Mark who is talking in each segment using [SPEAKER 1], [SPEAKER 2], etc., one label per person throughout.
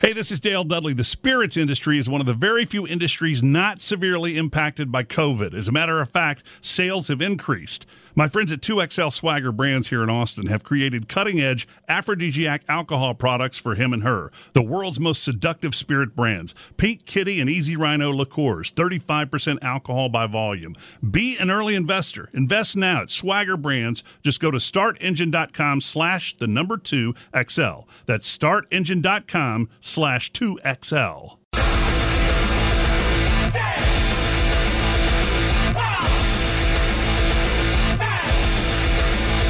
[SPEAKER 1] This is Dale Dudley. The spirits industry is one of the very few industries not severely impacted by COVID. As a matter of fact, sales have increased. My friends at 2XL Swagger Brands here in Austin have created cutting edge aphrodisiac alcohol products for him and her. The world's most seductive spirit brands Pink Kitty and Easy Rhino liqueurs, 35% alcohol by volume. Be an early investor. Invest now at Swagger Brands. Just go to startengine.com slash the number two XL. That's startengine.com slash two XL.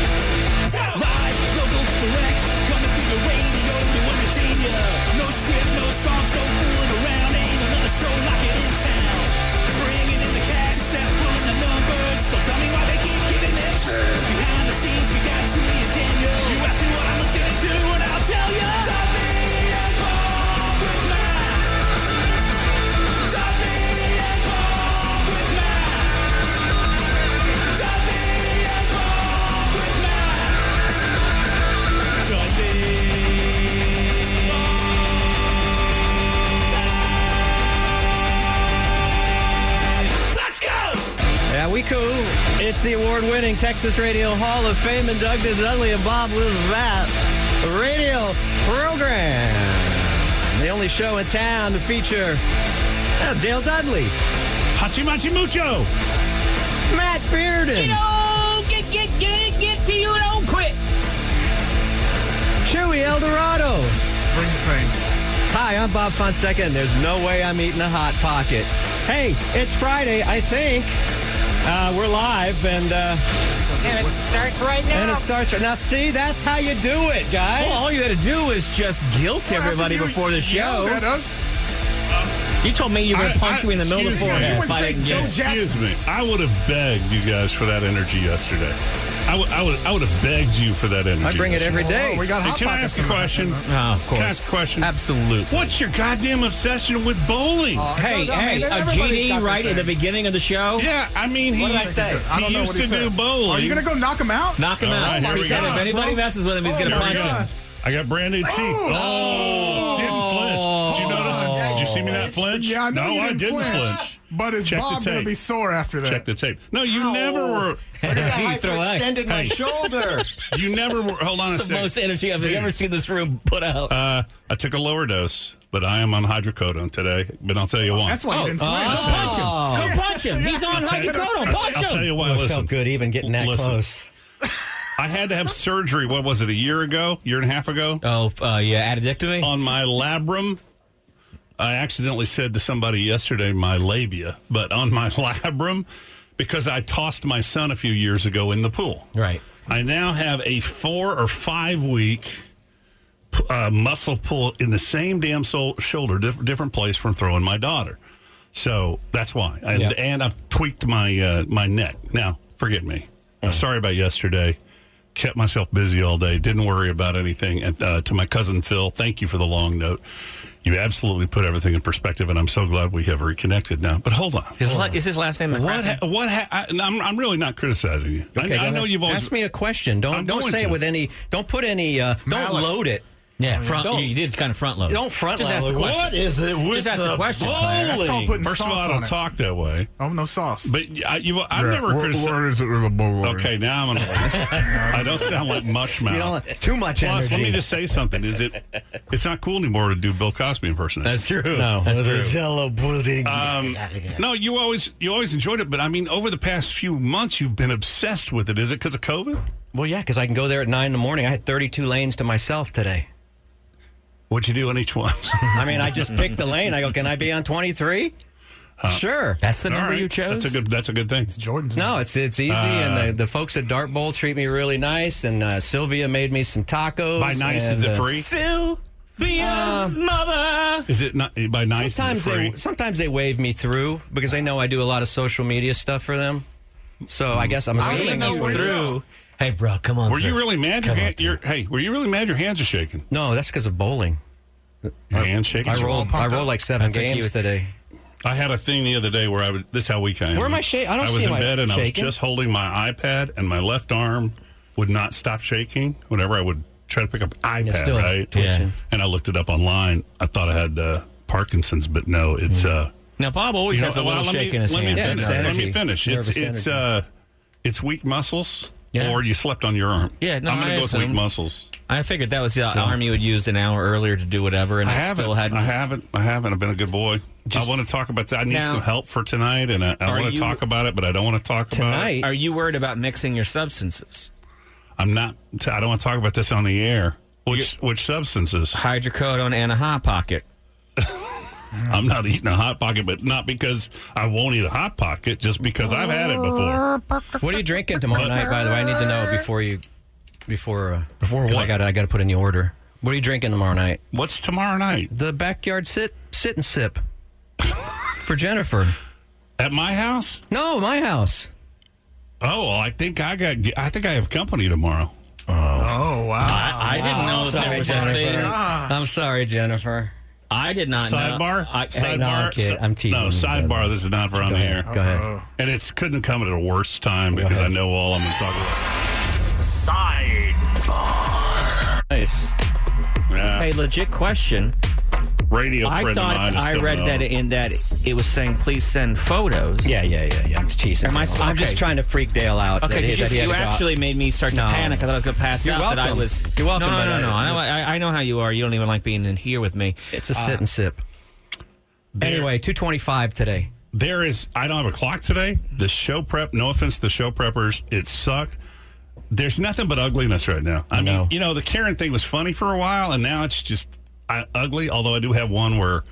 [SPEAKER 2] Live, local, direct, coming through your radio to entertain ya. No script, no songs, no fooling around. Ain't another show like it in town. Bringing in the cash, it's that's pulling the numbers. So tell me why they keep giving them shit. Behind the scenes, we got Julie and Daniel. You ask me what I'm listening to, and I'll tell ya. Dudley and Paul with Matt. Dudley and Paul with Matt. Dudley and Paul with Matt. Let's go!
[SPEAKER 3] Yeah, we cool. It's the award-winning Texas Radio Hall of Fame and Doug Dudley and Bob with that radio program. The only show in town to feature uh, Dale Dudley,
[SPEAKER 1] Hachimachi Mucho!
[SPEAKER 3] Matt Bearden,
[SPEAKER 4] Oh, get, get, get, get to you and don't quit.
[SPEAKER 3] Chewy Eldorado.
[SPEAKER 5] Bring the pain.
[SPEAKER 3] Hi, I'm Bob Fonseca, and there's no way I'm eating a hot pocket. Hey, it's Friday, I think. Uh, we're live, and uh,
[SPEAKER 4] And it starts right now.
[SPEAKER 3] and it starts now. See, that's how you do it, guys.
[SPEAKER 6] Well, all you got to do is just guilt everybody
[SPEAKER 5] After you
[SPEAKER 6] before the
[SPEAKER 5] yelled
[SPEAKER 6] show.
[SPEAKER 5] At us.
[SPEAKER 6] You told me you were
[SPEAKER 1] I-
[SPEAKER 6] going to punch
[SPEAKER 1] I-
[SPEAKER 6] me in the middle of the
[SPEAKER 1] excuse me.
[SPEAKER 6] forehead
[SPEAKER 1] You
[SPEAKER 6] if I
[SPEAKER 5] wouldn't
[SPEAKER 6] didn't
[SPEAKER 5] say
[SPEAKER 6] guess.
[SPEAKER 5] Joe
[SPEAKER 1] Excuse me. I would have begged you guys for that energy yesterday. I would, I would, I would have begged you for that energy.
[SPEAKER 3] I bring it
[SPEAKER 1] yesterday.
[SPEAKER 3] every day.
[SPEAKER 5] Oh, we got
[SPEAKER 1] Hey,
[SPEAKER 5] hot
[SPEAKER 1] can I ask
[SPEAKER 5] pockets
[SPEAKER 1] a
[SPEAKER 5] tonight.
[SPEAKER 1] question?
[SPEAKER 6] Ah, of
[SPEAKER 1] Can I ask
[SPEAKER 6] course.
[SPEAKER 1] a question?
[SPEAKER 6] Absolutely.
[SPEAKER 1] What's your goddamn obsession with bowling?
[SPEAKER 5] Oh,
[SPEAKER 6] Hey,
[SPEAKER 5] I mean,
[SPEAKER 6] hey, a
[SPEAKER 5] everybody's got
[SPEAKER 6] genie
[SPEAKER 5] their
[SPEAKER 6] right at the
[SPEAKER 5] thing.
[SPEAKER 6] beginning of the show?
[SPEAKER 1] yeah, I mean, he,
[SPEAKER 6] What did I say?
[SPEAKER 5] I don't
[SPEAKER 1] he
[SPEAKER 5] know
[SPEAKER 1] used
[SPEAKER 5] what he
[SPEAKER 1] to
[SPEAKER 5] said.
[SPEAKER 1] do bowling.
[SPEAKER 5] Are you gonna go knock him out?
[SPEAKER 6] Knock him
[SPEAKER 1] All right,
[SPEAKER 6] out.
[SPEAKER 1] here
[SPEAKER 6] he
[SPEAKER 1] we
[SPEAKER 6] said
[SPEAKER 1] go.
[SPEAKER 6] if anybody messes with him, he's
[SPEAKER 5] Oh,
[SPEAKER 6] going to
[SPEAKER 5] here we
[SPEAKER 6] punch
[SPEAKER 5] go.
[SPEAKER 6] him.
[SPEAKER 1] I got brand new teeth.
[SPEAKER 5] Oh.
[SPEAKER 1] Oh, didn't flinch. Did you
[SPEAKER 6] Oh.
[SPEAKER 1] notice? Did you see me not flinch?
[SPEAKER 5] Yeah, I know
[SPEAKER 1] no,
[SPEAKER 5] you
[SPEAKER 1] I
[SPEAKER 5] didn't
[SPEAKER 1] didn't
[SPEAKER 5] flinch.
[SPEAKER 1] flinch.
[SPEAKER 5] But is
[SPEAKER 1] Check the
[SPEAKER 5] Bob gonna
[SPEAKER 1] tape.
[SPEAKER 5] be sore after that?
[SPEAKER 1] Check the tape. No, you never were.
[SPEAKER 6] He threw a-
[SPEAKER 7] extended my
[SPEAKER 1] Hey.
[SPEAKER 7] shoulder.
[SPEAKER 1] You never were. Hold on a
[SPEAKER 6] That's the
[SPEAKER 1] second.
[SPEAKER 6] most energy I've
[SPEAKER 1] Dude.
[SPEAKER 6] ever seen this room put out.
[SPEAKER 1] Uh, I took a lower dose, but I am on hydrocodone today. But I'll tell you why.
[SPEAKER 5] Oh, That's why you didn't
[SPEAKER 1] oh.
[SPEAKER 5] flinch.
[SPEAKER 6] Go Oh. punch him. He's on hydrocodone. Punch
[SPEAKER 1] I'll tell
[SPEAKER 6] him.
[SPEAKER 1] you why.
[SPEAKER 3] Oh, it
[SPEAKER 1] listen,
[SPEAKER 3] felt good even getting that
[SPEAKER 1] Listen.
[SPEAKER 3] close.
[SPEAKER 1] I had to have surgery. What was it? A year ago? Year and a half ago?
[SPEAKER 6] Oh, uh, yeah, addictomy?
[SPEAKER 1] on my labrum. I accidentally said to somebody yesterday my labia, but on my labrum because I tossed my son a few years ago in the pool.
[SPEAKER 6] Right.
[SPEAKER 1] I now have a four or five week p- uh, muscle pull in the same damn soul, shoulder, diff- different place from throwing my daughter. So that's why, and,
[SPEAKER 6] Yeah.
[SPEAKER 1] and I've tweaked my uh, my neck. Now, forgive me. Uh,
[SPEAKER 3] Mm.
[SPEAKER 1] sorry about yesterday. Kept myself busy all day. Didn't worry about anything. And uh, to my cousin Phil, thank you for the long note. You absolutely put everything in perspective, and I'm so glad we have reconnected now. But hold on.
[SPEAKER 6] Is, is his last name
[SPEAKER 1] What? Ha- what? Ha- I, and I'm, I'm really not criticizing you.
[SPEAKER 3] Okay,
[SPEAKER 1] I,
[SPEAKER 3] go
[SPEAKER 1] I know
[SPEAKER 3] ahead.
[SPEAKER 1] you've always
[SPEAKER 3] ask me a question. Don't
[SPEAKER 1] I'm
[SPEAKER 3] don't
[SPEAKER 1] going
[SPEAKER 3] say
[SPEAKER 1] to.
[SPEAKER 3] it with any. Don't put any. Uh, don't
[SPEAKER 5] Malice.
[SPEAKER 3] load it.
[SPEAKER 6] Yeah, front,
[SPEAKER 3] Don't-
[SPEAKER 6] you did kind of front load.
[SPEAKER 3] Don't front
[SPEAKER 6] Just
[SPEAKER 3] load.
[SPEAKER 6] ask the question.
[SPEAKER 3] What
[SPEAKER 7] is it with
[SPEAKER 6] Just ask the the question, Claire.
[SPEAKER 5] That's called putting
[SPEAKER 1] First of all,
[SPEAKER 5] sauce
[SPEAKER 1] I
[SPEAKER 5] on
[SPEAKER 1] don't
[SPEAKER 5] it.
[SPEAKER 1] talk that way.
[SPEAKER 5] Oh, no sauce.
[SPEAKER 1] But I, you, I've never
[SPEAKER 8] Wh-
[SPEAKER 1] criticized.
[SPEAKER 8] What is it with a bull?
[SPEAKER 1] Okay, now I'm gonna. I don't sound like mushmouth.
[SPEAKER 3] You don't too much
[SPEAKER 1] Plus,
[SPEAKER 3] energy.
[SPEAKER 1] let me just say something. Is it? It's not cool anymore to do Bill Cosby impersonations.
[SPEAKER 6] true.
[SPEAKER 3] no,
[SPEAKER 6] That's true.
[SPEAKER 1] Oh,
[SPEAKER 3] jello pudding.
[SPEAKER 1] Um, no, you always you always enjoyed it, but I mean, over the past few months, you've been obsessed with it. Is it because of COVID?
[SPEAKER 3] well, yeah, because I can go there at nine in the morning. I had thirty-two lanes to myself today.
[SPEAKER 1] What'd you do on each one?
[SPEAKER 3] I mean, I just picked the lane. I go, can I be on twenty-three? sure.
[SPEAKER 6] That's the
[SPEAKER 1] Uh, All
[SPEAKER 6] number
[SPEAKER 1] right.
[SPEAKER 6] you chose?
[SPEAKER 1] That's a good. That's a good thing. Uh,
[SPEAKER 5] Jordan's
[SPEAKER 3] No, it's it's easy, and the, the folks at Dart Bowl treat me really nice, and uh, Sylvia made me some tacos.
[SPEAKER 1] By nice,
[SPEAKER 3] and,
[SPEAKER 1] is it
[SPEAKER 3] uh,
[SPEAKER 1] free?
[SPEAKER 6] Sylvia's mother.
[SPEAKER 1] Is it not by nice?
[SPEAKER 3] Sometimes
[SPEAKER 1] is it free?
[SPEAKER 3] they sometimes they wave me through because they know I do a lot of social media stuff for them. So I guess I'm
[SPEAKER 6] I don't even
[SPEAKER 3] assuming
[SPEAKER 6] know
[SPEAKER 3] that's
[SPEAKER 6] where
[SPEAKER 3] where
[SPEAKER 6] through. Hey, bro, come on.
[SPEAKER 1] Were you
[SPEAKER 6] through.
[SPEAKER 1] really mad? Your, hand, your hey, were you really mad? Your hands are shaking.
[SPEAKER 3] No, that's because of bowling.
[SPEAKER 1] Your hands shaking.
[SPEAKER 3] I rolled I rolled like seven
[SPEAKER 6] I think you
[SPEAKER 3] games
[SPEAKER 6] was-
[SPEAKER 3] today.
[SPEAKER 1] I had a thing the other day where I would. This is how weak I am.
[SPEAKER 3] Where am I sha- I don't
[SPEAKER 1] I was
[SPEAKER 3] see
[SPEAKER 1] in
[SPEAKER 3] my
[SPEAKER 1] bed and I was
[SPEAKER 3] shaking.
[SPEAKER 1] just holding my iPad, and my left arm would not stop shaking whenever I would try to pick up iPad,
[SPEAKER 6] still
[SPEAKER 1] right?
[SPEAKER 6] twitching.
[SPEAKER 1] And I looked it up online. I thought I had uh, Parkinson's, but no, it's.
[SPEAKER 3] Mm.
[SPEAKER 1] Uh,
[SPEAKER 6] Now, Bob always
[SPEAKER 1] you
[SPEAKER 6] has
[SPEAKER 1] know,
[SPEAKER 6] a little
[SPEAKER 1] well, let
[SPEAKER 6] shake
[SPEAKER 1] me-
[SPEAKER 6] in his
[SPEAKER 1] let
[SPEAKER 6] hand.
[SPEAKER 1] Me
[SPEAKER 3] Yeah,
[SPEAKER 1] finish.
[SPEAKER 3] it's
[SPEAKER 1] Let
[SPEAKER 3] energy.
[SPEAKER 1] me finish. It's
[SPEAKER 3] Nervous
[SPEAKER 1] it's
[SPEAKER 3] energy.
[SPEAKER 1] uh, it's weak muscles,
[SPEAKER 6] Yeah.
[SPEAKER 1] or you slept on your arm.
[SPEAKER 6] Yeah, no,
[SPEAKER 1] I'm gonna
[SPEAKER 6] I
[SPEAKER 1] go with weak
[SPEAKER 6] assume.
[SPEAKER 1] muscles.
[SPEAKER 6] I figured that was the arm you uh, would use an hour earlier to do whatever, and
[SPEAKER 1] uh, I
[SPEAKER 6] it
[SPEAKER 1] haven't.
[SPEAKER 6] still hadn't.
[SPEAKER 1] I haven't. I haven't. I've been a good boy. I want to talk about that. I need
[SPEAKER 6] Now-
[SPEAKER 1] some help for tonight, and I, I
[SPEAKER 6] Are
[SPEAKER 1] want to
[SPEAKER 6] you-
[SPEAKER 1] talk about it, but I don't want to talk about it.
[SPEAKER 3] Tonight?
[SPEAKER 6] Are you worried about mixing your substances?
[SPEAKER 1] I'm not. T- I don't want to talk about this on the air. Which which substances?
[SPEAKER 6] Hydrocodone and a hot pocket.
[SPEAKER 1] I'm not eating a hot pocket, but not because I won't eat a hot pocket, just because I've had it
[SPEAKER 6] Oh.
[SPEAKER 1] before.
[SPEAKER 3] What are you drinking tomorrow night? By the way, I need to know before you, before uh,
[SPEAKER 1] Before
[SPEAKER 3] 'cause I
[SPEAKER 1] what?
[SPEAKER 3] got I got to put in the order. What are you drinking tomorrow night?
[SPEAKER 1] What's tomorrow night
[SPEAKER 3] The backyard sit sit and sip for Jennifer.
[SPEAKER 1] at my house?
[SPEAKER 3] No, my house.
[SPEAKER 1] Oh, well, I think I got. I think I have company tomorrow.
[SPEAKER 5] Oh, wow.
[SPEAKER 6] I didn't know that there was a thing.
[SPEAKER 3] I'm sorry, Jennifer.
[SPEAKER 6] I did not know.
[SPEAKER 1] Sidebar.
[SPEAKER 6] I,
[SPEAKER 1] sidebar.
[SPEAKER 3] no, I'm kidding. I'm teasing
[SPEAKER 1] No,
[SPEAKER 3] you,
[SPEAKER 1] sidebar. This is not for on the air. Uh-huh.
[SPEAKER 3] Go ahead.
[SPEAKER 1] And it's couldn't come at a worse time because I know all I'm going to talk about.
[SPEAKER 6] Nice.
[SPEAKER 1] Yeah.
[SPEAKER 6] Hey, legit question.
[SPEAKER 1] Radio
[SPEAKER 6] I
[SPEAKER 1] friend of mine
[SPEAKER 6] thought
[SPEAKER 1] is
[SPEAKER 6] I
[SPEAKER 1] coming
[SPEAKER 6] read
[SPEAKER 1] on.
[SPEAKER 6] that in that it was saying please send photos.
[SPEAKER 3] Yeah, yeah, yeah, yeah. I'm just teasing.
[SPEAKER 6] Am I
[SPEAKER 3] Dale.
[SPEAKER 6] sp-
[SPEAKER 3] I'm
[SPEAKER 6] okay.
[SPEAKER 3] just trying to freak Dale out.
[SPEAKER 6] Okay,
[SPEAKER 3] that he-
[SPEAKER 6] because you,
[SPEAKER 3] that he had
[SPEAKER 6] you
[SPEAKER 3] to go out.
[SPEAKER 6] actually made me start to
[SPEAKER 3] No.
[SPEAKER 6] panic. I thought I was going to pass
[SPEAKER 3] You're
[SPEAKER 6] out. That I
[SPEAKER 3] welcome.
[SPEAKER 6] was.
[SPEAKER 3] You're welcome,
[SPEAKER 6] No, no,
[SPEAKER 3] but
[SPEAKER 6] no,
[SPEAKER 3] I-
[SPEAKER 6] no. I, I, I know how you are. You don't even like being in here with me. Uh,
[SPEAKER 3] It's a sit and sip. Ah. Anyway, 225 today.
[SPEAKER 1] there is I don't have a clock today. The show prep, no offense to the show preppers, it sucked. There's nothing but ugliness right now. I
[SPEAKER 3] No.
[SPEAKER 1] mean, you know, the Karen thing was funny for a while and now it's just uh, ugly, although I do have one where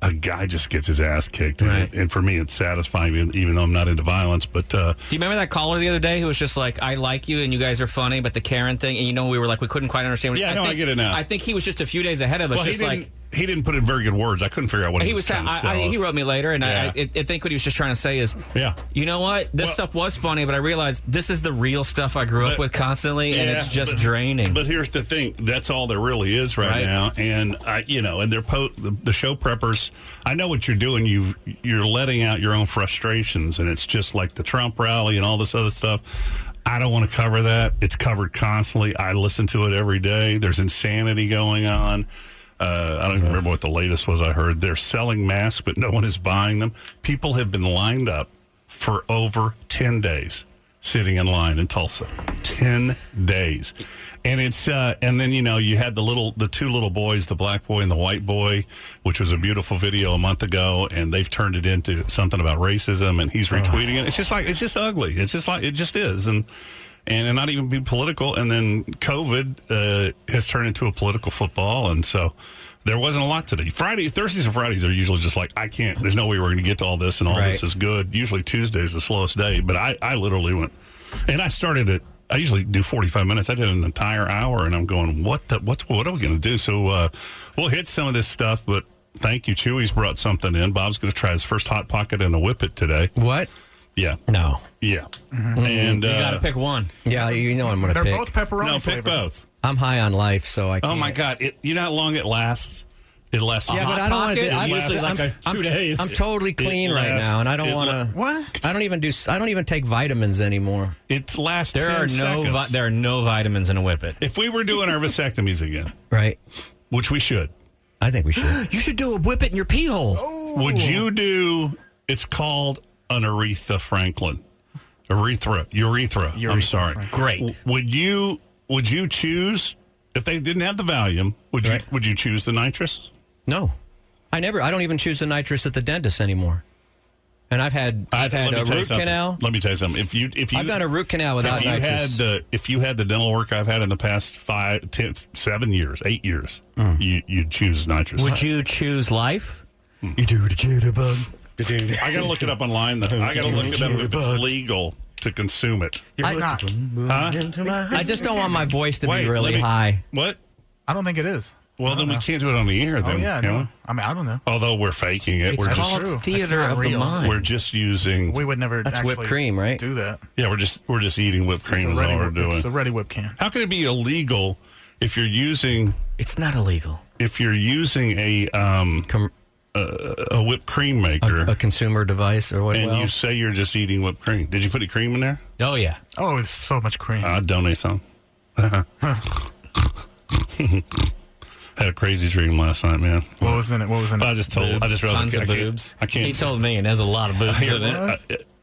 [SPEAKER 1] a guy just gets his ass kicked and,
[SPEAKER 6] Right.
[SPEAKER 1] it- and for me it's satisfying even, even though I'm not into violence, but uh
[SPEAKER 6] Do you remember that caller the other day who was just like, "I like you and you guys are funny," but the Karen thing, and you know, we were like, we couldn't quite understand. What
[SPEAKER 1] Yeah,
[SPEAKER 6] I
[SPEAKER 1] no, I
[SPEAKER 6] think,
[SPEAKER 1] get it now.
[SPEAKER 6] I think he was just a few days ahead of us.
[SPEAKER 1] well, he
[SPEAKER 6] just
[SPEAKER 1] didn't
[SPEAKER 6] like
[SPEAKER 1] he didn't put in very good words. I couldn't figure out what he,
[SPEAKER 6] he
[SPEAKER 1] was,
[SPEAKER 6] was.
[SPEAKER 1] trying to
[SPEAKER 6] I,
[SPEAKER 1] sell
[SPEAKER 6] I, he
[SPEAKER 1] us.
[SPEAKER 6] wrote me later, and I,
[SPEAKER 1] Yeah.
[SPEAKER 6] I, I think what he was just trying to say is,
[SPEAKER 1] Yeah.
[SPEAKER 6] you know what? This
[SPEAKER 1] Well-
[SPEAKER 6] stuff was funny, but I realized this is the real stuff I grew
[SPEAKER 1] But-
[SPEAKER 6] up with constantly, and it's
[SPEAKER 1] Yeah,
[SPEAKER 6] just
[SPEAKER 1] but-
[SPEAKER 6] draining.
[SPEAKER 1] But here's the thing: that's all there really is right,
[SPEAKER 6] Right.
[SPEAKER 1] now. And I, you know, and they're po- the, the show preppers. I know what you're doing. You you're letting out your own frustrations, and it's just like the Trump rally and all this other stuff. I don't want to cover that. It's covered constantly. I listen to it every day. There's insanity going on. Uh, I don't even remember what the latest was. I heard they're selling masks, but no one is buying them. People have been lined up for over 10 days sitting in line in Tulsa. 10 days. And it's uh and then you know you had the little the two little boys, the black boy and the white boy, which was a beautiful video a month ago and they've turned it into something about racism and he's retweeting it. It's just like it's just ugly. It's just like it just is and and, and not even be political and then COVID uh, has turned into a political football and so there wasn't a lot today. Friday, Thursdays and Fridays are usually just like I can't. There's no way we're going to get to all this, and all this
[SPEAKER 3] Right.
[SPEAKER 1] is good. Usually Tuesday's the slowest day, but I I literally went, and I started at I usually do 45 minutes. I did an entire hour, and I'm going, what the what what are we going to do? So uh, we'll hit some of this stuff, but thank you, Chewy's brought something in. Bob's going to try his first hot pocket and a whip it today.
[SPEAKER 3] What?
[SPEAKER 1] Yeah,
[SPEAKER 3] No.
[SPEAKER 1] yeah, and
[SPEAKER 6] Mm-hmm. you got to
[SPEAKER 1] uh,
[SPEAKER 6] pick one.
[SPEAKER 3] Yeah, you know I'm going to
[SPEAKER 5] They're
[SPEAKER 3] pick.
[SPEAKER 5] both pepperoni
[SPEAKER 1] no pick
[SPEAKER 5] flavored.
[SPEAKER 1] both.
[SPEAKER 3] I'm high on life, so I
[SPEAKER 1] Oh
[SPEAKER 3] can't.
[SPEAKER 1] my God! It, you know how long it lasts? It lasts.
[SPEAKER 3] Yeah, but I don't want to.
[SPEAKER 6] Pocket?
[SPEAKER 3] I'm
[SPEAKER 1] Usually
[SPEAKER 3] I'm-
[SPEAKER 6] like a
[SPEAKER 3] I'm-
[SPEAKER 6] two days.
[SPEAKER 3] I'm totally clean
[SPEAKER 1] It
[SPEAKER 3] right
[SPEAKER 1] lasts-
[SPEAKER 3] now, and I don't
[SPEAKER 1] it
[SPEAKER 3] want to.
[SPEAKER 1] la-
[SPEAKER 5] What?
[SPEAKER 3] I don't even do. s- I don't even take vitamins anymore.
[SPEAKER 1] It lasts.
[SPEAKER 6] There
[SPEAKER 1] 10
[SPEAKER 6] are no
[SPEAKER 1] seconds.
[SPEAKER 6] vi- there are no vitamins in a whippet.
[SPEAKER 1] If we were doing our vasectomies again,
[SPEAKER 3] Right.
[SPEAKER 1] which we should,
[SPEAKER 3] I think we should.
[SPEAKER 6] You should do a whippet in your pee hole.
[SPEAKER 1] Oh. would you do? It's called an urethra Franklin, urethra, urethra. I'm sorry.
[SPEAKER 6] Great.
[SPEAKER 1] W- Would you? Would you choose if they didn't have the Valium? Would you?
[SPEAKER 3] Right.
[SPEAKER 1] Would you choose the nitrous?
[SPEAKER 3] No. I never. I don't even choose the nitrous at the dentist anymore. And I've had. I've
[SPEAKER 1] Let
[SPEAKER 3] had
[SPEAKER 1] me
[SPEAKER 3] a
[SPEAKER 1] tell you
[SPEAKER 3] root
[SPEAKER 1] something.
[SPEAKER 3] canal.
[SPEAKER 1] Let me tell you something. If you, if you,
[SPEAKER 3] I've done a root canal without
[SPEAKER 1] if you had
[SPEAKER 3] nitrous.
[SPEAKER 1] the if you had the dental work I've had in the past five, ten, seven years, eight years,
[SPEAKER 3] Hmm.
[SPEAKER 1] you you'd choose nitrous.
[SPEAKER 6] Would you choose life?
[SPEAKER 1] I gotta look it up online. Though. I gotta look it up if it's legal to consume it.
[SPEAKER 5] It's not.
[SPEAKER 3] I just don't want my voice to
[SPEAKER 1] Wait,
[SPEAKER 3] be
[SPEAKER 1] let
[SPEAKER 3] really
[SPEAKER 1] me-
[SPEAKER 3] high.
[SPEAKER 1] What?
[SPEAKER 5] I don't think it is.
[SPEAKER 1] Well, then we can't do it on the air.
[SPEAKER 5] Oh,
[SPEAKER 1] Then,
[SPEAKER 5] yeah.
[SPEAKER 1] can we?
[SPEAKER 5] No. I mean, I don't know.
[SPEAKER 1] Although we're faking it, we're
[SPEAKER 6] it's
[SPEAKER 1] just
[SPEAKER 6] called
[SPEAKER 5] true. It's
[SPEAKER 6] theater
[SPEAKER 5] not
[SPEAKER 6] of the
[SPEAKER 5] real.
[SPEAKER 6] mind.
[SPEAKER 1] we're just using
[SPEAKER 5] We would never
[SPEAKER 3] That's
[SPEAKER 5] actually
[SPEAKER 3] whipped cream, right?
[SPEAKER 5] do that.
[SPEAKER 1] yeah we're just we're just eating whipped cream is
[SPEAKER 5] it's a ready,
[SPEAKER 1] all we're
[SPEAKER 5] whip- It's a
[SPEAKER 1] doing.
[SPEAKER 5] ready whip can.
[SPEAKER 1] How could it be illegal if you're using
[SPEAKER 6] it's not illegal.
[SPEAKER 1] if you're using a um
[SPEAKER 3] Com-
[SPEAKER 1] a whipped cream maker
[SPEAKER 3] a consumer device or what?
[SPEAKER 1] and
[SPEAKER 3] well,
[SPEAKER 1] you say you're just eating whipped cream? Did you put any cream in there?
[SPEAKER 6] Oh yeah.
[SPEAKER 5] Oh, it's so much cream.
[SPEAKER 1] I'd donate some. Had a crazy dream last night, man.
[SPEAKER 5] What was in it? What was in it?
[SPEAKER 1] I just told. I just realized
[SPEAKER 6] Tons
[SPEAKER 1] I
[SPEAKER 6] of
[SPEAKER 1] can't- I can't-
[SPEAKER 6] boobs.
[SPEAKER 1] I can't.
[SPEAKER 6] He told me, and there's a lot of boobs
[SPEAKER 1] Here,
[SPEAKER 6] in it.
[SPEAKER 1] uh,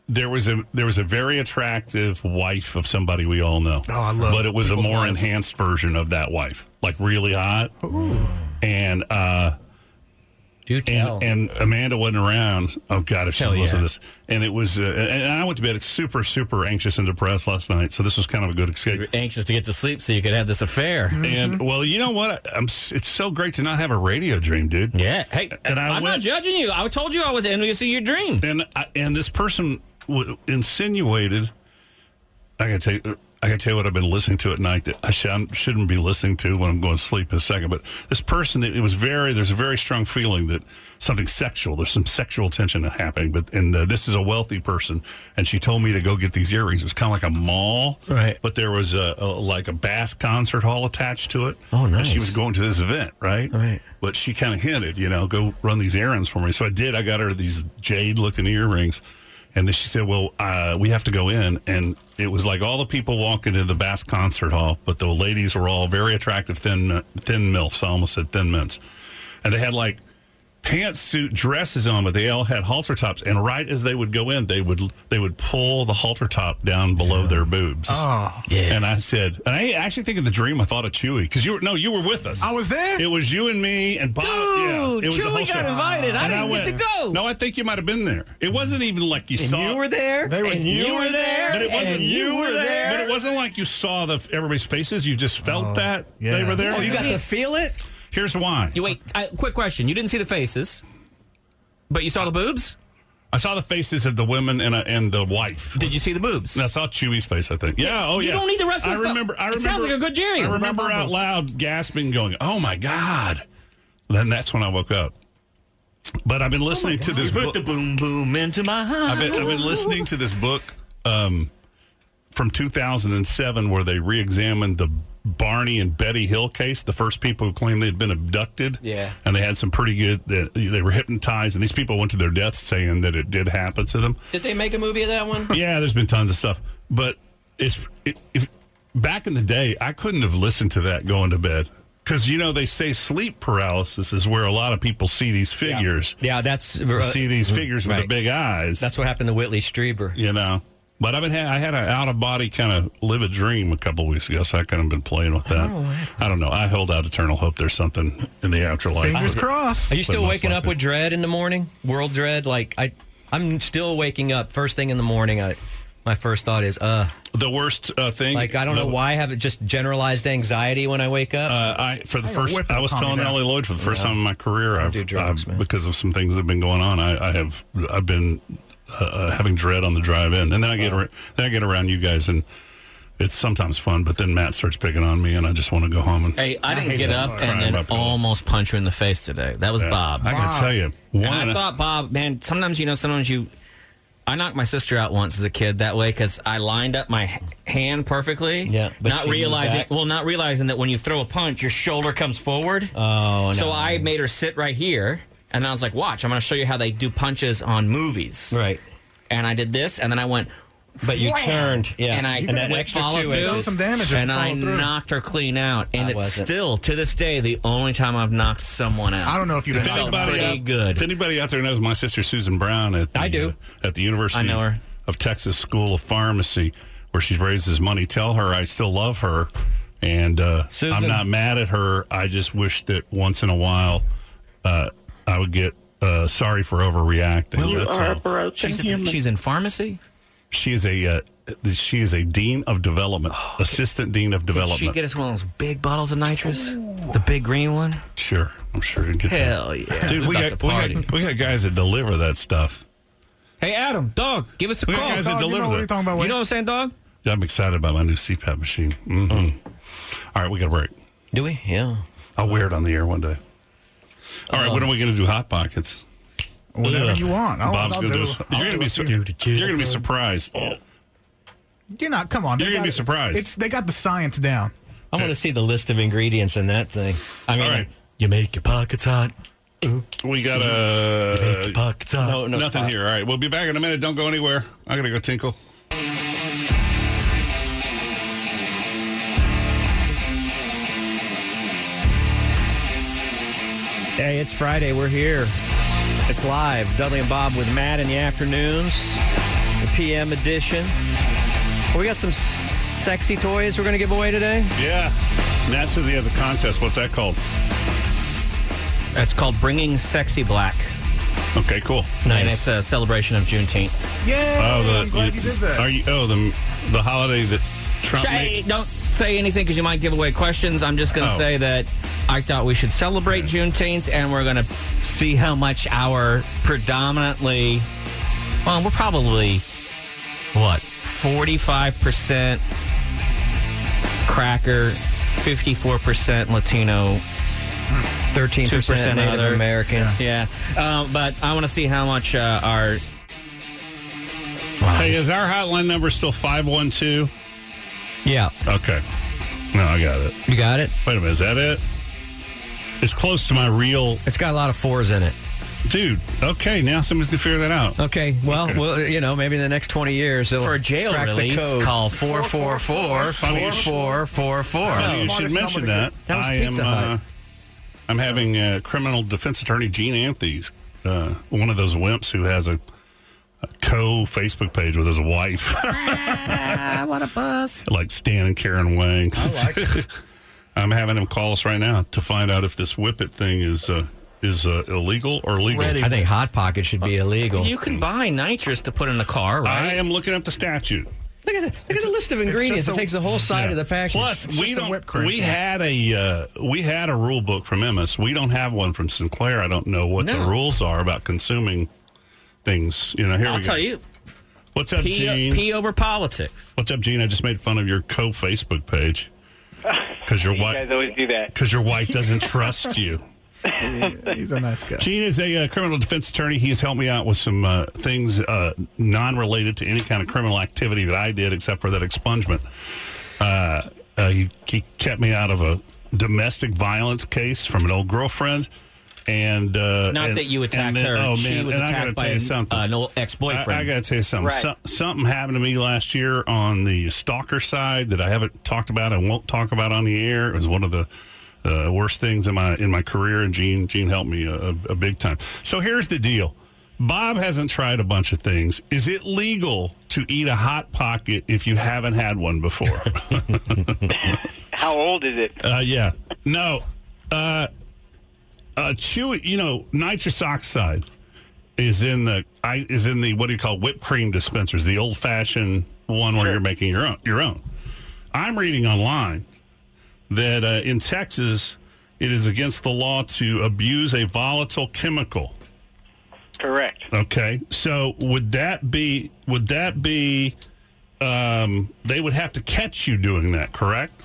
[SPEAKER 1] there was a there was a very attractive wife of somebody we all know.
[SPEAKER 5] Oh, I love
[SPEAKER 1] But it was a
[SPEAKER 5] people's
[SPEAKER 1] more
[SPEAKER 5] wives.
[SPEAKER 1] enhanced version of that wife, like really hot. And uh,
[SPEAKER 3] Do
[SPEAKER 1] and, and Amanda wasn't around. Oh God, if she's
[SPEAKER 6] Hell yeah.
[SPEAKER 1] listening to this, and it was, uh, and, and I went to bed super, super anxious and depressed last night. So this was kind of a good escape.
[SPEAKER 6] You're anxious to get to sleep so you could have this affair.
[SPEAKER 1] And well, you know what? I'm. s- It's so great to not have a radio dream, dude.
[SPEAKER 6] Yeah. Hey,
[SPEAKER 1] And I
[SPEAKER 6] I'm not
[SPEAKER 1] went-
[SPEAKER 6] judging you. I told you I was envious of your dream.
[SPEAKER 1] And I, and this person w- insinuated. I gotta tell you. I gotta tell you what I've been listening to at night that I sh- shouldn't be listening to when I'm going to sleep in a second. But this person, it, it was very. There's a very strong feeling that something sexual. There's some sexual tension happening. But and uh, this is a wealthy person, and she told me to go get these earrings. It was kind of like a mall,
[SPEAKER 3] Right.
[SPEAKER 1] But there was a, a like a bass concert hall attached to it.
[SPEAKER 3] Oh,
[SPEAKER 1] And
[SPEAKER 3] nice.
[SPEAKER 1] she was going to this event, right?
[SPEAKER 3] Right.
[SPEAKER 1] But she kind of hinted, you know, go run these errands for me. So I did. I got her these jade looking earrings. And then she said, well, uh, we have to go in. And it was like all the people walking into the Bass Concert Hall, but the ladies were all very attractive, thin, thin MILFs. I almost said thin mints. And they had like pantsuit dresses on, but they all had halter tops. And right as they would go in, they would they would pull the halter top down below their boobs.
[SPEAKER 5] Oh.
[SPEAKER 1] Yeah. And I said, and I actually think in the dream I thought of Chewy because you were no, you were with us.
[SPEAKER 5] I was there?
[SPEAKER 1] It was you and me and Bob. yeah, it
[SPEAKER 6] Dude,
[SPEAKER 1] was the
[SPEAKER 6] Chewy
[SPEAKER 1] whole
[SPEAKER 6] got
[SPEAKER 1] show.
[SPEAKER 6] invited. I
[SPEAKER 1] And
[SPEAKER 6] didn't get
[SPEAKER 1] went-
[SPEAKER 6] to go.
[SPEAKER 1] No, I think you might have been there. It wasn't even like you saw.
[SPEAKER 3] you were there.
[SPEAKER 5] They were-
[SPEAKER 3] and you were there.
[SPEAKER 1] But it wasn't.
[SPEAKER 3] and you were there.
[SPEAKER 1] But it wasn't like you saw the everybody's faces. You just felt that they
[SPEAKER 5] Oh, yeah.
[SPEAKER 1] were there.
[SPEAKER 3] Oh, you got to feel it.
[SPEAKER 1] Here's why.
[SPEAKER 6] You wait. I, quick question. You didn't see the faces, but you saw the boobs.
[SPEAKER 1] I saw the faces of the women and uh, and the wife.
[SPEAKER 6] Did you see the boobs?
[SPEAKER 1] And I saw Chewy's face. I think. Yeah. Oh,
[SPEAKER 6] You
[SPEAKER 1] yeah.
[SPEAKER 6] don't need the rest of
[SPEAKER 1] I
[SPEAKER 6] the fu-
[SPEAKER 1] remember.
[SPEAKER 6] It
[SPEAKER 1] I remember.
[SPEAKER 6] sounds like a good jury.
[SPEAKER 1] I remember out loud gasping, going, "Oh my god!" Then that's when I woke up. But
[SPEAKER 6] Oh
[SPEAKER 1] I've been listening to this book.
[SPEAKER 6] boom boom into my heart.
[SPEAKER 1] I've been, I've been listening to this book um, from 2007 where they re-examined the Barney and Betty Hill case, the first people who claimed they'd been abducted.
[SPEAKER 6] Yeah.
[SPEAKER 1] And they had some pretty good, they, they were hypnotized, and these people went to their deaths saying that it did happen to them.
[SPEAKER 4] Did they make a movie of that one?
[SPEAKER 1] Yeah, there's been tons of stuff, but it's it, if back in the day, I couldn't have listened to that going to bed because you know they say sleep paralysis is where a lot of people see these figures,
[SPEAKER 3] Yeah, that's uh,
[SPEAKER 1] see these figures with the
[SPEAKER 3] right.
[SPEAKER 1] big eyes.
[SPEAKER 3] That's what happened to Whitley Strieber.
[SPEAKER 1] you know. But I've been ha- I had an out of body kind of live a dream a couple weeks ago, so I kind of been playing with that.
[SPEAKER 3] Oh,
[SPEAKER 1] I don't know. I hold out eternal hope. There's something in the afterlife.
[SPEAKER 5] Fingers crossed.
[SPEAKER 3] Are you still
[SPEAKER 1] most
[SPEAKER 3] waking up
[SPEAKER 1] likely.
[SPEAKER 3] with dread in the morning? World dread? Like I, I'm still waking up first thing in the morning. I, my first thought is, uh,
[SPEAKER 1] The worst uh, thing.
[SPEAKER 3] like I don't
[SPEAKER 1] the-
[SPEAKER 3] know why I have just generalized anxiety when I wake up.
[SPEAKER 1] Uh, I for the first
[SPEAKER 5] whip
[SPEAKER 1] I was
[SPEAKER 5] calm you
[SPEAKER 1] telling
[SPEAKER 5] down.
[SPEAKER 1] Ellie Lloyd for the first time in my career I've,
[SPEAKER 3] do drugs,
[SPEAKER 1] I've-
[SPEAKER 3] man.
[SPEAKER 1] because of some things that have been going on I, I have I've been uh, uh, having dread on the drive in and then I get ar- then I get around you guys and it's sometimes fun but then Matt starts picking on me and I just want to go home and
[SPEAKER 6] Hey, I didn't get up
[SPEAKER 1] Crying
[SPEAKER 6] and then
[SPEAKER 1] about pillow.
[SPEAKER 6] almost punch you in the face today. That was
[SPEAKER 1] Yeah.
[SPEAKER 6] Bob.
[SPEAKER 1] I gotta tell you one
[SPEAKER 6] And I thought, Bob, man, sometimes you know, sometimes you. I knocked my sister out once as a kid that way because I lined up my h- hand perfectly.
[SPEAKER 3] Yeah, but she
[SPEAKER 6] not
[SPEAKER 3] moved
[SPEAKER 6] realizing,
[SPEAKER 3] back.
[SPEAKER 6] well, not realizing that when you throw a punch, your shoulder comes forward.
[SPEAKER 3] oh no.
[SPEAKER 6] so I made her sit right here, and I was like, "Watch, I'm going to show you how they do punches on movies."
[SPEAKER 3] right,
[SPEAKER 6] And I did this, and then I went,
[SPEAKER 3] but you turned. Yeah,
[SPEAKER 6] and I
[SPEAKER 3] and that
[SPEAKER 6] went
[SPEAKER 3] extra
[SPEAKER 6] follow
[SPEAKER 3] two
[SPEAKER 6] through,
[SPEAKER 5] Done some damage if you
[SPEAKER 6] and I
[SPEAKER 5] follow through.
[SPEAKER 6] knocked her clean out. And
[SPEAKER 3] I
[SPEAKER 6] it's
[SPEAKER 3] wasn't.
[SPEAKER 6] still to this day the only time I've knocked someone out.
[SPEAKER 5] I don't know if you didn't
[SPEAKER 1] If
[SPEAKER 5] knock them
[SPEAKER 1] anybody
[SPEAKER 5] out.
[SPEAKER 6] pretty
[SPEAKER 1] out-
[SPEAKER 6] good.
[SPEAKER 1] If anybody out there knows my sister Susan Brown at the,
[SPEAKER 3] I do.
[SPEAKER 1] uh, at the University
[SPEAKER 6] I know her.
[SPEAKER 1] of Texas School of Pharmacy, where she raises money. Tell her I still love her, and uh, I'm
[SPEAKER 3] Susan.
[SPEAKER 1] not mad at her. I just wish that once in a while uh, I would get uh, sorry for overreacting.
[SPEAKER 7] You
[SPEAKER 1] That's
[SPEAKER 7] are a
[SPEAKER 1] all.
[SPEAKER 7] broken
[SPEAKER 6] She's,
[SPEAKER 7] human.
[SPEAKER 6] a, she's in pharmacy.
[SPEAKER 1] She is a uh, she is a dean of development, assistant dean of
[SPEAKER 6] Did
[SPEAKER 1] development.
[SPEAKER 6] Oh, she get us one of those big bottles of nitrous? The big green one?
[SPEAKER 1] sure, I'm sure you get that.
[SPEAKER 6] Hell yeah.
[SPEAKER 1] Dude, we
[SPEAKER 6] About
[SPEAKER 1] got,
[SPEAKER 6] to
[SPEAKER 1] we,
[SPEAKER 6] party.
[SPEAKER 1] got, we got guys that deliver that stuff.
[SPEAKER 6] Hey, Adam, dog, give us a
[SPEAKER 1] We
[SPEAKER 6] call.
[SPEAKER 1] got guys
[SPEAKER 6] dog.
[SPEAKER 1] that
[SPEAKER 5] Dog, you
[SPEAKER 1] deliver
[SPEAKER 5] know what
[SPEAKER 1] that.
[SPEAKER 5] you're talking about.
[SPEAKER 6] You
[SPEAKER 5] Wade.
[SPEAKER 6] know what I'm saying, dog?
[SPEAKER 1] I'm excited about my new CPAP machine.
[SPEAKER 6] Mm.
[SPEAKER 1] Mhm. All right, we got a break.
[SPEAKER 3] Do we? Yeah.
[SPEAKER 1] I'll wear it on the air one day. All right, when are we going to do hot pockets?
[SPEAKER 5] Whenever
[SPEAKER 1] Ugh.
[SPEAKER 5] you want. I'll,
[SPEAKER 1] Bob's
[SPEAKER 5] I'll
[SPEAKER 1] going to do.
[SPEAKER 5] do
[SPEAKER 1] us- You're going to be. Su-
[SPEAKER 5] you.
[SPEAKER 1] you're going to be surprised.
[SPEAKER 6] Oh.
[SPEAKER 5] You're not. Come on. they
[SPEAKER 1] You're gonna
[SPEAKER 5] got
[SPEAKER 1] be
[SPEAKER 5] it.
[SPEAKER 1] surprised.
[SPEAKER 5] It's they got the science down.
[SPEAKER 3] I want to see the list of ingredients in that thing. I mean,
[SPEAKER 1] All right.
[SPEAKER 3] you make your pockets hot.
[SPEAKER 1] We got
[SPEAKER 3] Make your
[SPEAKER 1] a
[SPEAKER 3] pockets hot.
[SPEAKER 6] no,
[SPEAKER 1] nothing here. All right, we'll be back in a minute. Don't go anywhere. I got to go tinkle.
[SPEAKER 3] Hey, it's Friday. We're here. It's live. Dudley and Bob with Matt in the afternoons, the PM edition. We got some sexy toys we're going to give away today.
[SPEAKER 1] Yeah. Nat says he has a contest. What's that called?
[SPEAKER 6] That's called Bringing Sexy Black.
[SPEAKER 1] Okay, cool.
[SPEAKER 6] And it's a celebration of Juneteenth.
[SPEAKER 5] Yeah,
[SPEAKER 1] Oh, the,
[SPEAKER 5] I'm glad you did that.
[SPEAKER 1] Are you? Oh, the the holiday that Trump.
[SPEAKER 6] Hey,
[SPEAKER 1] Made,
[SPEAKER 6] don't say anything because you might give away questions. I'm just going to
[SPEAKER 1] Oh.
[SPEAKER 6] say that I thought we should celebrate Juneteenth, and we're going to see how much our predominantly, well, we're probably what 45 percent cracker, 54 percent Latino.
[SPEAKER 3] 13%
[SPEAKER 6] 2%
[SPEAKER 3] Native
[SPEAKER 6] other.
[SPEAKER 3] American.
[SPEAKER 6] Yeah, um, but I want to see how much uh, our. Wow.
[SPEAKER 1] hey, is our hotline number still five one two?
[SPEAKER 3] Yeah.
[SPEAKER 1] Okay. No, I got it.
[SPEAKER 3] You got it?
[SPEAKER 1] Wait a minute. Is that it? It's close to my real
[SPEAKER 3] It's got a lot of fours in it.
[SPEAKER 1] dude. Okay, now somebody's gonna figure that out.
[SPEAKER 3] Okay. Well, well you know, maybe in the next 20 years. it'll
[SPEAKER 6] for a jail
[SPEAKER 3] crack the
[SPEAKER 6] release,
[SPEAKER 3] code.
[SPEAKER 6] call 444
[SPEAKER 1] Funny you should-
[SPEAKER 6] 4444.
[SPEAKER 1] Funny you should
[SPEAKER 5] Smartest
[SPEAKER 1] mention
[SPEAKER 5] number to
[SPEAKER 1] that.
[SPEAKER 5] get.
[SPEAKER 3] That was
[SPEAKER 1] I
[SPEAKER 3] Pizza
[SPEAKER 1] am.
[SPEAKER 3] Hut.
[SPEAKER 1] Uh, I'm having uh, criminal defense attorney Gene Anthony's uh, one of those wimps who has a, a co Facebook page with his wife.
[SPEAKER 6] What a buzz.
[SPEAKER 1] like Stan and Karen Wang.
[SPEAKER 5] I like it.
[SPEAKER 1] I'm having him call us right now to find out if this whippet thing is uh, is uh, illegal or legal.
[SPEAKER 5] Ready.
[SPEAKER 3] I think Hot Pocket should be illegal.
[SPEAKER 6] You can buy nitrous to put in the car,
[SPEAKER 1] I
[SPEAKER 6] right?
[SPEAKER 1] am looking up the statute.
[SPEAKER 3] Look at the, look at the list of ingredients.
[SPEAKER 5] just
[SPEAKER 3] It
[SPEAKER 5] a-
[SPEAKER 3] takes the whole side
[SPEAKER 1] Yeah.
[SPEAKER 3] of the package.
[SPEAKER 1] Plus,
[SPEAKER 5] It's
[SPEAKER 1] we
[SPEAKER 5] just a
[SPEAKER 1] don't.
[SPEAKER 5] whipped cream.
[SPEAKER 1] We had a uh, we had a rule book from Emmis. We don't have one from Sinclair. I don't know what
[SPEAKER 6] No.
[SPEAKER 1] the rules are about consuming things. You know, here
[SPEAKER 6] I'll
[SPEAKER 1] we go.
[SPEAKER 6] tell you.
[SPEAKER 1] What's up,
[SPEAKER 6] P,
[SPEAKER 9] uh,
[SPEAKER 1] Gene?
[SPEAKER 6] P over politics.
[SPEAKER 1] What's up, Gene? I just made fun of your co Facebook page because your
[SPEAKER 7] You guys
[SPEAKER 1] wife
[SPEAKER 7] always do that.
[SPEAKER 1] because your wife doesn't trust you.
[SPEAKER 5] He's a nice guy.
[SPEAKER 1] Gene is a uh, criminal defense attorney. He has helped me out with some uh, things uh, non related to any kind of criminal activity that I did, except for that expungement. Uh, uh, he, he kept me out of a domestic violence case from an old girlfriend. And uh,
[SPEAKER 6] Not
[SPEAKER 1] and-
[SPEAKER 6] that you
[SPEAKER 1] and
[SPEAKER 6] attacked
[SPEAKER 1] then-
[SPEAKER 6] her.
[SPEAKER 1] Oh man!
[SPEAKER 6] she was
[SPEAKER 1] and I gotta
[SPEAKER 6] attacked by
[SPEAKER 1] tell you
[SPEAKER 6] an, uh,
[SPEAKER 1] something.
[SPEAKER 6] an old ex boyfriend.
[SPEAKER 1] I, I got to tell you something.
[SPEAKER 7] Right.
[SPEAKER 1] So, something happened to me last year on the stalker side that I haven't talked about and won't talk about on the air. It was one of the uh, worst things in my in my career, and Gene Gene helped me a, a, a big time. So here's the deal: Bob hasn't tried a bunch of things. Is it legal to eat a hot pocket if you haven't had one before?
[SPEAKER 7] How old is it?
[SPEAKER 1] Uh, yeah. No. Uh, uh, chew. You know, nitrous oxide is in the I is in the what do you call whipped cream dispensers, the old fashioned one where you're making your own. Your own. I'm reading online that uh, in Texas it is against the law to abuse a volatile chemical.
[SPEAKER 7] Correct.
[SPEAKER 1] Okay, so would that be would that be um, they would have to catch you doing that, correct?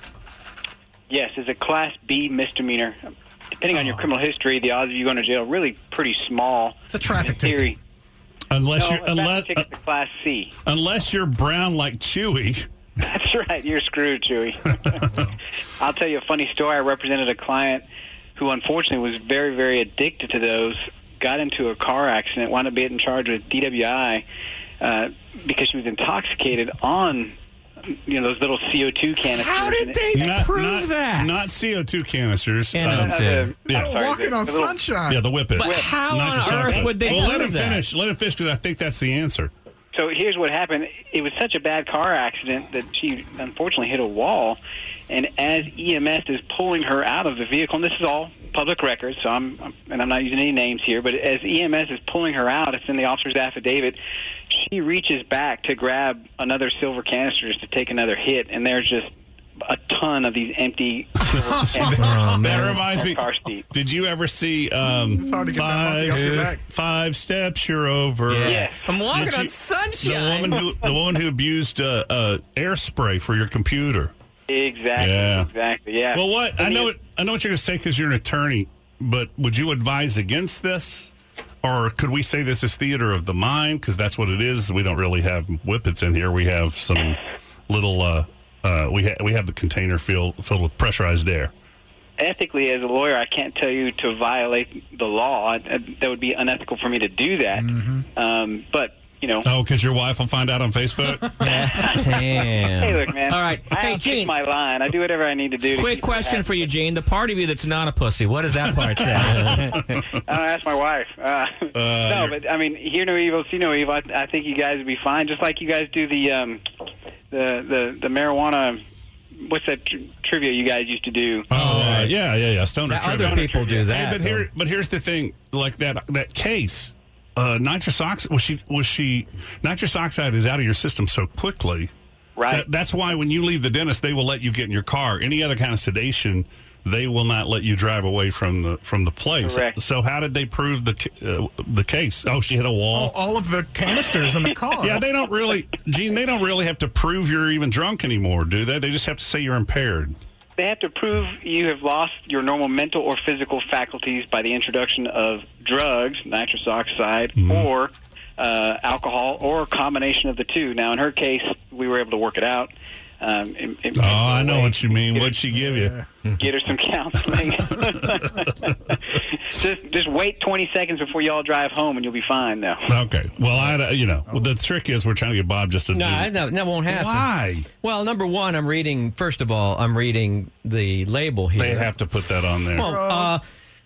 [SPEAKER 7] Yes, it's a Class B misdemeanor. Depending on your criminal history, the odds of you going to jail are really pretty small.
[SPEAKER 5] Oh. It's a traffic
[SPEAKER 7] in theory.
[SPEAKER 5] ticket.
[SPEAKER 1] Unless
[SPEAKER 7] No,
[SPEAKER 1] you're unless
[SPEAKER 7] unless, ticket's a Class C.
[SPEAKER 1] unless you're brown like Chewy.
[SPEAKER 7] That's right. You're screwed, Chewy. I'll tell you a funny story. I represented a client who unfortunately was very, very addicted to those, got into a car accident, wound up being charged with DWI uh, because she was intoxicated on you know those little CO2 canisters.
[SPEAKER 6] How
[SPEAKER 7] And
[SPEAKER 6] did
[SPEAKER 7] it-
[SPEAKER 6] they prove that?
[SPEAKER 1] Not CO2 canisters.
[SPEAKER 6] Yeah, no,
[SPEAKER 1] Um,
[SPEAKER 6] it's-
[SPEAKER 7] Uh,
[SPEAKER 1] Yeah.
[SPEAKER 7] I'm sorry,
[SPEAKER 5] Walking
[SPEAKER 7] the-
[SPEAKER 5] on
[SPEAKER 7] the little-
[SPEAKER 5] sunshine.
[SPEAKER 1] yeah, the whippet.
[SPEAKER 6] But how
[SPEAKER 1] Not
[SPEAKER 6] on
[SPEAKER 1] just
[SPEAKER 6] earth
[SPEAKER 1] outside.
[SPEAKER 6] would they
[SPEAKER 1] Well, let
[SPEAKER 6] prove
[SPEAKER 1] him
[SPEAKER 6] that?
[SPEAKER 1] finish. Let him finish because I think that's the answer.
[SPEAKER 7] So here's what happened. It was such a bad car accident that she unfortunately hit a wall. And as EMS is pulling her out of the vehicle, and this is all public record, so I'm, I'm- and I'm not using any names here, but as EMS is pulling her out, it's in the officer's affidavit. She reaches back to grab another silver canister just to take another hit, and there's just a ton of these empty silver canisters.
[SPEAKER 1] that reminds me.
[SPEAKER 7] Car seat.
[SPEAKER 1] Did you ever see um,
[SPEAKER 5] It's hard to get that monkey off your
[SPEAKER 1] five,
[SPEAKER 5] back.
[SPEAKER 1] five steps you're over?
[SPEAKER 7] Yes.
[SPEAKER 6] I'm walking
[SPEAKER 1] Did
[SPEAKER 6] on
[SPEAKER 1] you- The
[SPEAKER 6] sunshine.
[SPEAKER 1] woman who the woman who abused uh, uh, air spray for your computer.
[SPEAKER 7] Exactly.
[SPEAKER 1] Yeah.
[SPEAKER 7] Exactly. Yeah.
[SPEAKER 1] Well, what I know, it, I know what you're going to say because you're an attorney, but would you advise against this, or could we say this is theater of the mind because that's what it is? We don't really have whippets in here. We have some little. Uh, uh, we ha- we have the container filled filled with pressurized air.
[SPEAKER 7] ethically as a lawyer i can't tell you uh,
[SPEAKER 1] Mm-hmm.
[SPEAKER 7] to violate the law I- I- that would be unethical for me to do that um, but you know.
[SPEAKER 1] Oh, because your wife will find out on Facebook.
[SPEAKER 6] Damn.
[SPEAKER 7] Hey, look, man.
[SPEAKER 6] All right.
[SPEAKER 7] I
[SPEAKER 6] Hey,
[SPEAKER 7] outkick
[SPEAKER 6] Gene.
[SPEAKER 7] my line. I do whatever I need to do. To
[SPEAKER 6] Quick
[SPEAKER 7] keep her
[SPEAKER 6] question
[SPEAKER 7] happy.
[SPEAKER 6] for you, Gene. The part of you that's not a pussy, what does that part say?
[SPEAKER 7] I don't know, ask my wife. Uh, no,
[SPEAKER 1] you're-
[SPEAKER 7] but I mean, hear no evil, see no evil. I, I think you guys would be fine, just like you guys do the um, the the the marijuana. What's that tri- trivia you guys used to do?
[SPEAKER 1] Oh, uh, yeah, yeah, yeah. Stoner
[SPEAKER 6] Now,
[SPEAKER 1] trivia.
[SPEAKER 6] other people do that.
[SPEAKER 1] Hey, but here, but here's the thing. Like that, that case, uh, nitrous oxide was she was she nitrous oxide is out of your system so quickly.
[SPEAKER 7] Right.
[SPEAKER 1] That- that's why when you leave the dentist, they will let you get in your car. Any other kind of sedation, they will not let you drive away from the from the place.
[SPEAKER 7] Correct.
[SPEAKER 1] So how did they prove the ca- uh, the case? Oh, she hit a
[SPEAKER 5] All,
[SPEAKER 1] wall.
[SPEAKER 5] all of the canisters oh, in the car.
[SPEAKER 1] Yeah, they don't really, Gene. They don't really have to prove you're even drunk anymore, do they? They just have to say you're impaired.
[SPEAKER 7] They have to prove you have lost your normal mental or physical faculties by the introduction of drugs, nitrous oxide,
[SPEAKER 1] Mm-hmm.
[SPEAKER 7] or uh, alcohol, or a combination of the two. Now, in her case, we were able to work it out. Um, it, it-
[SPEAKER 1] Oh, I know what you mean. What'd she give you?
[SPEAKER 7] get her some counseling. just just wait 20 seconds before y'all drive home, and you'll be fine. Though
[SPEAKER 1] Okay. Well, I, you know, well, the trick is we're trying to get Bob just to do
[SPEAKER 3] No, I- no, that won't happen.
[SPEAKER 1] Why?
[SPEAKER 3] Well, number one, I'm reading. First of all, I'm reading the label here.
[SPEAKER 1] They have to put that on there.
[SPEAKER 3] Well, uh,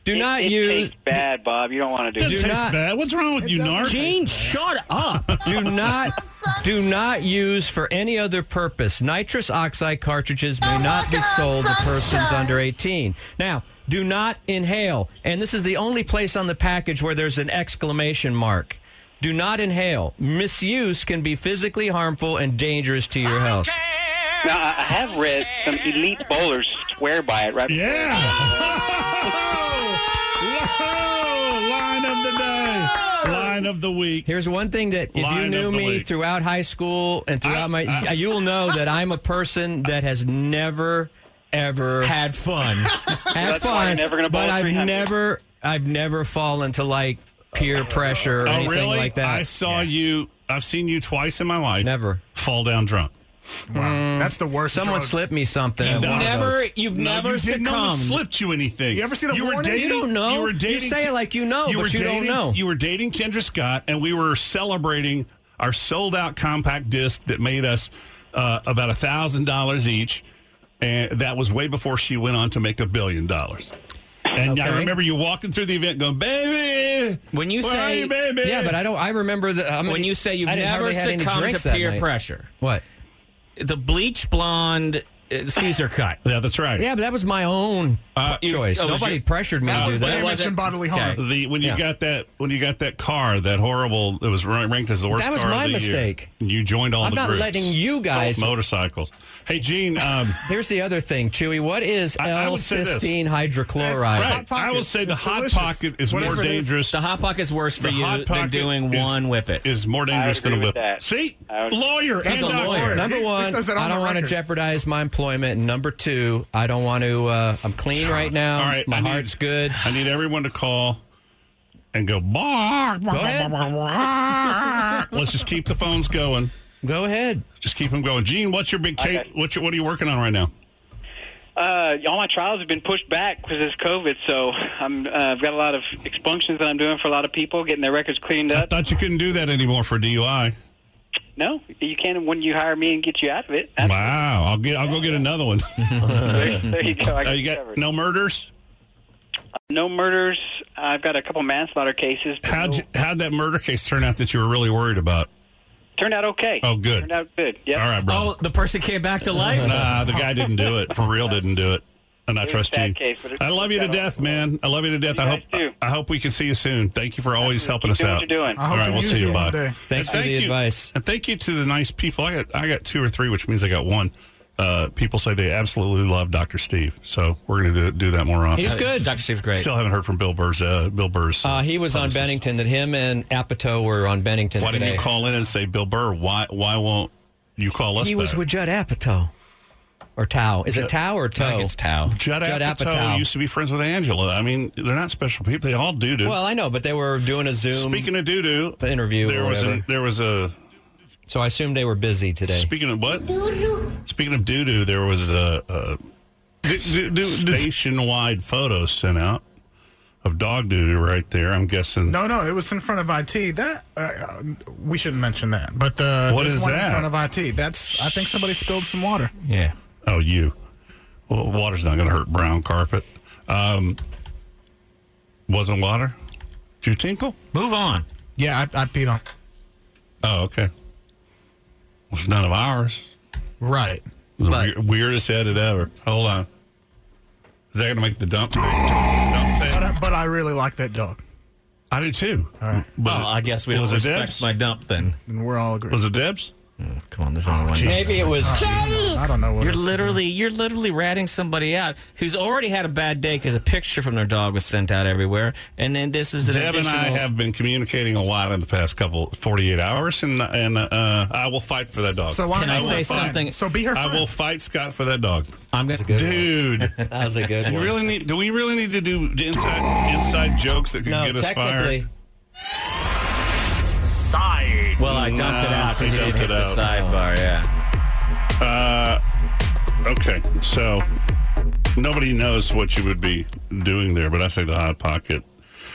[SPEAKER 3] do
[SPEAKER 7] It-
[SPEAKER 3] not
[SPEAKER 7] it,
[SPEAKER 3] use.
[SPEAKER 7] tastes bad, Bob. You don't want to do.
[SPEAKER 1] Doesn't
[SPEAKER 7] it.
[SPEAKER 3] do
[SPEAKER 1] taste
[SPEAKER 3] not-
[SPEAKER 1] bad. What's wrong with you, Narc?
[SPEAKER 6] Gene, shut up.
[SPEAKER 3] Do not do not use for any other purpose. Nitrous oxide cartridges
[SPEAKER 7] Oh
[SPEAKER 3] may not be sold to persons under 18. Now, do not inhale. And this is the only place on the package where there's an exclamation mark. Do not inhale. Misuse can be physically harmful and dangerous to your health.
[SPEAKER 7] Now I I have read some elite bowlers swear by it. Right?
[SPEAKER 1] Yeah. Whoa! Line of the day. Line of the week.
[SPEAKER 3] Here's one thing that if
[SPEAKER 1] Line
[SPEAKER 3] you
[SPEAKER 1] of
[SPEAKER 3] knew
[SPEAKER 1] the
[SPEAKER 3] me
[SPEAKER 1] week. Ah,
[SPEAKER 3] throughout high school and throughout
[SPEAKER 1] I-
[SPEAKER 3] my,
[SPEAKER 1] I-
[SPEAKER 3] you will know that I'm a person that has never ever
[SPEAKER 6] Had fun.
[SPEAKER 3] have
[SPEAKER 7] That's why
[SPEAKER 3] fun.
[SPEAKER 7] you're never gonna bowl
[SPEAKER 3] but I've
[SPEAKER 7] 300.
[SPEAKER 3] never, I've never fallen to like peer pressure or
[SPEAKER 1] Oh,
[SPEAKER 3] anything
[SPEAKER 1] really?
[SPEAKER 3] like that.
[SPEAKER 1] I saw you. I've seen you twice in my life.
[SPEAKER 3] Never.
[SPEAKER 1] fall down drunk.
[SPEAKER 5] Wow. That's the worst.
[SPEAKER 3] Someone
[SPEAKER 5] drug.
[SPEAKER 3] slipped me something.
[SPEAKER 1] You
[SPEAKER 3] at one of
[SPEAKER 6] never,
[SPEAKER 3] those.
[SPEAKER 6] you've
[SPEAKER 1] No,
[SPEAKER 6] never
[SPEAKER 1] you didn't. No one
[SPEAKER 6] succumbed.
[SPEAKER 1] slipped you anything.
[SPEAKER 5] You ever see the
[SPEAKER 1] you were
[SPEAKER 5] warning?
[SPEAKER 1] dating,
[SPEAKER 3] You don't know.
[SPEAKER 1] You were
[SPEAKER 3] You
[SPEAKER 1] dating.
[SPEAKER 3] say it like you know,
[SPEAKER 1] were
[SPEAKER 3] but you don't
[SPEAKER 1] dating-
[SPEAKER 3] know.
[SPEAKER 1] You were dating Kendra Scott, and we were celebrating our sold-out compact disc that made us uh, about a thousand dollars each, and that was way before she went on to make a billion dollars. And I
[SPEAKER 3] Okay.
[SPEAKER 1] remember you walking through the event, going, "Baby,
[SPEAKER 6] When you
[SPEAKER 1] where
[SPEAKER 6] say-
[SPEAKER 1] are you, baby?"
[SPEAKER 3] Yeah, but I don't. I remember that. I mean,
[SPEAKER 6] When you say you've
[SPEAKER 3] I didn't-
[SPEAKER 6] never
[SPEAKER 3] hardly had any
[SPEAKER 6] succumbed
[SPEAKER 3] drinks
[SPEAKER 6] to
[SPEAKER 3] that
[SPEAKER 6] peer
[SPEAKER 3] night.
[SPEAKER 6] pressure.
[SPEAKER 3] What?
[SPEAKER 6] The bleach blonde uh, Caesar cut.
[SPEAKER 1] yeah, that's right.
[SPEAKER 3] Yeah, but that was my own
[SPEAKER 1] Uh,
[SPEAKER 6] you-
[SPEAKER 3] choice.
[SPEAKER 6] oh, it was
[SPEAKER 3] Nobody
[SPEAKER 6] your-
[SPEAKER 3] pressured me
[SPEAKER 5] That
[SPEAKER 3] to do
[SPEAKER 5] was
[SPEAKER 3] that.
[SPEAKER 5] damage
[SPEAKER 6] wasn't-
[SPEAKER 5] and bodily harm.
[SPEAKER 6] Okay.
[SPEAKER 1] The when you
[SPEAKER 3] Yeah.
[SPEAKER 1] got that when you got that car that horrible it was ra- ranked as the worst.
[SPEAKER 3] That was
[SPEAKER 1] car of
[SPEAKER 3] my
[SPEAKER 1] the year.
[SPEAKER 3] mistake.
[SPEAKER 1] You joined all
[SPEAKER 3] I'm
[SPEAKER 1] the
[SPEAKER 3] not
[SPEAKER 1] groups.
[SPEAKER 3] letting you guys-
[SPEAKER 1] All motorcycles. Hey Gene, um,
[SPEAKER 3] Here's the other thing, Chewy. What is
[SPEAKER 1] I- I would say this.
[SPEAKER 3] L-cysteine hydrochloride?
[SPEAKER 1] right?
[SPEAKER 5] Hot
[SPEAKER 1] I
[SPEAKER 5] Pocket
[SPEAKER 1] will say the
[SPEAKER 5] is
[SPEAKER 1] hot
[SPEAKER 5] delicious.
[SPEAKER 1] pocket is
[SPEAKER 5] Whatever
[SPEAKER 1] more
[SPEAKER 5] it is.
[SPEAKER 1] dangerous.
[SPEAKER 6] The hot pocket's worse for
[SPEAKER 1] the
[SPEAKER 6] you
[SPEAKER 1] hot
[SPEAKER 6] than
[SPEAKER 1] pocket
[SPEAKER 6] doing
[SPEAKER 1] is-
[SPEAKER 6] one whip it.
[SPEAKER 1] is more dangerous than a
[SPEAKER 7] agree
[SPEAKER 1] whip.
[SPEAKER 7] with that.
[SPEAKER 1] See,
[SPEAKER 7] I would-
[SPEAKER 1] lawyer
[SPEAKER 5] That's
[SPEAKER 1] and
[SPEAKER 5] a
[SPEAKER 1] doctor.
[SPEAKER 5] lawyer.
[SPEAKER 3] Number
[SPEAKER 5] He
[SPEAKER 3] one,
[SPEAKER 5] says that on
[SPEAKER 3] I
[SPEAKER 5] the
[SPEAKER 3] don't want to
[SPEAKER 5] record.
[SPEAKER 3] jeopardize my employment. And number two, I don't want to. Uh, I'm clean right now.
[SPEAKER 1] All right,
[SPEAKER 3] my
[SPEAKER 1] I need-
[SPEAKER 3] heart's good.
[SPEAKER 1] I need everyone to call and go. Bark, bark,
[SPEAKER 3] ahead.
[SPEAKER 1] bark, bark." Let's just keep the phones going.
[SPEAKER 3] Go ahead.
[SPEAKER 1] Just keep them going. Gene, what's your big case?
[SPEAKER 7] Okay.
[SPEAKER 1] What's your, what are you working on right now?
[SPEAKER 7] Uh, all my trials have been pushed back because of COVID, so I'm, uh, I've got a lot of expunctions that I'm doing for a lot of people, getting their records cleaned
[SPEAKER 1] I
[SPEAKER 7] up.
[SPEAKER 1] thought you couldn't do that anymore for DUI.
[SPEAKER 7] No, you can when you hire me and get you out of it. That's-
[SPEAKER 1] Wow, I'll get. I'll go get another one.
[SPEAKER 7] There, there you go. I
[SPEAKER 1] Oh,
[SPEAKER 7] got
[SPEAKER 1] you
[SPEAKER 7] you
[SPEAKER 1] got
[SPEAKER 7] covered. Uh,
[SPEAKER 1] no murders.
[SPEAKER 7] No murders. I've got a couple manslaughter cases. but
[SPEAKER 1] How'd
[SPEAKER 7] no-
[SPEAKER 1] you, how'd that murder case turn out that you were really worried about?
[SPEAKER 7] Turned out okay.
[SPEAKER 1] Oh, good.
[SPEAKER 7] Turned out good. Yep.
[SPEAKER 1] All right, bro.
[SPEAKER 6] oh, the person came back to life?
[SPEAKER 1] Nah, the guy didn't do it. For real, didn't do it. And I
[SPEAKER 7] was a
[SPEAKER 1] trust you.
[SPEAKER 7] sad case, but it-
[SPEAKER 1] I love you to
[SPEAKER 7] that all-
[SPEAKER 1] death, man. I love you to death.
[SPEAKER 7] You
[SPEAKER 1] I hope.
[SPEAKER 7] guys too.
[SPEAKER 1] I hope we can see you soon. Thank you for always helping us
[SPEAKER 7] doing
[SPEAKER 1] out.
[SPEAKER 7] what you're doing. I
[SPEAKER 5] hope
[SPEAKER 1] All right,
[SPEAKER 5] to
[SPEAKER 1] we'll
[SPEAKER 5] use
[SPEAKER 1] see you.
[SPEAKER 5] you
[SPEAKER 1] Bye.
[SPEAKER 5] one day.
[SPEAKER 3] Thanks
[SPEAKER 1] And
[SPEAKER 3] for the
[SPEAKER 1] you-
[SPEAKER 3] advice.
[SPEAKER 1] and thank you to the nice people. I got I got two or three, which means I got one. Uh, people say they absolutely love Dr. Steve, so we're going to do, do that more often.
[SPEAKER 3] He's good. Dr. Steve's great.
[SPEAKER 1] Still haven't heard from Bill Burr's. Uh, Bill Burr's.
[SPEAKER 3] Uh, he was on
[SPEAKER 1] publicist.
[SPEAKER 3] Bennington. That him and Apatow were on Bennington
[SPEAKER 1] Why
[SPEAKER 3] today.
[SPEAKER 1] didn't you call in and say, Bill Burr? Why why won't you call us?
[SPEAKER 3] he
[SPEAKER 1] back?
[SPEAKER 3] was with Judd Apatow or Tao. Is it Tao or Toe?
[SPEAKER 6] I think it's Tao.
[SPEAKER 1] Judd,
[SPEAKER 3] Judd
[SPEAKER 1] Apatow,
[SPEAKER 3] Apatow.
[SPEAKER 1] used to be friends with Angela. I mean, they're not special people. They all do do.
[SPEAKER 3] Well, I know, but they were doing a Zoom
[SPEAKER 1] speaking of doo doo,
[SPEAKER 3] interview
[SPEAKER 1] there
[SPEAKER 3] or
[SPEAKER 1] was
[SPEAKER 3] whatever.
[SPEAKER 1] a there was a
[SPEAKER 3] so I assumed they were busy today.
[SPEAKER 1] speaking of what speaking of doo doo, there was a, a station wide photo sent out of dog doo right there. I'm guessing.
[SPEAKER 5] Oh, No, no, it was in front of IT. That uh, uh, we shouldn't mention that. But uh,
[SPEAKER 1] What
[SPEAKER 5] this
[SPEAKER 1] is
[SPEAKER 5] one
[SPEAKER 1] that?
[SPEAKER 5] in front of IT? That's I think somebody spilled some water.
[SPEAKER 6] Yeah.
[SPEAKER 1] Oh, you. Well, water's not going to hurt brown carpet. Um, wasn't water? Did you tinkle?
[SPEAKER 6] Move on.
[SPEAKER 5] Yeah, I, I peed on.
[SPEAKER 1] Oh, okay. Well, it's none of ours.
[SPEAKER 5] Right.
[SPEAKER 1] The
[SPEAKER 6] But-
[SPEAKER 1] weir- weirdest edit ever. Hold on. Is that going to make the dump? dump
[SPEAKER 5] But
[SPEAKER 1] tape?
[SPEAKER 5] I, but I really like that dog,
[SPEAKER 1] I do too. All
[SPEAKER 5] right.
[SPEAKER 1] But
[SPEAKER 9] Oh,
[SPEAKER 6] Well, I guess we don't
[SPEAKER 1] was it
[SPEAKER 6] respect
[SPEAKER 1] Debs?
[SPEAKER 6] my dump then. Hmm,
[SPEAKER 5] and we're all agreed.
[SPEAKER 1] was it Debs? Oh,
[SPEAKER 6] Come on, there's only one.
[SPEAKER 3] Maybe it was.
[SPEAKER 5] Oh, I don't know what.
[SPEAKER 6] You're
[SPEAKER 5] it's-
[SPEAKER 6] literally you're literally ratting somebody out who's already had a bad day because a picture from their dog was sent out everywhere, and then this is an
[SPEAKER 1] Deb and I
[SPEAKER 6] additional-
[SPEAKER 1] have been communicating a lot in the past couple 48 hours, and and uh, I will fight for that dog.
[SPEAKER 5] So why
[SPEAKER 6] Can
[SPEAKER 5] not?
[SPEAKER 6] I
[SPEAKER 5] will
[SPEAKER 6] say
[SPEAKER 5] find-
[SPEAKER 6] something?
[SPEAKER 5] So be her
[SPEAKER 1] I
[SPEAKER 5] friend.
[SPEAKER 1] will fight Scott for that dog,
[SPEAKER 6] I'm gonna good
[SPEAKER 1] dude.
[SPEAKER 3] That was a good one.
[SPEAKER 1] We really need. Do we really need to do inside inside jokes that could
[SPEAKER 3] no,
[SPEAKER 1] get us
[SPEAKER 3] technically.
[SPEAKER 1] fired?
[SPEAKER 6] Well, I dumped it out because
[SPEAKER 1] No, Ah, he
[SPEAKER 6] he didn't
[SPEAKER 1] dumped
[SPEAKER 6] hit
[SPEAKER 1] it
[SPEAKER 6] the
[SPEAKER 1] out.
[SPEAKER 6] sidebar. Yeah.
[SPEAKER 1] Uh, Okay, so nobody knows what you would be doing there, but I say the hot pocket.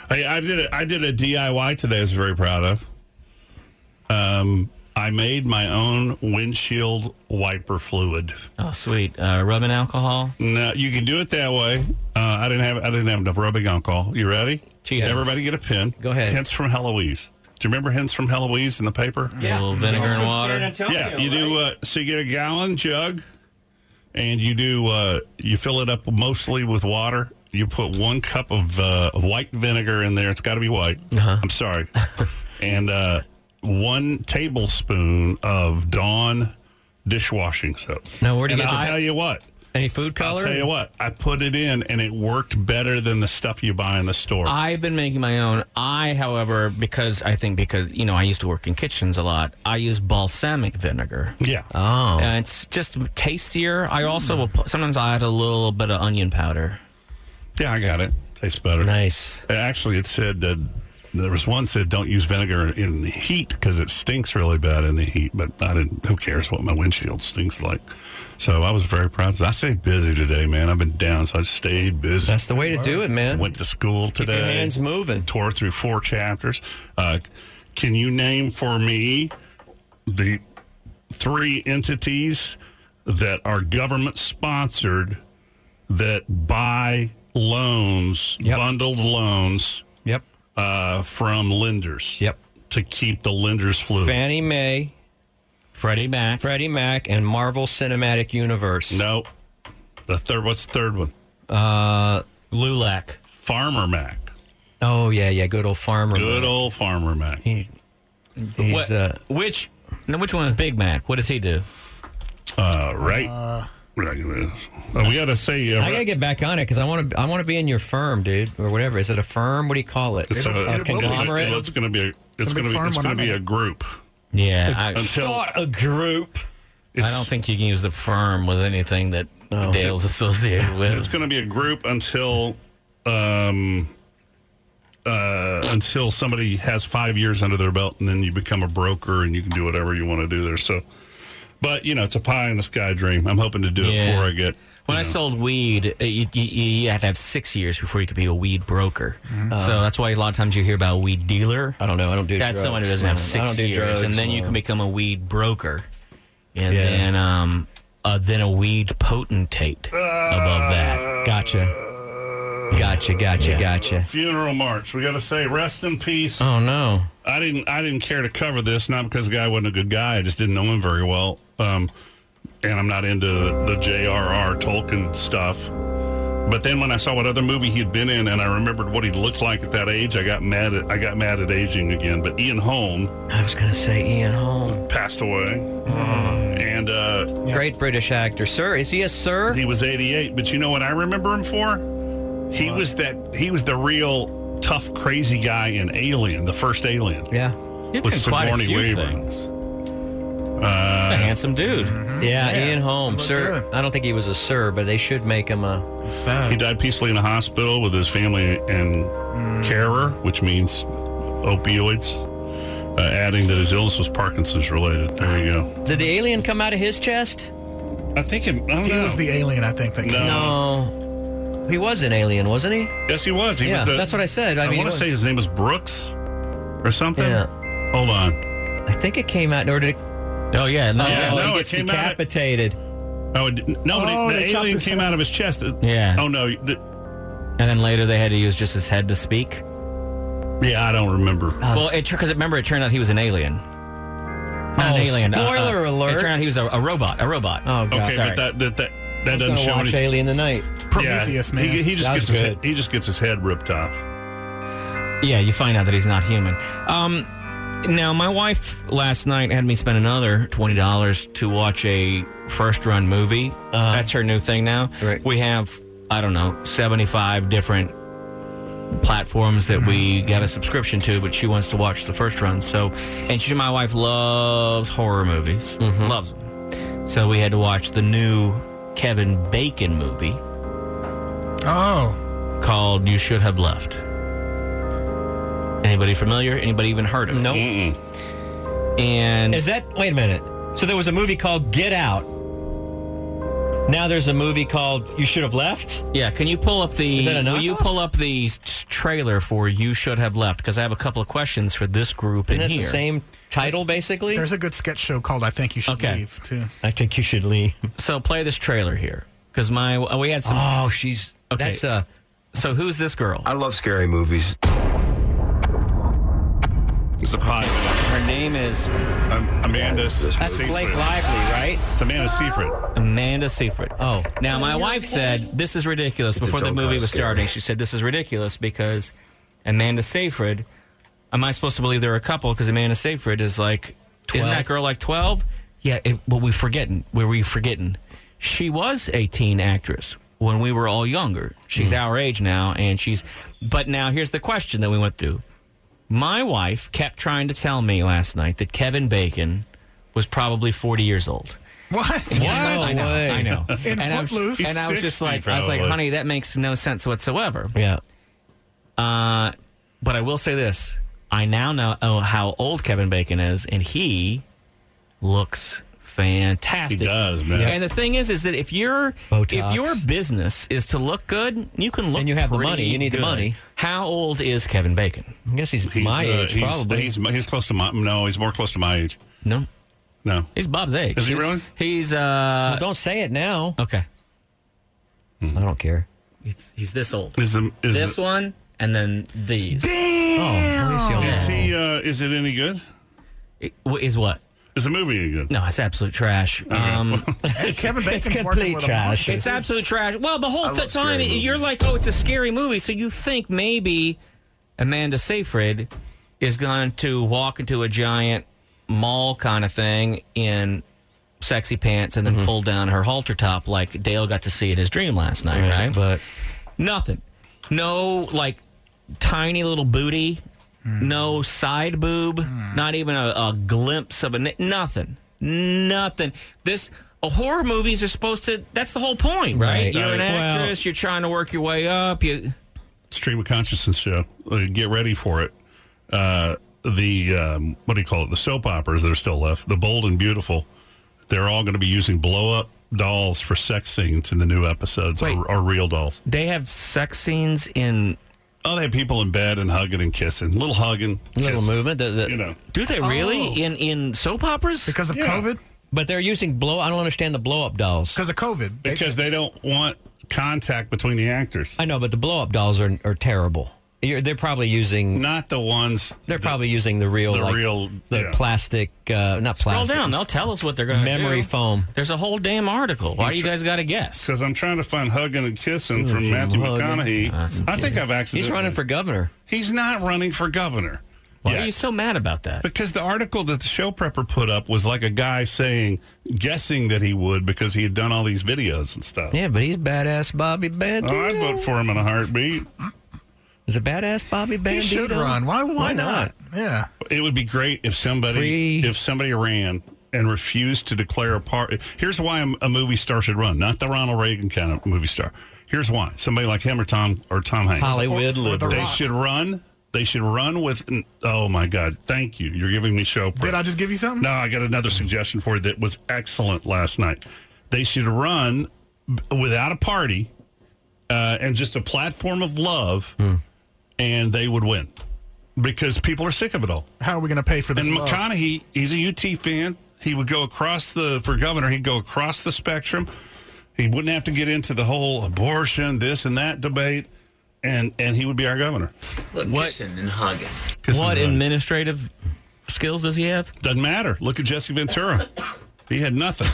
[SPEAKER 1] I, I did. A, I did a DIY today. I was very proud of. Um, I made my own windshield wiper fluid.
[SPEAKER 6] Oh, sweet. Uh, rubbing alcohol.
[SPEAKER 1] No, you can do it that way. Uh, I didn't have I didn't have enough rubbing alcohol. You ready?
[SPEAKER 6] Cheetos.
[SPEAKER 1] Everybody get a pen.
[SPEAKER 6] Go ahead.
[SPEAKER 1] Hints from Heloise. Do you remember hints from Heloise in the paper?
[SPEAKER 6] Yeah. A little vinegar and water.
[SPEAKER 1] Yeah, you do. Uh, so you get a gallon jug, and you do. Uh, you fill it up mostly with water. You put one cup of uh, white vinegar in there. It's got to be white.
[SPEAKER 6] Uh-huh.
[SPEAKER 1] I'm sorry. and uh, one tablespoon of Dawn dishwashing soap.
[SPEAKER 6] Now, where do you
[SPEAKER 1] And
[SPEAKER 6] get
[SPEAKER 1] I'll
[SPEAKER 6] this-
[SPEAKER 1] tell you what.
[SPEAKER 6] Any food color?
[SPEAKER 1] I'll tell you what, I put it in and it worked better than the stuff you buy in the store.
[SPEAKER 6] I've been making my own. I, however, because I think because you know I used to work in kitchens a lot, I use balsamic vinegar.
[SPEAKER 1] yeah.
[SPEAKER 6] Oh, and it's just tastier. I also will put, sometimes I add a little bit of onion powder.
[SPEAKER 1] yeah, I got it. Tastes better.
[SPEAKER 6] Nice.
[SPEAKER 1] Actually, it said uh, there was one said don't use vinegar in the heat because it stinks really bad in the heat. But I didn't. Who cares what my windshield stinks like? So I was very proud. I stayed busy today, man. I've been down, so I stayed busy.
[SPEAKER 3] That's the way to do it, man.
[SPEAKER 1] Went to school
[SPEAKER 3] Keep
[SPEAKER 1] today.
[SPEAKER 3] your hands moving.
[SPEAKER 1] Tore through four chapters. Uh, can you name for me the three entities that are government sponsored that buy loans,
[SPEAKER 3] Yep.
[SPEAKER 1] bundled loans
[SPEAKER 3] Yep.
[SPEAKER 1] uh, from lenders?
[SPEAKER 3] Yep.
[SPEAKER 1] To keep the lenders fluid.
[SPEAKER 3] Fannie Mae,
[SPEAKER 6] Freddie Mac.
[SPEAKER 3] Freddie Mac, and Marvel Cinematic Universe.
[SPEAKER 1] no. The third. What's the third one?
[SPEAKER 6] Uh, Lulac.
[SPEAKER 1] Farmer Mac.
[SPEAKER 3] Oh yeah, yeah. Good old farmer.
[SPEAKER 1] Good old Farmer Mac.
[SPEAKER 3] He's,
[SPEAKER 6] What,
[SPEAKER 3] uh,
[SPEAKER 6] which? No, which one is Big Mac? What does he do?
[SPEAKER 1] Uh, right. Uh, we got to say. Uh,
[SPEAKER 3] I gotta get back on it because I want to. I want to be in your firm, dude, or whatever. Is it a firm? What do you call it?
[SPEAKER 1] It's a,
[SPEAKER 5] It'll-
[SPEAKER 1] it's a-
[SPEAKER 5] it'll be-
[SPEAKER 3] conglomerate.
[SPEAKER 1] It's going to be. A, it's
[SPEAKER 5] a big
[SPEAKER 1] going to be.
[SPEAKER 5] farm
[SPEAKER 1] It's
[SPEAKER 5] when
[SPEAKER 1] going
[SPEAKER 5] I'm
[SPEAKER 1] to be
[SPEAKER 5] in
[SPEAKER 1] a
[SPEAKER 5] it.
[SPEAKER 1] group.
[SPEAKER 6] Yeah, I,
[SPEAKER 1] Until
[SPEAKER 3] a group.
[SPEAKER 1] it's,
[SPEAKER 6] I don't think you can use the firm with anything that Dale's associated
[SPEAKER 1] Oh. it's
[SPEAKER 6] with.
[SPEAKER 1] going to be a group until, um, uh, until somebody has five years under their belt, and then you become a broker, and you can do whatever you want to do there. So, but you know, it's a pie in the sky dream. I'm hoping to do it
[SPEAKER 6] Yeah.
[SPEAKER 1] before I get.
[SPEAKER 6] When I sold weed, uh, you, you, you had to have six years before you could be a weed broker. So that's why a lot of times you hear about a weed dealer.
[SPEAKER 3] Mm-hmm. I don't know. I don't do.
[SPEAKER 6] That's
[SPEAKER 3] drugs,
[SPEAKER 6] someone who doesn't have
[SPEAKER 3] man. I
[SPEAKER 6] six
[SPEAKER 3] don't do
[SPEAKER 6] years,
[SPEAKER 3] drugs,
[SPEAKER 6] and then you
[SPEAKER 3] man.
[SPEAKER 6] can become a weed broker, and
[SPEAKER 3] Yeah.
[SPEAKER 6] then um, uh, then a weed potentate above that.
[SPEAKER 3] Gotcha. Gotcha. Gotcha. Gotcha.
[SPEAKER 1] Funeral march. We got to say rest in peace.
[SPEAKER 6] Oh no!
[SPEAKER 1] I didn't I didn't care to cover this, not because the guy wasn't a good guy. I just didn't know him very well, um, and I'm not into the, the J.R.R. Tolkien stuff. But then when I saw what other movie he'd been in, and I remembered what he looked like at that age, I got mad. At, I got mad at aging again. But Ian Holm
[SPEAKER 3] I was gonna say Ian Holm, Hmm.
[SPEAKER 1] passed away, and uh,
[SPEAKER 3] great British actor, sir. Is he a sir?
[SPEAKER 1] he was 88. But you know what I remember him for? He was that. He was the real tough, crazy guy in Alien, the first Alien.
[SPEAKER 3] yeah.
[SPEAKER 6] You've
[SPEAKER 1] With
[SPEAKER 6] been quite a
[SPEAKER 1] Sigourney
[SPEAKER 6] few
[SPEAKER 1] Weaver.
[SPEAKER 6] things.
[SPEAKER 1] Uh,
[SPEAKER 6] a handsome dude.
[SPEAKER 1] Mm-hmm.
[SPEAKER 3] Yeah, Ian Holm,
[SPEAKER 5] Looked
[SPEAKER 3] sir.
[SPEAKER 5] good.
[SPEAKER 3] I don't think he was a sir, but they should make him a.
[SPEAKER 1] He
[SPEAKER 5] Sad.
[SPEAKER 1] died peacefully in a hospital with his family and carer, which means opioids. Uh, adding that his illness was Parkinson's related. There you go.
[SPEAKER 3] Did the alien come out of his chest?
[SPEAKER 1] I think it, I don't
[SPEAKER 5] He was the alien, I think. That
[SPEAKER 1] no.
[SPEAKER 3] No. He was an alien, wasn't he?
[SPEAKER 1] Yes, he was. He
[SPEAKER 3] Yeah,
[SPEAKER 1] was the,
[SPEAKER 3] that's what I said.
[SPEAKER 1] I,
[SPEAKER 3] I mean, he
[SPEAKER 1] want to
[SPEAKER 3] was-
[SPEAKER 1] say his name was Brooks or something.
[SPEAKER 3] Yeah.
[SPEAKER 1] Hold on.
[SPEAKER 3] I think it came out, or did it?
[SPEAKER 6] Oh yeah, no,
[SPEAKER 1] Yeah,
[SPEAKER 3] oh,
[SPEAKER 1] no,
[SPEAKER 3] he
[SPEAKER 1] it
[SPEAKER 3] gets
[SPEAKER 1] came out-
[SPEAKER 3] decapitated.
[SPEAKER 1] Oh, it didn't- no,
[SPEAKER 5] Oh,
[SPEAKER 1] but it,
[SPEAKER 5] they
[SPEAKER 1] the
[SPEAKER 5] chopped
[SPEAKER 1] alien
[SPEAKER 5] his
[SPEAKER 1] came out of his chest.
[SPEAKER 6] Yeah.
[SPEAKER 1] Oh, no. the-
[SPEAKER 6] and then later they had to use just his head to speak. Oh,
[SPEAKER 1] yeah, I don't remember.
[SPEAKER 6] Well, it because remember it turned out he was an alien. Not
[SPEAKER 3] Oh,
[SPEAKER 6] an alien. uh,
[SPEAKER 3] spoiler
[SPEAKER 6] uh,
[SPEAKER 3] alert.
[SPEAKER 6] It turned out he was a, a robot. A robot.
[SPEAKER 3] Oh god!
[SPEAKER 1] okay,
[SPEAKER 6] sorry.
[SPEAKER 1] but that that that, that
[SPEAKER 3] I'm
[SPEAKER 1] doesn't
[SPEAKER 3] gonna
[SPEAKER 1] show
[SPEAKER 3] watch
[SPEAKER 1] any.
[SPEAKER 3] Alien tonight.
[SPEAKER 5] Prometheus,
[SPEAKER 1] yeah,
[SPEAKER 5] man.
[SPEAKER 1] He, he just
[SPEAKER 3] That
[SPEAKER 1] gets
[SPEAKER 3] was
[SPEAKER 1] his
[SPEAKER 3] good.
[SPEAKER 1] head, he just gets his head ripped off.
[SPEAKER 6] Yeah, you find out that he's not human. Um, now, my wife last night had me spend another twenty dollars to watch a first-run movie. That's her new thing now.
[SPEAKER 3] Right.
[SPEAKER 6] We have, I don't know, seventy-five different platforms that we got a subscription to, but she wants to watch the first run. So, and she, my wife, loves horror movies, loves them. So we had to watch the new Kevin Bacon movie
[SPEAKER 5] Oh,
[SPEAKER 6] called "You Should Have Left." Anybody familiar? Anybody even heard of it?
[SPEAKER 3] Nope.
[SPEAKER 6] And
[SPEAKER 3] Is that? Wait a minute. So there was a movie called Get Out. Now there's a movie called You Should Have Left.
[SPEAKER 6] yeah, can you pull up the?
[SPEAKER 3] Is that a
[SPEAKER 6] will you
[SPEAKER 3] knockoff?
[SPEAKER 6] pull up the s- trailer for "You Should Have Left"? Because I have a couple of questions for this group in
[SPEAKER 3] Isn't that
[SPEAKER 6] here.
[SPEAKER 3] the same title basically?
[SPEAKER 5] there's a good sketch show called "I Think You Should
[SPEAKER 6] Okay.
[SPEAKER 5] Leave" too.
[SPEAKER 3] I think you should leave.
[SPEAKER 6] So play this trailer here, because my we had some.
[SPEAKER 3] Oh, she's
[SPEAKER 6] Okay.
[SPEAKER 3] That's uh,
[SPEAKER 6] so who's this girl?
[SPEAKER 8] I love scary movies.
[SPEAKER 1] It's a pod.
[SPEAKER 6] Her name is
[SPEAKER 1] Um, Amanda
[SPEAKER 6] that's Blake
[SPEAKER 1] Seyfried.
[SPEAKER 6] Lively, right?
[SPEAKER 1] It's Amanda Seyfried.
[SPEAKER 6] Amanda Seyfried. Oh, now my wife said this is ridiculous. Before the
[SPEAKER 8] own
[SPEAKER 6] movie
[SPEAKER 8] kind of
[SPEAKER 6] was
[SPEAKER 8] scary.
[SPEAKER 6] starting, she said this is ridiculous because Amanda Seyfried. Am I supposed to believe they're a couple? Because Amanda Seyfried is like, isn't
[SPEAKER 3] 12?
[SPEAKER 6] that girl like twelve? Yeah, it, but we forgetting. Were we forgetting? She was a teen actress when we were all younger. She's our age now, and she's. But now here's the question that we went through. My wife kept trying to tell me last night that Kevin Bacon was probably 40 years old.
[SPEAKER 5] What?
[SPEAKER 6] Yeah, I know. I know. I know.
[SPEAKER 5] In
[SPEAKER 6] and I was,
[SPEAKER 5] Footloose.
[SPEAKER 6] and I was just like, I was like,
[SPEAKER 1] Probably.
[SPEAKER 6] honey, that makes no sense whatsoever.
[SPEAKER 3] yeah.
[SPEAKER 6] Uh, but I will say this: I now know oh, how old Kevin Bacon is, and he looks fantastic.
[SPEAKER 1] He does, man.
[SPEAKER 6] And the thing is, is that if your
[SPEAKER 3] Botox.
[SPEAKER 6] if your business is to look good, you can look.
[SPEAKER 3] And you have the
[SPEAKER 6] pretty
[SPEAKER 3] money. You need the
[SPEAKER 6] good.
[SPEAKER 3] money.
[SPEAKER 6] How old is Kevin Bacon?
[SPEAKER 3] I guess he's,
[SPEAKER 1] He's,
[SPEAKER 3] my
[SPEAKER 1] uh,
[SPEAKER 3] age,
[SPEAKER 1] he's,
[SPEAKER 3] probably.
[SPEAKER 1] He's, he's close to my. No, he's more close to my age.
[SPEAKER 6] No,
[SPEAKER 1] No.
[SPEAKER 6] he's Bob's age.
[SPEAKER 1] Is he
[SPEAKER 6] He's-
[SPEAKER 1] really?
[SPEAKER 6] He's uh.
[SPEAKER 3] Well, don't say it now. Hmm.
[SPEAKER 6] Okay,
[SPEAKER 3] I don't care.
[SPEAKER 6] it's, he's this old.
[SPEAKER 1] Is the, is
[SPEAKER 6] this
[SPEAKER 1] the,
[SPEAKER 6] one and then these.
[SPEAKER 3] Oh, at least
[SPEAKER 1] Is
[SPEAKER 3] you'll know.
[SPEAKER 1] he? Uh, is it any good?
[SPEAKER 6] It- wh- Is what?
[SPEAKER 1] Is the movie any good?
[SPEAKER 6] No, it's absolute trash. Um,
[SPEAKER 5] Hey, Kevin Bacon's
[SPEAKER 3] It's
[SPEAKER 5] working
[SPEAKER 3] complete
[SPEAKER 5] with
[SPEAKER 3] trash.
[SPEAKER 5] a
[SPEAKER 6] it's absolute trash. Well, the whole
[SPEAKER 8] I
[SPEAKER 6] th-
[SPEAKER 8] love scary
[SPEAKER 6] time
[SPEAKER 8] movies.
[SPEAKER 6] you're like, oh, it's a scary movie, so you think maybe Amanda Seyfried is going to walk into a giant mall kind of thing in sexy pants and then pull down her halter top like Dale got to see in his dream last night, right?
[SPEAKER 3] But
[SPEAKER 6] Nothing. No, like, tiny little booty. No side boob. Not even a, a glimpse of a. ni- Nothing. Nothing. This. uh, horror movies are supposed to. That's the whole point, right?
[SPEAKER 3] Right.
[SPEAKER 6] You're an
[SPEAKER 1] Right.
[SPEAKER 6] actress. you're trying to work your way up. You.
[SPEAKER 1] Stream of Consciousness show. Uh, get ready for it. Uh, the um, what do you call it? The soap operas that are still left. The Bold and Beautiful. They're all going to be using blow up dolls for sex scenes in the new episodes,
[SPEAKER 6] Wait.
[SPEAKER 1] or, or real dolls.
[SPEAKER 6] They have sex scenes in.
[SPEAKER 1] Oh, they have people in bed and hugging and kissing, little hugging,
[SPEAKER 3] little
[SPEAKER 1] kissing,
[SPEAKER 3] movement. The, the,
[SPEAKER 1] You know,
[SPEAKER 6] Do they really in in soap operas?
[SPEAKER 5] because of
[SPEAKER 1] Yeah.
[SPEAKER 5] COVID.
[SPEAKER 3] But they're using blow. I don't understand the blow up dolls.
[SPEAKER 5] Because of COVID. They-
[SPEAKER 1] because they don't want contact between the actors.
[SPEAKER 3] I know, but the blow up dolls are, are terrible. You're, they're probably using.
[SPEAKER 1] Not the ones.
[SPEAKER 3] They're probably using the real,
[SPEAKER 1] the
[SPEAKER 3] like,
[SPEAKER 1] real-
[SPEAKER 3] the
[SPEAKER 1] yeah.
[SPEAKER 3] plastic, uh, not
[SPEAKER 6] Scroll
[SPEAKER 3] plastic.
[SPEAKER 6] down. They'll tell us what they're going to do.
[SPEAKER 3] memory foam.
[SPEAKER 6] There's a whole damn article. Why do you guys got to guess?
[SPEAKER 1] Because I'm trying to find hugging and kissing from Matthew
[SPEAKER 3] hugging.
[SPEAKER 6] Ah,
[SPEAKER 1] McConaughey.
[SPEAKER 9] Ah,
[SPEAKER 1] I think I've accidentally.
[SPEAKER 3] He's running for governor.
[SPEAKER 1] He's not running for governor.
[SPEAKER 6] Why
[SPEAKER 1] yet.
[SPEAKER 6] are you so mad about that?
[SPEAKER 1] Because the article that the show prepper put up was like a guy saying, guessing that he would because he had done all these videos and stuff.
[SPEAKER 3] Yeah, but he's badass Bobby Bandito.
[SPEAKER 1] Oh, I'd vote for him in a heartbeat.
[SPEAKER 3] He's a badass Bobby Bandito.
[SPEAKER 5] He should run. Why? Why, not? Yeah.
[SPEAKER 1] It would be great if somebody
[SPEAKER 3] Free-
[SPEAKER 1] if somebody ran and refused to declare a part. Here's why a- a movie star should run, not the Ronald Reagan kind of movie star. Here's why somebody like him or Tom or Tom Hanks.
[SPEAKER 3] Hollywood
[SPEAKER 5] Or- or The
[SPEAKER 3] liberal.
[SPEAKER 1] They
[SPEAKER 5] Rock.
[SPEAKER 1] should run. They should run with. Oh my God! Thank you. You're giving me show. prep.
[SPEAKER 5] Did I just give you something?
[SPEAKER 1] No, I got another suggestion for you that was excellent last night. They should run b- without a party uh, and just a platform of love,
[SPEAKER 3] Hmm.
[SPEAKER 1] and they would win because people are sick of it all.
[SPEAKER 5] How are we going to pay for this?
[SPEAKER 1] And
[SPEAKER 5] love?
[SPEAKER 1] McConaughey, he's a UT fan. He would go across the for governor. He'd go across the spectrum. He wouldn't have to get into the whole abortion, this and that debate, and and he would be our governor.
[SPEAKER 6] What-
[SPEAKER 8] kissing and hugging.
[SPEAKER 1] Kissing
[SPEAKER 6] What
[SPEAKER 1] the-
[SPEAKER 6] administrative skills does he have?
[SPEAKER 1] doesn't matter. Look at Jesse Ventura. He had nothing.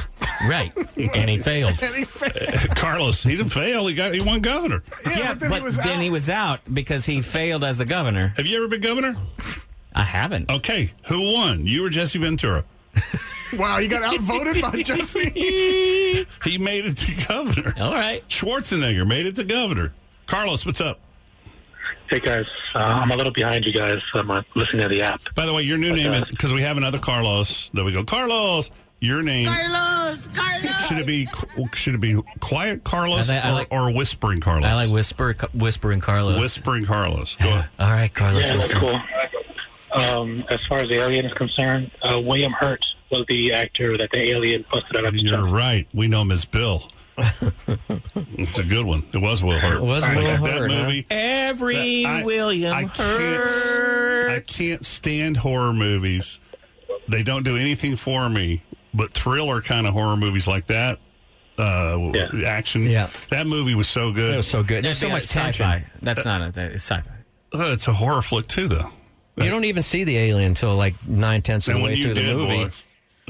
[SPEAKER 6] Right, and he failed.
[SPEAKER 5] And he fa-
[SPEAKER 1] Carlos, he didn't fail. He got he won governor.
[SPEAKER 5] yeah, but then he was out.
[SPEAKER 6] out because he failed as the governor.
[SPEAKER 1] Have you ever been governor?
[SPEAKER 6] I haven't.
[SPEAKER 1] Okay, who won? You or Jesse Ventura?
[SPEAKER 5] wow, you got outvoted by Jesse.
[SPEAKER 1] He made it to governor.
[SPEAKER 6] All right.
[SPEAKER 1] Schwarzenegger made it to governor. Carlos, what's up?
[SPEAKER 10] Hey guys, uh, I'm a little behind you guys. I'm uh, listening to the app.
[SPEAKER 1] By the way, your new name is because we have another Carlos. There we go, Carlos. Your name
[SPEAKER 4] Carlos, Carlos.
[SPEAKER 1] should it be should it be quiet Carlos
[SPEAKER 6] I like- I
[SPEAKER 1] or,
[SPEAKER 6] like-
[SPEAKER 1] or whispering Carlos?
[SPEAKER 6] I like whisper, whispering Carlos.
[SPEAKER 1] whispering Carlos. Go ahead.
[SPEAKER 6] All right, Carlos.
[SPEAKER 10] Yeah, that's
[SPEAKER 6] Wilson.
[SPEAKER 10] cool. Um, as far as the alien is concerned, uh, William Hurt was the actor that the alien busted out of his
[SPEAKER 1] You're
[SPEAKER 10] chest.
[SPEAKER 1] right. We know Miss Bill. it's a good one. It was Will Hurt.
[SPEAKER 6] It was
[SPEAKER 1] Like,
[SPEAKER 6] Will
[SPEAKER 1] That
[SPEAKER 6] Hurt, huh?
[SPEAKER 1] movie.
[SPEAKER 6] Every
[SPEAKER 1] I-
[SPEAKER 6] William
[SPEAKER 1] I can't, I can't stand horror movies. They don't do anything for me. But thriller kind of horror movies like that, uh,
[SPEAKER 10] Yeah.
[SPEAKER 1] action.
[SPEAKER 6] Yeah.
[SPEAKER 1] That movie was so good.
[SPEAKER 6] That was so good. There's so
[SPEAKER 3] Yeah,
[SPEAKER 6] much
[SPEAKER 3] it's sci-fi.
[SPEAKER 6] tension. That's not a it's sci-fi.
[SPEAKER 1] Uh, it's a horror flick too, though.
[SPEAKER 3] You don't even see the alien until like nine tenths of the way through the movie.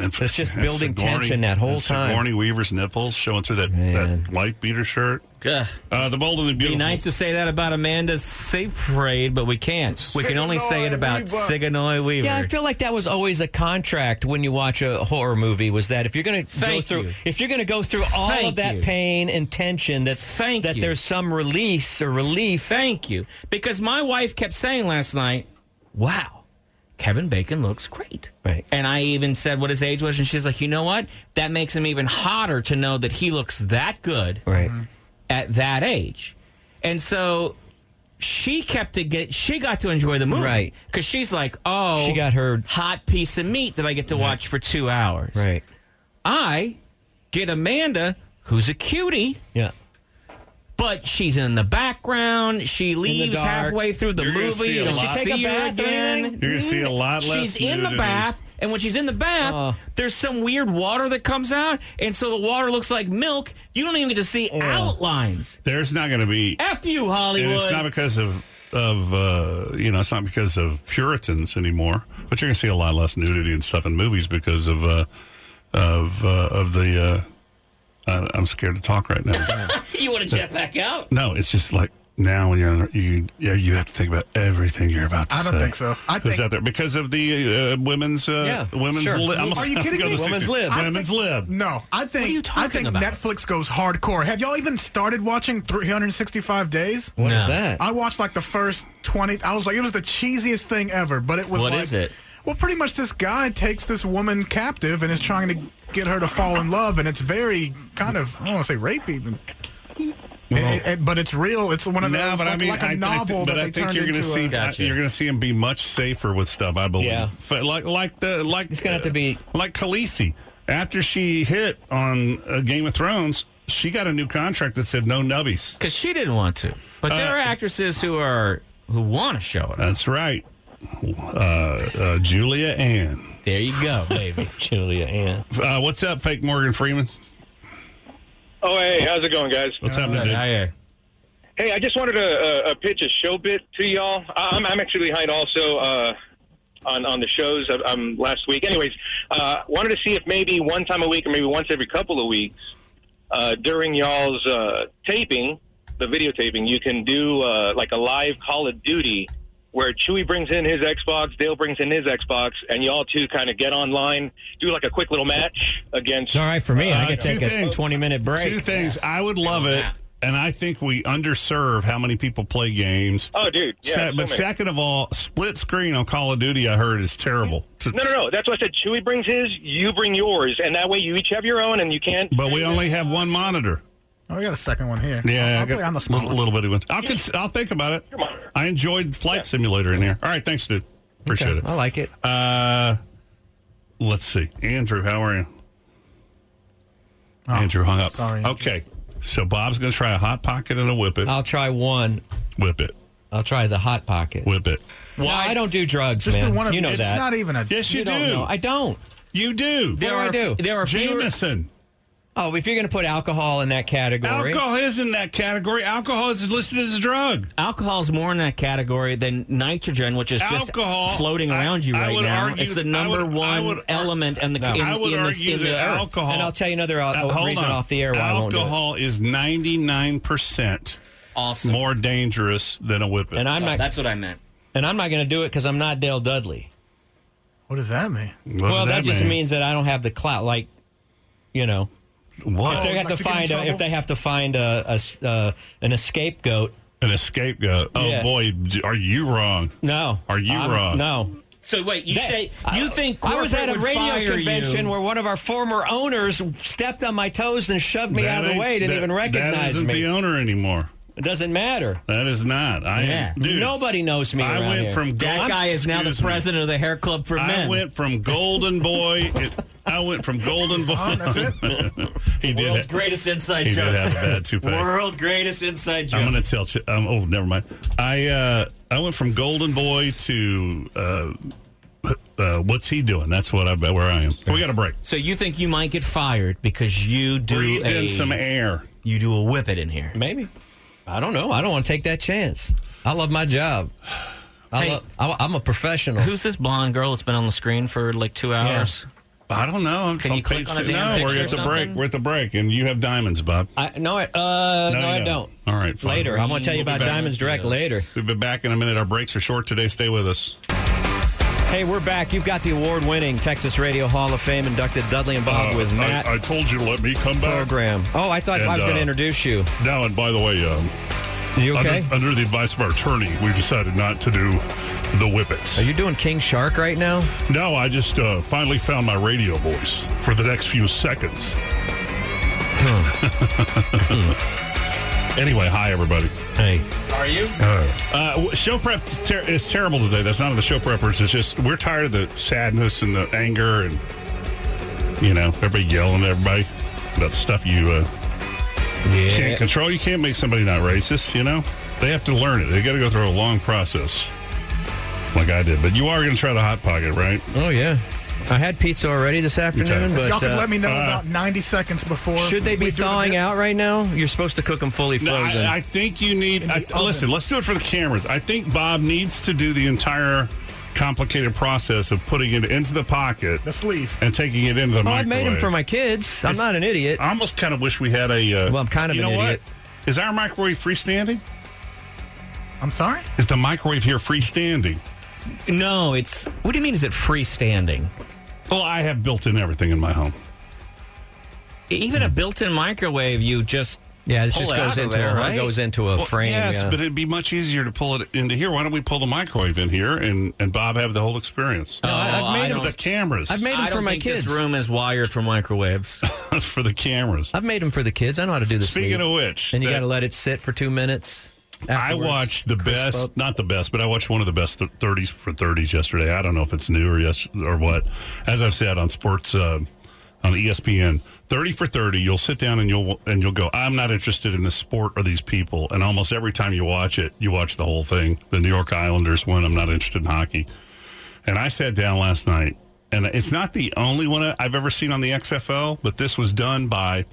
[SPEAKER 1] and
[SPEAKER 3] it's just building tension that whole
[SPEAKER 1] and
[SPEAKER 3] time.
[SPEAKER 1] Sigourney Weaver's nipples showing through that,
[SPEAKER 3] Man.
[SPEAKER 1] that white beater shirt. Uh, the Bold and the
[SPEAKER 6] Be
[SPEAKER 1] Beautiful.
[SPEAKER 6] nice to say that about Amanda Seyfried, but we can't. We can only say it about Sigourney Weaver.
[SPEAKER 3] Yeah, I feel like that was always a contract when you watch a horror movie was that if you're going to go
[SPEAKER 6] Thank
[SPEAKER 3] through
[SPEAKER 6] you.
[SPEAKER 3] if you're going to go through all
[SPEAKER 6] Thank
[SPEAKER 3] of that
[SPEAKER 6] you.
[SPEAKER 3] pain and tension that
[SPEAKER 6] Thank
[SPEAKER 3] that
[SPEAKER 6] you.
[SPEAKER 3] there's some release or relief.
[SPEAKER 6] Thank you. Because my wife kept saying last night, wow, Kevin Bacon looks great.
[SPEAKER 3] Right.
[SPEAKER 6] And I even said what his age was, and she's like, you know what? That makes him even hotter to know that he looks that good
[SPEAKER 3] Right.
[SPEAKER 6] at that age. And so she kept to get she got to enjoy the movie.
[SPEAKER 3] Right.
[SPEAKER 6] Because she's like, oh
[SPEAKER 3] She got her-
[SPEAKER 6] hot piece of meat that I get to watch for two hours.
[SPEAKER 3] Right.
[SPEAKER 6] I get Amanda, who's a cutie
[SPEAKER 3] Yeah.
[SPEAKER 6] but she's in the background. She leaves
[SPEAKER 3] dark.
[SPEAKER 6] halfway through the
[SPEAKER 1] You're gonna
[SPEAKER 6] movie.
[SPEAKER 1] see a
[SPEAKER 6] You don't
[SPEAKER 1] lot.
[SPEAKER 6] see
[SPEAKER 3] Take a
[SPEAKER 6] her
[SPEAKER 3] bath or
[SPEAKER 6] again.
[SPEAKER 3] anything?
[SPEAKER 1] You're gonna see a lot less.
[SPEAKER 6] She's in the
[SPEAKER 1] nudity.
[SPEAKER 6] bath, and when she's in the bath,
[SPEAKER 3] Oh.
[SPEAKER 6] there's some weird water that comes out, and so the water looks like milk. You don't even get to see outlines.
[SPEAKER 1] There's not going to be
[SPEAKER 6] F you,
[SPEAKER 1] Oh. and
[SPEAKER 6] Hollywood.
[SPEAKER 1] it's not because of of uh, you know it's not because of Puritans anymore, but you're going to see a lot less nudity and stuff in movies because of uh, of uh, of the. Uh, I, I'm scared to talk right now.
[SPEAKER 6] you want to jet back out?
[SPEAKER 1] no, it's just like now when you're you yeah you have to think about everything you're about to
[SPEAKER 5] I
[SPEAKER 1] say.
[SPEAKER 5] don't think so. I
[SPEAKER 1] Who's
[SPEAKER 5] think-
[SPEAKER 1] out there because of the uh, women's uh,
[SPEAKER 3] Yeah,
[SPEAKER 1] women's
[SPEAKER 3] sure.
[SPEAKER 1] lib? I'm-
[SPEAKER 5] Are you
[SPEAKER 1] I'm
[SPEAKER 5] kidding
[SPEAKER 1] gonna
[SPEAKER 5] me?
[SPEAKER 1] stick to-
[SPEAKER 3] Women's lib.
[SPEAKER 5] I
[SPEAKER 1] Women's
[SPEAKER 5] think-
[SPEAKER 1] lib.
[SPEAKER 5] No, I think
[SPEAKER 6] are you
[SPEAKER 5] I
[SPEAKER 6] talking
[SPEAKER 5] think
[SPEAKER 6] about?
[SPEAKER 5] Netflix goes hardcore. Have y'all even started watching 365 Days?
[SPEAKER 3] What is
[SPEAKER 6] No.
[SPEAKER 3] that?
[SPEAKER 5] I watched like the first 20. I was like, it was the cheesiest thing ever, but it was
[SPEAKER 6] What
[SPEAKER 5] like.
[SPEAKER 6] is it?
[SPEAKER 5] Well, pretty much this guy takes this woman captive and is trying to get her to fall in love, and it's very kind of, I don't want to say rapey, but. It- it- but it's real. It's one of those,
[SPEAKER 1] No, but
[SPEAKER 5] like,
[SPEAKER 1] I mean,
[SPEAKER 5] like a
[SPEAKER 1] I- I thi-
[SPEAKER 5] novel
[SPEAKER 1] but
[SPEAKER 5] that
[SPEAKER 1] I
[SPEAKER 5] they
[SPEAKER 1] think
[SPEAKER 5] turned
[SPEAKER 1] you're going to
[SPEAKER 5] into
[SPEAKER 1] see
[SPEAKER 5] a-
[SPEAKER 6] Gotcha.
[SPEAKER 1] you're going to see him be much safer with stuff. I believe.
[SPEAKER 3] Yeah.
[SPEAKER 1] F- Like like the like
[SPEAKER 3] It's gonna have to be-
[SPEAKER 1] like Khaleesi after she hit on uh, Game of Thrones. She got a new contract that said no nubbies.
[SPEAKER 6] Because she didn't want to. But there
[SPEAKER 1] Uh,
[SPEAKER 6] are actresses who are who want to show it.
[SPEAKER 1] That's right. Uh, uh, Julia Ann.
[SPEAKER 6] there you go, baby.
[SPEAKER 3] Julia Ann.
[SPEAKER 1] Uh, what's up, fake Morgan Freeman?
[SPEAKER 11] Oh, hey, how's it going, guys?
[SPEAKER 1] What's happening, dude?
[SPEAKER 6] I,
[SPEAKER 11] Hey, I just wanted to uh, uh, pitch a show bit to y'all. I- I'm, I'm actually behind also uh, on on the shows I, I'm last week. Anyways, uh, wanted to see if maybe one time a week or maybe once every couple of weeks uh, during y'all's uh, taping, the videotaping, you can do uh, like a live Call of Duty where Chewy brings in his Xbox, Dale brings in his Xbox, and y'all two kind of get online, do like a quick little match against.
[SPEAKER 3] It's all right for me. I
[SPEAKER 1] Uh,
[SPEAKER 3] could take
[SPEAKER 1] two
[SPEAKER 3] a
[SPEAKER 1] things.
[SPEAKER 3] 20 minute break.
[SPEAKER 1] Two things. I would love it, and I think we underserve how many people play games.
[SPEAKER 11] Oh, dude.
[SPEAKER 1] Se-
[SPEAKER 11] Yeah, so
[SPEAKER 1] but
[SPEAKER 11] many.
[SPEAKER 1] second of all, split screen on Call of Duty, I heard is terrible. To-
[SPEAKER 11] No, no, no. That's why I said Chewy brings his, you bring yours, and that way you each have your own, and you can't.
[SPEAKER 1] But we only have one monitor.
[SPEAKER 5] Oh, we got a second one here.
[SPEAKER 1] Yeah,
[SPEAKER 5] I'll,
[SPEAKER 1] I
[SPEAKER 5] I'll
[SPEAKER 1] got
[SPEAKER 5] play on the small
[SPEAKER 1] little, little bitty one. I'll, cons- I'll think about it.
[SPEAKER 11] Come on.
[SPEAKER 1] I enjoyed Flight Simulator in here. All right, thanks, dude. Appreciate
[SPEAKER 3] I like it.
[SPEAKER 1] it. Uh, let's see, Andrew, how are you? Andrew hung up.
[SPEAKER 5] Oh.
[SPEAKER 3] Oh,
[SPEAKER 5] sorry, Andrew.
[SPEAKER 1] Okay, So Bob's going to try a hot pocket and a whip it.
[SPEAKER 3] I'll try one.
[SPEAKER 1] whip it.
[SPEAKER 3] I'll try the hot pocket.
[SPEAKER 1] Whip it.
[SPEAKER 3] Why I don't do drugs,
[SPEAKER 5] Just
[SPEAKER 3] man.
[SPEAKER 5] do one of
[SPEAKER 3] you know
[SPEAKER 5] It's
[SPEAKER 3] that.
[SPEAKER 5] not even a.
[SPEAKER 1] Yes, you,
[SPEAKER 3] you
[SPEAKER 1] do.
[SPEAKER 3] don't know. I don't.
[SPEAKER 1] you do.
[SPEAKER 3] There are- I do. there are fewer-
[SPEAKER 1] Jameson.
[SPEAKER 3] Oh, if you're going to put alcohol in that category,
[SPEAKER 1] Alcohol is in that category. Alcohol is listed as a drug.
[SPEAKER 6] Alcohol is more in that category than nitrogen, which is just
[SPEAKER 1] Alcohol,
[SPEAKER 6] floating
[SPEAKER 1] I-
[SPEAKER 6] around you
[SPEAKER 1] I
[SPEAKER 6] right
[SPEAKER 1] would
[SPEAKER 6] now.
[SPEAKER 1] argue-
[SPEAKER 6] it's the
[SPEAKER 1] I would-
[SPEAKER 6] number one
[SPEAKER 1] I would ar-
[SPEAKER 6] element in the in,
[SPEAKER 1] I would
[SPEAKER 6] in the-
[SPEAKER 1] argue
[SPEAKER 6] in the,
[SPEAKER 1] that
[SPEAKER 6] earth.
[SPEAKER 1] alcohol.
[SPEAKER 3] and I'll tell you another uh,
[SPEAKER 1] Uh, hold
[SPEAKER 3] reason
[SPEAKER 1] on.
[SPEAKER 3] off the air why I won't do it.
[SPEAKER 1] Alcohol is 99%
[SPEAKER 6] Awesome.
[SPEAKER 1] more dangerous than a whippet.
[SPEAKER 3] And I'm
[SPEAKER 6] Oh,
[SPEAKER 3] not.
[SPEAKER 6] that's what I meant.
[SPEAKER 3] And I'm not going to do it because I'm not Dale Dudley.
[SPEAKER 5] What does that mean?
[SPEAKER 1] What
[SPEAKER 3] well,
[SPEAKER 1] does
[SPEAKER 3] that, just
[SPEAKER 1] mean?
[SPEAKER 3] means that I don't have the clout. Like, you know,
[SPEAKER 1] what?
[SPEAKER 3] if they
[SPEAKER 5] Oh,
[SPEAKER 3] have
[SPEAKER 5] like to
[SPEAKER 3] to
[SPEAKER 5] get in
[SPEAKER 3] find a, if
[SPEAKER 5] trouble?
[SPEAKER 3] they have to find a, a s- uh, an escape goat.
[SPEAKER 1] An escape goat. Oh,
[SPEAKER 3] Yeah.
[SPEAKER 1] boy. Are you wrong?
[SPEAKER 3] No.
[SPEAKER 1] Are you
[SPEAKER 3] I'm-
[SPEAKER 1] wrong?
[SPEAKER 3] No.
[SPEAKER 6] So wait, you
[SPEAKER 3] That-
[SPEAKER 6] say
[SPEAKER 3] I-
[SPEAKER 1] Uh,
[SPEAKER 6] you think
[SPEAKER 3] I was
[SPEAKER 6] corporate
[SPEAKER 3] at a
[SPEAKER 6] would fire
[SPEAKER 3] radio convention
[SPEAKER 6] you.
[SPEAKER 3] where one of our former owners stepped on my toes and shoved me out of the
[SPEAKER 1] ain't-
[SPEAKER 3] way. Didn't
[SPEAKER 1] that-
[SPEAKER 3] even
[SPEAKER 1] That
[SPEAKER 3] recognize
[SPEAKER 1] isn't
[SPEAKER 3] me.
[SPEAKER 1] the owner anymore.
[SPEAKER 3] it doesn't matter.
[SPEAKER 1] That is not. I
[SPEAKER 6] Yeah.
[SPEAKER 1] am, dude.
[SPEAKER 3] Nobody knows me.
[SPEAKER 1] I
[SPEAKER 3] around
[SPEAKER 1] went
[SPEAKER 3] here.
[SPEAKER 1] from
[SPEAKER 6] that
[SPEAKER 1] gold-
[SPEAKER 6] guy is now the
[SPEAKER 1] Excuse me.
[SPEAKER 6] president of the hair club for
[SPEAKER 1] I
[SPEAKER 6] men.
[SPEAKER 1] went from Golden Boy. it- I went from Golden Boy.
[SPEAKER 5] Oh, that's it.
[SPEAKER 1] he did.
[SPEAKER 6] World's
[SPEAKER 1] ha-
[SPEAKER 6] greatest inside
[SPEAKER 1] he did
[SPEAKER 6] joke.
[SPEAKER 1] have a bad toupee.
[SPEAKER 6] World greatest inside joke.
[SPEAKER 1] I'm gonna tell. Ch- Um, oh, never mind. I uh, I went from Golden Boy to uh, uh, what's he doing? That's what I bet where I am. We got a break.
[SPEAKER 6] so you think you might get fired because you do
[SPEAKER 1] Breathe
[SPEAKER 6] a
[SPEAKER 1] in some air.
[SPEAKER 6] you do a whip it in here.
[SPEAKER 3] Maybe. I don't know. I don't want to take that chance. I love my job. I
[SPEAKER 6] Hey.
[SPEAKER 3] love, I, I'm a professional.
[SPEAKER 6] Who's this blonde girl that's been on the screen for like two hours?
[SPEAKER 1] I don't know. I'm
[SPEAKER 6] Can
[SPEAKER 1] on
[SPEAKER 6] you click
[SPEAKER 1] page
[SPEAKER 6] on a
[SPEAKER 1] six.
[SPEAKER 6] damn
[SPEAKER 1] No, we're
[SPEAKER 6] picture
[SPEAKER 1] at
[SPEAKER 6] or
[SPEAKER 1] the break.
[SPEAKER 6] something?
[SPEAKER 1] We're at the break, and you have diamonds, Bob.
[SPEAKER 3] I, no, I, uh, no,
[SPEAKER 1] you
[SPEAKER 3] I
[SPEAKER 1] don't.
[SPEAKER 3] don't.
[SPEAKER 1] All right, fine.
[SPEAKER 3] Later, I'm going to tell you
[SPEAKER 1] We'll be
[SPEAKER 3] about
[SPEAKER 1] back.
[SPEAKER 3] Diamonds Direct later.
[SPEAKER 1] We'll be back in a minute. Our breaks are short today. Stay with us.
[SPEAKER 3] Hey, we're back. You've got the award-winning Texas Radio Hall of Fame inducted Dudley and Bob
[SPEAKER 1] Uh,
[SPEAKER 3] with
[SPEAKER 1] I-
[SPEAKER 3] Matt
[SPEAKER 1] I, told you to let me come back.
[SPEAKER 3] program. Oh, I thought
[SPEAKER 1] And,
[SPEAKER 3] I was going
[SPEAKER 1] uh,
[SPEAKER 3] to introduce you.
[SPEAKER 1] Now, and by the way, um,
[SPEAKER 3] You okay?
[SPEAKER 1] under, under the advice of our attorney, we've decided not to do the whippets.
[SPEAKER 3] Are you doing King Shark right now?
[SPEAKER 1] no, I just uh, finally found my radio voice for the next few seconds. anyway, hi, everybody.
[SPEAKER 3] Hmm. Hey,
[SPEAKER 11] Are you?
[SPEAKER 1] Uh, w- show prep is, ter- is terrible today. That's not of the show preppers. It's just we're tired of the sadness and the anger and, you know, everybody yelling at everybody about stuff you uh, can't
[SPEAKER 3] yeah.
[SPEAKER 1] control. You can't make somebody not racist, you know? They have to learn it. They got to go through a long process like I did. But you are going to try the Hot Pocket, right?
[SPEAKER 3] Oh yeah. I had pizza already this afternoon,
[SPEAKER 5] If y'all
[SPEAKER 3] but
[SPEAKER 5] could
[SPEAKER 3] uh,
[SPEAKER 5] let me know about 90 seconds before.
[SPEAKER 3] should they be
[SPEAKER 5] we do the
[SPEAKER 3] thawing
[SPEAKER 5] bit.
[SPEAKER 3] out right now? You're supposed to cook them fully
[SPEAKER 1] No,
[SPEAKER 3] frozen.
[SPEAKER 1] I, I think you need.
[SPEAKER 5] In the
[SPEAKER 1] I,
[SPEAKER 5] oven.
[SPEAKER 1] listen, let's do it for the cameras. I think Bob needs to do the entire complicated process of putting it into the pocket
[SPEAKER 5] The sleeve.
[SPEAKER 1] and taking it into the
[SPEAKER 3] Oh, I
[SPEAKER 1] microwave.
[SPEAKER 3] made them for my kids. I'm not an idiot.
[SPEAKER 1] I almost kind of wish we had a. Uh,
[SPEAKER 3] Well, I'm kind of
[SPEAKER 1] you
[SPEAKER 3] an
[SPEAKER 1] know
[SPEAKER 3] idiot.
[SPEAKER 1] What? Is our microwave freestanding?
[SPEAKER 5] I'm sorry?
[SPEAKER 1] Is the microwave here freestanding?
[SPEAKER 6] No, it's what do you mean is it freestanding?
[SPEAKER 1] Well, I have built in everything in my home.
[SPEAKER 6] Even a built-in microwave, you just
[SPEAKER 3] Yeah, it
[SPEAKER 6] pull
[SPEAKER 3] just
[SPEAKER 6] it
[SPEAKER 3] goes
[SPEAKER 6] out of
[SPEAKER 3] into
[SPEAKER 6] there,
[SPEAKER 3] a,
[SPEAKER 6] right?
[SPEAKER 3] goes into a
[SPEAKER 1] Well,
[SPEAKER 3] frame.
[SPEAKER 1] Yes,
[SPEAKER 3] yeah.
[SPEAKER 1] but it'd be much easier to pull it into here. Why don't we pull the microwave in here and, and Bob have the whole experience?
[SPEAKER 6] No,
[SPEAKER 3] I- I've
[SPEAKER 6] I
[SPEAKER 3] made
[SPEAKER 1] for
[SPEAKER 6] don't-
[SPEAKER 1] the cameras.
[SPEAKER 3] I've made them
[SPEAKER 6] I
[SPEAKER 3] for
[SPEAKER 6] don't
[SPEAKER 3] my
[SPEAKER 6] think
[SPEAKER 3] kids.
[SPEAKER 6] this room is wired for microwaves.
[SPEAKER 1] for the cameras.
[SPEAKER 3] I've made them for the kids. I know how to do this.
[SPEAKER 1] Speaking of which,
[SPEAKER 3] and you
[SPEAKER 1] that-
[SPEAKER 3] got to let it sit for two minutes.
[SPEAKER 1] I
[SPEAKER 3] afterwards.
[SPEAKER 1] watched the
[SPEAKER 3] Crisp
[SPEAKER 1] best,
[SPEAKER 3] up.
[SPEAKER 1] not the best, but I watched one of the best th- 30s for 30s yesterday. I don't know if it's new or yes or what. As I've said on sports uh, on ESPN, 30 for 30, you'll sit down and you'll and you'll go, I'm not interested in the sport or these people. And almost every time you watch it, you watch the whole thing. The New York Islanders win. I'm not interested in hockey. And I sat down last night, and it's not the only one I've ever seen on the XFL, but this was done by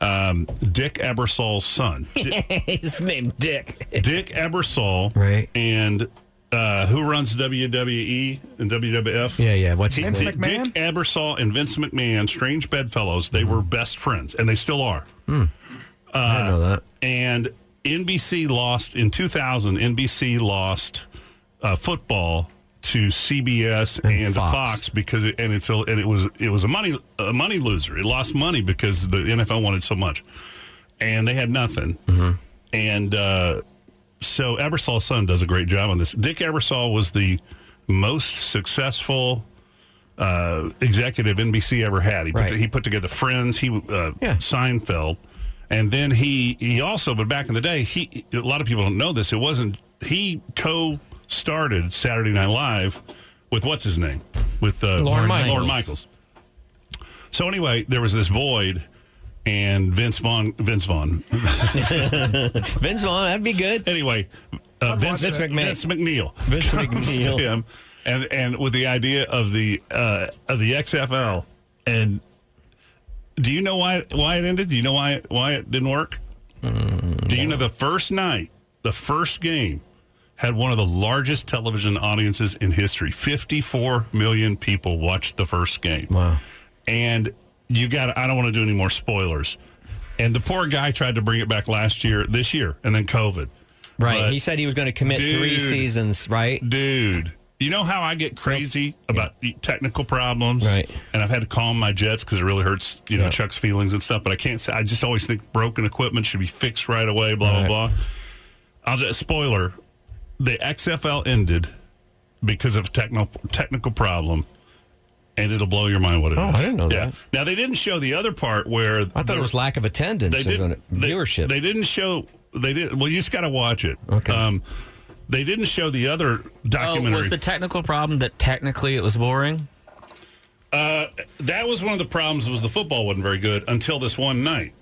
[SPEAKER 1] um, Dick Ebersol's son. Di-
[SPEAKER 3] His name Dick.
[SPEAKER 1] Dick Ebersol,
[SPEAKER 3] Right.
[SPEAKER 1] And uh, who runs WWE and WWF?
[SPEAKER 3] Yeah, yeah. What's his
[SPEAKER 5] Vince
[SPEAKER 3] name?
[SPEAKER 1] Dick, Dick
[SPEAKER 5] McMahon?
[SPEAKER 1] Ebersol and Vince McMahon, strange bedfellows. They were best friends, and they still are.
[SPEAKER 3] I don't know that.
[SPEAKER 1] Uh, And NBC lost in 2000. NBC lost uh, football to CBS and, to
[SPEAKER 3] Fox.
[SPEAKER 1] Fox. because it, and it's a, and it was it was a money a money loser. It lost money because the NFL wanted so much, and they had nothing.
[SPEAKER 3] Mm-hmm.
[SPEAKER 1] And uh, so Ebersol's son does a great job on this. Dick Ebersol was the most successful uh, executive NBC ever had. He put,
[SPEAKER 3] Right.
[SPEAKER 1] he put together Friends, he uh,
[SPEAKER 3] Yeah.
[SPEAKER 1] Seinfeld, and then he he also. But back in the day, he a lot of people don't know this. It wasn't he co-started Saturday Night Live with what's his name with uh,
[SPEAKER 3] Lorne
[SPEAKER 1] Lorne
[SPEAKER 3] Michaels.
[SPEAKER 1] Michaels. So anyway, there was this void, and Vince Vaughn. Vince Vaughn.
[SPEAKER 3] Vince Vaughn, that'd be good.
[SPEAKER 1] anyway, uh, Vince,
[SPEAKER 3] Vince McMahon.
[SPEAKER 1] Vince McNeil.
[SPEAKER 3] Vince
[SPEAKER 1] comes
[SPEAKER 3] McNeil.
[SPEAKER 1] to him, and and with the idea of the uh, of the XFL. And do you know why why it ended? Do you know why why it didn't work?
[SPEAKER 3] Mm,
[SPEAKER 1] do you know the first night, the first game, had one of the largest television audiences in history. Fifty-four million people watched the first game. Wow! And you got. I don't want to do any more spoilers. And the poor guy tried to bring it back last year, this year, and then COVID.
[SPEAKER 3] Right.
[SPEAKER 1] But-
[SPEAKER 3] he said he was going to commit three
[SPEAKER 1] Dude.
[SPEAKER 3] seasons, right?
[SPEAKER 1] dude. You know how I get crazy about technical problems,
[SPEAKER 3] Right.
[SPEAKER 1] And I've had to calm my jets because it really hurts, you know,
[SPEAKER 3] Yeah.
[SPEAKER 1] Chuck's feelings and stuff. But I can't say. I just always think broken equipment should be fixed right away. Blah
[SPEAKER 3] Right.
[SPEAKER 1] blah blah. I'll just spoiler: the XFL ended because of technical technical problem, and it'll blow your mind what it is.
[SPEAKER 3] Oh, I didn't know
[SPEAKER 1] yeah.
[SPEAKER 3] that.
[SPEAKER 1] Now they didn't show the other part where
[SPEAKER 3] I thought it was lack of attendance,
[SPEAKER 1] they
[SPEAKER 3] or
[SPEAKER 1] didn't they-
[SPEAKER 3] viewership.
[SPEAKER 1] They didn't show. They did. Well, you just got to watch it.
[SPEAKER 3] Okay.
[SPEAKER 1] Um, they didn't show the other
[SPEAKER 6] Oh,
[SPEAKER 1] documentary.
[SPEAKER 6] was the technical problem that technically it was boring?
[SPEAKER 1] Uh, that was one of the problems. Was the football wasn't very good until this one night.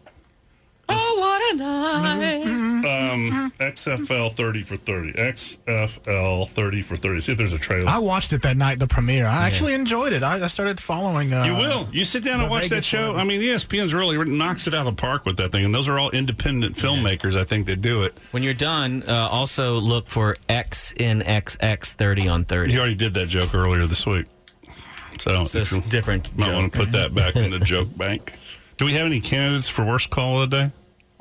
[SPEAKER 4] Oh, what a night.
[SPEAKER 1] Um, XFL thirty for thirty. XFL thirty for thirty. See if there's a trailer.
[SPEAKER 5] I watched it that night, the premiere. I actually enjoyed it. I, I started following. Uh,
[SPEAKER 1] you will. You sit down and
[SPEAKER 5] the
[SPEAKER 1] watch that
[SPEAKER 5] Vegas
[SPEAKER 1] show.
[SPEAKER 5] one.
[SPEAKER 1] I mean, E ESPN's really knocks it out of the park with that thing. And those are all independent filmmakers. I think that do it.
[SPEAKER 6] When you're done, uh, also look for X in XX 30 on 30.
[SPEAKER 1] You already did that joke earlier this week. So
[SPEAKER 6] So it's
[SPEAKER 1] if you
[SPEAKER 6] different.
[SPEAKER 1] might want to
[SPEAKER 6] joke.
[SPEAKER 1] put that back in the joke bank. Do we have any candidates for worst call of the day?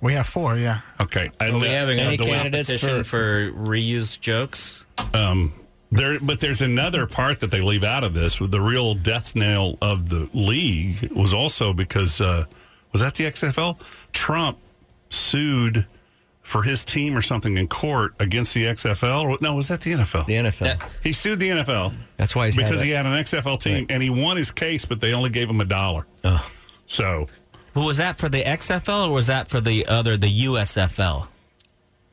[SPEAKER 5] We have four. Yeah.
[SPEAKER 1] Okay, I
[SPEAKER 6] Are we having
[SPEAKER 3] Any
[SPEAKER 6] a
[SPEAKER 3] candidates
[SPEAKER 6] competition for reused jokes?
[SPEAKER 1] Um, There, but there's another part that they leave out of this. The real death nail of the league was also because uh, was that the XFL? Trump sued for his team or something in court against the XFL. No, was that the NFL?
[SPEAKER 3] the NFL.
[SPEAKER 6] That-
[SPEAKER 1] He sued the NFL
[SPEAKER 3] That's why he's had
[SPEAKER 1] because
[SPEAKER 3] a-
[SPEAKER 1] he had an XFL team and he won his case, but they only gave him a dollar.
[SPEAKER 3] Oh.
[SPEAKER 1] So
[SPEAKER 6] Well, was that for the XFL or was that for the other, the USFL?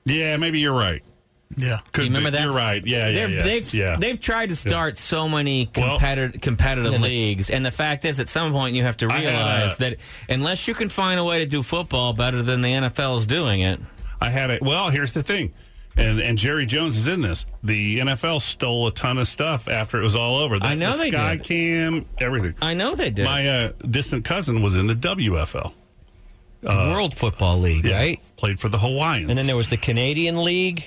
[SPEAKER 1] yeah, maybe you're right.
[SPEAKER 5] Yeah.
[SPEAKER 1] Could
[SPEAKER 6] you remember
[SPEAKER 1] be.
[SPEAKER 6] that?
[SPEAKER 1] You're right. Yeah, yeah,
[SPEAKER 6] They're-
[SPEAKER 1] yeah.
[SPEAKER 6] They've
[SPEAKER 1] yeah.
[SPEAKER 6] they've tried to start so many
[SPEAKER 1] Well-
[SPEAKER 6] competitive competitive
[SPEAKER 3] Yeah, they-
[SPEAKER 6] leagues, and the fact is, at some point, you have to
[SPEAKER 1] I had, uh,
[SPEAKER 6] realize that unless you can find a way to do football better than the NFL is doing it,
[SPEAKER 1] I had it. Well, here's the thing, and and Jerry Jones is in this. The NFL stole a ton of stuff after it was all over. The,
[SPEAKER 6] I know
[SPEAKER 1] the
[SPEAKER 6] they
[SPEAKER 1] Sky
[SPEAKER 6] did.
[SPEAKER 1] Cam, everything.
[SPEAKER 6] I know they do.
[SPEAKER 1] My uh, distant cousin was in the WFL.
[SPEAKER 3] World Football League, right?
[SPEAKER 1] Uh, Played for the Hawaiians.
[SPEAKER 3] And then there was the Canadian League.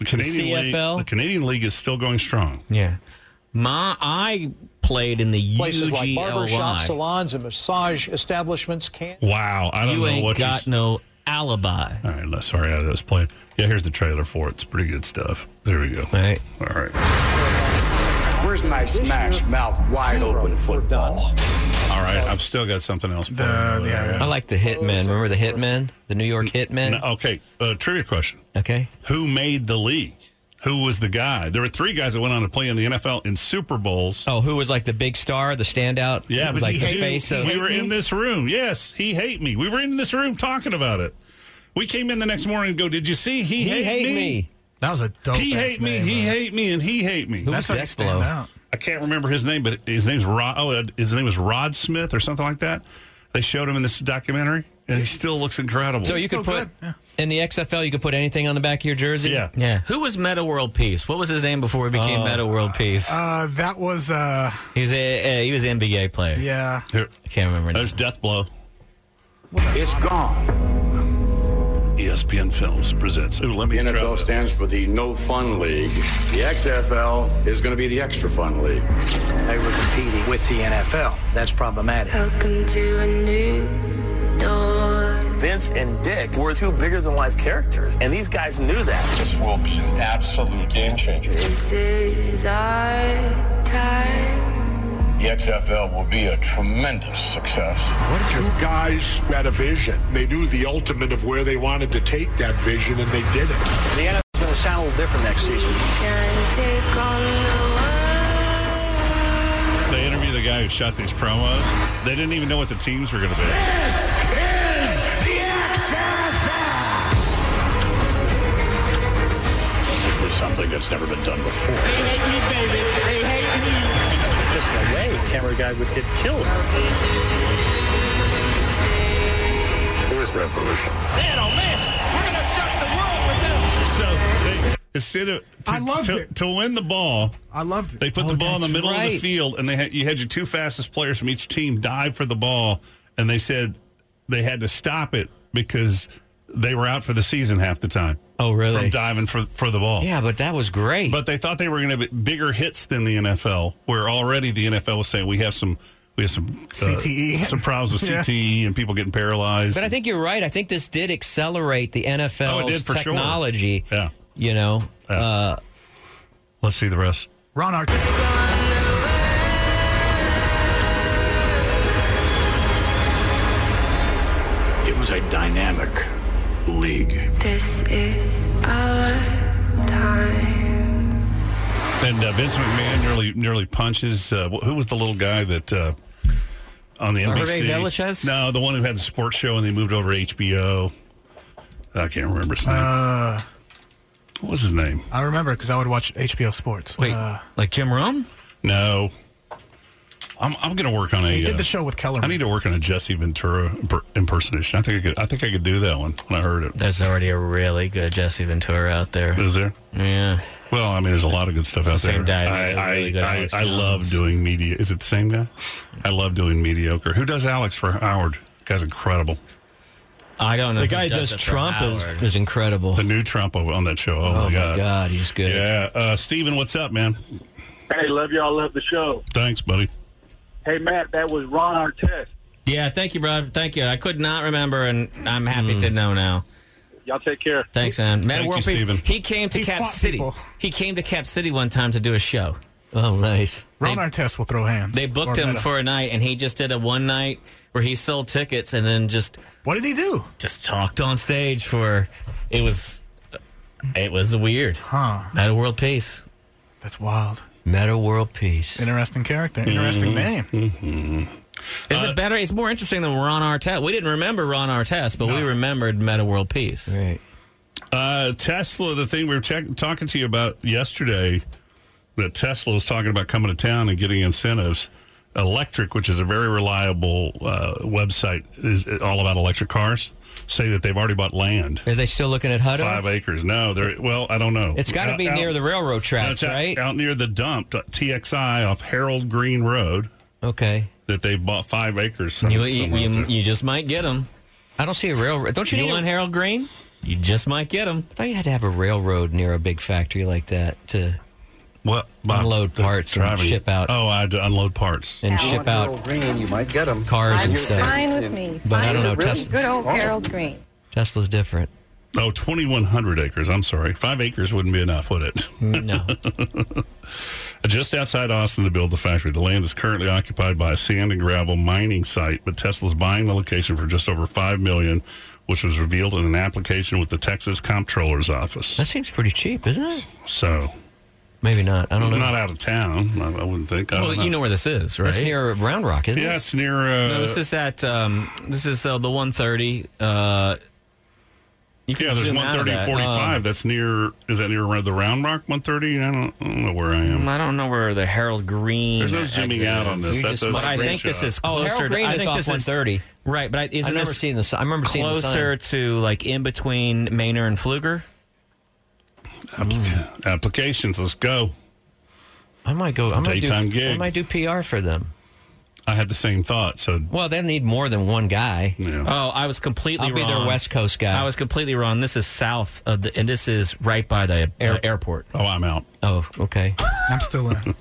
[SPEAKER 1] the Canadian
[SPEAKER 3] the CFL.
[SPEAKER 1] League. The Canadian League is still going strong.
[SPEAKER 6] yeah, my I played in the
[SPEAKER 8] Places like
[SPEAKER 1] E
[SPEAKER 8] barbershop
[SPEAKER 6] UGLY.
[SPEAKER 8] salons and massage establishments can
[SPEAKER 1] Wow, I don't
[SPEAKER 6] you
[SPEAKER 1] know
[SPEAKER 6] ain't
[SPEAKER 1] what. you
[SPEAKER 6] got
[SPEAKER 1] s-
[SPEAKER 6] no alibi.
[SPEAKER 1] all right, no, sorry, I was playing. Yeah, here's the trailer for it. It's pretty good stuff. There we go. All
[SPEAKER 3] right.
[SPEAKER 1] All right.
[SPEAKER 12] Where's my smash mouth wide open football?
[SPEAKER 1] All right. I've still got something else. playing
[SPEAKER 5] Uh,
[SPEAKER 1] over there.
[SPEAKER 5] yeah.
[SPEAKER 3] I like the Hitmen. Remember the Hitmen? The New York Hitmen?
[SPEAKER 1] No, Okay. Uh, trivia question.
[SPEAKER 3] Okay.
[SPEAKER 1] who made the league? Who was the guy? There were three guys that went on to play in the NFL in Super Bowls.
[SPEAKER 3] Oh, who was like the big star, the standout?
[SPEAKER 1] yeah, but
[SPEAKER 3] like
[SPEAKER 1] he
[SPEAKER 3] the
[SPEAKER 1] hate-
[SPEAKER 3] face of.
[SPEAKER 1] we were in this room. Yes, he hate me. We were in this room talking about it. We came in the next morning and go, "Did you see he,
[SPEAKER 3] he
[SPEAKER 1] hate,
[SPEAKER 3] hate me.
[SPEAKER 1] me?
[SPEAKER 5] That was a dope.
[SPEAKER 1] He
[SPEAKER 5] ass
[SPEAKER 1] hate me.
[SPEAKER 5] name,
[SPEAKER 1] He
[SPEAKER 5] though.
[SPEAKER 1] hate me, and he hate me."
[SPEAKER 5] That's how you stand
[SPEAKER 6] Dexlo?
[SPEAKER 5] out.
[SPEAKER 1] I can't remember his name, but his name's Rod. Oh, uh, his name was Rod Smith or something like that. They showed him in this documentary, and he still looks incredible.
[SPEAKER 3] So you could
[SPEAKER 5] still
[SPEAKER 3] put
[SPEAKER 5] good, yeah.
[SPEAKER 3] in the XFL, you could put anything on the back of your jersey.
[SPEAKER 1] yeah,
[SPEAKER 6] Yeah, who was Meta World Peace? What was his name before he became Meta World Peace?
[SPEAKER 5] Uh, that was uh,
[SPEAKER 6] He's a, uh, he was an NBA player.
[SPEAKER 5] yeah.
[SPEAKER 1] Here,
[SPEAKER 6] I can't remember. now.
[SPEAKER 1] there's Death Blow.
[SPEAKER 12] It's gone.
[SPEAKER 1] ESPN Films presents. Ooh, let me
[SPEAKER 12] The
[SPEAKER 1] try
[SPEAKER 12] NFL
[SPEAKER 1] this.
[SPEAKER 12] stands for the No Fun League. The XFL is going to be the Extra Fun League.
[SPEAKER 8] They were competing with the NFL. That's problematic.
[SPEAKER 13] Welcome to a new dawn.
[SPEAKER 2] Vince and Dick were two bigger than life characters, and these guys knew that.
[SPEAKER 10] This will be an absolute game changer.
[SPEAKER 13] This is our time.
[SPEAKER 12] The XFL will be a tremendous success.
[SPEAKER 10] Two guys had a vision. They knew the ultimate of where they wanted to take that vision, and they did it.
[SPEAKER 8] The NFL is going to sound a little different next season.
[SPEAKER 13] Can take on the world.
[SPEAKER 1] They interviewed the guy who shot these promos. They didn't even know what the teams were going to be.
[SPEAKER 12] Simply something that's never been done before.
[SPEAKER 2] They hate me, baby. They hate me.
[SPEAKER 8] There's no way a camera guy would get killed.
[SPEAKER 13] Welcome
[SPEAKER 12] this revolution.
[SPEAKER 2] Man, oh man, we're gonna shock the world with this.
[SPEAKER 1] So they, instead of to,
[SPEAKER 5] I loved
[SPEAKER 1] to,
[SPEAKER 5] it.
[SPEAKER 1] to win the ball,
[SPEAKER 5] I loved it.
[SPEAKER 1] they put
[SPEAKER 5] Oh,
[SPEAKER 1] the ball in the
[SPEAKER 5] that's
[SPEAKER 1] middle of the
[SPEAKER 5] right.
[SPEAKER 1] field, and they had, you had your two fastest players from each team dive for the ball, and they said they had to stop it because they were out for the season half the time.
[SPEAKER 3] Oh, really?
[SPEAKER 1] From diving for for the ball.
[SPEAKER 3] Yeah, but that was great.
[SPEAKER 1] But they thought they were going to have bigger hits than the NFL, where already the NFL was saying we have some we have some uh,
[SPEAKER 5] CTE.
[SPEAKER 1] some problems with
[SPEAKER 5] Yeah.
[SPEAKER 1] CTE and people getting paralyzed.
[SPEAKER 3] But I think you're right. I think this did accelerate the NFL's
[SPEAKER 1] Oh, it did for sure.
[SPEAKER 3] technology.
[SPEAKER 1] Yeah.
[SPEAKER 3] You know, uh,
[SPEAKER 1] let's see the rest.
[SPEAKER 5] Ron Artest.
[SPEAKER 14] It was a dynamic league.
[SPEAKER 13] This is our time.
[SPEAKER 1] And uh, Vince McMahon nearly nearly punches. Uh, wh- who was the little guy that uh, on the
[SPEAKER 6] Hervé
[SPEAKER 1] NBC?
[SPEAKER 6] Villechaize?
[SPEAKER 1] No, the one who had the sports show and they moved over to HBO. I can't remember his name.
[SPEAKER 5] Uh,
[SPEAKER 1] what was his name?
[SPEAKER 5] I remember because I would watch HBO Sports.
[SPEAKER 1] Wait,
[SPEAKER 5] Uh,
[SPEAKER 6] like Jim Rome?
[SPEAKER 1] No. I'm, I'm going to work on a.
[SPEAKER 5] he did
[SPEAKER 1] uh,
[SPEAKER 5] the show with Keller.
[SPEAKER 1] I need to work on a Jesse Ventura imper- impersonation. I think I could. I think I could do that one when I heard it.
[SPEAKER 6] There's already a really good Jesse Ventura out there.
[SPEAKER 1] Is there?
[SPEAKER 6] Yeah.
[SPEAKER 1] Well, I mean, there's a lot of good stuff out
[SPEAKER 6] It's the
[SPEAKER 1] there.
[SPEAKER 6] same guy who does a
[SPEAKER 1] I,
[SPEAKER 6] really good
[SPEAKER 1] I,
[SPEAKER 6] Alex
[SPEAKER 1] I, I love
[SPEAKER 6] Jones.
[SPEAKER 1] doing media. Is it the same guy? I love doing mediocre. Who does Alex for Howard? Guy's incredible.
[SPEAKER 6] I don't know.
[SPEAKER 3] the
[SPEAKER 6] who
[SPEAKER 3] guy who does
[SPEAKER 6] it for
[SPEAKER 3] Trump is,
[SPEAKER 6] Howard.
[SPEAKER 3] is incredible.
[SPEAKER 1] The new Trump over on that show. Oh, my god.
[SPEAKER 3] he's good.
[SPEAKER 1] Yeah. Uh, Steven, what's up, man?
[SPEAKER 15] Hey, love y'all. Love the show.
[SPEAKER 1] Thanks, buddy.
[SPEAKER 15] Hey, Matt, that was Ron Artest.
[SPEAKER 6] Yeah, thank you, Brad. Thank you. I could not remember, and I'm happy to know now.
[SPEAKER 15] Y'all take care.
[SPEAKER 6] Thanks, man. Matt
[SPEAKER 15] Thank
[SPEAKER 6] World
[SPEAKER 15] you,
[SPEAKER 6] Peace.
[SPEAKER 15] Steven.
[SPEAKER 6] He came to
[SPEAKER 15] He
[SPEAKER 6] Cap
[SPEAKER 15] fought
[SPEAKER 6] City.
[SPEAKER 15] people.
[SPEAKER 6] He came to Cap City one time to do a show.
[SPEAKER 3] Oh, nice.
[SPEAKER 5] Ron Artest will throw hands.
[SPEAKER 6] They booked
[SPEAKER 5] Or
[SPEAKER 6] him
[SPEAKER 5] Meta.
[SPEAKER 6] for a night, and he just did a one night where he sold tickets and then just
[SPEAKER 5] what did he do?
[SPEAKER 6] Just talked on stage for it was it was weird.
[SPEAKER 5] Huh.
[SPEAKER 6] Meta World Peace.
[SPEAKER 5] That's wild.
[SPEAKER 3] Meta World Peace.
[SPEAKER 5] Interesting character. Interesting name.
[SPEAKER 14] Mm-hmm.
[SPEAKER 6] Is it better? It's more interesting than Ron Artest. We didn't remember Ron Artest, but we remembered Meta World Peace.
[SPEAKER 3] Right.
[SPEAKER 1] Uh, Tesla, the thing we were check- talking to you about yesterday, that Tesla was talking about coming to town and getting incentives. Electric, which is a very reliable uh, website, is uh, all about electric cars. Say that they've already bought land,
[SPEAKER 3] Are they still looking at Hutto?
[SPEAKER 1] five acres. No, they're well, I don't know.
[SPEAKER 3] It's got to
[SPEAKER 1] Out-
[SPEAKER 3] be
[SPEAKER 1] out-
[SPEAKER 3] near the railroad
[SPEAKER 1] no,
[SPEAKER 3] tracks,
[SPEAKER 1] it's out-
[SPEAKER 3] right?
[SPEAKER 1] Out near the dump, uh, TXI off Harold Green Road.
[SPEAKER 3] Okay,
[SPEAKER 1] that they bought five acres. some-
[SPEAKER 6] You, you,
[SPEAKER 1] somewhere out
[SPEAKER 6] you,
[SPEAKER 1] there.
[SPEAKER 6] you just might get him.
[SPEAKER 3] I don't see a railroad. Don't you
[SPEAKER 6] you
[SPEAKER 3] need
[SPEAKER 6] want
[SPEAKER 3] a-
[SPEAKER 6] Harold Green? You just might get him.
[SPEAKER 3] I thought you had to have a railroad near a big factory like that to
[SPEAKER 1] what
[SPEAKER 3] unload parts and
[SPEAKER 1] driving-
[SPEAKER 3] ship out.
[SPEAKER 1] Oh, I had to unload parts
[SPEAKER 3] and ship out
[SPEAKER 8] Green, you might get them.
[SPEAKER 3] cars and stuff.
[SPEAKER 16] Fine with me.
[SPEAKER 3] But I
[SPEAKER 16] Fine
[SPEAKER 3] don't know,
[SPEAKER 16] with me.
[SPEAKER 3] Tesla-
[SPEAKER 16] Good old
[SPEAKER 8] Oh.
[SPEAKER 16] Harold Green.
[SPEAKER 3] Tesla's different.
[SPEAKER 1] Oh, 2,100 acres. I'm sorry. Five acres wouldn't be enough, would it?
[SPEAKER 6] No.
[SPEAKER 3] Mm,
[SPEAKER 1] Just outside Austin to build the factory. The land is currently occupied by a sand and gravel mining site, but Tesla's buying the location for just over $5 million, which was revealed in an application with the Texas Comptroller's Office.
[SPEAKER 3] That seems pretty cheap, isn't it?
[SPEAKER 1] So,
[SPEAKER 3] Maybe not. I don't know.
[SPEAKER 1] not out of town, I, I wouldn't think. I
[SPEAKER 6] Well,
[SPEAKER 1] don't
[SPEAKER 6] you know where this is, right?
[SPEAKER 3] That's near Round Rock, isn't it?
[SPEAKER 1] Yeah, it's near. Uh,
[SPEAKER 6] no, this is at um, this is uh, the one thirty. Uh, you can
[SPEAKER 1] yeah, there's
[SPEAKER 6] zoom out of
[SPEAKER 1] 130
[SPEAKER 6] that. Um,
[SPEAKER 1] 45. That's near. Is that near around the Round Rock 130? I don't, I don't know where I am.
[SPEAKER 6] Um, I don't know where the Harold Green.
[SPEAKER 1] There's no zooming
[SPEAKER 6] exit
[SPEAKER 1] out on
[SPEAKER 6] is.
[SPEAKER 1] this. You That's just a
[SPEAKER 6] but I think this
[SPEAKER 1] screenshot.
[SPEAKER 6] is
[SPEAKER 3] Oh,
[SPEAKER 6] closer.
[SPEAKER 3] Harold
[SPEAKER 6] to-
[SPEAKER 3] Green
[SPEAKER 6] I
[SPEAKER 3] is
[SPEAKER 6] think
[SPEAKER 3] off
[SPEAKER 6] this
[SPEAKER 3] 130.
[SPEAKER 6] right, but I- isn't
[SPEAKER 3] I've never
[SPEAKER 6] this
[SPEAKER 3] seen this. I remember seeing the sign.
[SPEAKER 6] closer to like in between Maynor and Pfluger? Mm.
[SPEAKER 1] Applications. Let's go.
[SPEAKER 3] I might go. I might
[SPEAKER 1] Daytime
[SPEAKER 3] do,
[SPEAKER 1] gig.
[SPEAKER 3] I might do PR for them.
[SPEAKER 1] I had the same thought. So
[SPEAKER 3] Well, they need more than one guy.
[SPEAKER 6] Oh, I was completely
[SPEAKER 3] I'll be
[SPEAKER 6] wrong.
[SPEAKER 3] their West Coast guy.
[SPEAKER 6] I was completely wrong. This is south of the, and this is right by the air, airport.
[SPEAKER 1] Oh, I'm out.
[SPEAKER 3] Oh, okay.
[SPEAKER 5] I'm still in.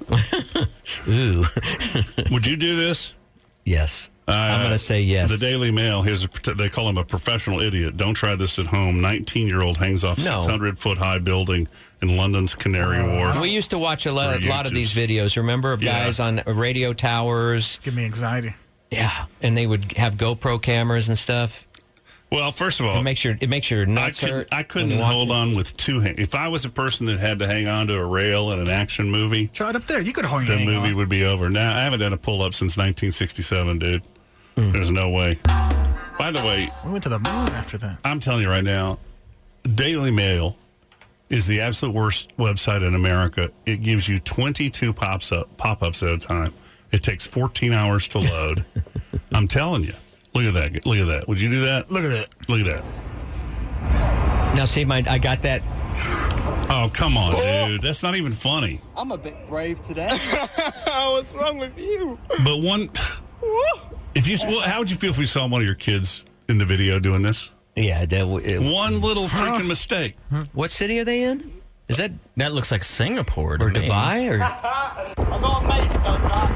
[SPEAKER 3] Ooh.
[SPEAKER 1] Would you do this?
[SPEAKER 3] Yes. I'm going to say yes.
[SPEAKER 1] Uh, The Daily Mail. Here's a, prote- they call him a professional idiot. Don't try this at home. 19 year old hangs off
[SPEAKER 3] No.
[SPEAKER 1] 600 foot high building in London's Canary
[SPEAKER 5] Uh,
[SPEAKER 1] Wharf.
[SPEAKER 3] Uh, we used to watch a lot,
[SPEAKER 1] For
[SPEAKER 3] lot of these
[SPEAKER 1] YouTube.
[SPEAKER 3] videos, remember, of
[SPEAKER 1] Yeah.
[SPEAKER 3] guys on radio towers.
[SPEAKER 5] Give me anxiety.
[SPEAKER 3] Yeah. And they would have GoPro cameras and stuff.
[SPEAKER 1] Well, first of all,
[SPEAKER 3] it makes your it makes your
[SPEAKER 1] I,
[SPEAKER 3] nuts
[SPEAKER 1] could,
[SPEAKER 3] hurt.
[SPEAKER 1] I
[SPEAKER 3] when
[SPEAKER 1] couldn't
[SPEAKER 3] you watch
[SPEAKER 1] hold
[SPEAKER 3] it.
[SPEAKER 1] on with two hands. If I was a person that had to hang on to a rail in an action movie,
[SPEAKER 5] Try it up there. You could hang,
[SPEAKER 1] the
[SPEAKER 5] hang
[SPEAKER 1] movie
[SPEAKER 5] on.
[SPEAKER 1] would be over. Now I haven't done a pull up since 1967, dude.
[SPEAKER 3] Hmm.
[SPEAKER 1] There's no way. By the way,
[SPEAKER 5] We went to the moon after that.
[SPEAKER 1] I'm telling you right now, Daily Mail is the absolute worst website in America. It gives you 22 pops up pop ups at a time. It takes 14 hours to load. I'm telling you, Look at that. Look at that. Would you do that?
[SPEAKER 5] Look at that.
[SPEAKER 1] Look at that.
[SPEAKER 3] Now, see, my I got that.
[SPEAKER 1] Oh, come on, dude. That's not even funny.
[SPEAKER 16] I'm a bit brave today. What's wrong with you?
[SPEAKER 1] But one, if you, well, how would you feel if we saw one of your kids in the video doing this?
[SPEAKER 3] Yeah, that
[SPEAKER 1] one little freaking mistake.
[SPEAKER 3] What city are they in? Is that
[SPEAKER 6] that looks like Singapore to
[SPEAKER 3] or
[SPEAKER 6] me.
[SPEAKER 3] Dubai or
[SPEAKER 16] I got mates, does that?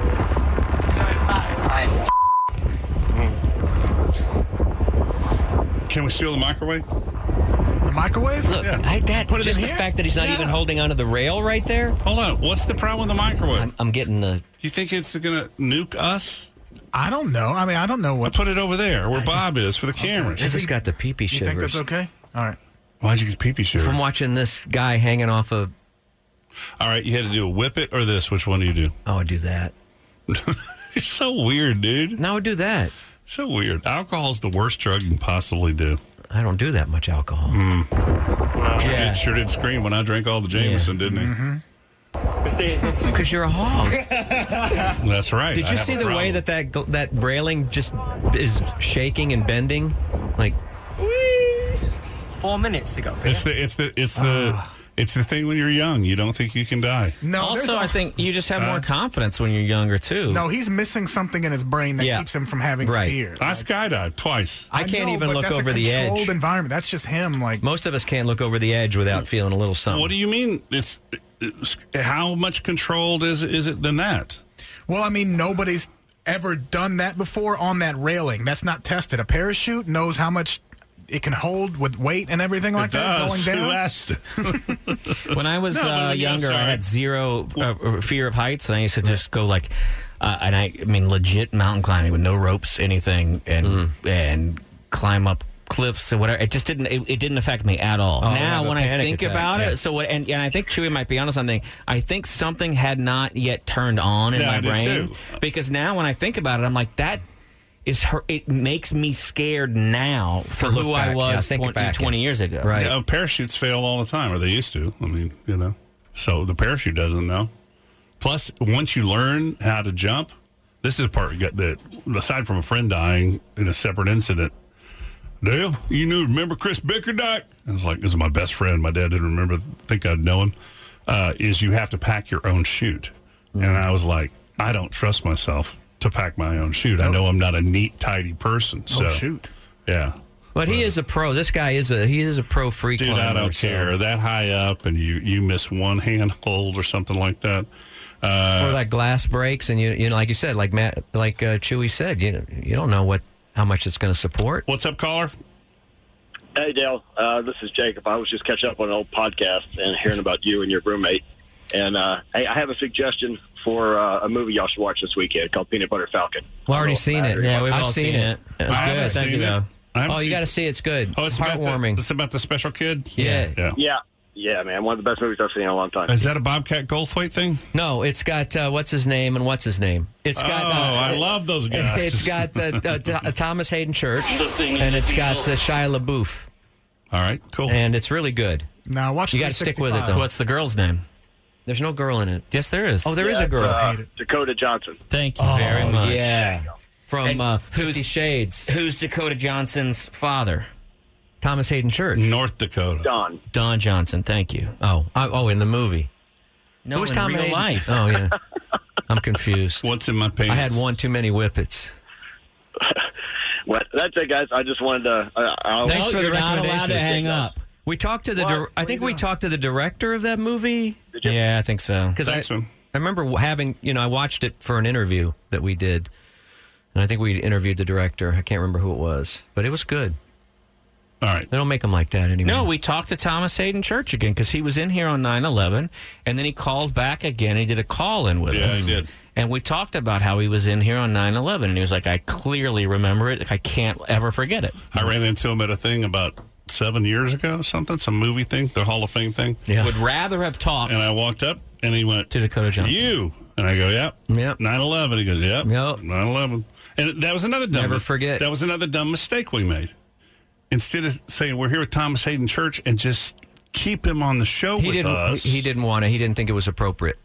[SPEAKER 1] Can we steal the microwave?
[SPEAKER 5] The microwave?
[SPEAKER 3] Look, I, that
[SPEAKER 1] Put it
[SPEAKER 3] just
[SPEAKER 1] in
[SPEAKER 3] the
[SPEAKER 1] here?
[SPEAKER 3] fact that he's not
[SPEAKER 1] Yeah.
[SPEAKER 3] even holding onto the rail right there.
[SPEAKER 1] Hold on. What's the problem with the microwave?
[SPEAKER 3] I'm, uh, I'm getting the.
[SPEAKER 1] You think it's going to nuke us?
[SPEAKER 5] I don't know. I mean, I don't know what.
[SPEAKER 1] Put it over there where Bob is for the cameras.
[SPEAKER 3] I just got the pee pee
[SPEAKER 5] You think that's
[SPEAKER 3] shivers
[SPEAKER 5] okay? All right.
[SPEAKER 1] Why'd you get pee pee shivers?
[SPEAKER 3] from watching this guy hanging off of.
[SPEAKER 1] All right, you had to do a whip it or this. Which one do you do?
[SPEAKER 3] Oh, I do that.
[SPEAKER 1] You're so weird, dude.
[SPEAKER 3] No, I do that.
[SPEAKER 1] So weird. Alcohol's the worst drug you can possibly do. Mm.
[SPEAKER 3] I don't do that much alcohol.
[SPEAKER 1] Sure,
[SPEAKER 3] Yeah. Mm-hmm.
[SPEAKER 1] did, sure did scream when I drank all the Jameson, didn't he?
[SPEAKER 3] Because you're a hog.
[SPEAKER 1] That's right.
[SPEAKER 3] Did
[SPEAKER 1] I
[SPEAKER 3] you
[SPEAKER 1] have
[SPEAKER 3] see
[SPEAKER 1] a
[SPEAKER 3] the
[SPEAKER 1] problem.
[SPEAKER 3] way that, that gl- that railing just is shaking and bending? Like,
[SPEAKER 16] Four minutes to go.
[SPEAKER 1] It's the it's the it's the
[SPEAKER 3] Ah.
[SPEAKER 1] it's the thing when you're young. You don't think you can die. Uh,
[SPEAKER 5] No,
[SPEAKER 6] also,
[SPEAKER 5] there's a- Uh,
[SPEAKER 6] I think you just have
[SPEAKER 1] Huh?
[SPEAKER 6] more confidence when you're younger too.
[SPEAKER 5] No, he's missing something in his brain that
[SPEAKER 6] Yeah.
[SPEAKER 5] keeps him from having
[SPEAKER 3] Right.
[SPEAKER 5] fear.
[SPEAKER 1] I skydived twice.
[SPEAKER 3] I can't
[SPEAKER 5] know,
[SPEAKER 3] even
[SPEAKER 5] but
[SPEAKER 3] look
[SPEAKER 5] that's
[SPEAKER 3] over
[SPEAKER 5] a
[SPEAKER 3] the edge.
[SPEAKER 5] Controlled environment. That's just him. Like
[SPEAKER 3] most of us can't look over the edge without feeling a little something.
[SPEAKER 1] What do you mean? It's, it's how much controlled is is it than that?
[SPEAKER 5] Well, I mean, nobody's ever done that before on that railing. That's not tested. A parachute knows how much it can hold with weight and everything like
[SPEAKER 1] it
[SPEAKER 5] that
[SPEAKER 1] does.
[SPEAKER 5] going
[SPEAKER 1] Who
[SPEAKER 5] down.
[SPEAKER 1] asked?
[SPEAKER 6] When I was
[SPEAKER 1] No, but
[SPEAKER 6] uh,
[SPEAKER 1] when you- I'm
[SPEAKER 6] younger, I
[SPEAKER 1] sorry.
[SPEAKER 6] had zero uh, uh, fear of heights, and I used to just go like, uh, and I, I mean, legit mountain climbing with no ropes, anything, and
[SPEAKER 3] Mm.
[SPEAKER 6] and climb up cliffs and whatever. It just didn't. It, it didn't affect me at all.
[SPEAKER 3] Oh,
[SPEAKER 6] now,
[SPEAKER 3] have a
[SPEAKER 6] when I
[SPEAKER 3] panic
[SPEAKER 6] think
[SPEAKER 3] attack,
[SPEAKER 6] about
[SPEAKER 3] yeah.
[SPEAKER 6] it, so what, and, and I think Chewy might be onto something. I think something had not yet turned on in
[SPEAKER 1] Yeah,
[SPEAKER 6] my
[SPEAKER 1] I do
[SPEAKER 6] brain
[SPEAKER 1] too.
[SPEAKER 6] because now when I think about it, I'm like that. Is her, it makes me scared now for
[SPEAKER 3] To look
[SPEAKER 6] who I
[SPEAKER 3] back. Yeah,
[SPEAKER 6] was
[SPEAKER 3] think
[SPEAKER 6] 20,
[SPEAKER 3] back.
[SPEAKER 6] 20 years ago.
[SPEAKER 3] Right.
[SPEAKER 1] Yeah, parachutes fail all the time, or they used to. I mean, you know. So the parachute doesn't know. Plus, once you learn how to jump, this is the part we got that, aside from a friend dying in a separate incident, Dale, you knew, remember Chris Bickerdike? I was like, this is my best friend. My dad didn't remember, think I'd know him. Uh, is you have to pack your own chute. And I was like, I don't trust myself to pack my own chute. I know I'm not a neat, tidy person. So,
[SPEAKER 5] Oh shoot!
[SPEAKER 1] yeah.
[SPEAKER 3] But he is a pro. This guy is a he is a pro free
[SPEAKER 1] Dude,
[SPEAKER 3] climber.
[SPEAKER 1] I don't
[SPEAKER 3] so-
[SPEAKER 1] care. That high up, and you you miss one handhold or something like that. Uh,
[SPEAKER 3] or that glass breaks, and you you know, like you said, like Matt, like uh, Chewy said, you you don't know what how much it's going to support.
[SPEAKER 1] what's up, caller?
[SPEAKER 17] Hey, Dale. Uh, this is Jacob. I was just catching up on an old podcast and hearing about you and your roommate. And uh, hey, I have a suggestion for uh, a movie y'all should watch this weekend called Peanut Butter Falcon.
[SPEAKER 3] Well, I already
[SPEAKER 17] Oh,
[SPEAKER 3] seen it.
[SPEAKER 17] Saturday.
[SPEAKER 6] Yeah, we've
[SPEAKER 3] I've
[SPEAKER 6] all
[SPEAKER 3] seen,
[SPEAKER 6] seen
[SPEAKER 3] it.
[SPEAKER 6] it.
[SPEAKER 3] It's
[SPEAKER 1] I haven't
[SPEAKER 3] good.
[SPEAKER 1] seen
[SPEAKER 6] Thank you,
[SPEAKER 1] it.
[SPEAKER 6] though.
[SPEAKER 1] I haven't
[SPEAKER 3] Oh, you
[SPEAKER 1] seen
[SPEAKER 3] got to
[SPEAKER 1] it.
[SPEAKER 3] see it. It's good.
[SPEAKER 1] Oh, it's, about
[SPEAKER 3] heartwarming.
[SPEAKER 1] The, it's about the special kid.
[SPEAKER 3] Yeah.
[SPEAKER 1] yeah.
[SPEAKER 17] Yeah, yeah, man. One of the best movies I've seen in a long time.
[SPEAKER 1] Is that a Bobcat Goldthwait thing?
[SPEAKER 3] no, it's got uh, what's his name and what's his name. It's got.
[SPEAKER 1] oh, I
[SPEAKER 3] uh,
[SPEAKER 1] love those guys.
[SPEAKER 3] It's got uh, uh, Th- uh, Thomas Hayden Church,
[SPEAKER 2] thing is
[SPEAKER 3] and it's
[SPEAKER 2] the
[SPEAKER 3] got
[SPEAKER 2] deal.
[SPEAKER 3] uh, Shia LaBeouf,
[SPEAKER 1] All right, cool.
[SPEAKER 3] and it's really good.
[SPEAKER 5] Now watch.
[SPEAKER 3] You gotta stick with it,
[SPEAKER 5] 365.
[SPEAKER 3] though.
[SPEAKER 6] What's the girl's name?
[SPEAKER 3] There's no girl in it.
[SPEAKER 6] Yes, there is.
[SPEAKER 3] Oh, there is a girl.
[SPEAKER 17] Uh, Dakota Johnson.
[SPEAKER 6] Thank you very
[SPEAKER 3] Oh,
[SPEAKER 6] much.
[SPEAKER 3] Yeah, from
[SPEAKER 6] And
[SPEAKER 3] uh,
[SPEAKER 6] who's-
[SPEAKER 3] Fifty Shades.
[SPEAKER 6] Who's Dakota Johnson's father?
[SPEAKER 3] Thomas Hayden Church.
[SPEAKER 1] North Dakota.
[SPEAKER 17] Don.
[SPEAKER 6] Don Johnson. Thank you.
[SPEAKER 3] Oh, I, oh, in the movie.
[SPEAKER 6] No,
[SPEAKER 3] Who's
[SPEAKER 6] in
[SPEAKER 3] Tom
[SPEAKER 6] real
[SPEAKER 3] Hayden?
[SPEAKER 6] life.
[SPEAKER 3] Oh yeah, I'm confused.
[SPEAKER 1] What's in my pants?
[SPEAKER 3] I had one too many whippets.
[SPEAKER 17] Well, that's it, guys. I just wanted to. Uh, I,
[SPEAKER 6] Thanks
[SPEAKER 3] Oh,
[SPEAKER 6] for the
[SPEAKER 3] you're not
[SPEAKER 6] recommendation.
[SPEAKER 3] allowed to hang up. We talked to the.
[SPEAKER 17] What?
[SPEAKER 3] dir- I
[SPEAKER 17] What
[SPEAKER 3] think
[SPEAKER 17] are you
[SPEAKER 3] we
[SPEAKER 17] doing?
[SPEAKER 3] talked to the director of that movie
[SPEAKER 6] Yeah, I think so.
[SPEAKER 3] because I,
[SPEAKER 1] Thanks, man.
[SPEAKER 3] I remember w- having you know I watched it for an interview that we did, and I think we interviewed the director. I can't remember who it was, but it was good.
[SPEAKER 1] All right.
[SPEAKER 3] They don't make them like that anymore.
[SPEAKER 6] No, we talked to Thomas Hayden Church again because he was in here on 9 11, and then he called back again. He did a call in with
[SPEAKER 1] Yeah,
[SPEAKER 6] us.
[SPEAKER 1] he did.
[SPEAKER 6] And we talked about how he was in here on 9 11, and he was like, I clearly remember it. Like, I can't ever forget it.
[SPEAKER 1] I ran into him at a thing about seven years ago, something, some movie thing, the Hall of Fame thing.
[SPEAKER 3] Yeah.
[SPEAKER 6] Would rather have talked
[SPEAKER 1] And I walked up, and he went,
[SPEAKER 6] to Dakota Johnson.
[SPEAKER 1] You. And I go, yep.
[SPEAKER 3] Yep.
[SPEAKER 1] 9 11. He goes, yep.
[SPEAKER 3] Yep.
[SPEAKER 1] 9 11. And that was another dumb
[SPEAKER 3] Never forget.
[SPEAKER 1] That was another dumb mistake we made. Instead of saying we're here with Thomas Hayden Church and just keep him on the show
[SPEAKER 3] he
[SPEAKER 1] with
[SPEAKER 3] didn't.
[SPEAKER 1] us.
[SPEAKER 3] He, he didn't want to. He didn't think it was appropriate.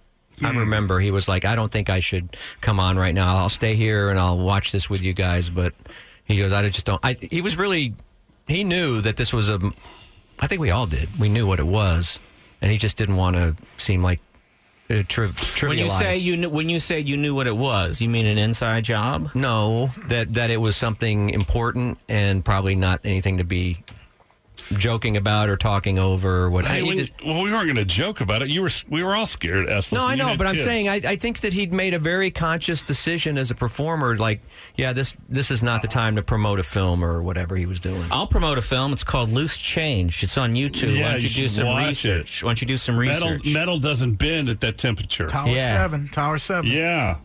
[SPEAKER 3] I
[SPEAKER 6] Hmm.
[SPEAKER 3] remember he was like, "I don't think I should come on right now. I'll stay here and I'll watch this with you guys." But He goes, I just don't. I, he was really, he knew that this was a. I think we all did. We knew what it was, and he just didn't want to seem like uh, tri- trivialize.
[SPEAKER 6] When you say you kn- when you say you knew what it was, you mean an inside job?
[SPEAKER 3] No, that that it was something important and probably not anything to be joking about or talking over or whatever.
[SPEAKER 1] Hey,
[SPEAKER 3] He
[SPEAKER 1] we,
[SPEAKER 3] just-
[SPEAKER 1] well, we weren't going to joke about it. You were, we were all scared. Essless.
[SPEAKER 3] no, I
[SPEAKER 1] You
[SPEAKER 3] know,
[SPEAKER 1] had
[SPEAKER 3] but I'm
[SPEAKER 1] kids.
[SPEAKER 3] saying uh, I, I think that he'd made a very conscious decision as a performer. Like, yeah, this this is not the time to promote a film or whatever he was doing.
[SPEAKER 6] I'll promote a film. It's called Loose Change. It's on YouTube.
[SPEAKER 1] Yeah,
[SPEAKER 6] Why don't
[SPEAKER 1] you
[SPEAKER 6] you, do
[SPEAKER 1] should
[SPEAKER 6] some
[SPEAKER 1] watch
[SPEAKER 6] research? Why don't you do some
[SPEAKER 1] metal,
[SPEAKER 6] research?
[SPEAKER 1] metal doesn't bend at that temperature.
[SPEAKER 5] Tower seven. Tower seven.
[SPEAKER 1] Yeah.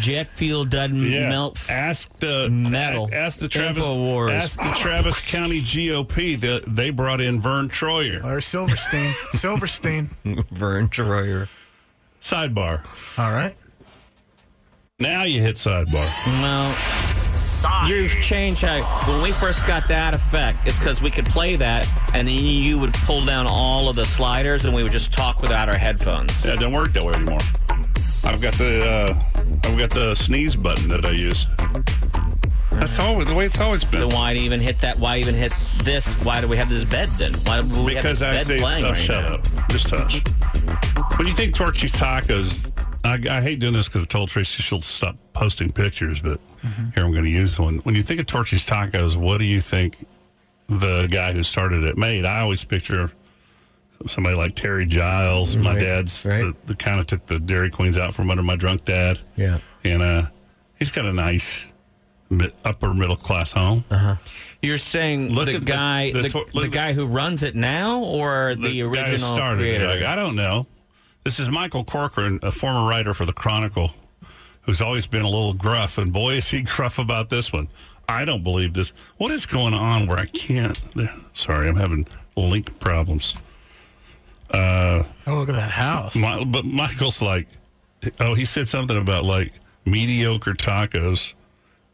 [SPEAKER 6] Jet fuel doesn't
[SPEAKER 1] Yeah.
[SPEAKER 6] melt. f-
[SPEAKER 1] Ask the
[SPEAKER 6] metal.
[SPEAKER 1] Ask the Travis.
[SPEAKER 6] Infowars.
[SPEAKER 1] Ask the Travis County GOP. The, they brought in Vern Troyer.
[SPEAKER 5] Or Silverstein. Silverstein.
[SPEAKER 3] Vern Troyer.
[SPEAKER 1] Sidebar.
[SPEAKER 5] All right.
[SPEAKER 1] Now you hit sidebar.
[SPEAKER 6] No. You've changed how. When we first got that effect, it's because we could play that, and then you would pull down all of the sliders, and we would just talk without our headphones.
[SPEAKER 1] Yeah, it doesn't work that way anymore. I've got the uh, I've got the sneeze button that I use. That's always the way it's always been.
[SPEAKER 6] Then why even hit that? Why even hit this? Why do we have this bed then? Why do we
[SPEAKER 1] because
[SPEAKER 6] have
[SPEAKER 1] I
[SPEAKER 6] this bed
[SPEAKER 1] say
[SPEAKER 6] playing
[SPEAKER 1] stuff.
[SPEAKER 6] right
[SPEAKER 1] shut
[SPEAKER 6] now?
[SPEAKER 1] up. Just hush. What do you think, Torchy's Tacos? I, I hate doing this because I told Tracy she'll stop posting pictures, but
[SPEAKER 3] Mm-hmm.
[SPEAKER 1] here I'm going to use one. When you think of Torchy's Tacos, what do you think the guy who started it made? I always picture somebody like Terry Giles. My
[SPEAKER 3] Right,
[SPEAKER 1] dad's the, the kind of took the Dairy Queens out from under my drunk dad.
[SPEAKER 3] Yeah.
[SPEAKER 1] and uh, he's got a nice mi- upper middle class home. Uh-huh.
[SPEAKER 6] You're saying
[SPEAKER 1] Look
[SPEAKER 6] the
[SPEAKER 1] at the-
[SPEAKER 6] guy,
[SPEAKER 1] the
[SPEAKER 6] the,
[SPEAKER 1] tor-
[SPEAKER 6] the
[SPEAKER 1] look-
[SPEAKER 6] guy who runs it now, or the,
[SPEAKER 1] guy who
[SPEAKER 6] original
[SPEAKER 1] started it.
[SPEAKER 6] creator?
[SPEAKER 1] Like, I don't know. This is Michael Corcoran, a former writer for the Chronicle, who's always been a little gruff, and boy is he gruff about this one. I don't believe this. What is going on where I can't? Sorry, I'm having link problems. Uh,
[SPEAKER 5] Oh, look at that house.
[SPEAKER 1] my, but Michael's like, oh, he said something about like mediocre tacos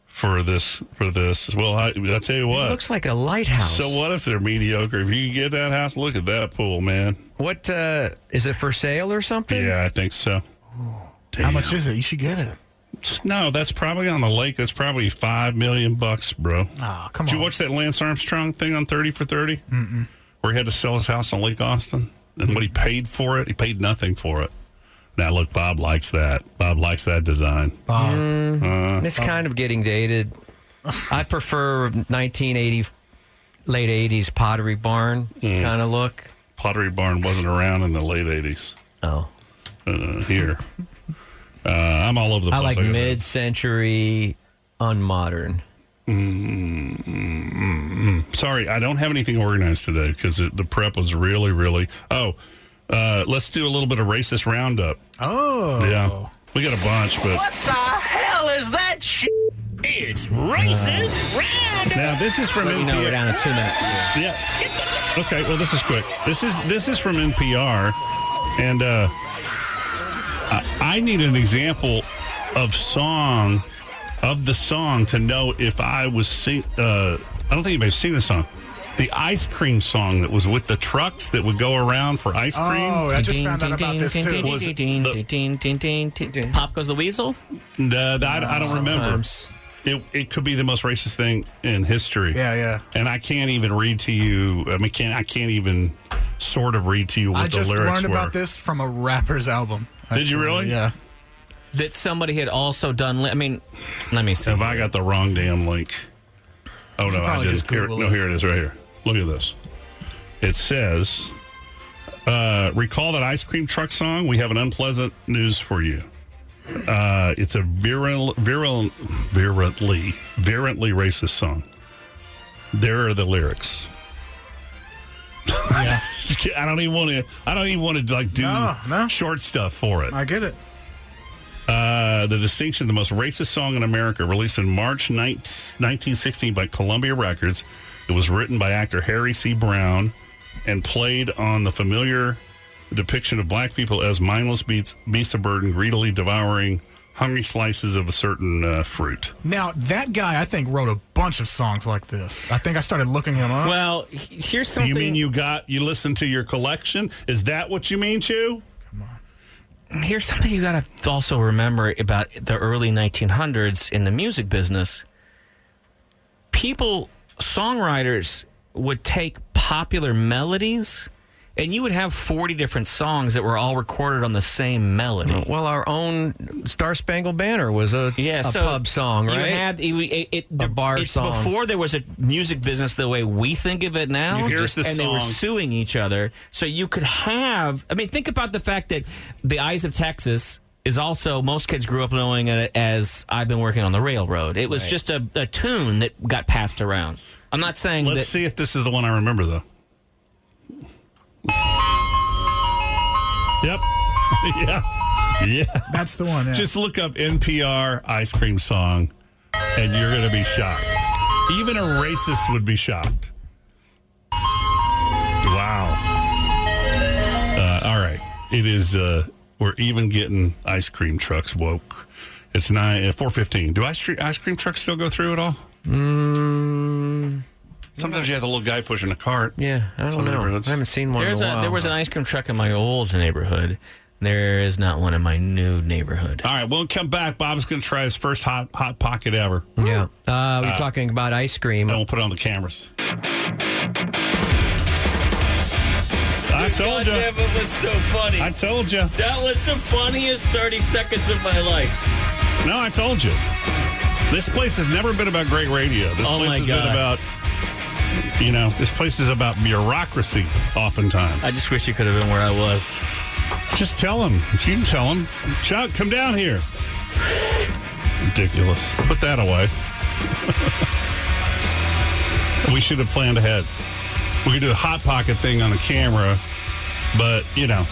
[SPEAKER 1] for this for this. Well, I I tell you what,
[SPEAKER 3] looks like a lighthouse.
[SPEAKER 1] So what if they're mediocre? If you can get that house, look at that pool, man.
[SPEAKER 3] What uh, is it for sale or something?
[SPEAKER 1] Yeah, I think so.
[SPEAKER 5] How much is it? You should get it.
[SPEAKER 1] No, that's probably on the lake. That's probably five million bucks, bro.
[SPEAKER 5] Oh, come
[SPEAKER 1] Did
[SPEAKER 5] on.
[SPEAKER 1] you watch that Lance Armstrong thing on Thirty for 30 Mm-mm. where he had to sell his house on Lake Austin and what he paid for it? He paid nothing for it. Now look, Bob likes that. Bob likes that design.
[SPEAKER 5] Bob.
[SPEAKER 1] Uh,
[SPEAKER 3] Mm. it's kind of getting dated. I prefer 1980, late 80s pottery barn kind of look.
[SPEAKER 1] Mm. Pottery Barn wasn't around in the late '80s.
[SPEAKER 3] Oh,
[SPEAKER 1] uh, here. Uh, I'm all over the
[SPEAKER 3] I
[SPEAKER 1] place.
[SPEAKER 3] like
[SPEAKER 1] I said.
[SPEAKER 3] mid century, unmodern.
[SPEAKER 1] Mm, mm, mm, mm. Sorry, I don't have anything organized today because the prep was really, really. Oh, uh, let's do a little bit of racist roundup.
[SPEAKER 5] Oh,
[SPEAKER 1] yeah, we got a bunch, but
[SPEAKER 9] the hell is that shit? It's
[SPEAKER 1] racist now this is from
[SPEAKER 6] Let me know
[SPEAKER 1] NPR.
[SPEAKER 6] we're down to two minutes.
[SPEAKER 1] Yeah. Okay. Well, this is quick. This is this is from NPR, and uh, I, I need an example of song of the song to know if I was sing. Uh, I don't think anybody's seen the song. The ice cream song that was with the trucks that would go around for ice cream.
[SPEAKER 5] Oh, I just found out about this too.
[SPEAKER 1] Was it the-
[SPEAKER 6] Pop goes the weasel. Oh,
[SPEAKER 1] the, the- I, I don't remember.
[SPEAKER 6] Sometimes.
[SPEAKER 1] It, it could be the most racist thing in history.
[SPEAKER 5] Yeah, yeah.
[SPEAKER 1] And I can't even read to you. I mean, can't I can't even sort of read to you what
[SPEAKER 5] I
[SPEAKER 1] the
[SPEAKER 5] just
[SPEAKER 1] lyrics
[SPEAKER 5] learned
[SPEAKER 1] were.
[SPEAKER 5] about this from a rapper's album.
[SPEAKER 1] Did you really?
[SPEAKER 5] Yeah.
[SPEAKER 6] That somebody had also done. li- I mean, let me see.
[SPEAKER 1] Have I got the wrong damn link? Oh
[SPEAKER 5] You
[SPEAKER 1] no, I
[SPEAKER 5] probably
[SPEAKER 1] did.
[SPEAKER 5] just
[SPEAKER 1] Here,
[SPEAKER 5] Google
[SPEAKER 1] no,
[SPEAKER 5] it.
[SPEAKER 1] here it is, right here. Look at this. It says, uh, "Recall that ice cream truck song. We have an unpleasant news for you. Uh, it's a viril, viril, virulently, virulently racist song. There are the lyrics. Yeah, I don't even want to. I don't even want to like do
[SPEAKER 5] No, no.
[SPEAKER 1] short stuff for it.
[SPEAKER 5] I get it.
[SPEAKER 1] Uh, the distinction, the most racist song in America, released in March 9, 1916 by Columbia Records. It was written by actor Harry C. Brown and played on the familiar depiction of black people as mindless beasts, beasts of burden, greedily devouring hungry slices of a certain uh, fruit.
[SPEAKER 5] Now that guy, I think, wrote a bunch of songs like this. I think I started looking him up.
[SPEAKER 6] Well, he- here's something.
[SPEAKER 1] You mean you got, you listened to your collection? Is that what you mean, Chew?
[SPEAKER 6] Here's something you got to also remember about the early 1900s in the music business. people, songwriters would take popular melodies and you would have 40 different songs that were all recorded on the same melody.
[SPEAKER 3] Well, our own Star Spangled Banner was a,
[SPEAKER 6] yeah,
[SPEAKER 3] a
[SPEAKER 6] so
[SPEAKER 3] pub song,
[SPEAKER 6] You
[SPEAKER 3] right?
[SPEAKER 6] had it, it, it-
[SPEAKER 3] A bar
[SPEAKER 6] it's
[SPEAKER 3] song.
[SPEAKER 6] Before there was a music business the way we think of it now,
[SPEAKER 3] You hear
[SPEAKER 6] just-
[SPEAKER 3] the
[SPEAKER 6] and they were
[SPEAKER 3] song.
[SPEAKER 6] suing each other. So you could have. I mean, think about the fact that the Eyes of Texas is also most kids grew up knowing it as I've been working on the railroad. It was
[SPEAKER 1] Right.
[SPEAKER 6] just a, a tune that got passed around. I'm not saying
[SPEAKER 1] Let's
[SPEAKER 6] that.
[SPEAKER 1] see if this is the one I remember, though. Yep. yeah. Yeah.
[SPEAKER 18] That's the one. yeah.
[SPEAKER 1] Just look up NPR ice cream song, and you're going to be shocked. Even a racist would be shocked. Wow. Uh, all right. It is. Uh, we're even getting ice cream trucks woke. It's nine uh, four fifteen. Do ice, ice cream trucks still go through at all? Mm, Sometimes you have the little guy pushing a cart.
[SPEAKER 3] Yeah, I don't
[SPEAKER 1] Some
[SPEAKER 3] know.
[SPEAKER 1] neighborhoods.
[SPEAKER 3] I haven't seen one.
[SPEAKER 6] There's
[SPEAKER 3] in a
[SPEAKER 6] a,
[SPEAKER 3] while.
[SPEAKER 6] there was an ice cream truck in my old neighborhood. There is not one in my new neighborhood.
[SPEAKER 1] All right, we'll come back. Bob's going to try his first hot hot pocket ever.
[SPEAKER 3] Yeah, uh, we're talking about ice cream.
[SPEAKER 1] And we'll put it on the cameras. I told you.
[SPEAKER 6] That was so funny.
[SPEAKER 1] I told you.
[SPEAKER 6] That was the funniest 30 seconds of my life.
[SPEAKER 1] No, I told you. This place has never been about great radio. This
[SPEAKER 6] Oh,
[SPEAKER 1] place
[SPEAKER 6] my
[SPEAKER 1] has
[SPEAKER 6] God.
[SPEAKER 1] been about, you know, this place is about bureaucracy oftentimes.
[SPEAKER 6] I just wish you could have been where I was.
[SPEAKER 1] Just tell him. You can tell him. Chuck, come down here. Ridiculous. Put that away. we should have planned ahead. We could do the hot pocket thing on the camera, but you know,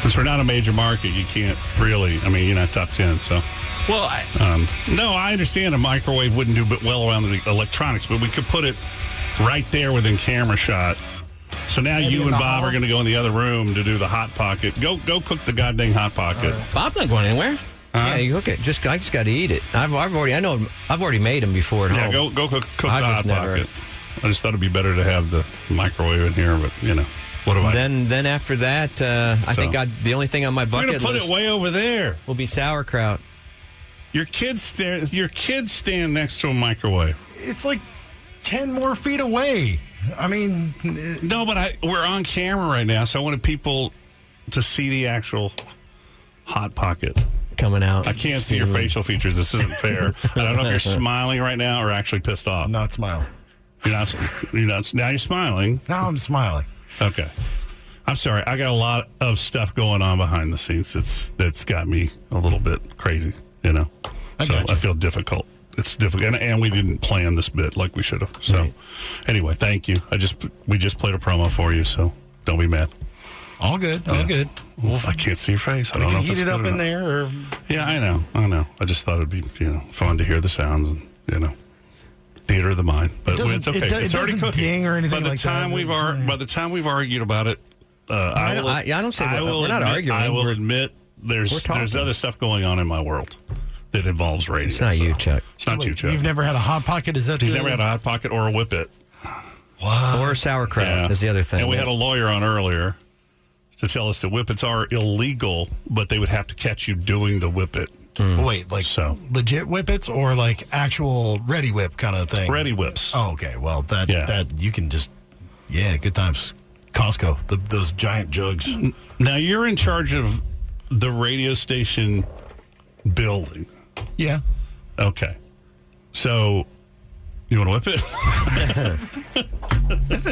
[SPEAKER 1] since we're not a major market, you can't really. I mean, you're not top ten, so.
[SPEAKER 6] Well, I,
[SPEAKER 1] Um, no, I understand a microwave wouldn't do but well around the electronics, but we could put it right there within camera shot. So now
[SPEAKER 6] Maybe
[SPEAKER 1] you
[SPEAKER 6] in
[SPEAKER 1] and
[SPEAKER 6] the
[SPEAKER 1] Bob
[SPEAKER 6] hall.
[SPEAKER 1] are going to go in the other room to do the hot pocket. Go, go cook the goddamn hot pocket.
[SPEAKER 6] Bob's not going anywhere.
[SPEAKER 3] Yeah, you look at just. I just got to eat it. I've, I've already. I know. I've already made them before at
[SPEAKER 1] Yeah,
[SPEAKER 3] home.
[SPEAKER 1] go go cook, cook the
[SPEAKER 3] I
[SPEAKER 1] hot
[SPEAKER 3] just never-
[SPEAKER 1] pocket. I just thought it'd be better to have the microwave in here, but you know, what do I?
[SPEAKER 3] Then then after that, uh, I
[SPEAKER 1] So-
[SPEAKER 3] think I, the only thing on my
[SPEAKER 1] We're
[SPEAKER 3] bucket
[SPEAKER 1] going to put
[SPEAKER 3] list
[SPEAKER 1] it way over there.
[SPEAKER 3] will be sauerkraut.
[SPEAKER 1] Your kids stand. Your kids stand next to a microwave.
[SPEAKER 9] It's like 10 more feet away. I mean, uh,
[SPEAKER 1] No, but I, we're on camera right now, so I wanted people to see the actual hot pocket
[SPEAKER 3] coming out.
[SPEAKER 1] I can't see your facial features. This isn't fair. I don't know if you're smiling right now or actually pissed off.
[SPEAKER 9] not smiling.
[SPEAKER 1] You're not. You're not. Now you're smiling.
[SPEAKER 9] Now I'm smiling.
[SPEAKER 1] Okay. I'm sorry. I got a lot of stuff going on behind the scenes. That's that's got me a little bit crazy. You know.
[SPEAKER 9] I
[SPEAKER 1] so
[SPEAKER 9] gotcha.
[SPEAKER 1] I feel difficult. It's difficult, and, and we didn't plan this bit like we should have. So, anyway, thank you. I just we just played a promo for you, so don't be mad.
[SPEAKER 9] All good. All
[SPEAKER 1] Yeah.
[SPEAKER 9] good.
[SPEAKER 1] Well, I can't see your face. I
[SPEAKER 9] We
[SPEAKER 1] don't know. if
[SPEAKER 9] can heat
[SPEAKER 1] it's
[SPEAKER 9] it
[SPEAKER 1] good
[SPEAKER 9] up
[SPEAKER 1] or
[SPEAKER 9] in
[SPEAKER 1] not.
[SPEAKER 9] there or
[SPEAKER 1] Yeah, I know. I know. I just thought it'd be you know fun to hear the sounds and you know theater of the mind. But
[SPEAKER 9] doesn't-
[SPEAKER 1] it's okay.
[SPEAKER 9] it do-
[SPEAKER 1] it's
[SPEAKER 9] it
[SPEAKER 1] already
[SPEAKER 9] doesn't
[SPEAKER 1] cooking.
[SPEAKER 9] ding or anything
[SPEAKER 1] by the
[SPEAKER 9] like that.
[SPEAKER 1] time we've
[SPEAKER 9] It's,
[SPEAKER 1] ar- by the time we've argued about it, uh, I,
[SPEAKER 3] I don't-
[SPEAKER 1] will,
[SPEAKER 3] I- yeah, I don't say
[SPEAKER 1] I
[SPEAKER 3] we're-
[SPEAKER 1] will
[SPEAKER 3] we're not
[SPEAKER 1] admit-
[SPEAKER 3] arguing.
[SPEAKER 1] I will
[SPEAKER 3] We're-
[SPEAKER 1] admit
[SPEAKER 3] we're
[SPEAKER 1] there's
[SPEAKER 3] talking.
[SPEAKER 1] there's other stuff going on in my world that involves radio.
[SPEAKER 3] It's not you, Chuck.
[SPEAKER 1] It's not you, Chuck.
[SPEAKER 9] you've never had a hot pocket. Is that
[SPEAKER 1] He's
[SPEAKER 9] the-
[SPEAKER 1] never had a hot pocket or a whip it.
[SPEAKER 3] Or sauerkraut is the other thing.
[SPEAKER 1] And we had a lawyer on earlier to tell us that whippets are illegal, but they would have to catch you doing the whippet.
[SPEAKER 3] Hmm.
[SPEAKER 9] Wait, like
[SPEAKER 1] So
[SPEAKER 9] legit whippets or like actual ready whip kind of thing?
[SPEAKER 1] ready whips.
[SPEAKER 9] Oh, okay. Well, that
[SPEAKER 1] Yeah.
[SPEAKER 9] that you can just yeah, good times. Costco, the, those giant jugs.
[SPEAKER 1] Now you're in charge of the radio station building.
[SPEAKER 9] Yeah.
[SPEAKER 1] Okay. So you want to whip it?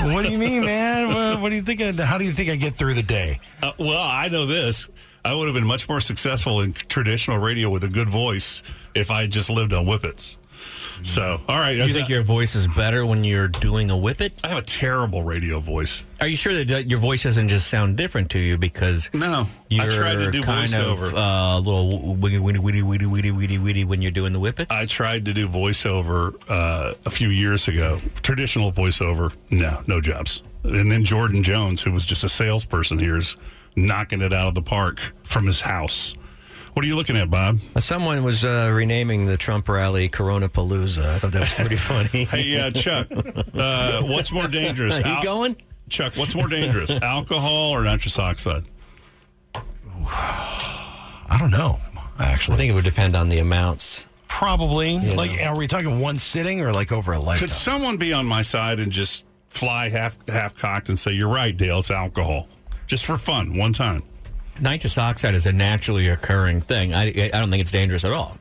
[SPEAKER 9] what do you mean, man? What, what do you think? I, how do you think I get through the day?
[SPEAKER 1] uh, well, I know this. I would have been much more successful in traditional radio with a good voice if I had just lived on whippets. So, all right.
[SPEAKER 6] You think your voice is better when you're doing a whippet?
[SPEAKER 1] I have a terrible radio voice.
[SPEAKER 6] Are you sure that your voice doesn't just sound different to you because
[SPEAKER 1] no,
[SPEAKER 6] you're
[SPEAKER 1] I tried to do
[SPEAKER 6] kind
[SPEAKER 1] voiceover.
[SPEAKER 6] of uh, a little witty witty witty witty witty witty witty when you're doing the whippets?
[SPEAKER 1] I tried to do voiceover uh, a few years ago, traditional voiceover. No, no jobs. And then Jordan Jones, who was just a salesperson here, is knocking it out of the park from his house. What are you looking at, Bob?
[SPEAKER 3] Uh, Someone was uh, renaming the Trump rally Corona Palooza. I thought that was pretty funny.
[SPEAKER 1] Hey, uh, Chuck, uh, what's more dangerous?
[SPEAKER 3] You going?
[SPEAKER 1] Chuck, what's more dangerous, alcohol or nitrous oxide?
[SPEAKER 9] I don't know. Actually,
[SPEAKER 3] I think it would depend on the amounts.
[SPEAKER 14] Probably.
[SPEAKER 1] You
[SPEAKER 14] like, are we talking one sitting or like over a lifetime?
[SPEAKER 1] Could someone be on my side and just fly half half cocked and say, "You're right, Dale. It's alcohol," just for fun, one time.
[SPEAKER 6] Nitrous oxide is a naturally occurring thing. I, I don't think it's dangerous at all.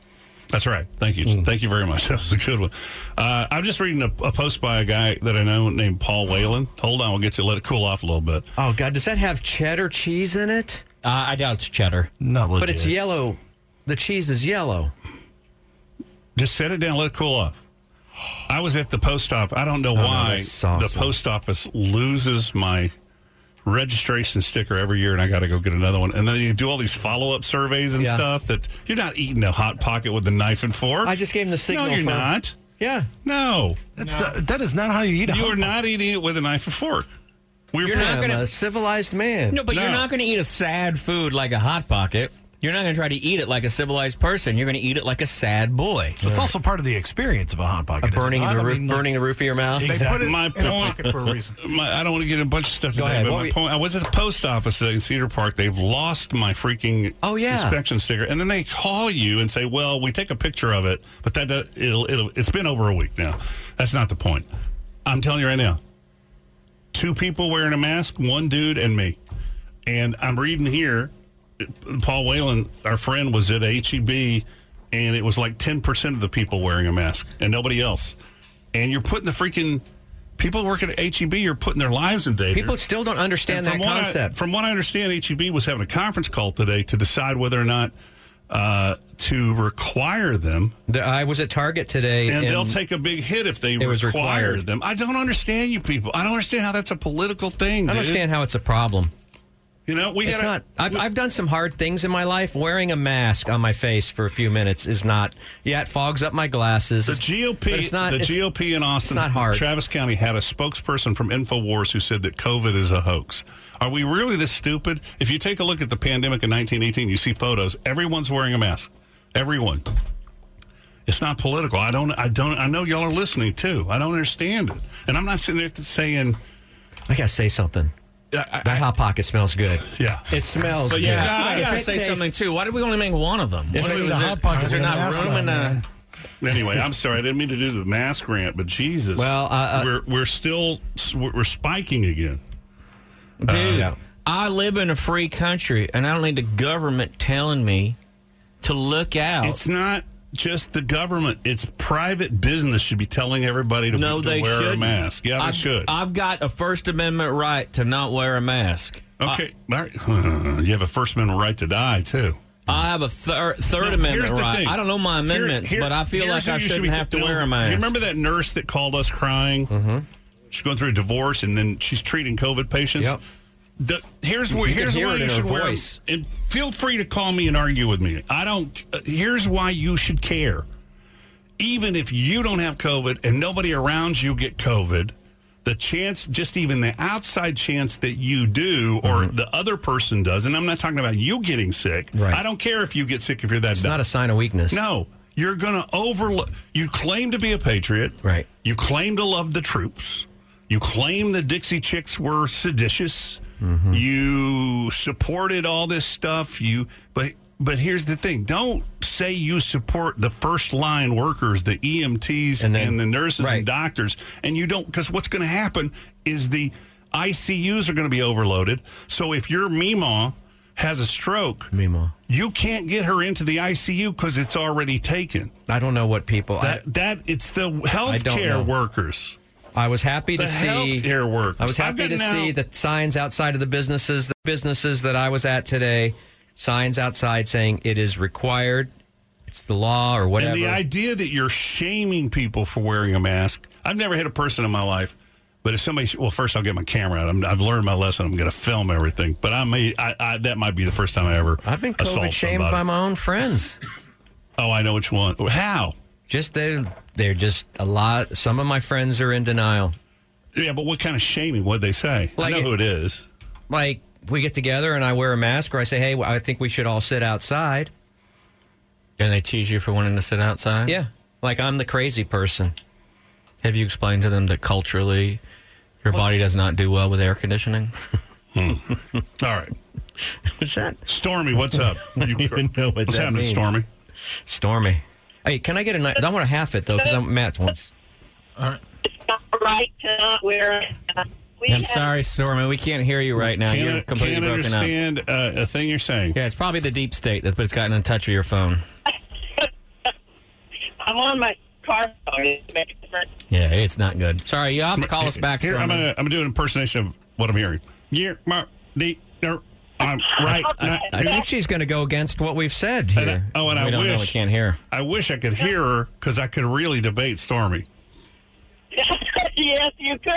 [SPEAKER 1] That's right. Thank you.
[SPEAKER 14] Mm.
[SPEAKER 1] Thank you very much. That was a good one. Uh, I'm just reading a, a post by a guy that I know named Paul Whalen. Hold on, we'll get you. Let it cool off a little bit.
[SPEAKER 3] Oh God, does that have cheddar cheese in it?
[SPEAKER 6] Uh, I doubt it's cheddar.
[SPEAKER 14] No,
[SPEAKER 3] but it's yellow. The cheese is yellow.
[SPEAKER 1] Just set it down. Let it cool off. I was at the post office. I
[SPEAKER 6] Oh,
[SPEAKER 1] don't know
[SPEAKER 9] Oh, no,
[SPEAKER 1] why
[SPEAKER 9] that's saucy.
[SPEAKER 1] the post office loses my registration sticker every year, and I got to go get another one. And then you do all these follow up surveys and
[SPEAKER 9] Yeah.
[SPEAKER 1] stuff that you're not eating a hot pocket with a knife and fork.
[SPEAKER 14] I just gave him the signal
[SPEAKER 1] No, you're
[SPEAKER 14] for-
[SPEAKER 1] not.
[SPEAKER 3] Yeah.
[SPEAKER 1] No.
[SPEAKER 14] That's not- that is not how you eat a
[SPEAKER 1] You
[SPEAKER 14] hot
[SPEAKER 1] are not eating it with a knife and fork. We're
[SPEAKER 6] You're not gonna-
[SPEAKER 3] a civilized man.
[SPEAKER 6] No, but you're not going to eat a sad food like a hot pocket. You're not going to try to eat it like a civilized person. You're going to eat it like a sad boy.
[SPEAKER 14] It's also part of the experience of a hot pocket. is it
[SPEAKER 6] burning
[SPEAKER 14] not?
[SPEAKER 6] the
[SPEAKER 14] I
[SPEAKER 6] roof-
[SPEAKER 14] mean, like-
[SPEAKER 6] burning the roof of your mouth.
[SPEAKER 14] Exactly.
[SPEAKER 1] My, I don't want to get in a bunch of stuff
[SPEAKER 14] Go
[SPEAKER 1] today,
[SPEAKER 14] ahead.
[SPEAKER 1] but
[SPEAKER 14] What
[SPEAKER 1] my
[SPEAKER 14] were you-
[SPEAKER 1] point, I was at the post office today in Cedar Park. They've lost my freaking
[SPEAKER 9] Oh, yeah.
[SPEAKER 1] inspection sticker, and then they call you and say, "Well, we take a picture of it, but that does, it'll, it'll it's been over a week now." That's not the point. I'm telling you right now. Two people wearing a mask, one dude and me, and I'm reading here. Paul Whalen, our friend, was at HEB, and it was like ten percent of the people wearing a mask and nobody else. And you're putting the freaking people working at HEB, you're putting their lives in danger.
[SPEAKER 3] People still don't understand
[SPEAKER 1] And
[SPEAKER 3] that
[SPEAKER 1] from what I-
[SPEAKER 3] concept.
[SPEAKER 1] from what I understand, HEB was having a conference call today to decide whether or not uh, to require them.
[SPEAKER 3] I was at Target today,
[SPEAKER 1] and,
[SPEAKER 3] and
[SPEAKER 1] they'll take a big hit if they
[SPEAKER 3] it was
[SPEAKER 1] require
[SPEAKER 3] required.
[SPEAKER 1] them. I don't understand you people. I don't understand how that's a political thing.
[SPEAKER 3] I don't
[SPEAKER 1] dude.
[SPEAKER 3] understand how it's a problem.
[SPEAKER 1] You know, we
[SPEAKER 3] it's
[SPEAKER 1] had a-
[SPEAKER 3] not. I've, I've done some hard things in my life. Wearing a mask on my face for a few minutes is not. Yeah, it fogs up my glasses.
[SPEAKER 1] The
[SPEAKER 3] It's-
[SPEAKER 1] GOP,
[SPEAKER 3] but it's not.
[SPEAKER 1] the
[SPEAKER 3] it's-
[SPEAKER 1] GOP in Austin,
[SPEAKER 3] It's not hard.
[SPEAKER 1] Travis County had a spokesperson from Infowars who said that COVID is a hoax. Are we really this stupid? If you take a look at the pandemic in 1918, you see photos. Everyone's wearing a mask. Everyone. It's not political. I don't. I don't. I know y'all are listening too. I don't understand it, and I'm not sitting there saying.
[SPEAKER 3] I gotta say something.
[SPEAKER 1] that
[SPEAKER 3] hot pocket smells good.
[SPEAKER 1] Yeah,
[SPEAKER 3] it smells.
[SPEAKER 6] But
[SPEAKER 3] good.
[SPEAKER 6] yeah, I
[SPEAKER 3] If
[SPEAKER 6] gotta
[SPEAKER 3] it
[SPEAKER 6] say
[SPEAKER 3] tastes-
[SPEAKER 6] something too. Why did we only make one of them?
[SPEAKER 3] If
[SPEAKER 6] What
[SPEAKER 3] I
[SPEAKER 6] was
[SPEAKER 3] eat a
[SPEAKER 6] it-
[SPEAKER 3] hot pocket
[SPEAKER 6] was there
[SPEAKER 3] with a
[SPEAKER 6] not
[SPEAKER 3] mask
[SPEAKER 6] room
[SPEAKER 3] on,
[SPEAKER 6] in the?
[SPEAKER 1] Anyway, I'm sorry. I didn't mean to do the mask rant, but Jesus.
[SPEAKER 6] Well, uh, uh,
[SPEAKER 1] we're we're still we're, we're spiking again.
[SPEAKER 6] Dude, I live in a free country, and I don't need the government telling me to look out.
[SPEAKER 1] It's not just the government; it's private business should be telling everybody to,
[SPEAKER 6] no,
[SPEAKER 1] to
[SPEAKER 6] they
[SPEAKER 1] wear
[SPEAKER 6] should
[SPEAKER 1] a mask. Yeah, they
[SPEAKER 6] I've,
[SPEAKER 1] should.
[SPEAKER 6] I've got a First Amendment right to not wear a mask.
[SPEAKER 1] okay, all right. you have a First Amendment right to die too.
[SPEAKER 6] I have a thir- Third
[SPEAKER 1] No, here's
[SPEAKER 6] Amendment
[SPEAKER 1] the
[SPEAKER 6] right.
[SPEAKER 1] thing.
[SPEAKER 6] I don't know my
[SPEAKER 1] Here-
[SPEAKER 6] amendments,
[SPEAKER 1] here-
[SPEAKER 6] but I feel
[SPEAKER 1] here's
[SPEAKER 6] like
[SPEAKER 1] who
[SPEAKER 6] I
[SPEAKER 1] you should
[SPEAKER 6] shouldn't
[SPEAKER 1] be
[SPEAKER 6] have to
[SPEAKER 1] th-
[SPEAKER 6] wear a
[SPEAKER 1] no,
[SPEAKER 6] mask.
[SPEAKER 1] You remember that nurse that called us crying? Mm-hmm. She's going through a divorce, and then she's treating COVID patients.
[SPEAKER 9] Yep.
[SPEAKER 1] The, here's
[SPEAKER 9] You
[SPEAKER 1] where
[SPEAKER 9] can
[SPEAKER 1] here's
[SPEAKER 9] hear
[SPEAKER 1] where
[SPEAKER 9] it
[SPEAKER 1] you
[SPEAKER 9] in her
[SPEAKER 1] should wear. 'em.
[SPEAKER 9] voice.
[SPEAKER 1] And feel free to call me and argue with me. I don't. Uh, here's why you should care. Even if you don't have COVID and nobody around you get COVID, the chance, just even the outside chance that you do or
[SPEAKER 9] Mm-hmm.
[SPEAKER 1] the other person does, and I'm not talking about you getting sick.
[SPEAKER 3] Right.
[SPEAKER 1] I don't care if you get sick if you're that
[SPEAKER 3] It's
[SPEAKER 1] dumb.
[SPEAKER 3] not a sign of weakness.
[SPEAKER 1] No, you're going to overlook. You claim to be a patriot. Right. You claim to love the troops. You claim the Dixie Chicks were seditious. Mm-hmm. You supported all this stuff. You but but here's the thing: don't say you support the first line workers, the EMTs, and, the nurses and doctors, and you don't because what's going to happen is the ICUs are going to be overloaded. So if your Mima has a stroke,
[SPEAKER 3] Mima.
[SPEAKER 1] you can't get her into the ICU because it's already taken.
[SPEAKER 3] I don't know what people.
[SPEAKER 1] That that it's the healthcare workers.
[SPEAKER 3] I was happy to
[SPEAKER 1] The
[SPEAKER 3] see
[SPEAKER 1] healthcare workers.
[SPEAKER 3] I was
[SPEAKER 1] I've
[SPEAKER 3] happy to
[SPEAKER 1] gotten
[SPEAKER 3] see
[SPEAKER 1] out-
[SPEAKER 3] the signs outside of the businesses, the businesses that I was at today, signs outside saying it is required, it's the law or whatever.
[SPEAKER 1] And the idea that you're shaming people for wearing a mask. I've never hit a person in my life, but if somebody, well, first I'll get my camera out. I'm, I've learned my lesson. I'm going to film everything. But I may, I, I, that might be the first time I ever. I've been
[SPEAKER 3] COVID shamed by my own friends.
[SPEAKER 1] oh, I know which one. How?
[SPEAKER 3] Just they they're just a lot. Some of my friends are in denial.
[SPEAKER 1] Yeah, but what kind of shaming? What they say? I know who it is.
[SPEAKER 3] Like we get together and I wear a mask, or I say, "Hey, I think we should all sit outside."
[SPEAKER 6] And they tease you for wanting to sit outside?
[SPEAKER 3] Yeah. Like I'm the crazy person.
[SPEAKER 6] Have you explained to them that culturally your body does not do well with air conditioning?
[SPEAKER 1] Hmm. All right.
[SPEAKER 6] What's that?
[SPEAKER 1] Stormy, what's up? You
[SPEAKER 6] know what
[SPEAKER 1] What's
[SPEAKER 6] that
[SPEAKER 1] happening,
[SPEAKER 6] means.
[SPEAKER 1] Stormy?
[SPEAKER 3] Stormy. Hey, can I get a night? I want to half it though because I'm Matt's once.
[SPEAKER 9] right to not wear. We
[SPEAKER 6] I'm sorry, Stormy. We can't hear you right now.
[SPEAKER 1] Can't-
[SPEAKER 6] You're completely
[SPEAKER 1] can't
[SPEAKER 6] broken
[SPEAKER 1] understand uh,
[SPEAKER 6] up. a thing you're saying. Yeah, it's probably the deep state that it's gotten in touch with your phone.
[SPEAKER 9] I'm on my car phone. It makes a difference.
[SPEAKER 6] Yeah, it's not good. Sorry, you have to call us back.
[SPEAKER 1] Here, I'm
[SPEAKER 6] Stormy.
[SPEAKER 1] gonna I'm gonna do an impersonation of what I'm hearing. Yeah, my, the, er, I'm right.
[SPEAKER 3] I, I think she's going to go against what we've said
[SPEAKER 1] And
[SPEAKER 3] here.
[SPEAKER 1] I- oh, and
[SPEAKER 3] we
[SPEAKER 1] I
[SPEAKER 3] don't know,
[SPEAKER 1] wish
[SPEAKER 3] we can't hear.
[SPEAKER 1] I wish I could hear her because I could really debate Stormy.
[SPEAKER 9] yes, you could.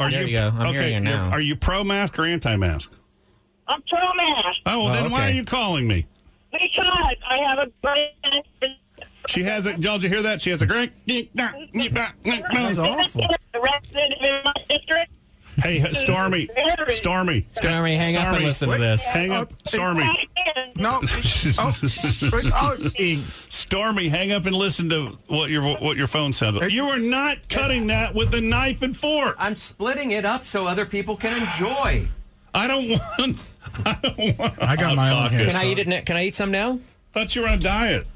[SPEAKER 1] Are
[SPEAKER 6] There you go. I'm hearing you now.
[SPEAKER 1] Are you pro mask or anti mask?
[SPEAKER 9] I'm pro mask
[SPEAKER 1] Oh, well,
[SPEAKER 9] Oh,
[SPEAKER 1] then why are
[SPEAKER 9] okay.
[SPEAKER 1] you calling me?
[SPEAKER 9] because I have a great.
[SPEAKER 1] She has a. Y'all, did you hear that? She has a great. That's
[SPEAKER 9] Arrested in my district.
[SPEAKER 1] Hey, Stormy. Stormy.
[SPEAKER 6] Stormy, hang up and listen to
[SPEAKER 1] Wait.
[SPEAKER 6] this.
[SPEAKER 1] Hang up, Stormy.
[SPEAKER 5] No.
[SPEAKER 3] Oh,
[SPEAKER 1] Stormy, hang up and listen to what your what your phone sounded. like. You are not cutting that with a knife and fork.
[SPEAKER 3] I'm splitting it up so other people can enjoy.
[SPEAKER 1] I don't want. I don't want.
[SPEAKER 5] I got my own here.
[SPEAKER 3] Can I eat it? ne- Can I eat some now?
[SPEAKER 1] Thought you were on a diet.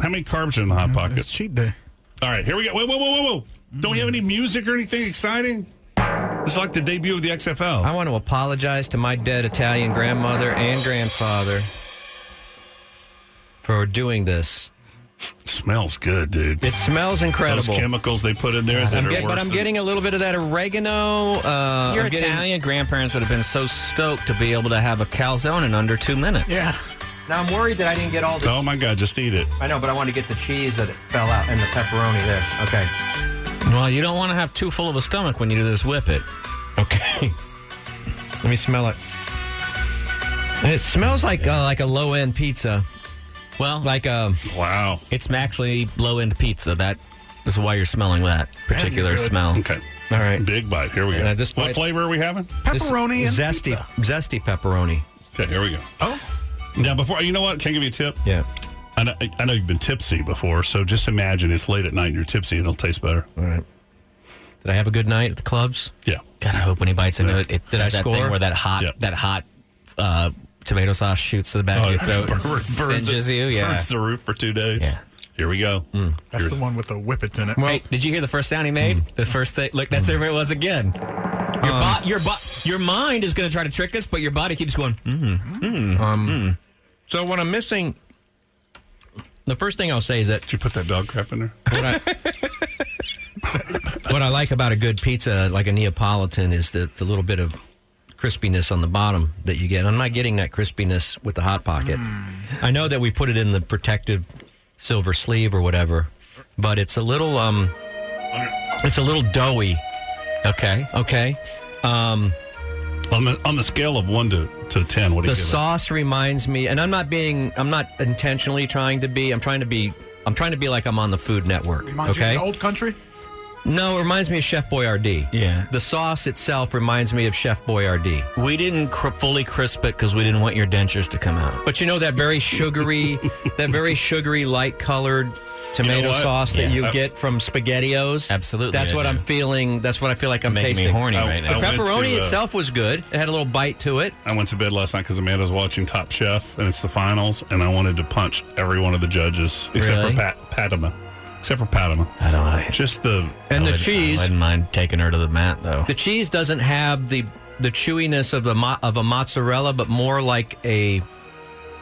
[SPEAKER 1] How many carbs are in the hot pocket? It's
[SPEAKER 5] cheat day.
[SPEAKER 1] All right, here we go. Whoa, whoa, whoa, whoa, whoa! Don't we have any music or anything exciting? It's like the debut of the XFL.
[SPEAKER 3] I want to apologize to my dead Italian grandmother and grandfather for doing this.
[SPEAKER 1] Smells good, dude.
[SPEAKER 3] It smells incredible.
[SPEAKER 1] Those chemicals they put in there that
[SPEAKER 3] I'm
[SPEAKER 1] are
[SPEAKER 3] get-
[SPEAKER 1] worse
[SPEAKER 3] but I'm
[SPEAKER 1] than-
[SPEAKER 3] getting a little bit of that oregano. Uh,
[SPEAKER 6] Your
[SPEAKER 3] I'm getting-
[SPEAKER 6] Italian grandparents would have been so stoked to be able to have a calzone in under two minutes.
[SPEAKER 3] Yeah. Now I'm worried that I didn't get all the.
[SPEAKER 1] Oh my God! Just eat it.
[SPEAKER 3] I know, but I want to get the cheese that fell out and the pepperoni there. Okay.
[SPEAKER 6] Well, you don't want to have too full of a stomach when you do this whip it.
[SPEAKER 3] Okay. Let me smell it. It smells like uh, like a low end pizza.
[SPEAKER 6] Well,
[SPEAKER 3] like um.
[SPEAKER 1] Wow.
[SPEAKER 6] uh, It's actually low end pizza. That is why you're smelling that particular
[SPEAKER 1] Good.
[SPEAKER 6] smell.
[SPEAKER 1] Okay.
[SPEAKER 3] All right.
[SPEAKER 1] Big bite. Here we go.
[SPEAKER 3] And at this
[SPEAKER 1] what
[SPEAKER 3] point-
[SPEAKER 1] flavor are we having?
[SPEAKER 5] Pepperoni and
[SPEAKER 3] zesty, zesty pepperoni.
[SPEAKER 1] Okay, here we go.
[SPEAKER 5] Oh.
[SPEAKER 1] Now, before you know what, can I give you a tip?
[SPEAKER 3] Yeah.
[SPEAKER 1] I know, I know you've been tipsy before, so just imagine it's late at night and you're tipsy and it'll taste better.
[SPEAKER 3] All right. Did I have a good night at the clubs?
[SPEAKER 1] Yeah.
[SPEAKER 6] God, I hope when he bites into it, it
[SPEAKER 3] Did
[SPEAKER 6] does
[SPEAKER 3] I
[SPEAKER 6] that
[SPEAKER 3] score?
[SPEAKER 6] thing where that hot that hot uh, tomato sauce shoots to the back of your throat, and singes
[SPEAKER 1] it-
[SPEAKER 6] you. Yeah.
[SPEAKER 1] Oh, burns the roof for two days. Yeah. Here we go.
[SPEAKER 3] Hmm.
[SPEAKER 5] That's the one with the whippets in it.
[SPEAKER 6] Wait, did you hear the first sound he made? The first thing. Look, that's where it was again. Your bo- your bo- your mind is going to try to trick us, but your body keeps going. Mm,
[SPEAKER 1] Mm-hmm.
[SPEAKER 6] mm, um,
[SPEAKER 3] So what I'm missing, the first thing I'll say is that
[SPEAKER 1] Did you put that dog crap in there?
[SPEAKER 3] what I, what I like about a good pizza, like a Neapolitan, is the, the little bit of crispiness on the bottom that you get. I'm not getting that crispiness with the hot pocket.
[SPEAKER 1] Mm.
[SPEAKER 3] I know that we put it in the protective silver sleeve or whatever, but it's a little um, it's a little doughy.
[SPEAKER 6] Okay.
[SPEAKER 3] Okay. Um,
[SPEAKER 1] on the on the scale of one to, to ten, what do
[SPEAKER 3] the
[SPEAKER 1] you give it?
[SPEAKER 3] sauce reminds me and i'm not being i'm not intentionally trying to be i'm trying to be i'm trying to be like i'm on the food network
[SPEAKER 5] Mind you,
[SPEAKER 3] okay
[SPEAKER 5] the old country.
[SPEAKER 3] no it reminds me of chef boyardee
[SPEAKER 6] Yeah.
[SPEAKER 3] the sauce itself reminds me of chef boyardee
[SPEAKER 6] we didn't cr- fully crisp it because we didn't want your dentures to come out.
[SPEAKER 3] but you know that very sugary that very sugary light colored tomato
[SPEAKER 6] what?
[SPEAKER 3] sauce that
[SPEAKER 6] Yeah.
[SPEAKER 3] you
[SPEAKER 6] Uh,
[SPEAKER 3] get from spaghettios
[SPEAKER 6] Absolutely,
[SPEAKER 3] that's
[SPEAKER 6] I
[SPEAKER 3] what
[SPEAKER 6] do.
[SPEAKER 3] i'm feeling that's what i feel like i'm
[SPEAKER 6] Making me
[SPEAKER 3] tasting
[SPEAKER 6] horny I- right
[SPEAKER 3] the
[SPEAKER 6] now. I
[SPEAKER 1] went
[SPEAKER 3] pepperoni
[SPEAKER 1] to, uh,
[SPEAKER 3] itself was good it had a little bite to it
[SPEAKER 1] I went to bed last night because Amanda's watching Top Chef and it's the finals, and I wanted to punch every one of the judges except
[SPEAKER 6] Really?
[SPEAKER 1] for Pat Patama, except for Patama.
[SPEAKER 6] I don't know.
[SPEAKER 1] Just the
[SPEAKER 3] and
[SPEAKER 6] I
[SPEAKER 3] the
[SPEAKER 6] would-
[SPEAKER 3] cheese
[SPEAKER 6] I wouldn't mind taking her to the mat though.
[SPEAKER 3] The cheese doesn't have the the chewiness of the mo- of a mozzarella, but more like a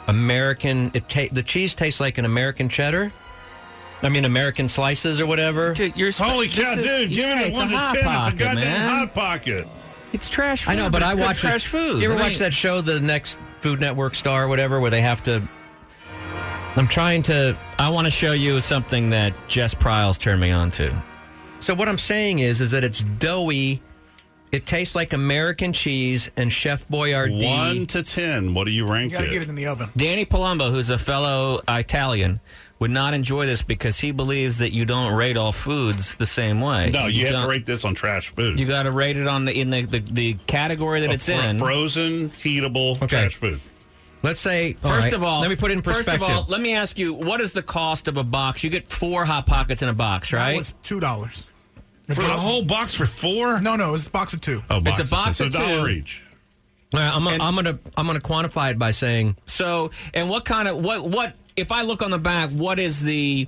[SPEAKER 3] American. It ta- the cheese tastes like an American cheddar. I mean, American slices or whatever.
[SPEAKER 1] holy cow, dude! Give it a one to ten. it's a goddamn hot pocket.
[SPEAKER 6] It's trash.
[SPEAKER 3] I know, but, I watch
[SPEAKER 6] trash
[SPEAKER 3] it-
[SPEAKER 6] food.
[SPEAKER 3] You ever watch that show, The Next Food Network Star, or whatever, where they have to? I'm trying to.
[SPEAKER 6] I want to show you something that Jess Pryles turned me on to.
[SPEAKER 3] So what I'm saying is, is that it's doughy. It tastes like American cheese and Chef Boyardee.
[SPEAKER 1] One to ten. What do you rank
[SPEAKER 5] You gotta
[SPEAKER 1] it?
[SPEAKER 5] get it in the oven.
[SPEAKER 6] Danny Palumbo, who's a fellow Italian, would not enjoy this because he believes that you don't rate all foods the same way.
[SPEAKER 1] no, you, have
[SPEAKER 6] don't-
[SPEAKER 1] to rate this on trash food.
[SPEAKER 6] You got to rate it on the in the the, the category that
[SPEAKER 1] A
[SPEAKER 6] it's
[SPEAKER 1] fro-
[SPEAKER 6] in.
[SPEAKER 1] Frozen, heatable trash food.
[SPEAKER 3] Let's say
[SPEAKER 6] First
[SPEAKER 3] right,
[SPEAKER 6] of all,
[SPEAKER 3] let me put it in perspective.
[SPEAKER 6] First of all, let me ask you, what is the cost of a box? You get four hot pockets in a box,
[SPEAKER 5] That
[SPEAKER 6] right?
[SPEAKER 5] was two dollars.
[SPEAKER 1] For the whole box for four?
[SPEAKER 5] No, no, it was a box of two.
[SPEAKER 1] Oh,
[SPEAKER 6] It's a
[SPEAKER 1] of
[SPEAKER 6] box
[SPEAKER 1] two.
[SPEAKER 6] of
[SPEAKER 1] so a dollar
[SPEAKER 6] two.
[SPEAKER 1] each.
[SPEAKER 3] All right, I'm, gonna- I'm gonna I'm gonna quantify it by saying
[SPEAKER 6] So, and what kind of what what if I look on the back, what is the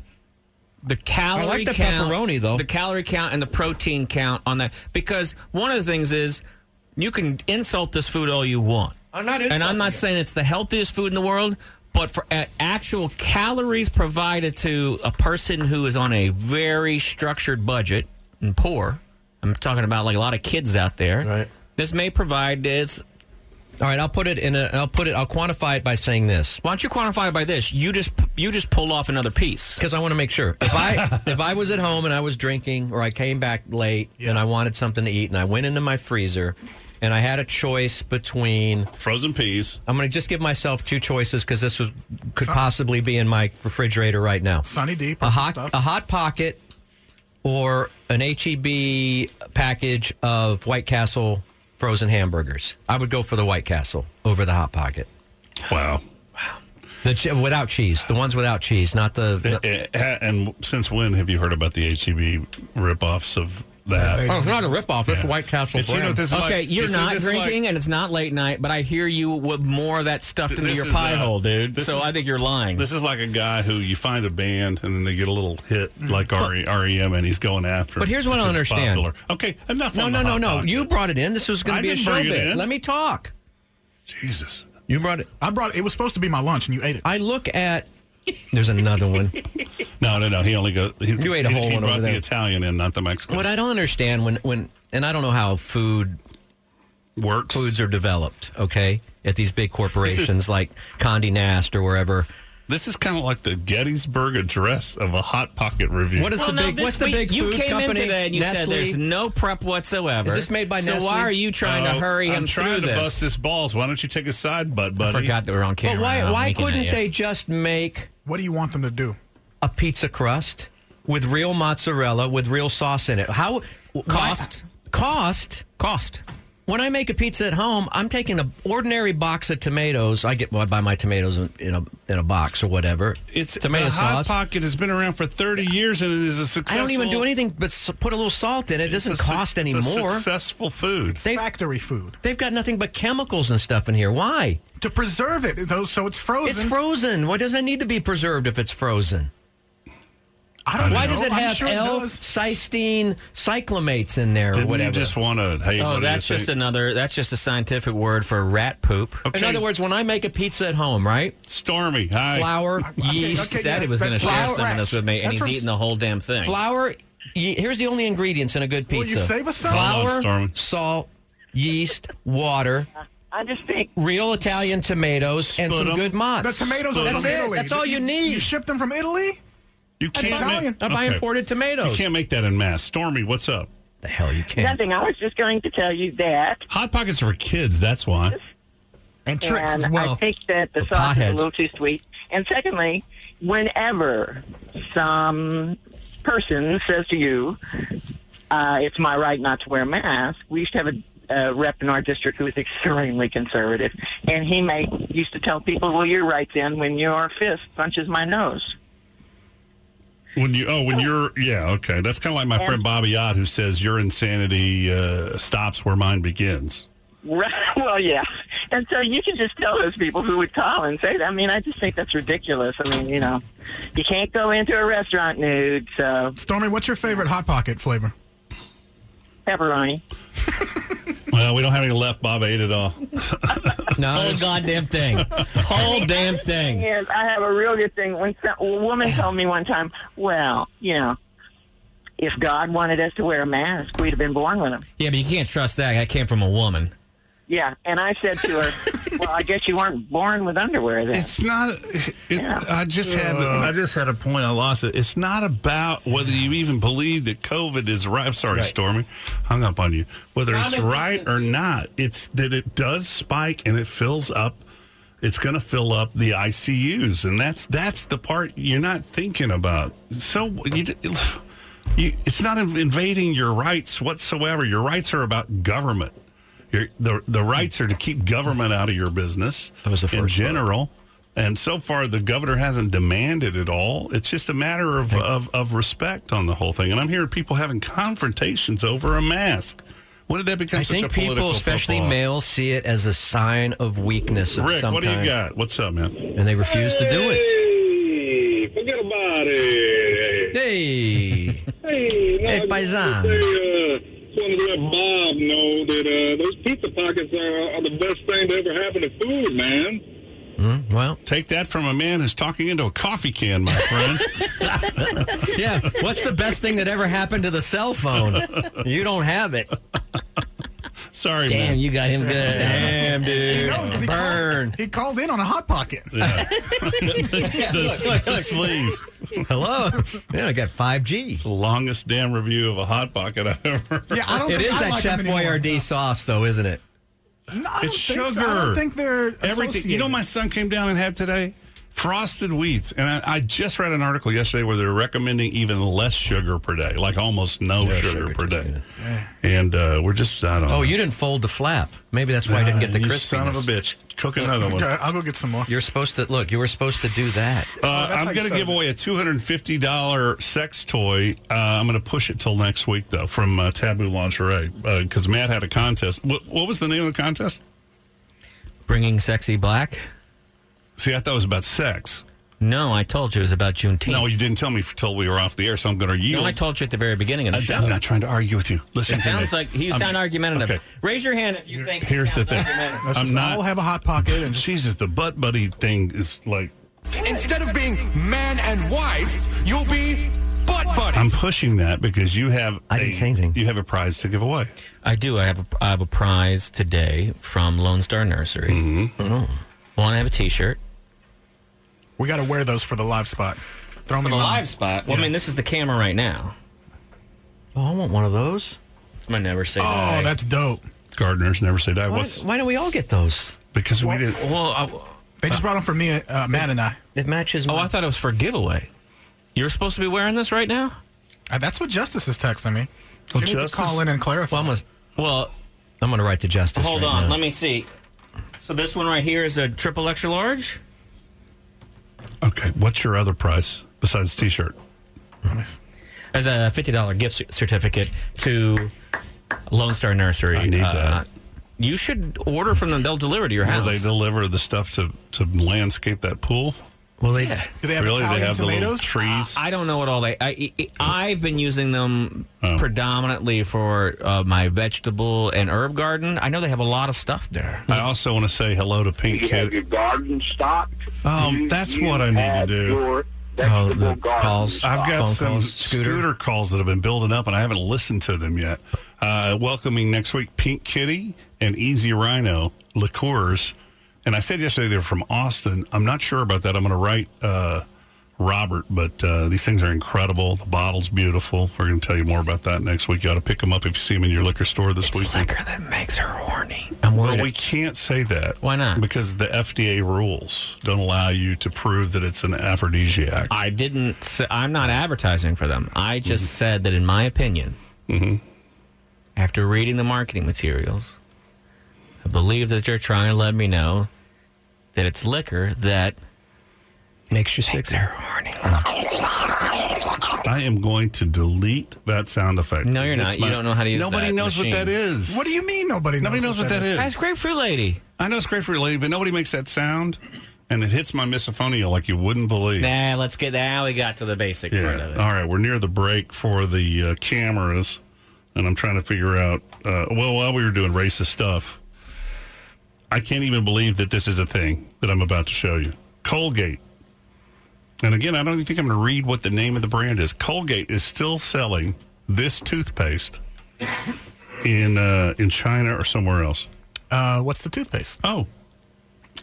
[SPEAKER 6] the calorie
[SPEAKER 3] like the
[SPEAKER 6] count,
[SPEAKER 3] pepperoni, though.
[SPEAKER 6] The calorie count and the protein count on that because one of the things is you can insult this food all you want.
[SPEAKER 3] I'm not
[SPEAKER 6] and I'm
[SPEAKER 3] insulting
[SPEAKER 6] not saying it's the healthiest food in the world, but for at actual calories provided to a person who is on a very structured budget and poor, I'm talking about like a lot of kids out there. Right. This may provide this.
[SPEAKER 3] All right, I'll put it in a. I'll put it. I'll quantify it by saying this.
[SPEAKER 6] Why don't you quantify it by this? You just you just pulled off another piece
[SPEAKER 3] because I want to make sure. If I if I was at home and I was drinking, or I came back late and I wanted something to eat, and I went into my freezer, and I had a choice between
[SPEAKER 1] frozen peas.
[SPEAKER 3] I'm going to just give myself two choices because this was, could possibly be in my refrigerator right now.
[SPEAKER 5] Sunny Deep,
[SPEAKER 3] a
[SPEAKER 5] purple
[SPEAKER 3] hot
[SPEAKER 5] stuff.
[SPEAKER 3] a hot pocket, or an HEB package of White Castle frozen hamburgers. I would go for the White Castle over the hot pocket.
[SPEAKER 1] Wow.
[SPEAKER 3] The ch- without cheese, the ones without cheese, not the.
[SPEAKER 1] and since when have you heard about the HEB ripoffs of that?
[SPEAKER 3] Oh, it's not a ripoff. It's White Castle
[SPEAKER 1] And so you know what
[SPEAKER 3] brand.
[SPEAKER 1] this is
[SPEAKER 6] Okay,
[SPEAKER 1] like?
[SPEAKER 6] you're
[SPEAKER 1] You see,
[SPEAKER 6] not
[SPEAKER 1] this is like-
[SPEAKER 6] drinking, and it's not late night. But I hear you with more of that stuffed into
[SPEAKER 1] This
[SPEAKER 6] your
[SPEAKER 1] is,
[SPEAKER 6] pie
[SPEAKER 1] uh,
[SPEAKER 6] hole, dude.
[SPEAKER 1] this
[SPEAKER 6] So
[SPEAKER 1] is-
[SPEAKER 6] I think you're lying.
[SPEAKER 1] This is like a guy who you find a band and then they get a little hit like E, RE REM and he's going after.
[SPEAKER 3] But here's what I
[SPEAKER 1] because
[SPEAKER 3] don't
[SPEAKER 1] it's
[SPEAKER 3] understand.
[SPEAKER 1] popular. Okay, enough.
[SPEAKER 3] No,
[SPEAKER 1] on
[SPEAKER 3] no,
[SPEAKER 1] the
[SPEAKER 3] no,
[SPEAKER 1] hot
[SPEAKER 3] no.
[SPEAKER 1] pocket.
[SPEAKER 3] You brought it in. This was going
[SPEAKER 1] I
[SPEAKER 3] to be a
[SPEAKER 1] didn't
[SPEAKER 3] show
[SPEAKER 1] bring it
[SPEAKER 3] bit.
[SPEAKER 1] in.
[SPEAKER 3] Let me talk.
[SPEAKER 1] Jesus.
[SPEAKER 3] You brought it.
[SPEAKER 5] I brought it. was supposed to be my lunch, and you ate it.
[SPEAKER 3] I look at. There's another one.
[SPEAKER 1] No, no, no. He only goes. He,
[SPEAKER 3] You ate a
[SPEAKER 1] he-
[SPEAKER 3] whole
[SPEAKER 1] he
[SPEAKER 3] one
[SPEAKER 1] brought
[SPEAKER 3] over
[SPEAKER 1] the
[SPEAKER 3] there.
[SPEAKER 1] Italian in, not the Mexican.
[SPEAKER 3] What I don't understand when when and I don't know how food
[SPEAKER 1] works.
[SPEAKER 3] Foods are developed, okay, at these big corporations like Condé Nast or wherever.
[SPEAKER 1] This is kind of like the Gettysburg Address of a hot pocket review.
[SPEAKER 3] What is the
[SPEAKER 6] now
[SPEAKER 3] big-
[SPEAKER 6] this
[SPEAKER 3] what's the
[SPEAKER 6] week
[SPEAKER 3] big
[SPEAKER 6] You
[SPEAKER 3] food
[SPEAKER 6] came
[SPEAKER 3] company?
[SPEAKER 6] in today and you said
[SPEAKER 3] Nestle?
[SPEAKER 6] there's no prep whatsoever.
[SPEAKER 3] Is this made by
[SPEAKER 6] so
[SPEAKER 3] Nestle?
[SPEAKER 6] So why are you trying
[SPEAKER 1] Oh,
[SPEAKER 6] to hurry
[SPEAKER 1] I'm
[SPEAKER 6] him
[SPEAKER 1] trying
[SPEAKER 6] through
[SPEAKER 1] to
[SPEAKER 6] this?
[SPEAKER 1] bust his balls. Why don't you take a side butt, buddy?
[SPEAKER 6] forgot that we're on
[SPEAKER 3] But
[SPEAKER 6] camera. I'm
[SPEAKER 3] why
[SPEAKER 6] not
[SPEAKER 3] why
[SPEAKER 6] making that
[SPEAKER 3] couldn't
[SPEAKER 6] yet.
[SPEAKER 3] they just make
[SPEAKER 5] What do you want them to do?
[SPEAKER 3] a pizza crust with real mozzarella with real sauce in it? How why-
[SPEAKER 6] Cost.
[SPEAKER 3] cost
[SPEAKER 6] cost.
[SPEAKER 3] When I make a pizza at home, I'm taking an ordinary box of tomatoes. I get well, I buy my tomatoes in, in a in a box or whatever.
[SPEAKER 1] It's
[SPEAKER 3] tomato
[SPEAKER 1] the hot
[SPEAKER 3] sauce.
[SPEAKER 1] pocket has been around for 30 years and it is a
[SPEAKER 3] I
[SPEAKER 1] successful.
[SPEAKER 3] don't even do anything but s- put a little salt in it. It
[SPEAKER 1] It's a
[SPEAKER 3] doesn't
[SPEAKER 1] suc-
[SPEAKER 3] cost any
[SPEAKER 1] it's a
[SPEAKER 3] more.
[SPEAKER 1] successful food.
[SPEAKER 3] They've,
[SPEAKER 5] Factory food
[SPEAKER 3] they've got nothing but chemicals and stuff in here. Why?
[SPEAKER 5] to preserve it, though, so it's frozen.
[SPEAKER 3] It's frozen. Why doesn't it need to be preserved if it's frozen?
[SPEAKER 5] I don't.
[SPEAKER 3] Why
[SPEAKER 5] know.
[SPEAKER 3] does it
[SPEAKER 5] I'm
[SPEAKER 3] have
[SPEAKER 5] sure it does.
[SPEAKER 3] L-cysteine cyclamates in there
[SPEAKER 1] Didn't
[SPEAKER 3] or whatever?
[SPEAKER 1] you just want to? Hey, what
[SPEAKER 6] Oh,
[SPEAKER 1] do
[SPEAKER 6] that's
[SPEAKER 1] you
[SPEAKER 6] just
[SPEAKER 1] think?
[SPEAKER 6] another. That's just a scientific word for rat poop.
[SPEAKER 3] In other words, when I make a pizza at home, right?
[SPEAKER 1] Stormy. Hi.
[SPEAKER 3] Flour,
[SPEAKER 6] He
[SPEAKER 3] yeast,
[SPEAKER 5] okay,
[SPEAKER 6] said
[SPEAKER 5] yeah,
[SPEAKER 6] he was going to
[SPEAKER 5] that's
[SPEAKER 6] share
[SPEAKER 5] flour-
[SPEAKER 6] some of this with me, and
[SPEAKER 5] That's
[SPEAKER 6] he's
[SPEAKER 5] from-
[SPEAKER 6] eating the whole damn thing.
[SPEAKER 3] flour. Ye- here's the only ingredients in a good
[SPEAKER 5] Will
[SPEAKER 3] pizza:
[SPEAKER 5] you save us some?
[SPEAKER 1] Hold on,
[SPEAKER 3] flour,
[SPEAKER 1] Stormy.
[SPEAKER 3] salt, yeast, water,
[SPEAKER 9] I just think
[SPEAKER 3] real Italian tomatoes, and
[SPEAKER 1] Split
[SPEAKER 3] some
[SPEAKER 1] 'em.
[SPEAKER 3] good mozz.
[SPEAKER 5] The tomatoes are
[SPEAKER 3] That's
[SPEAKER 5] from
[SPEAKER 3] it.
[SPEAKER 5] Italy.
[SPEAKER 3] That's all you need.
[SPEAKER 5] You ship them from Italy?
[SPEAKER 1] You can't
[SPEAKER 5] Italian.
[SPEAKER 1] make,
[SPEAKER 3] I buy
[SPEAKER 1] okay.
[SPEAKER 3] imported
[SPEAKER 1] You
[SPEAKER 3] tomatoes.
[SPEAKER 1] can't make that in mass. Stormy, what's up?
[SPEAKER 3] the hell you can't.
[SPEAKER 9] nothing. I was just going to tell you that,
[SPEAKER 1] Hot pockets are for kids. That's why.
[SPEAKER 5] And tricks
[SPEAKER 9] and
[SPEAKER 5] as
[SPEAKER 9] I
[SPEAKER 5] well.
[SPEAKER 9] think that the
[SPEAKER 3] The
[SPEAKER 9] sauce is
[SPEAKER 3] potheads.
[SPEAKER 9] a little too sweet. And secondly, whenever some person says to you, uh, "It's my right not to wear a mask," we used to have a uh, rep in our district who was extremely conservative, and he may, used to tell people, "Well, you're right then when your fist punches my nose."
[SPEAKER 1] When you oh when you're yeah okay that's kind of like my friend Bobby Ott who says your insanity uh, stops where mine begins.
[SPEAKER 9] Right. Well, yeah. And so you can just tell those people who would call and say, that. I mean, I just think that's ridiculous. I mean, you know, you can't go into a restaurant nude, so
[SPEAKER 5] Stormy, what's your favorite Hot Pocket flavor?
[SPEAKER 9] pepperoni.
[SPEAKER 1] Well, we don't have any left. Bob ate it all.
[SPEAKER 3] No,
[SPEAKER 6] Whole
[SPEAKER 3] there's-
[SPEAKER 6] goddamn thing. Whole damn thing.
[SPEAKER 9] Yes, I have a real good thing. When some, a woman told me one time, well, you know, if God wanted us to wear a mask, we'd have been born with him.
[SPEAKER 6] Yeah, but you can't trust that. That came from a woman.
[SPEAKER 9] Yeah. And I said to her, well, I guess you weren't born with underwear then.
[SPEAKER 1] It's not. It, I just had. I just had a point. I lost it. It's not about whether you even believe that COVID is right. I'm sorry,
[SPEAKER 3] Right.
[SPEAKER 1] Stormy, hung up on you. Whether
[SPEAKER 6] Not
[SPEAKER 1] it's right or not, it's that it does spike and it fills up. It's going to fill up the ICUs, and that's that's the part you're not thinking about. So you. d- You, it's not inv- invading your rights whatsoever. Your rights are about government. Your, the the rights are to keep government out of your business.
[SPEAKER 3] That was the
[SPEAKER 1] in
[SPEAKER 3] first vote.
[SPEAKER 1] general. And so far, the governor hasn't demanded it all. It's just a matter of, of, of respect on the whole thing. And I'm hearing people having confrontations over a mask. When did that become
[SPEAKER 3] I
[SPEAKER 1] such
[SPEAKER 3] think
[SPEAKER 1] a political
[SPEAKER 3] people, especially
[SPEAKER 1] football?
[SPEAKER 3] males, see it as a sign of weakness of
[SPEAKER 1] Rick,
[SPEAKER 3] some
[SPEAKER 1] what do
[SPEAKER 3] kind,
[SPEAKER 1] you got? What's up, man?
[SPEAKER 3] and they refuse to do
[SPEAKER 19] Hey,
[SPEAKER 3] it.
[SPEAKER 19] forget about it.
[SPEAKER 3] Hey.
[SPEAKER 9] Hey, no,
[SPEAKER 3] Hey, paisan.
[SPEAKER 9] Just wanted to say, uh, just wanted to let Bob know that uh, those pizza pockets are, are the best thing to ever happen to food, man.
[SPEAKER 3] Hmm? well,
[SPEAKER 1] take that from a man who's talking into a coffee can, my friend.
[SPEAKER 3] yeah. What's the best thing that ever happened to the cell phone? You don't have it.
[SPEAKER 1] Sorry,
[SPEAKER 3] Damn,
[SPEAKER 1] man.
[SPEAKER 3] you got him good. Damn, dude.
[SPEAKER 5] He knows 'cause he
[SPEAKER 3] Burn.
[SPEAKER 5] called, he called in on a hot pocket.
[SPEAKER 1] the, the sleeve.
[SPEAKER 3] Hello. Yeah, I got 5G. It's
[SPEAKER 1] the longest damn review of a hot pocket I've ever.
[SPEAKER 5] Yeah, I don't
[SPEAKER 3] It
[SPEAKER 5] think
[SPEAKER 3] is
[SPEAKER 5] I
[SPEAKER 3] that
[SPEAKER 5] like
[SPEAKER 3] Chef
[SPEAKER 5] them anymore.
[SPEAKER 3] Boyardee sauce, though, isn't it?
[SPEAKER 5] No, I don't
[SPEAKER 1] it's
[SPEAKER 5] think
[SPEAKER 1] sugar.
[SPEAKER 5] so. I don't think they're
[SPEAKER 1] everything. You know,
[SPEAKER 5] associated.
[SPEAKER 1] my son came down and had today frosted wheats, and I, I just read an article yesterday where they're recommending even less sugar per day, like almost no
[SPEAKER 3] Yeah,
[SPEAKER 1] sugar,
[SPEAKER 3] sugar
[SPEAKER 1] per day. And uh, we're just I don't.
[SPEAKER 3] Oh,
[SPEAKER 1] know.
[SPEAKER 3] you didn't fold the flap. Maybe that's why I didn't get the
[SPEAKER 1] You
[SPEAKER 3] crispiness.
[SPEAKER 1] son of a bitch. Cook another one.
[SPEAKER 5] Okay, I'll go get some more.
[SPEAKER 3] You're supposed to look. You were supposed to do that.
[SPEAKER 1] Uh,
[SPEAKER 5] that's
[SPEAKER 1] I'm
[SPEAKER 5] like
[SPEAKER 1] going to
[SPEAKER 5] soda.
[SPEAKER 1] give away a $250 sex toy. Uh, I'm going to push it till next week, though, from uh, Taboo Lingerie because Matt had a contest. What, what was the name of the contest?
[SPEAKER 6] Bringing sexy black.
[SPEAKER 1] See, I thought it was about sex.
[SPEAKER 6] No, I told you it was about Juneteenth.
[SPEAKER 1] No, you didn't tell me until we were off the air, so I'm going to yield.
[SPEAKER 6] No, I told you at the very beginning of the show.
[SPEAKER 1] I, am Uh, not trying to argue with you. Listen,
[SPEAKER 6] It
[SPEAKER 1] to me.
[SPEAKER 6] sounds like you
[SPEAKER 1] I'm
[SPEAKER 6] sound
[SPEAKER 1] tr-
[SPEAKER 6] argumentative.
[SPEAKER 1] Okay.
[SPEAKER 6] Raise your hand if you think. it
[SPEAKER 1] Here's the
[SPEAKER 6] sounds
[SPEAKER 1] thing.
[SPEAKER 6] argumentative.
[SPEAKER 5] Let's
[SPEAKER 1] I'm
[SPEAKER 5] just
[SPEAKER 1] not.
[SPEAKER 5] all have a hot pocket and
[SPEAKER 1] Jesus, the butt buddy thing is like.
[SPEAKER 11] Instead of being man and wife, you'll be butt buddy.
[SPEAKER 1] I'm pushing that because you have. I
[SPEAKER 6] didn't say anything.
[SPEAKER 1] You have a prize to give away.
[SPEAKER 6] I do. I have a, I have a prize today from Lone Star Nursery. Mm-hmm. Well, I have a T-shirt.
[SPEAKER 5] we got to wear those for the live spot. Throw
[SPEAKER 6] For
[SPEAKER 5] me
[SPEAKER 6] the
[SPEAKER 5] mine.
[SPEAKER 6] live spot. Well, I mean, this is the camera right now.
[SPEAKER 3] Oh, I want one of those.
[SPEAKER 6] I'm gonna never say.
[SPEAKER 5] Oh,
[SPEAKER 6] die.
[SPEAKER 5] that's dope.
[SPEAKER 1] Gardeners never say die.
[SPEAKER 3] Why,
[SPEAKER 1] What's
[SPEAKER 3] why don't we all get those?
[SPEAKER 1] because we didn't.
[SPEAKER 6] Well, I,
[SPEAKER 5] They just brought them for me, uh, Matt and I.
[SPEAKER 3] It matches.
[SPEAKER 6] oh, I thought it was for giveaway. You're supposed to be wearing this right now.
[SPEAKER 5] Uh, that's what Justice is texting me.
[SPEAKER 1] Oh,
[SPEAKER 5] She needs to
[SPEAKER 1] Justice?
[SPEAKER 5] call in and clarify.
[SPEAKER 3] Well, I'm, gonna-
[SPEAKER 6] Well,
[SPEAKER 3] I'm going to write to justice.
[SPEAKER 6] hold
[SPEAKER 3] right
[SPEAKER 6] on.
[SPEAKER 3] now.
[SPEAKER 6] Let me see. So this one right here is a triple extra large.
[SPEAKER 1] Okay, what's your other prize besides T-shirt?
[SPEAKER 6] as a fifty dollar gift cer- certificate to Lone Star Nursery.
[SPEAKER 1] I need
[SPEAKER 6] Uh,
[SPEAKER 1] that.
[SPEAKER 6] You should order from them; they'll deliver to your
[SPEAKER 1] Will
[SPEAKER 6] house.
[SPEAKER 1] they deliver the stuff to to landscape that pool?
[SPEAKER 3] Well, they,
[SPEAKER 5] Do they have
[SPEAKER 1] really,
[SPEAKER 5] Italian
[SPEAKER 1] they have the little
[SPEAKER 5] tomatoes?
[SPEAKER 1] trees.
[SPEAKER 6] Uh, I don't know what all they. I, I, have been using them predominantly for uh, my vegetable and herb garden. I know they have a lot of stuff there.
[SPEAKER 1] I also want to say hello to Pink Kid.
[SPEAKER 20] garden stocked.
[SPEAKER 1] Um, that's what I need to do.
[SPEAKER 3] oh, the calls.
[SPEAKER 1] I've got
[SPEAKER 3] phone
[SPEAKER 1] some
[SPEAKER 3] calls,
[SPEAKER 1] scooter.
[SPEAKER 3] scooter.
[SPEAKER 1] calls that have been building up, and I haven't listened to them yet. Uh, welcoming next week, Pink Kitty and Easy Rhino liqueurs. And I said yesterday they're from Austin. I'm not sure about that. I'm going to write uh, Robert, but uh, these things are incredible. The bottle's beautiful. We're going to tell you more about that next week. You ought to pick them up if you see them in your liquor store this week.
[SPEAKER 6] Liquor that makes her horny. I'm
[SPEAKER 1] Well,
[SPEAKER 6] worried.
[SPEAKER 1] we can't say that.
[SPEAKER 6] Why not?
[SPEAKER 1] Because the FDA rules don't allow you to prove that it's an aphrodisiac.
[SPEAKER 6] I didn't. s I'm not advertising for them. I just said that, in my opinion, after reading the marketing materials, I believe that they're trying to let me know that it's liquor that
[SPEAKER 3] Makes you sick.
[SPEAKER 6] horny.
[SPEAKER 1] I am going to delete that sound effect.
[SPEAKER 6] No, you're
[SPEAKER 1] That's
[SPEAKER 6] not. You don't know how to use
[SPEAKER 1] Nobody
[SPEAKER 6] that
[SPEAKER 1] knows
[SPEAKER 6] machine.
[SPEAKER 1] what that is.
[SPEAKER 5] What do you mean nobody knows?
[SPEAKER 1] Nobody knows what that is.
[SPEAKER 6] That's grapefruit lady.
[SPEAKER 1] I know it's great for lady, but nobody makes that sound, and it hits my misophonia like you wouldn't believe.
[SPEAKER 6] Nah, let's get now. We got to the basic part
[SPEAKER 1] yeah.
[SPEAKER 6] of it.
[SPEAKER 1] All right, we're near the break for the uh, cameras, and I'm trying to figure out. Uh, well, while we were doing racist stuff, I can't even believe that this is a thing that I'm about to show you. Colgate. And again, I don't even think I'm going to read what the name of the brand is. Colgate is still selling this toothpaste in uh, in China or somewhere else.
[SPEAKER 5] Uh, what's the toothpaste?
[SPEAKER 1] Oh,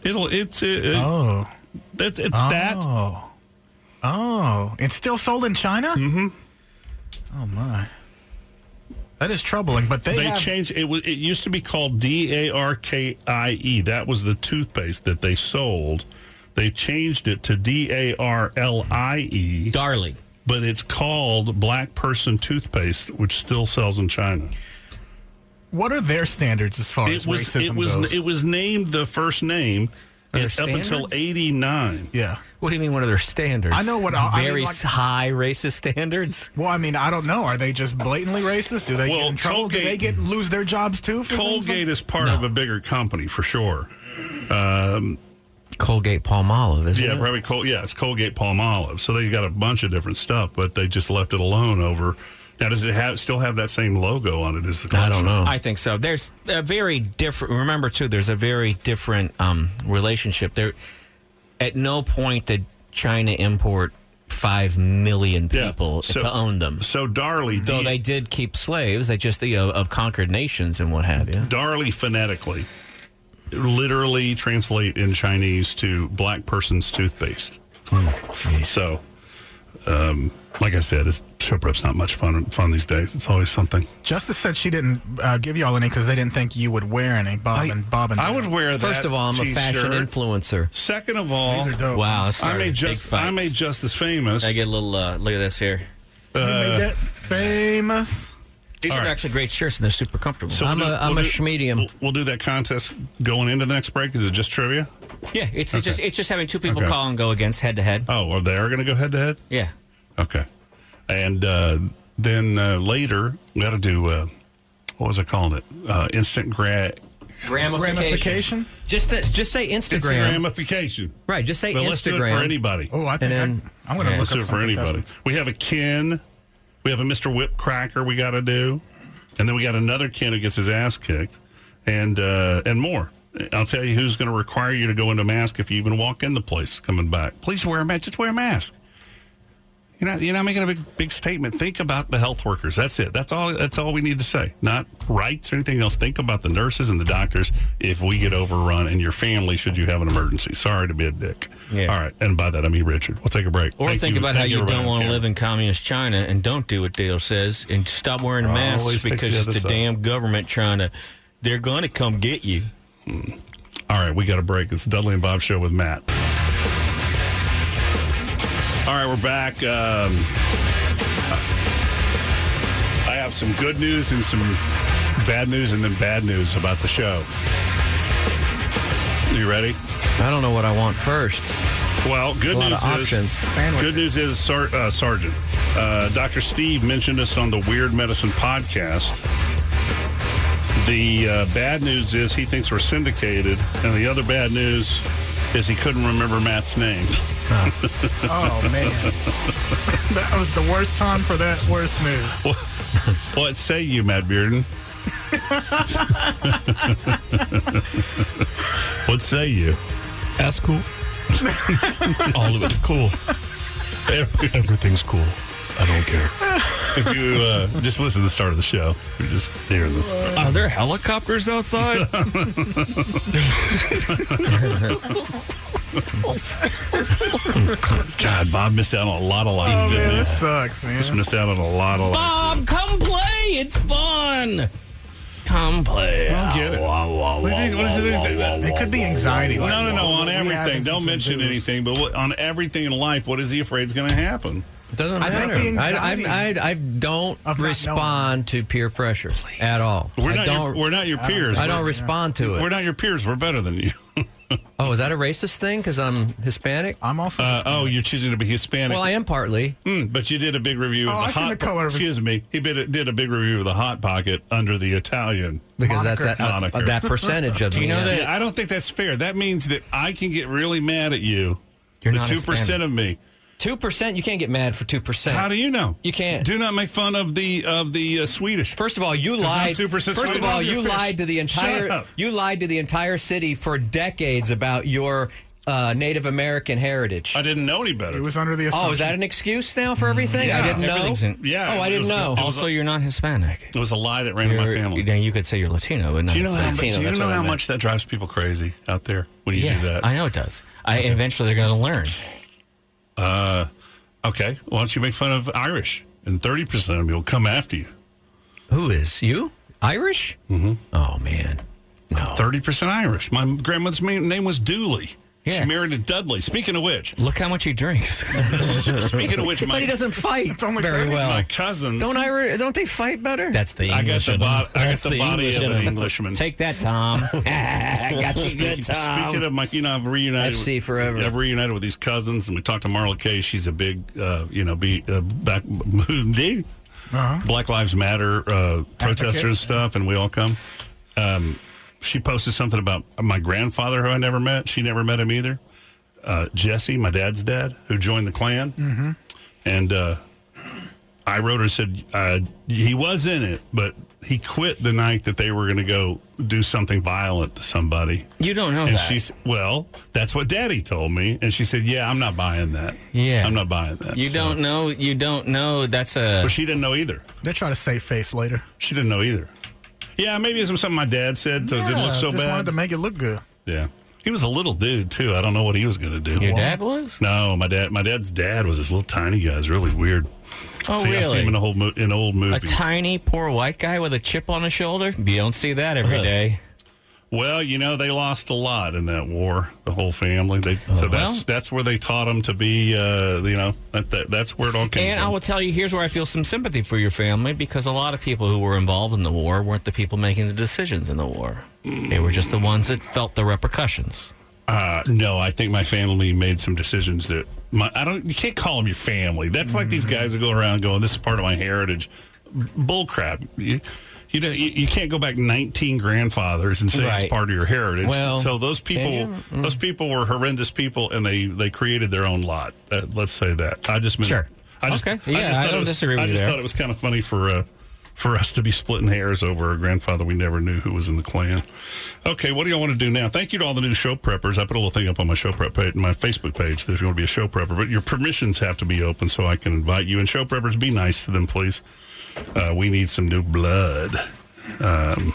[SPEAKER 1] it'll it's it, it-
[SPEAKER 5] Oh.
[SPEAKER 1] it's, it's that.
[SPEAKER 5] Oh. Oh. It's still sold in China? Mm-hmm. Oh, my. That is troubling, but they,
[SPEAKER 1] They
[SPEAKER 5] have-
[SPEAKER 1] changed it. Was it used to be called D A R K I E? That was the toothpaste that they sold. They changed it to D A R L I E,
[SPEAKER 6] Darley.
[SPEAKER 1] but it's called Black Person Toothpaste, which still sells in China.
[SPEAKER 5] What are their standards as far
[SPEAKER 1] It
[SPEAKER 5] as
[SPEAKER 1] was
[SPEAKER 5] racism
[SPEAKER 1] it was
[SPEAKER 5] goes?
[SPEAKER 1] it was named the first name
[SPEAKER 6] Are there
[SPEAKER 1] and up until
[SPEAKER 6] standards?
[SPEAKER 1] eighty nine.
[SPEAKER 5] yeah.
[SPEAKER 6] What do you mean? What are their standards?
[SPEAKER 5] I know what I'll- I mean,
[SPEAKER 6] very
[SPEAKER 5] like-
[SPEAKER 6] high racist standards.
[SPEAKER 5] Well, I mean, I don't know. Are they just blatantly racist? Do they
[SPEAKER 1] Well,
[SPEAKER 5] get in trouble?
[SPEAKER 1] Colgate-
[SPEAKER 5] Do they get lose their jobs too? For things like-
[SPEAKER 1] Colgate is part of a bigger company for sure. Um,
[SPEAKER 3] Colgate Palmolive, isn't
[SPEAKER 1] yeah,
[SPEAKER 3] it?
[SPEAKER 1] probably Col- yeah, it's Colgate Palmolive. So they got a bunch of different stuff, but they just left it alone over. Now, does it have still have that same logo on it as the? Culture?
[SPEAKER 6] I think so. There's a very different. Remember too, there's a very different um, relationship there. At no point did China import five million people to own them.
[SPEAKER 1] So Darley,
[SPEAKER 6] though they did keep slaves, they just you know, of conquered nations and what have you.
[SPEAKER 1] Darley phonetically, literally translate in Chinese to black person's toothpaste.
[SPEAKER 3] Hmm.
[SPEAKER 1] so, um, like I said, it's, show prep's not much fun fun these days. It's always something.
[SPEAKER 5] Justice said she didn't uh, give y'all any because they didn't think you would wear any. Bob and Bob and
[SPEAKER 1] I would wear that.
[SPEAKER 5] First of all, I'm a fashion
[SPEAKER 1] t-shirt.
[SPEAKER 3] influencer.
[SPEAKER 1] Second of all,
[SPEAKER 5] These are dope.
[SPEAKER 6] Wow, this
[SPEAKER 1] I
[SPEAKER 6] started
[SPEAKER 1] made
[SPEAKER 6] big
[SPEAKER 1] just I
[SPEAKER 6] fights.
[SPEAKER 1] made just as famous.
[SPEAKER 6] I get a little. Uh, look at this here.
[SPEAKER 1] Uh,
[SPEAKER 5] famous.
[SPEAKER 6] These
[SPEAKER 1] all
[SPEAKER 6] are
[SPEAKER 1] right.
[SPEAKER 6] actually great shirts and they're super comfortable.
[SPEAKER 1] So we'll do- we'll do- We'll, we'll do that contest going into the next break. Is it just trivia?
[SPEAKER 6] Yeah, it's
[SPEAKER 1] Okay.
[SPEAKER 6] just it's just having two people
[SPEAKER 1] Okay.
[SPEAKER 6] call and go against head to head.
[SPEAKER 1] Oh, are they are going to go head to head?
[SPEAKER 6] Yeah.
[SPEAKER 1] Okay. And uh, then uh, later, we got to do uh, what was I calling it? Uh, instant gra-
[SPEAKER 5] Ramification?
[SPEAKER 3] Just that, just say Instagram.
[SPEAKER 1] Instagramification.
[SPEAKER 3] Right. Just say
[SPEAKER 1] But
[SPEAKER 3] Instagram
[SPEAKER 1] let's do it for anybody.
[SPEAKER 5] Oh, I think
[SPEAKER 3] And then-
[SPEAKER 5] I, am going to
[SPEAKER 1] Yeah, let's
[SPEAKER 5] look
[SPEAKER 1] do
[SPEAKER 5] up
[SPEAKER 1] it for
[SPEAKER 5] some
[SPEAKER 1] anybody.
[SPEAKER 5] contestants.
[SPEAKER 1] We have a Ken. We have a Mr. Whip Cracker we got to do. And then we got another Ken who gets his ass kicked and uh, and more. I'll tell you who's going to require you to go into mask if you even walk in the place coming back. Please wear a mask. Just wear a mask. You're not, you're not making a big big statement. Think about the health workers. That's it. That's all. That's all we need to say. Not rights or anything else. Think about the nurses and the doctors. If we get overrun, and your family, should you have an emergency. Sorry to be a dick.
[SPEAKER 6] Yeah.
[SPEAKER 1] All right. And by that I mean Richard. We'll take a break.
[SPEAKER 6] Or
[SPEAKER 1] Thank
[SPEAKER 6] think
[SPEAKER 1] you-
[SPEAKER 6] about
[SPEAKER 1] thank
[SPEAKER 6] how you
[SPEAKER 1] everybody
[SPEAKER 6] don't
[SPEAKER 1] on
[SPEAKER 6] want to
[SPEAKER 1] camera.
[SPEAKER 6] live in communist China and don't do what Dale says and stop wearing
[SPEAKER 1] Oh,
[SPEAKER 6] masks
[SPEAKER 1] always takes
[SPEAKER 6] because
[SPEAKER 1] the
[SPEAKER 6] it's
[SPEAKER 1] other
[SPEAKER 6] the
[SPEAKER 1] side.
[SPEAKER 6] damn government trying to. They're going to come get you.
[SPEAKER 1] Hmm. All right, we got a break. It's Dudley and Bob show with Matt. All right, we're back. Um, I have some good news and some bad news, and then bad news about the show. You ready?
[SPEAKER 3] I don't know what I want first.
[SPEAKER 1] Well, good
[SPEAKER 3] A lot
[SPEAKER 1] news
[SPEAKER 3] of options.
[SPEAKER 1] is
[SPEAKER 3] Sandwiches.
[SPEAKER 1] good news is Sar- uh, Sergeant uh, Doctor Steve mentioned us on the Weird Medicine podcast. The uh, bad news is he thinks we're syndicated, and the other bad news is he couldn't remember Matt's name.
[SPEAKER 5] Oh, man. that was the worst time for that worst news.
[SPEAKER 1] What, what say you, Matt Bearden? what say you?
[SPEAKER 21] That's cool. All of it's cool. Everything's cool. I don't care.
[SPEAKER 1] If you uh, just listen to the start of the show, you're just hearing this.
[SPEAKER 21] Are there helicopters outside?
[SPEAKER 6] Hmm.
[SPEAKER 1] God, Bob missed out on a lot of life.
[SPEAKER 5] Oh,
[SPEAKER 1] didn't
[SPEAKER 5] man,
[SPEAKER 1] he?
[SPEAKER 5] this sucks, man.
[SPEAKER 1] Just missed out on a lot of life.
[SPEAKER 6] Bob, come play. It's fun. Come play.
[SPEAKER 1] I don't get it. What is it- what is it-
[SPEAKER 5] It could be anxiety.
[SPEAKER 1] No,
[SPEAKER 5] like,
[SPEAKER 1] no, no.
[SPEAKER 5] what-
[SPEAKER 1] On
[SPEAKER 5] what we
[SPEAKER 1] everything,
[SPEAKER 5] having
[SPEAKER 1] don't
[SPEAKER 5] since
[SPEAKER 1] mention
[SPEAKER 5] the news.
[SPEAKER 1] anything. But what, on everything in life, what is he afraid is going to happen?
[SPEAKER 3] Doesn't
[SPEAKER 5] I think
[SPEAKER 3] matter.
[SPEAKER 5] the
[SPEAKER 3] I,
[SPEAKER 5] anxiety
[SPEAKER 3] I, I, I don't
[SPEAKER 5] of not
[SPEAKER 3] respond to peer pressure at all.
[SPEAKER 1] We're
[SPEAKER 3] I
[SPEAKER 1] not.
[SPEAKER 3] don't,
[SPEAKER 1] Your, we're not your
[SPEAKER 3] I don't
[SPEAKER 1] peers.
[SPEAKER 3] think- I don't
[SPEAKER 1] We're-
[SPEAKER 3] respond to it.
[SPEAKER 1] We're not your peers. We're better than you.
[SPEAKER 3] Oh, is that a racist thing? Because I'm Hispanic.
[SPEAKER 5] I'm also.
[SPEAKER 1] Uh, oh, you're choosing to be Hispanic.
[SPEAKER 3] well, I am partly.
[SPEAKER 1] Mm, but you did a big review.
[SPEAKER 5] Oh,
[SPEAKER 1] of the
[SPEAKER 5] I seen
[SPEAKER 1] hot
[SPEAKER 5] the color of it.
[SPEAKER 1] Excuse me. He did a, did a big review of the hot pocket under the Italian.
[SPEAKER 3] Because that's
[SPEAKER 1] Moniker.
[SPEAKER 3] that, uh,
[SPEAKER 1] Moniker.
[SPEAKER 3] that percentage of uh,
[SPEAKER 6] Do you
[SPEAKER 3] me,
[SPEAKER 6] know
[SPEAKER 3] yeah.
[SPEAKER 6] that-
[SPEAKER 1] Yeah, I don't think that's fair. That means that I can get really mad at you.
[SPEAKER 6] You're
[SPEAKER 1] the
[SPEAKER 6] not
[SPEAKER 1] two percent
[SPEAKER 6] Hispanic.
[SPEAKER 1] of me.
[SPEAKER 3] Two percent. You can't get mad for two percent.
[SPEAKER 1] How do you know?
[SPEAKER 3] You can't.
[SPEAKER 1] Do not make fun of the of the uh, Swedish.
[SPEAKER 3] First of all, you lied.
[SPEAKER 1] Two percent.
[SPEAKER 3] First of all, you lied to the
[SPEAKER 1] Shut
[SPEAKER 3] entire
[SPEAKER 1] up.
[SPEAKER 3] you lied to the entire city for decades about your uh, Native American heritage.
[SPEAKER 1] I didn't know any
[SPEAKER 5] It
[SPEAKER 1] better.
[SPEAKER 5] was under the.
[SPEAKER 3] Oh, is that
[SPEAKER 5] assumption-
[SPEAKER 3] an excuse now for everything? I
[SPEAKER 1] Yeah.
[SPEAKER 3] didn't know.
[SPEAKER 6] Everything's in-
[SPEAKER 1] Yeah,
[SPEAKER 3] Oh, I
[SPEAKER 1] it
[SPEAKER 3] didn't
[SPEAKER 1] was-
[SPEAKER 3] know.
[SPEAKER 1] it was-
[SPEAKER 6] Also, you're not Hispanic.
[SPEAKER 1] It was a lie that ran in my
[SPEAKER 6] You're,
[SPEAKER 1] family.
[SPEAKER 6] Now you could say you're Latino, but not
[SPEAKER 1] Do you know how,
[SPEAKER 6] Latino.
[SPEAKER 1] do you
[SPEAKER 6] that's
[SPEAKER 1] know
[SPEAKER 6] what I
[SPEAKER 1] how
[SPEAKER 6] meant.
[SPEAKER 1] much that drives people crazy out there when you
[SPEAKER 6] Yeah,
[SPEAKER 1] do that?
[SPEAKER 6] I know it does. I eventually they're going to learn.
[SPEAKER 1] Uh, Okay, why don't you make fun of Irish? And thirty percent of me will come after you.
[SPEAKER 3] Who is you? Irish? Mm-hmm. Oh man, no.
[SPEAKER 1] Thirty percent Irish. My grandmother's ma- name was Dooley.
[SPEAKER 6] Yeah.
[SPEAKER 1] She married a Dudley. Speaking of which,
[SPEAKER 6] Look how much he drinks.
[SPEAKER 1] speaking of which,
[SPEAKER 3] But
[SPEAKER 1] my,
[SPEAKER 3] he doesn't fight
[SPEAKER 5] It's only
[SPEAKER 3] very
[SPEAKER 5] 30.
[SPEAKER 1] my
[SPEAKER 3] well.
[SPEAKER 1] cousins.
[SPEAKER 3] Don't Irish? Don't they fight better?
[SPEAKER 6] That's the
[SPEAKER 1] I got
[SPEAKER 6] English
[SPEAKER 1] the,
[SPEAKER 6] in
[SPEAKER 1] bo-
[SPEAKER 6] him.
[SPEAKER 1] I got
[SPEAKER 6] That's
[SPEAKER 1] the, body
[SPEAKER 6] English
[SPEAKER 1] of
[SPEAKER 6] in
[SPEAKER 1] an
[SPEAKER 6] him.
[SPEAKER 1] Englishman.
[SPEAKER 6] Take that, Tom.
[SPEAKER 3] Ah,
[SPEAKER 6] got you good, Tom.
[SPEAKER 1] Speaking of my, you know, I've reunited.
[SPEAKER 3] FC
[SPEAKER 1] with,
[SPEAKER 3] forever.
[SPEAKER 1] I've reunited with these cousins, and we talked to Marla Kay. She's a big, uh, you know, be uh, back, the
[SPEAKER 5] Uh-huh.
[SPEAKER 1] Black Lives Matter uh, protester and stuff, and we all come. Um, she posted something about my grandfather who I never met. She never met him either. Uh, Jesse, my dad's dad, who joined the Klan.
[SPEAKER 5] Mhm.
[SPEAKER 1] And uh, I wrote her and said uh, he was in it, but he quit the night that they were going to go do something violent to somebody.
[SPEAKER 6] You don't know
[SPEAKER 1] and
[SPEAKER 6] that.
[SPEAKER 1] she's well, that's what Daddy told me, and she said, "Yeah, I'm not buying that.
[SPEAKER 6] Yeah.
[SPEAKER 1] I'm not buying that."
[SPEAKER 6] You don't know. You don't know. That's a.
[SPEAKER 1] But she didn't know either.
[SPEAKER 5] They try to save face later.
[SPEAKER 1] She didn't know either. Yeah, maybe it was something my dad said, so it didn't
[SPEAKER 5] Yeah,
[SPEAKER 1] look so
[SPEAKER 5] just
[SPEAKER 1] bad.
[SPEAKER 5] wanted to make it look good.
[SPEAKER 1] Yeah. He was a little dude too. I don't know what he was going to do.
[SPEAKER 5] Your dad
[SPEAKER 6] was?
[SPEAKER 1] No, my dad. My dad's dad was this little tiny guy. It's really weird.
[SPEAKER 6] Oh,
[SPEAKER 1] see, I see
[SPEAKER 6] really?
[SPEAKER 1] him in a whole mo- in old
[SPEAKER 6] A
[SPEAKER 1] movies.
[SPEAKER 6] tiny poor white guy with a chip on his shoulder. You don't see that every day.
[SPEAKER 1] Uh-huh. well, you know they lost a lot in that war. The whole family. They
[SPEAKER 6] Uh-huh.
[SPEAKER 1] so that's that's where they taught him to be. Uh, you know that, that that's where it all came.
[SPEAKER 6] And I will tell you, here's where I feel some sympathy for your family because a lot of people who were involved in the war weren't the people making the decisions in the war. They were just the ones that felt the repercussions.
[SPEAKER 1] Uh, no, I think my family made some decisions that my I don't. You can't call them your family. That's like
[SPEAKER 6] Mm-hmm.
[SPEAKER 1] these guys that go around going, "This is part of my heritage." Bull crap. You, you, don't- you, you can't go back 19 grandfathers and say
[SPEAKER 6] Right.
[SPEAKER 1] it's part of your heritage.
[SPEAKER 6] Well,
[SPEAKER 1] so those people,
[SPEAKER 6] yeah,
[SPEAKER 1] those people were horrendous people, and they they created their own lot. Uh, let's say that. I just meant,
[SPEAKER 6] Sure.
[SPEAKER 1] I just,
[SPEAKER 6] Okay. Yeah,
[SPEAKER 1] just
[SPEAKER 6] I
[SPEAKER 1] thought it
[SPEAKER 6] don't
[SPEAKER 1] was-
[SPEAKER 6] disagree with
[SPEAKER 1] I
[SPEAKER 6] you
[SPEAKER 1] just
[SPEAKER 6] there.
[SPEAKER 1] thought it was kind of funny for uh, for us to be splitting hairs over a grandfather we never knew who was in the Klan. Okay, what do y'all want to do now? Thank you to all the new show preppers. I put a little thing up on my show prep page, my Facebook page. There's going to be a show prepper, but your permissions have to be open so I can invite you. And show preppers, be nice to them, please. Uh, we need some new blood. Um,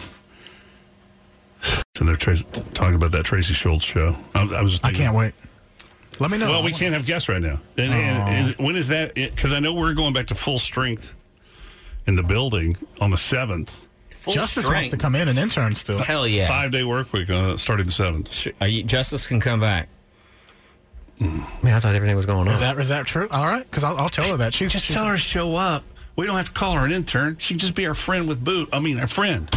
[SPEAKER 1] so they're tra- talking about that Tracy Schultz show. I, I was.
[SPEAKER 5] I can't wait.
[SPEAKER 1] Let
[SPEAKER 5] me know. Oh.
[SPEAKER 1] Well, we can't have guests right now. And, and is, when is that? Because I know we're going back to full strength in the building on the seventh.
[SPEAKER 5] Justice wants to come in and intern still.
[SPEAKER 1] Five day work week uh, starting the seventh.
[SPEAKER 6] Are you, Justice can come back. Man, I thought everything was going on.
[SPEAKER 5] Is that is that true? All right, because I'll, I'll tell her that. She's
[SPEAKER 1] Just
[SPEAKER 5] she's-
[SPEAKER 1] tell her to show up. We don't have to call her an intern. She can just be our friend with boot. I mean, our friend.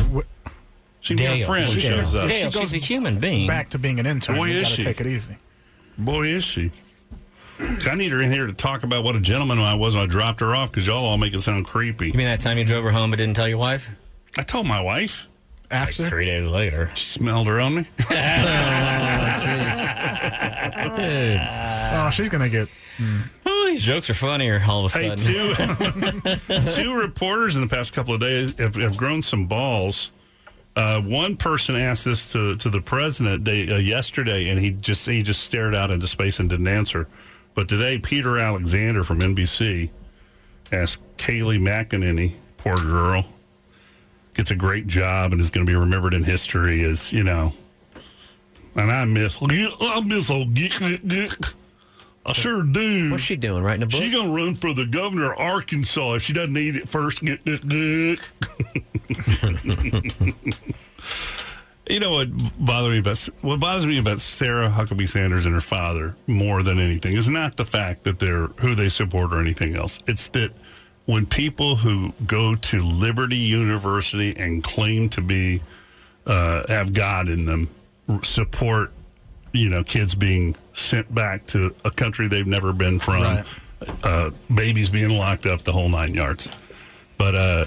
[SPEAKER 1] She can be our
[SPEAKER 5] Dale,
[SPEAKER 1] friend. who
[SPEAKER 5] Dale.
[SPEAKER 1] shows up.
[SPEAKER 5] If she Dale, goes she's a
[SPEAKER 6] human
[SPEAKER 5] being. back to being an intern,
[SPEAKER 1] Boy,
[SPEAKER 5] we
[SPEAKER 1] is
[SPEAKER 5] gotta
[SPEAKER 1] she.
[SPEAKER 5] take it easy.
[SPEAKER 1] Boy, is she. I need her in here to talk about what a gentleman I was when I dropped her off because y'all all make it sound creepy. You
[SPEAKER 6] mean that time you drove her home but didn't tell your wife?
[SPEAKER 1] I told my wife.
[SPEAKER 5] After?
[SPEAKER 6] three days later.
[SPEAKER 1] She smelled her on me. Uh,
[SPEAKER 5] Oh, she's gonna get. mm.
[SPEAKER 6] Oh, these jokes are funnier all of a
[SPEAKER 1] Hey,
[SPEAKER 6] sudden.
[SPEAKER 1] two, two reporters in the past couple of days have, have grown some balls. Uh, one person asked this to, to the president day, uh, yesterday, and he just he just stared out into space and didn't answer. But today, Peter Alexander from NBC asked Kaylee McEnany, poor girl, gets a great job and is going to be remembered in history as you know. And I miss I miss old geek, geek, geek. I sure do.
[SPEAKER 6] What's she doing? Writing a book?
[SPEAKER 1] She's gonna run for the governor of Arkansas if she doesn't eat it first. you know what bothers me about what bothers me about Sarah Huckabee Sanders and her father more than anything is not the fact that they're who they support or anything else. It's that when people who go to Liberty University and claim to be uh, have God in them r- support you know kids being sent back to a country they've never been from
[SPEAKER 5] Right.
[SPEAKER 1] uh, babies being locked up the whole nine yards but uh,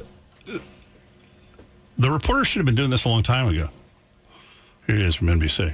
[SPEAKER 1] the reporter should have been doing this a long time ago here it is from nbc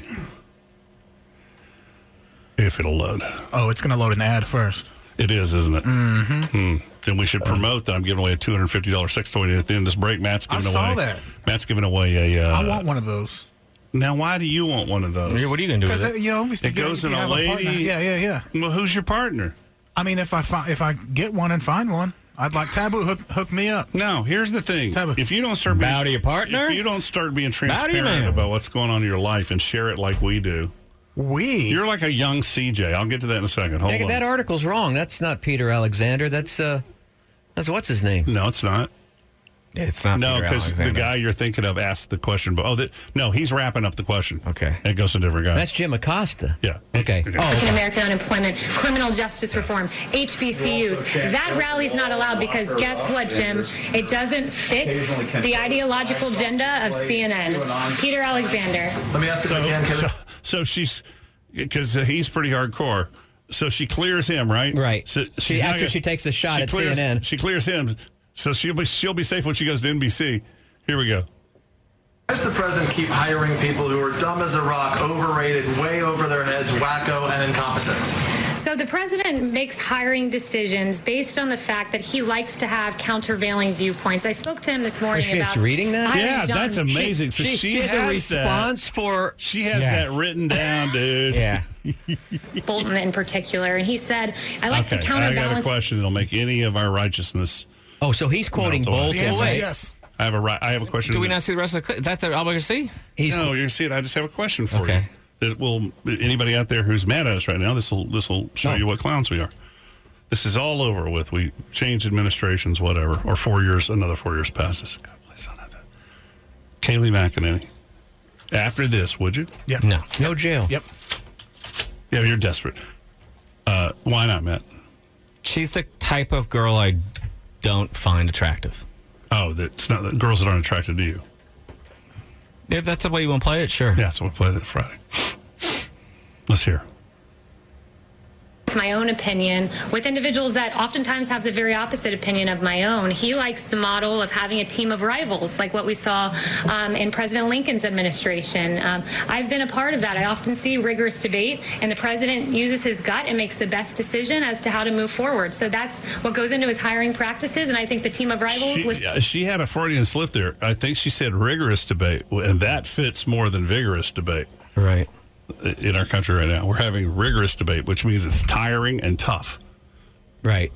[SPEAKER 1] if it'll load
[SPEAKER 5] Oh, it's gonna load an ad first.
[SPEAKER 1] it is isn't it mm-hmm. then we should promote that i'm giving away a $250 sex toy at the end of this break matt's
[SPEAKER 5] I
[SPEAKER 1] giving
[SPEAKER 5] saw
[SPEAKER 1] away
[SPEAKER 5] that.
[SPEAKER 1] matt's giving away a uh,
[SPEAKER 5] I want one of those.
[SPEAKER 1] now why do you want one of those
[SPEAKER 6] Yeah, what are you gonna do with
[SPEAKER 5] 'Cause, uh, you know, we-
[SPEAKER 1] it goes
[SPEAKER 5] you
[SPEAKER 1] in a
[SPEAKER 5] have partner.
[SPEAKER 1] lady
[SPEAKER 5] Yeah, yeah, yeah.
[SPEAKER 1] Well, who's your partner?
[SPEAKER 5] I mean, if I find if I get one and find one, I'd like Taboo hook, hook me up.
[SPEAKER 1] No, here's the thing. If you don't start
[SPEAKER 6] Bow to your partner?
[SPEAKER 1] if you don't start being
[SPEAKER 6] Bow to your
[SPEAKER 1] transparent
[SPEAKER 6] man.
[SPEAKER 1] about what's going on in your life and share it like we do,
[SPEAKER 5] we
[SPEAKER 1] you're like a young CJ. I'll get to that in a second. Hold
[SPEAKER 3] That,
[SPEAKER 1] on.
[SPEAKER 3] that article's wrong. That's not Peter Alexander. That's uh, that's what's his name?
[SPEAKER 1] No, it's not.
[SPEAKER 6] It's not.
[SPEAKER 1] no,
[SPEAKER 3] Peter
[SPEAKER 1] because the
[SPEAKER 3] Alexander.
[SPEAKER 1] guy you're thinking of asked the question, but oh, th- no, he's wrapping up the question. Okay, it goes to a different guy.
[SPEAKER 3] That's Jim Acosta.
[SPEAKER 1] Yeah.
[SPEAKER 3] Okay.
[SPEAKER 1] Oh,
[SPEAKER 22] African American unemployment, criminal justice reform, HBCUs. That rally's not allowed because guess what, Jim? It doesn't fit the ideological agenda of CNN. Peter Alexander.
[SPEAKER 1] Let me ask so, again. So, so she's because he's pretty hardcore. So she clears him, right? Right. So
[SPEAKER 3] She-
[SPEAKER 1] she's not
[SPEAKER 3] after she takes a shot
[SPEAKER 1] she
[SPEAKER 3] at
[SPEAKER 1] clears-
[SPEAKER 3] CNN.
[SPEAKER 1] she clears him. So she'll be she'll be safe when she goes to NBC. Here we go.
[SPEAKER 14] Why does the president keep hiring people who are dumb as a rock, overrated, way over their heads, wacko, and incompetent?
[SPEAKER 22] So the president makes hiring decisions based on the fact that he likes to have countervailing viewpoints. I spoke to him this morning
[SPEAKER 3] Appreciate
[SPEAKER 22] about
[SPEAKER 3] you reading that?
[SPEAKER 22] hiring
[SPEAKER 1] Yeah,
[SPEAKER 22] John-
[SPEAKER 1] that's amazing. so she,
[SPEAKER 3] she- she has a response
[SPEAKER 1] for. She has
[SPEAKER 3] Yeah.
[SPEAKER 1] that written down, dude. yeah.
[SPEAKER 22] Bolton in particular, and he said, "I like
[SPEAKER 1] okay,
[SPEAKER 22] to
[SPEAKER 1] I got a
[SPEAKER 22] counterbalance."
[SPEAKER 1] question that'll make any of our righteousness.
[SPEAKER 3] Oh, so he's quoting
[SPEAKER 6] Bolton. The answer is Wait. yes.
[SPEAKER 1] I have a ri- I have a question.
[SPEAKER 6] Do we not see the rest of the clip? That's all we're going to see?
[SPEAKER 1] He's no, you're gonna see it. I just have a question for you. That will anybody out there who's mad at us right now? This will this will show you what clowns we are. This is all over with. We change administrations, whatever, or four years. Another four years passes. God bless another. Kaylee McEnany. After this, would you?
[SPEAKER 5] Yeah.
[SPEAKER 3] No. No jail.
[SPEAKER 5] Yep.
[SPEAKER 1] Yeah, you're desperate. Uh, why not, Matt?
[SPEAKER 6] She's the type of girl I don't find attractive.
[SPEAKER 1] Oh, that's not the girls that aren't attracted to you.
[SPEAKER 6] If that's the way you want to play it, sure.
[SPEAKER 1] Yeah, so we played it Friday. Let's hear.
[SPEAKER 22] my own opinion with individuals that oftentimes have the very opposite opinion of my own. He likes the model of having a team of rivals, like what we saw um, in President Lincoln's administration. Um, I've been a part of that. I often see rigorous debate, and the president uses his gut and makes the best decision as to how to move forward. So that's what goes into his hiring practices, and I think the team of rivals
[SPEAKER 1] She,
[SPEAKER 22] with
[SPEAKER 1] yeah, she had a Freudian slip there. I think she said rigorous debate, and that fits more than vigorous debate.
[SPEAKER 6] Right.
[SPEAKER 1] In our country right now, we're having rigorous debate, which means it's tiring and tough.
[SPEAKER 6] Right.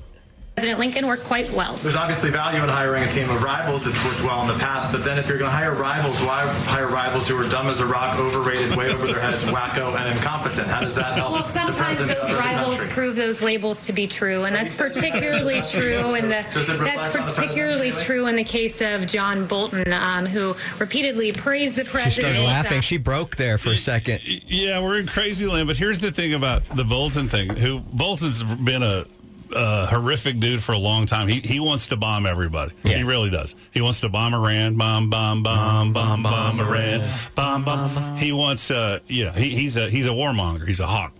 [SPEAKER 22] President Lincoln worked quite well.
[SPEAKER 14] There's obviously value in hiring a team of rivals. It's worked well in the past, but then if you're going to hire rivals, why hire rivals who are dumb as a rock, overrated, way over their heads, wacko, and incompetent? How does that help?
[SPEAKER 22] Well,
[SPEAKER 14] the
[SPEAKER 22] sometimes
[SPEAKER 14] president
[SPEAKER 22] those
[SPEAKER 14] of the
[SPEAKER 22] rivals
[SPEAKER 14] country?
[SPEAKER 22] prove those labels to be true, and that's particularly true in the
[SPEAKER 14] Does it reflect on the
[SPEAKER 22] that's
[SPEAKER 14] president,
[SPEAKER 22] particularly
[SPEAKER 14] really?
[SPEAKER 22] true in the case of John Bolton, um, who repeatedly praised the
[SPEAKER 3] She
[SPEAKER 22] president.
[SPEAKER 3] started laughing. She broke there for a second.
[SPEAKER 1] Yeah, we're in crazy land. But here's the thing about the Bolton thing. Who Bolton's been a, a horrific dude for a long time. He he wants to bomb everybody. He really does. He wants to bomb Iran. Bomb bomb bomb bomb bomb Iran. Bomb bomb. bomb. He wants. Uh, you know, he, he's a he's a warmonger. He's a hawk.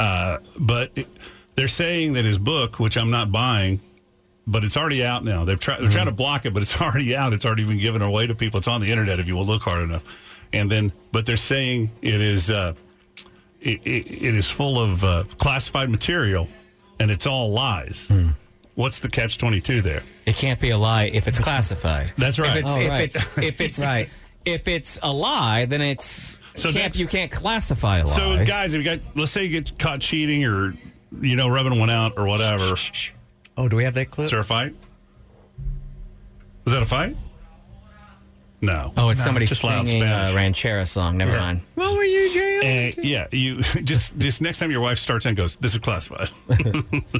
[SPEAKER 1] Uh, but it- they're saying that his book, which I'm not buying. But it's already out now. They've tried. They're trying to block it, but it's already out. It's already been given away to people. It's on the internet if you will look hard enough. And then, but they're saying it is uh, it, it, it is full of uh, classified material and it's all lies. What's the catch 22 there?
[SPEAKER 6] It can't be a lie if it's classified.
[SPEAKER 1] That's right.
[SPEAKER 6] If it's
[SPEAKER 1] Oh,
[SPEAKER 6] if
[SPEAKER 1] right.
[SPEAKER 6] it's if it's
[SPEAKER 1] Right.
[SPEAKER 6] if it's a lie, then it's
[SPEAKER 1] So
[SPEAKER 6] can't,
[SPEAKER 1] that's-
[SPEAKER 6] you can't classify a lie.
[SPEAKER 1] So, guys, if you got, let's say you get caught cheating or, you know, rubbing one out or whatever.
[SPEAKER 3] Oh, do we have that clip?
[SPEAKER 1] Is there a fight? Was that a fight? No.
[SPEAKER 6] oh, it's
[SPEAKER 1] No,
[SPEAKER 6] somebody
[SPEAKER 1] just loud
[SPEAKER 6] singing a
[SPEAKER 3] uh,
[SPEAKER 1] Spanish.
[SPEAKER 6] ranchera song. Never
[SPEAKER 1] Yeah.
[SPEAKER 6] mind.
[SPEAKER 3] What were you doing?
[SPEAKER 1] Uh, yeah, you just just next time your wife starts and goes, "This is classified."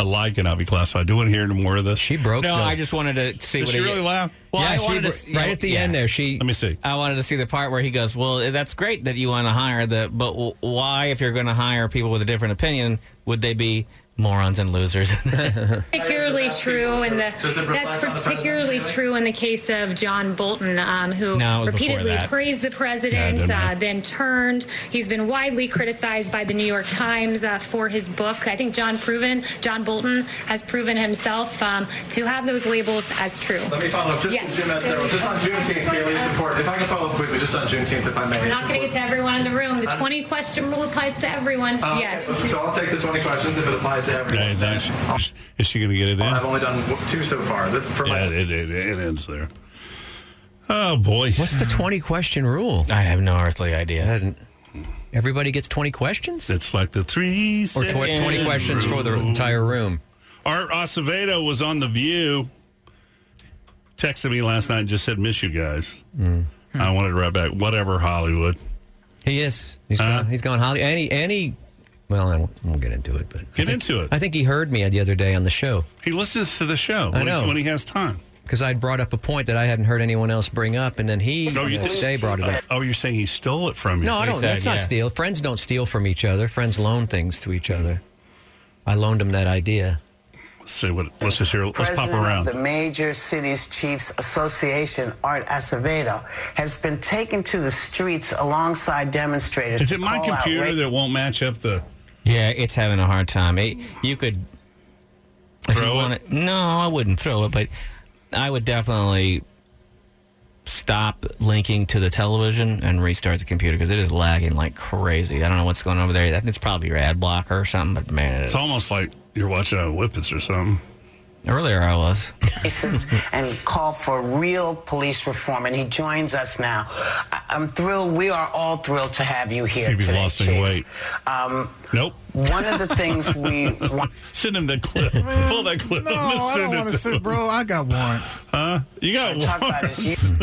[SPEAKER 1] a lie cannot be classified. Do you want to hear more of this? She
[SPEAKER 6] broke No, the- I just wanted to see
[SPEAKER 1] Did
[SPEAKER 6] what
[SPEAKER 1] she
[SPEAKER 6] it-
[SPEAKER 1] really laugh?
[SPEAKER 6] Well, I wanted to see-
[SPEAKER 3] right at the
[SPEAKER 6] yeah.
[SPEAKER 3] end there, she.
[SPEAKER 1] Let me see.
[SPEAKER 6] I wanted to see the part where he goes, "Well, that's great that you want to hire the, but w- why, if you're going to hire people with a different opinion, would they be morons and losers?"
[SPEAKER 22] particularly true in the
[SPEAKER 6] Does it reflect
[SPEAKER 22] that's
[SPEAKER 6] on the president,
[SPEAKER 22] particularly true in the case of John Bolton, um, who
[SPEAKER 6] No, it was before
[SPEAKER 22] repeatedly
[SPEAKER 6] that.
[SPEAKER 22] praised the president,
[SPEAKER 6] didn't
[SPEAKER 22] uh, then turned. He's been widely criticized by the New York Times uh, for his book. I think John proven John Bolton has proven himself um, to have those labels as true.
[SPEAKER 14] Let me follow up just
[SPEAKER 22] yes.
[SPEAKER 14] two minutes, Sarah. Just on Juneteenth, Kaylee, it's important. If I can follow up quickly, just on Juneteenth, if I may.
[SPEAKER 22] We're
[SPEAKER 14] It's
[SPEAKER 22] not going to get to everyone in the room. The 20 question rule applies to everyone.
[SPEAKER 6] Oh,
[SPEAKER 14] Um,
[SPEAKER 22] yes.
[SPEAKER 14] So I'll take the 20 questions if it applies to everyone.
[SPEAKER 1] Is she going to get it in?
[SPEAKER 14] I've only done w- two so far. The- For my
[SPEAKER 1] Yeah, it, it, it ends there. Oh boy!
[SPEAKER 3] What's the twenty question rule?
[SPEAKER 6] I have no earthly idea.
[SPEAKER 3] Everybody gets twenty questions.
[SPEAKER 1] It's like the three
[SPEAKER 3] or tw- twenty
[SPEAKER 1] second
[SPEAKER 3] questions for the
[SPEAKER 1] rule.
[SPEAKER 3] entire room.
[SPEAKER 1] Art Acevedo was on the View. Texted me last night and just said, "Miss you guys." I wanted to write back, "Whatever, Hollywood."
[SPEAKER 3] Hmm. He is. He's
[SPEAKER 1] uh,
[SPEAKER 3] gone. He's gone. Holly. Any. Any. Well, I won't, I won't get into it, but
[SPEAKER 1] Get into it.
[SPEAKER 3] I think he heard me the other day on the show
[SPEAKER 1] He listens to the show
[SPEAKER 3] I
[SPEAKER 1] when,
[SPEAKER 3] know.
[SPEAKER 1] He, when he has time.
[SPEAKER 3] because I'd brought up a point that I hadn't heard anyone else bring up, and then he
[SPEAKER 1] Oh, No, you
[SPEAKER 3] the next
[SPEAKER 1] think-
[SPEAKER 3] day brought it up.
[SPEAKER 1] Oh, you're saying he stole it from you?
[SPEAKER 3] No, I don't. That's not steal. Friends don't steal from each other. Friends loan things to each other. I loaned him that idea.
[SPEAKER 1] Let's see what. Let's just hear. Let's pop
[SPEAKER 23] President
[SPEAKER 1] around.
[SPEAKER 23] of the Major Cities Chiefs Association, Art Acevedo, has been taken to the streets alongside demonstrators.
[SPEAKER 1] Is
[SPEAKER 23] to
[SPEAKER 1] it my
[SPEAKER 23] call out
[SPEAKER 1] computer
[SPEAKER 23] rape-
[SPEAKER 1] that won't match up the?
[SPEAKER 6] yeah, it's having a hard time. It, you could if you
[SPEAKER 1] Throw it?
[SPEAKER 6] wanna- No, I wouldn't throw it, but I would definitely stop linking to the television and restart the computer because it is lagging like crazy. I don't know what's going on over there. I think it's probably your ad blocker or something, but man, it
[SPEAKER 1] It's almost like you're watching a Whippets or something.
[SPEAKER 6] Earlier I was.
[SPEAKER 23] cases and call for real police reform. And he joins us now. I- I'm thrilled. We are all thrilled to have you here
[SPEAKER 1] See if he's
[SPEAKER 23] today,
[SPEAKER 1] lost
[SPEAKER 23] Chief.
[SPEAKER 1] any weight.
[SPEAKER 23] Um,
[SPEAKER 1] Nope.
[SPEAKER 23] One of the things we want.
[SPEAKER 1] Send him that clip. Pull that clip.
[SPEAKER 5] No,
[SPEAKER 1] I'm gonna
[SPEAKER 5] I
[SPEAKER 1] send
[SPEAKER 5] don't
[SPEAKER 1] it
[SPEAKER 5] want
[SPEAKER 1] to
[SPEAKER 5] to sit,
[SPEAKER 1] him.
[SPEAKER 5] bro. I got warrants.
[SPEAKER 1] Huh? You got
[SPEAKER 23] Talk about
[SPEAKER 1] warrants.
[SPEAKER 23] is you.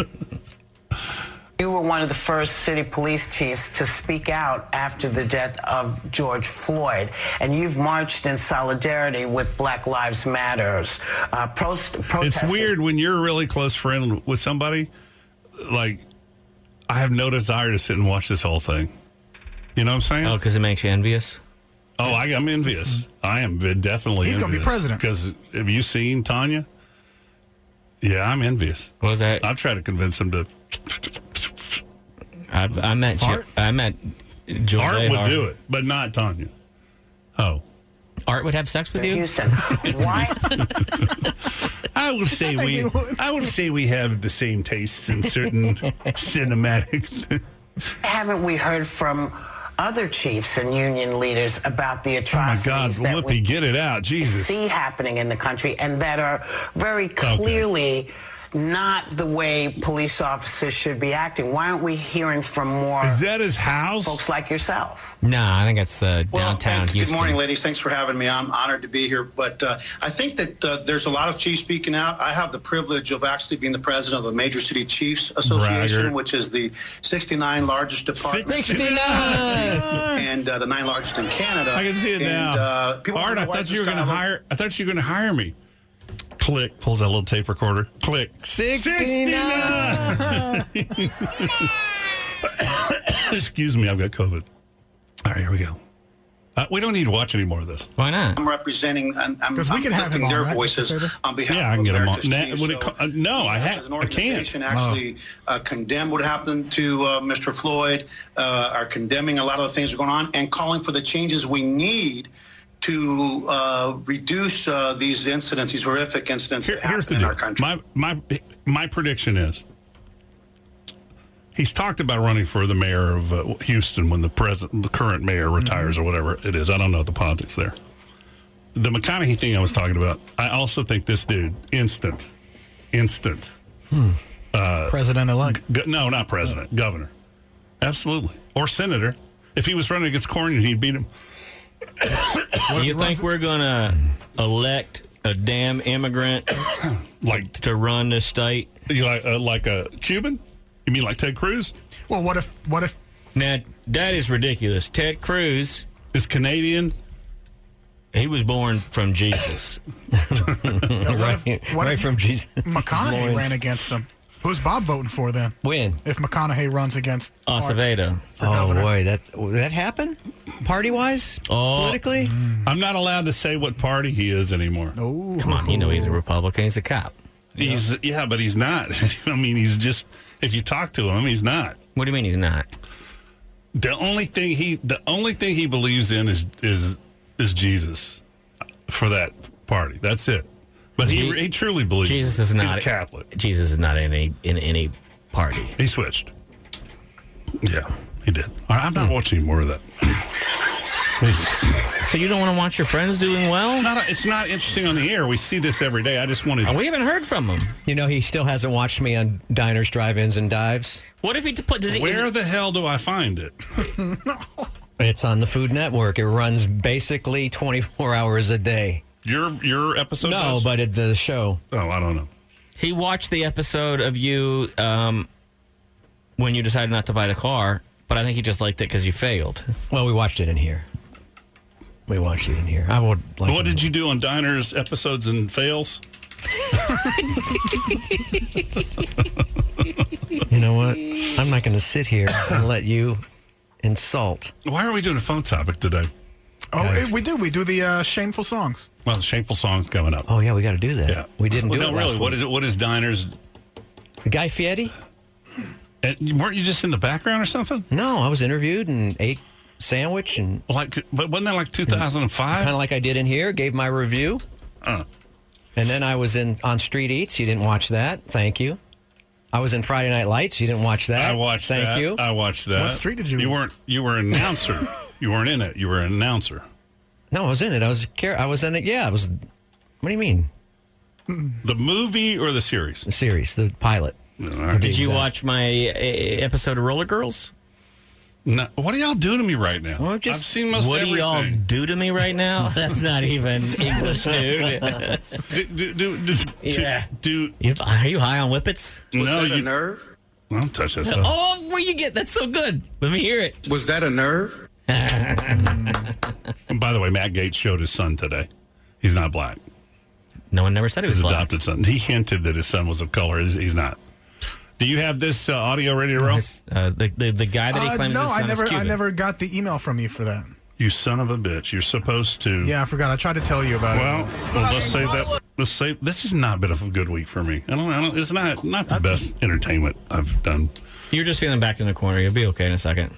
[SPEAKER 23] You were one of the first city police chiefs to speak out after the death of George Floyd, and you've marched in solidarity with Black Lives Matters. Uh, pros-
[SPEAKER 1] It's
[SPEAKER 23] protesters-
[SPEAKER 1] weird when you're a really close friend with somebody. Like, I have no desire to sit and watch this whole thing. You know what I'm saying?
[SPEAKER 6] Oh, because it makes you envious.
[SPEAKER 1] Oh, I, I'm envious. I am vi- definitely.
[SPEAKER 5] Mm-hmm. He's gonna be president.
[SPEAKER 1] Because have you seen Tanya? Yeah, I'm envious.
[SPEAKER 6] What was that?
[SPEAKER 1] I've tried to convince him to.
[SPEAKER 6] I, I met
[SPEAKER 1] Fart?
[SPEAKER 6] Ju- I met George
[SPEAKER 1] Art would
[SPEAKER 6] Hart.
[SPEAKER 1] do it, but not Tanya. Oh,
[SPEAKER 6] Art would have sex with you.
[SPEAKER 23] Houston. Why?
[SPEAKER 1] I would say we. I would say we have the same tastes in certain cinematic.
[SPEAKER 23] haven't we heard from other chiefs and union leaders about the
[SPEAKER 1] Oh, my
[SPEAKER 23] atrocities
[SPEAKER 1] God,
[SPEAKER 23] that
[SPEAKER 1] Whoopi,
[SPEAKER 23] we
[SPEAKER 1] get it out, Jesus!
[SPEAKER 23] see happening in the country and that are very clearly not the way police officers should be acting? Why aren't we hearing from more? Is
[SPEAKER 1] that his house?
[SPEAKER 23] Folks like yourself.
[SPEAKER 6] No, I think that's the downtown
[SPEAKER 4] thank-
[SPEAKER 6] Houston.
[SPEAKER 4] Good morning, ladies. Thanks for having me. I'm honored to be here. But uh, I think that uh, there's a lot of chiefs speaking out. I have the privilege of actually being the president of the Major City Chiefs Association,
[SPEAKER 1] Braggart.
[SPEAKER 4] which is the 69 largest department.
[SPEAKER 1] 69!
[SPEAKER 4] and uh, the nine largest in Canada.
[SPEAKER 1] I can see it
[SPEAKER 4] and,
[SPEAKER 1] now.
[SPEAKER 4] Uh, people
[SPEAKER 1] Art,
[SPEAKER 4] wonder
[SPEAKER 1] I
[SPEAKER 4] why
[SPEAKER 1] thought
[SPEAKER 4] this
[SPEAKER 1] you were
[SPEAKER 4] guy
[SPEAKER 1] going to
[SPEAKER 4] look-
[SPEAKER 1] hire. I thought you were going to hire me. Click pulls that little tape recorder. Click.
[SPEAKER 9] 69.
[SPEAKER 1] Excuse me, I've got COVID. All right, here we go. Uh, we don't need to watch any more of this.
[SPEAKER 6] Why not?
[SPEAKER 4] I'm representing. I'm, I'm,
[SPEAKER 5] 'Cause we
[SPEAKER 4] I'm
[SPEAKER 5] can have
[SPEAKER 4] lifting
[SPEAKER 5] him on,
[SPEAKER 4] their
[SPEAKER 5] right, Mr.
[SPEAKER 4] voices
[SPEAKER 5] Service?
[SPEAKER 4] on behalf.
[SPEAKER 1] Yeah, I
[SPEAKER 4] of
[SPEAKER 1] can get him on.
[SPEAKER 4] America's
[SPEAKER 1] Nah,
[SPEAKER 4] Chiefs.
[SPEAKER 1] when it co- uh, no,
[SPEAKER 4] you
[SPEAKER 1] I ha- I
[SPEAKER 4] As an
[SPEAKER 1] can't.
[SPEAKER 4] organization, actually uh, condemn what happened to uh, Mr. Floyd. Uh, are condemning a lot of the things that are going on and calling for the changes we need to uh, reduce uh, these incidents, these horrific incidents that happen
[SPEAKER 1] Here's the
[SPEAKER 4] in
[SPEAKER 1] deal.
[SPEAKER 4] our country.
[SPEAKER 1] My my my prediction is he's talked about running for the mayor of uh, Houston when the present the current mayor retires or whatever it is. I don't know the politics there. The McConaughey thing I was talking about. I also think this dude instant, instant
[SPEAKER 3] Hmm.
[SPEAKER 1] uh,
[SPEAKER 5] President elect.
[SPEAKER 1] Go- no, not president. Governor. Absolutely. Or senator. If he was running against Cornyn, he'd beat him.
[SPEAKER 6] you think we're gonna elect a damn immigrant
[SPEAKER 1] like
[SPEAKER 6] to run this state?
[SPEAKER 1] You like uh, like a Cuban? You mean like Ted Cruz?
[SPEAKER 5] Well, what if what if
[SPEAKER 6] now that is ridiculous? Ted Cruz
[SPEAKER 1] is Canadian.
[SPEAKER 6] He was born from Jesus, right,
[SPEAKER 5] what
[SPEAKER 6] right
[SPEAKER 5] if-
[SPEAKER 6] from Jesus.
[SPEAKER 5] McConaughey
[SPEAKER 6] Loins.
[SPEAKER 5] ran against him? Who's Bob voting for then?
[SPEAKER 6] When?
[SPEAKER 5] If McConaughey runs against
[SPEAKER 6] Acevedo.
[SPEAKER 5] Oh boy,
[SPEAKER 6] that that happened party wise, politically.
[SPEAKER 1] Oh. I'm not allowed to say what party he is anymore.
[SPEAKER 5] No,
[SPEAKER 6] Come on, you know he's a Republican. He's a cop.
[SPEAKER 1] He's yeah, but he's not. I mean, he's just. If you talk to him, he's not.
[SPEAKER 6] What do you mean he's not?
[SPEAKER 1] The only thing he the only thing he believes in is is is Jesus for that party. That's it. But he he, truly believes
[SPEAKER 6] Jesus is not
[SPEAKER 1] he's a Catholic.
[SPEAKER 6] Jesus is not in any in any party.
[SPEAKER 1] He switched. Yeah, he did. All right, I'm
[SPEAKER 6] Hmm.
[SPEAKER 1] not watching more of that.
[SPEAKER 6] so you don't want to watch your friends doing well?
[SPEAKER 1] Not it's not interesting on the air. We see this every day. I just wanted.
[SPEAKER 6] we haven't heard from him.
[SPEAKER 3] You know, he still hasn't watched me on diners, drive-ins, and dives.
[SPEAKER 6] What if he t- put? Does he, is
[SPEAKER 1] Where
[SPEAKER 6] it-
[SPEAKER 1] the hell do I find it?
[SPEAKER 3] It's on the Food Network. It runs basically 24 hours a day.
[SPEAKER 1] Your your episode?
[SPEAKER 3] No,
[SPEAKER 1] does?
[SPEAKER 3] but it, the show.
[SPEAKER 1] Oh, I don't know.
[SPEAKER 6] He watched the episode of you um, when you decided not to buy the car, but I think he just liked it because you failed.
[SPEAKER 3] Well, we watched it in here. We watched it in here. I would like.
[SPEAKER 1] what did you do on diners episodes and fails?
[SPEAKER 3] You know what? I'm not going to sit here and let you insult.
[SPEAKER 1] Why are we doing a phone topic today?
[SPEAKER 5] Oh, eh, we do. We do the uh, shameful songs.
[SPEAKER 1] Well, shameful songs coming up.
[SPEAKER 3] Oh yeah, we got to do that.
[SPEAKER 1] Yeah,
[SPEAKER 3] We didn't do
[SPEAKER 1] Well,
[SPEAKER 3] it
[SPEAKER 1] no,
[SPEAKER 3] last
[SPEAKER 1] really. What
[SPEAKER 3] week.
[SPEAKER 1] is what is diners?
[SPEAKER 3] Guy Fieri?
[SPEAKER 1] And Uh, weren't you just in the background or something?
[SPEAKER 3] No, I was interviewed and ate sandwich and
[SPEAKER 1] like, but wasn't that like 2005?
[SPEAKER 3] Kind of like I did in here. Gave my review.
[SPEAKER 1] Uh.
[SPEAKER 3] And then I was in on Street Eats. You didn't watch that. Thank you. I was in Friday Night Lights. You didn't watch that.
[SPEAKER 1] I watched
[SPEAKER 3] Thank
[SPEAKER 1] that.
[SPEAKER 3] you.
[SPEAKER 1] I watched that.
[SPEAKER 3] What street did you-
[SPEAKER 1] You weren't. You were an announcer. you weren't in it. You were an announcer.
[SPEAKER 3] No, I was in it. I was care. I was in it. Yeah, I was. What do you mean?
[SPEAKER 1] The movie or the series?
[SPEAKER 3] The series, the pilot.
[SPEAKER 6] Did you watch my uh, episode of Roller Girls?
[SPEAKER 1] No. What do y'all do to me right now?
[SPEAKER 6] Well, just, I've seen most What do y'all do to me right now? That's not even English, dude.
[SPEAKER 1] do, do, do, do,
[SPEAKER 6] yeah.
[SPEAKER 1] Do,
[SPEAKER 6] you, are you high on whippets?
[SPEAKER 1] no, you nerve. I don't touch that stuff.
[SPEAKER 6] Oh, where you get? That's so good. Let me hear it.
[SPEAKER 1] Was that a nerve? and Mm. by the way, Matt Gates showed his son today. He's not black.
[SPEAKER 6] No one never said he
[SPEAKER 1] was his adopted son. He hinted that his son was of color. He's, he's not. Do you have this uh, audio ready to roll?
[SPEAKER 6] Uh, the, the the guy
[SPEAKER 5] Uh, no, I never, I never got the email from you for that.
[SPEAKER 1] You son of a bitch! You're supposed to.
[SPEAKER 5] Yeah, I forgot. I tried to tell you about
[SPEAKER 1] Well,
[SPEAKER 5] it.
[SPEAKER 1] well, let's say that. Let's say this has not been a good week for me. I don't. I don't it's not not the best entertainment I've done.
[SPEAKER 6] You're just feeling back in the corner. You'll be okay in a second.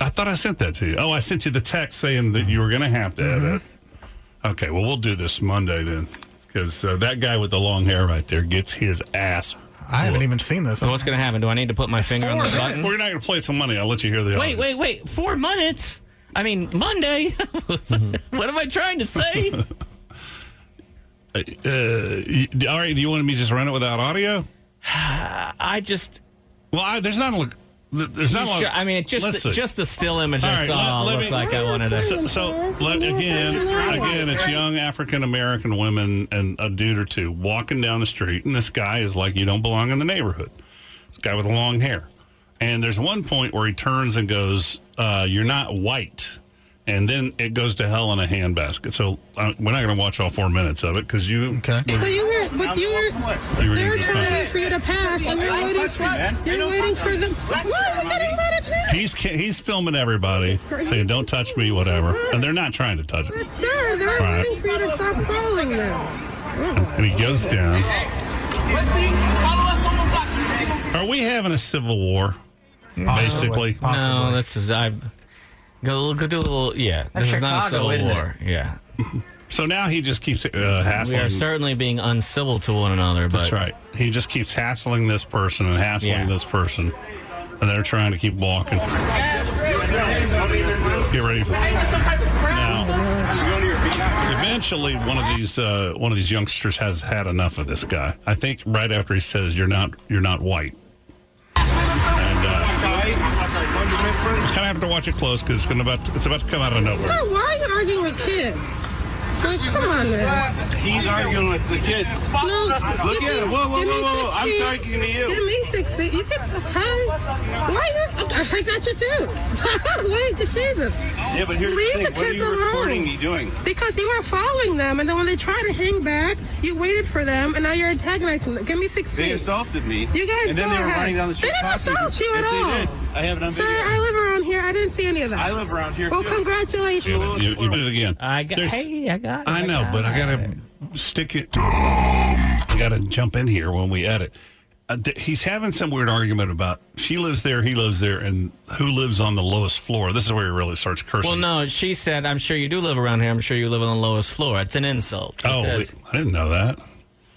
[SPEAKER 1] I thought I sent that to you. Oh, I sent you the text saying that you were going to have to
[SPEAKER 5] Mm-hmm.
[SPEAKER 1] add it. Okay, well, we'll do this Monday then, because uh, that guy with the long hair right there gets his ass.
[SPEAKER 5] I haven't even seen this.
[SPEAKER 6] So what's going to happen? Do I need to put my finger on the button?
[SPEAKER 1] We're not going to play it till Monday. I'll let you hear the.
[SPEAKER 6] Wait, wait, wait. Four minutes? I mean, Monday? what am I trying to say?
[SPEAKER 1] Uh, y- all right, do you want me to just run it without audio?
[SPEAKER 6] I just.
[SPEAKER 1] Well, I, there's not a. look- There's not a lot.
[SPEAKER 6] Sure, I mean, it just
[SPEAKER 1] Let's
[SPEAKER 6] the,
[SPEAKER 1] see.
[SPEAKER 6] just the still image
[SPEAKER 1] All
[SPEAKER 6] I
[SPEAKER 1] right,
[SPEAKER 6] saw
[SPEAKER 1] let- let
[SPEAKER 6] looked
[SPEAKER 1] me-
[SPEAKER 6] like I wanted to.
[SPEAKER 1] So, so let, again, again, it's young African American women and a dude or two walking down the street, and this guy is like, "You don't belong in the neighborhood." This guy with the long hair, and there's one point where he turns and goes, uh, "You're not white," and then it goes to hell in a handbasket. So uh, we're not going to watch all four minutes of it because you okay.
[SPEAKER 9] But you were, but you were,
[SPEAKER 1] You were
[SPEAKER 9] they're
[SPEAKER 1] gonna go
[SPEAKER 9] trying
[SPEAKER 1] first.
[SPEAKER 9] for you to pass, and you're
[SPEAKER 14] Don't
[SPEAKER 9] waiting
[SPEAKER 14] touch me, man.
[SPEAKER 9] for, you're
[SPEAKER 14] Don't
[SPEAKER 9] waiting
[SPEAKER 14] touch
[SPEAKER 9] for
[SPEAKER 14] me.
[SPEAKER 9] them.
[SPEAKER 14] Let me
[SPEAKER 9] Why are you
[SPEAKER 14] touch
[SPEAKER 9] getting mad at me?
[SPEAKER 1] He's ca- he's filming everybody saying, "Don't touch me," whatever, and they're not trying to touch him.
[SPEAKER 9] Sure, they're
[SPEAKER 1] Right.
[SPEAKER 9] waiting for you to stop following them.
[SPEAKER 1] And he goes down. Are we having a civil war? Basically,
[SPEAKER 6] No, this is I. Go, go do a little. Yeah,
[SPEAKER 1] That's
[SPEAKER 6] this is not a
[SPEAKER 1] Chicago,
[SPEAKER 6] civil
[SPEAKER 1] isn't it?
[SPEAKER 6] war. Yeah,
[SPEAKER 1] So now he just keeps uh,
[SPEAKER 6] we are
[SPEAKER 1] hassling.
[SPEAKER 6] certainly being uncivil to one another. But
[SPEAKER 1] That's right. He just keeps hassling this person and hassling
[SPEAKER 6] Yeah.
[SPEAKER 1] this person, and they're trying to keep walking. Get ready for Eventually, one of these uh, one of these youngsters has had enough of this guy. I think right after he says, "You're not, you're not white," and uh, kind of have to watch it close because it's going about to, it's about to come out of
[SPEAKER 9] So
[SPEAKER 1] nowhere.
[SPEAKER 9] why are you arguing with kids? Like, come on now.
[SPEAKER 14] He's arguing with the kids.
[SPEAKER 9] No,
[SPEAKER 14] Look
[SPEAKER 9] give
[SPEAKER 14] at
[SPEAKER 9] me-
[SPEAKER 14] him. Whoa, whoa,
[SPEAKER 9] give me
[SPEAKER 14] whoa, whoa. I'm
[SPEAKER 9] 6 feet.
[SPEAKER 14] talking to you.
[SPEAKER 9] Give me six feet. You can, hi. Why you, I got you too. Wait, the Jesus.
[SPEAKER 14] Yeah, but here's
[SPEAKER 9] Leave
[SPEAKER 14] the thing.
[SPEAKER 9] the
[SPEAKER 14] What are
[SPEAKER 9] kids
[SPEAKER 14] you recording
[SPEAKER 9] alone.
[SPEAKER 14] me doing?
[SPEAKER 9] Because you were following them, and then when they tried to hang back, you waited for them, and now you're antagonizing them. Give me six
[SPEAKER 14] They
[SPEAKER 9] feet.
[SPEAKER 14] assaulted me.
[SPEAKER 9] You guys
[SPEAKER 14] And then
[SPEAKER 9] go
[SPEAKER 14] they were
[SPEAKER 9] ahead.
[SPEAKER 14] running down the street.
[SPEAKER 9] They didn't
[SPEAKER 14] crossing.
[SPEAKER 9] assault you at
[SPEAKER 14] yes,
[SPEAKER 9] all.
[SPEAKER 14] They did. I have it on
[SPEAKER 9] Sir,
[SPEAKER 14] video.
[SPEAKER 9] I live around here. I didn't see any of that. I
[SPEAKER 14] live around here.
[SPEAKER 9] Well,
[SPEAKER 14] too.
[SPEAKER 9] congratulations.
[SPEAKER 1] You, you did it again.
[SPEAKER 6] I got.
[SPEAKER 1] There's-
[SPEAKER 6] Hey, I got.
[SPEAKER 1] I know, but I gotta stick it. I gotta jump in here when we edit. Uh, th- he's having some weird argument about she lives there, he lives there, and who lives on the lowest floor. This is where he really starts cursing.
[SPEAKER 6] Well, no, she said, "I'm sure you do live around here. I'm sure you live on the lowest floor." It's an insult.
[SPEAKER 1] oh,
[SPEAKER 6] because-
[SPEAKER 1] wait, I didn't know that.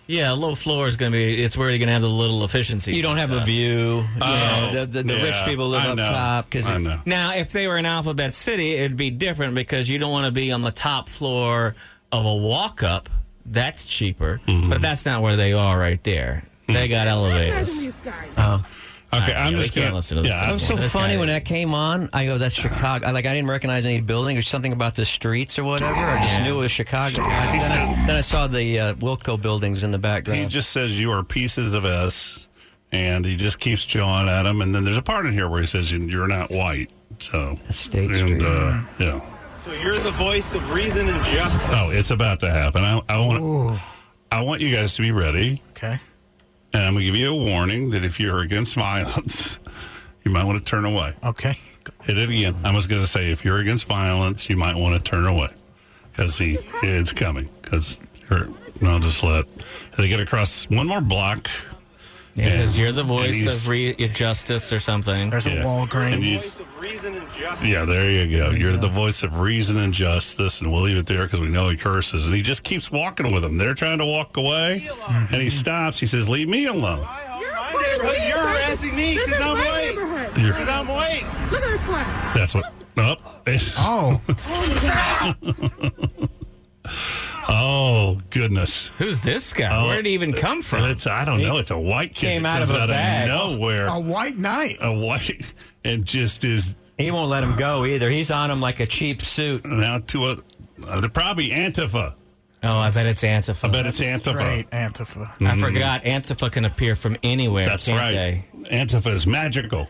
[SPEAKER 6] yeah, low floor is going to be. It's where you're going to have the little efficiency.
[SPEAKER 3] You don't have a view. You know, the the, the rich people live up top because
[SPEAKER 6] Now, if they were in Alphabet City, it'd be different because you don't want to be on the top floor of a walk up. That's cheaper, but that's not where they are right there. They got elevators.
[SPEAKER 3] Oh.
[SPEAKER 1] Okay,
[SPEAKER 6] I'm just gonna-
[SPEAKER 3] listening
[SPEAKER 6] yeah,
[SPEAKER 3] It was
[SPEAKER 6] I'm-
[SPEAKER 3] so
[SPEAKER 6] this
[SPEAKER 3] funny
[SPEAKER 6] guy-
[SPEAKER 3] when that came on. I go, "That's Chicago." I, like I didn't recognize any building or something about the streets or whatever. I just knew it was Chicago. Then I, then I saw the uh, Wilco buildings in the
[SPEAKER 1] He
[SPEAKER 3] background.
[SPEAKER 1] just says you are pieces of s, and he just keeps jawing at him. And then there's a part in here where he says "You- you're not white. So
[SPEAKER 3] State
[SPEAKER 1] and,
[SPEAKER 3] Street.
[SPEAKER 1] Uh, yeah.
[SPEAKER 14] So you're the voice of reason and justice.
[SPEAKER 1] Oh, it's about to happen. I, I want I want you guys to be ready.
[SPEAKER 5] Okay.
[SPEAKER 1] And I'm going to give you a warning that if you're against violence, you might want to turn away.
[SPEAKER 5] Okay.
[SPEAKER 1] Hit it again. I was going to say if you're against violence, you might want to turn away because he it's coming. Because I'll just let they get across one more block.
[SPEAKER 6] He says,
[SPEAKER 1] And-
[SPEAKER 6] "You're the
[SPEAKER 1] and
[SPEAKER 6] voice
[SPEAKER 1] he's-
[SPEAKER 6] of re- justice or something."
[SPEAKER 5] There's a
[SPEAKER 1] Yeah.
[SPEAKER 5] Walgreens.
[SPEAKER 1] And he's-
[SPEAKER 14] Reason and justice.
[SPEAKER 1] Yeah, there you go. You're the voice of reason and justice, and we'll leave it there because we know he curses. And he just keeps walking Mm-hmm. with them. They're trying to walk away, and he stops. He says, "Leave me alone."
[SPEAKER 14] But you're
[SPEAKER 24] harassing me
[SPEAKER 14] This
[SPEAKER 24] because
[SPEAKER 14] is
[SPEAKER 24] I'm
[SPEAKER 14] my
[SPEAKER 24] white.
[SPEAKER 14] neighborhood.
[SPEAKER 1] You're-
[SPEAKER 24] Because I'm white.
[SPEAKER 14] Look at this flag.
[SPEAKER 1] That's what. Oh.
[SPEAKER 5] Oh.
[SPEAKER 1] oh goodness.
[SPEAKER 6] Who's this guy?
[SPEAKER 1] Oh,
[SPEAKER 6] Where did he even come from?
[SPEAKER 1] It's I don't know. It's a white kid.
[SPEAKER 6] Came
[SPEAKER 1] that
[SPEAKER 6] out of
[SPEAKER 1] comes
[SPEAKER 6] a bag.
[SPEAKER 1] nowhere.
[SPEAKER 5] A white knight.
[SPEAKER 1] A white and just is
[SPEAKER 3] He won't let him go either. He's on him like a cheap suit.
[SPEAKER 1] now to a. Uh, they're probably Antifa.
[SPEAKER 6] Oh, I bet it's Antifa.
[SPEAKER 1] I bet it's Antifa.
[SPEAKER 5] Great, Antifa.
[SPEAKER 1] Mm-hmm.
[SPEAKER 6] I forgot Antifa can appear from anywhere.
[SPEAKER 1] That's
[SPEAKER 6] can't
[SPEAKER 1] right.
[SPEAKER 6] They?
[SPEAKER 1] Antifa is magical.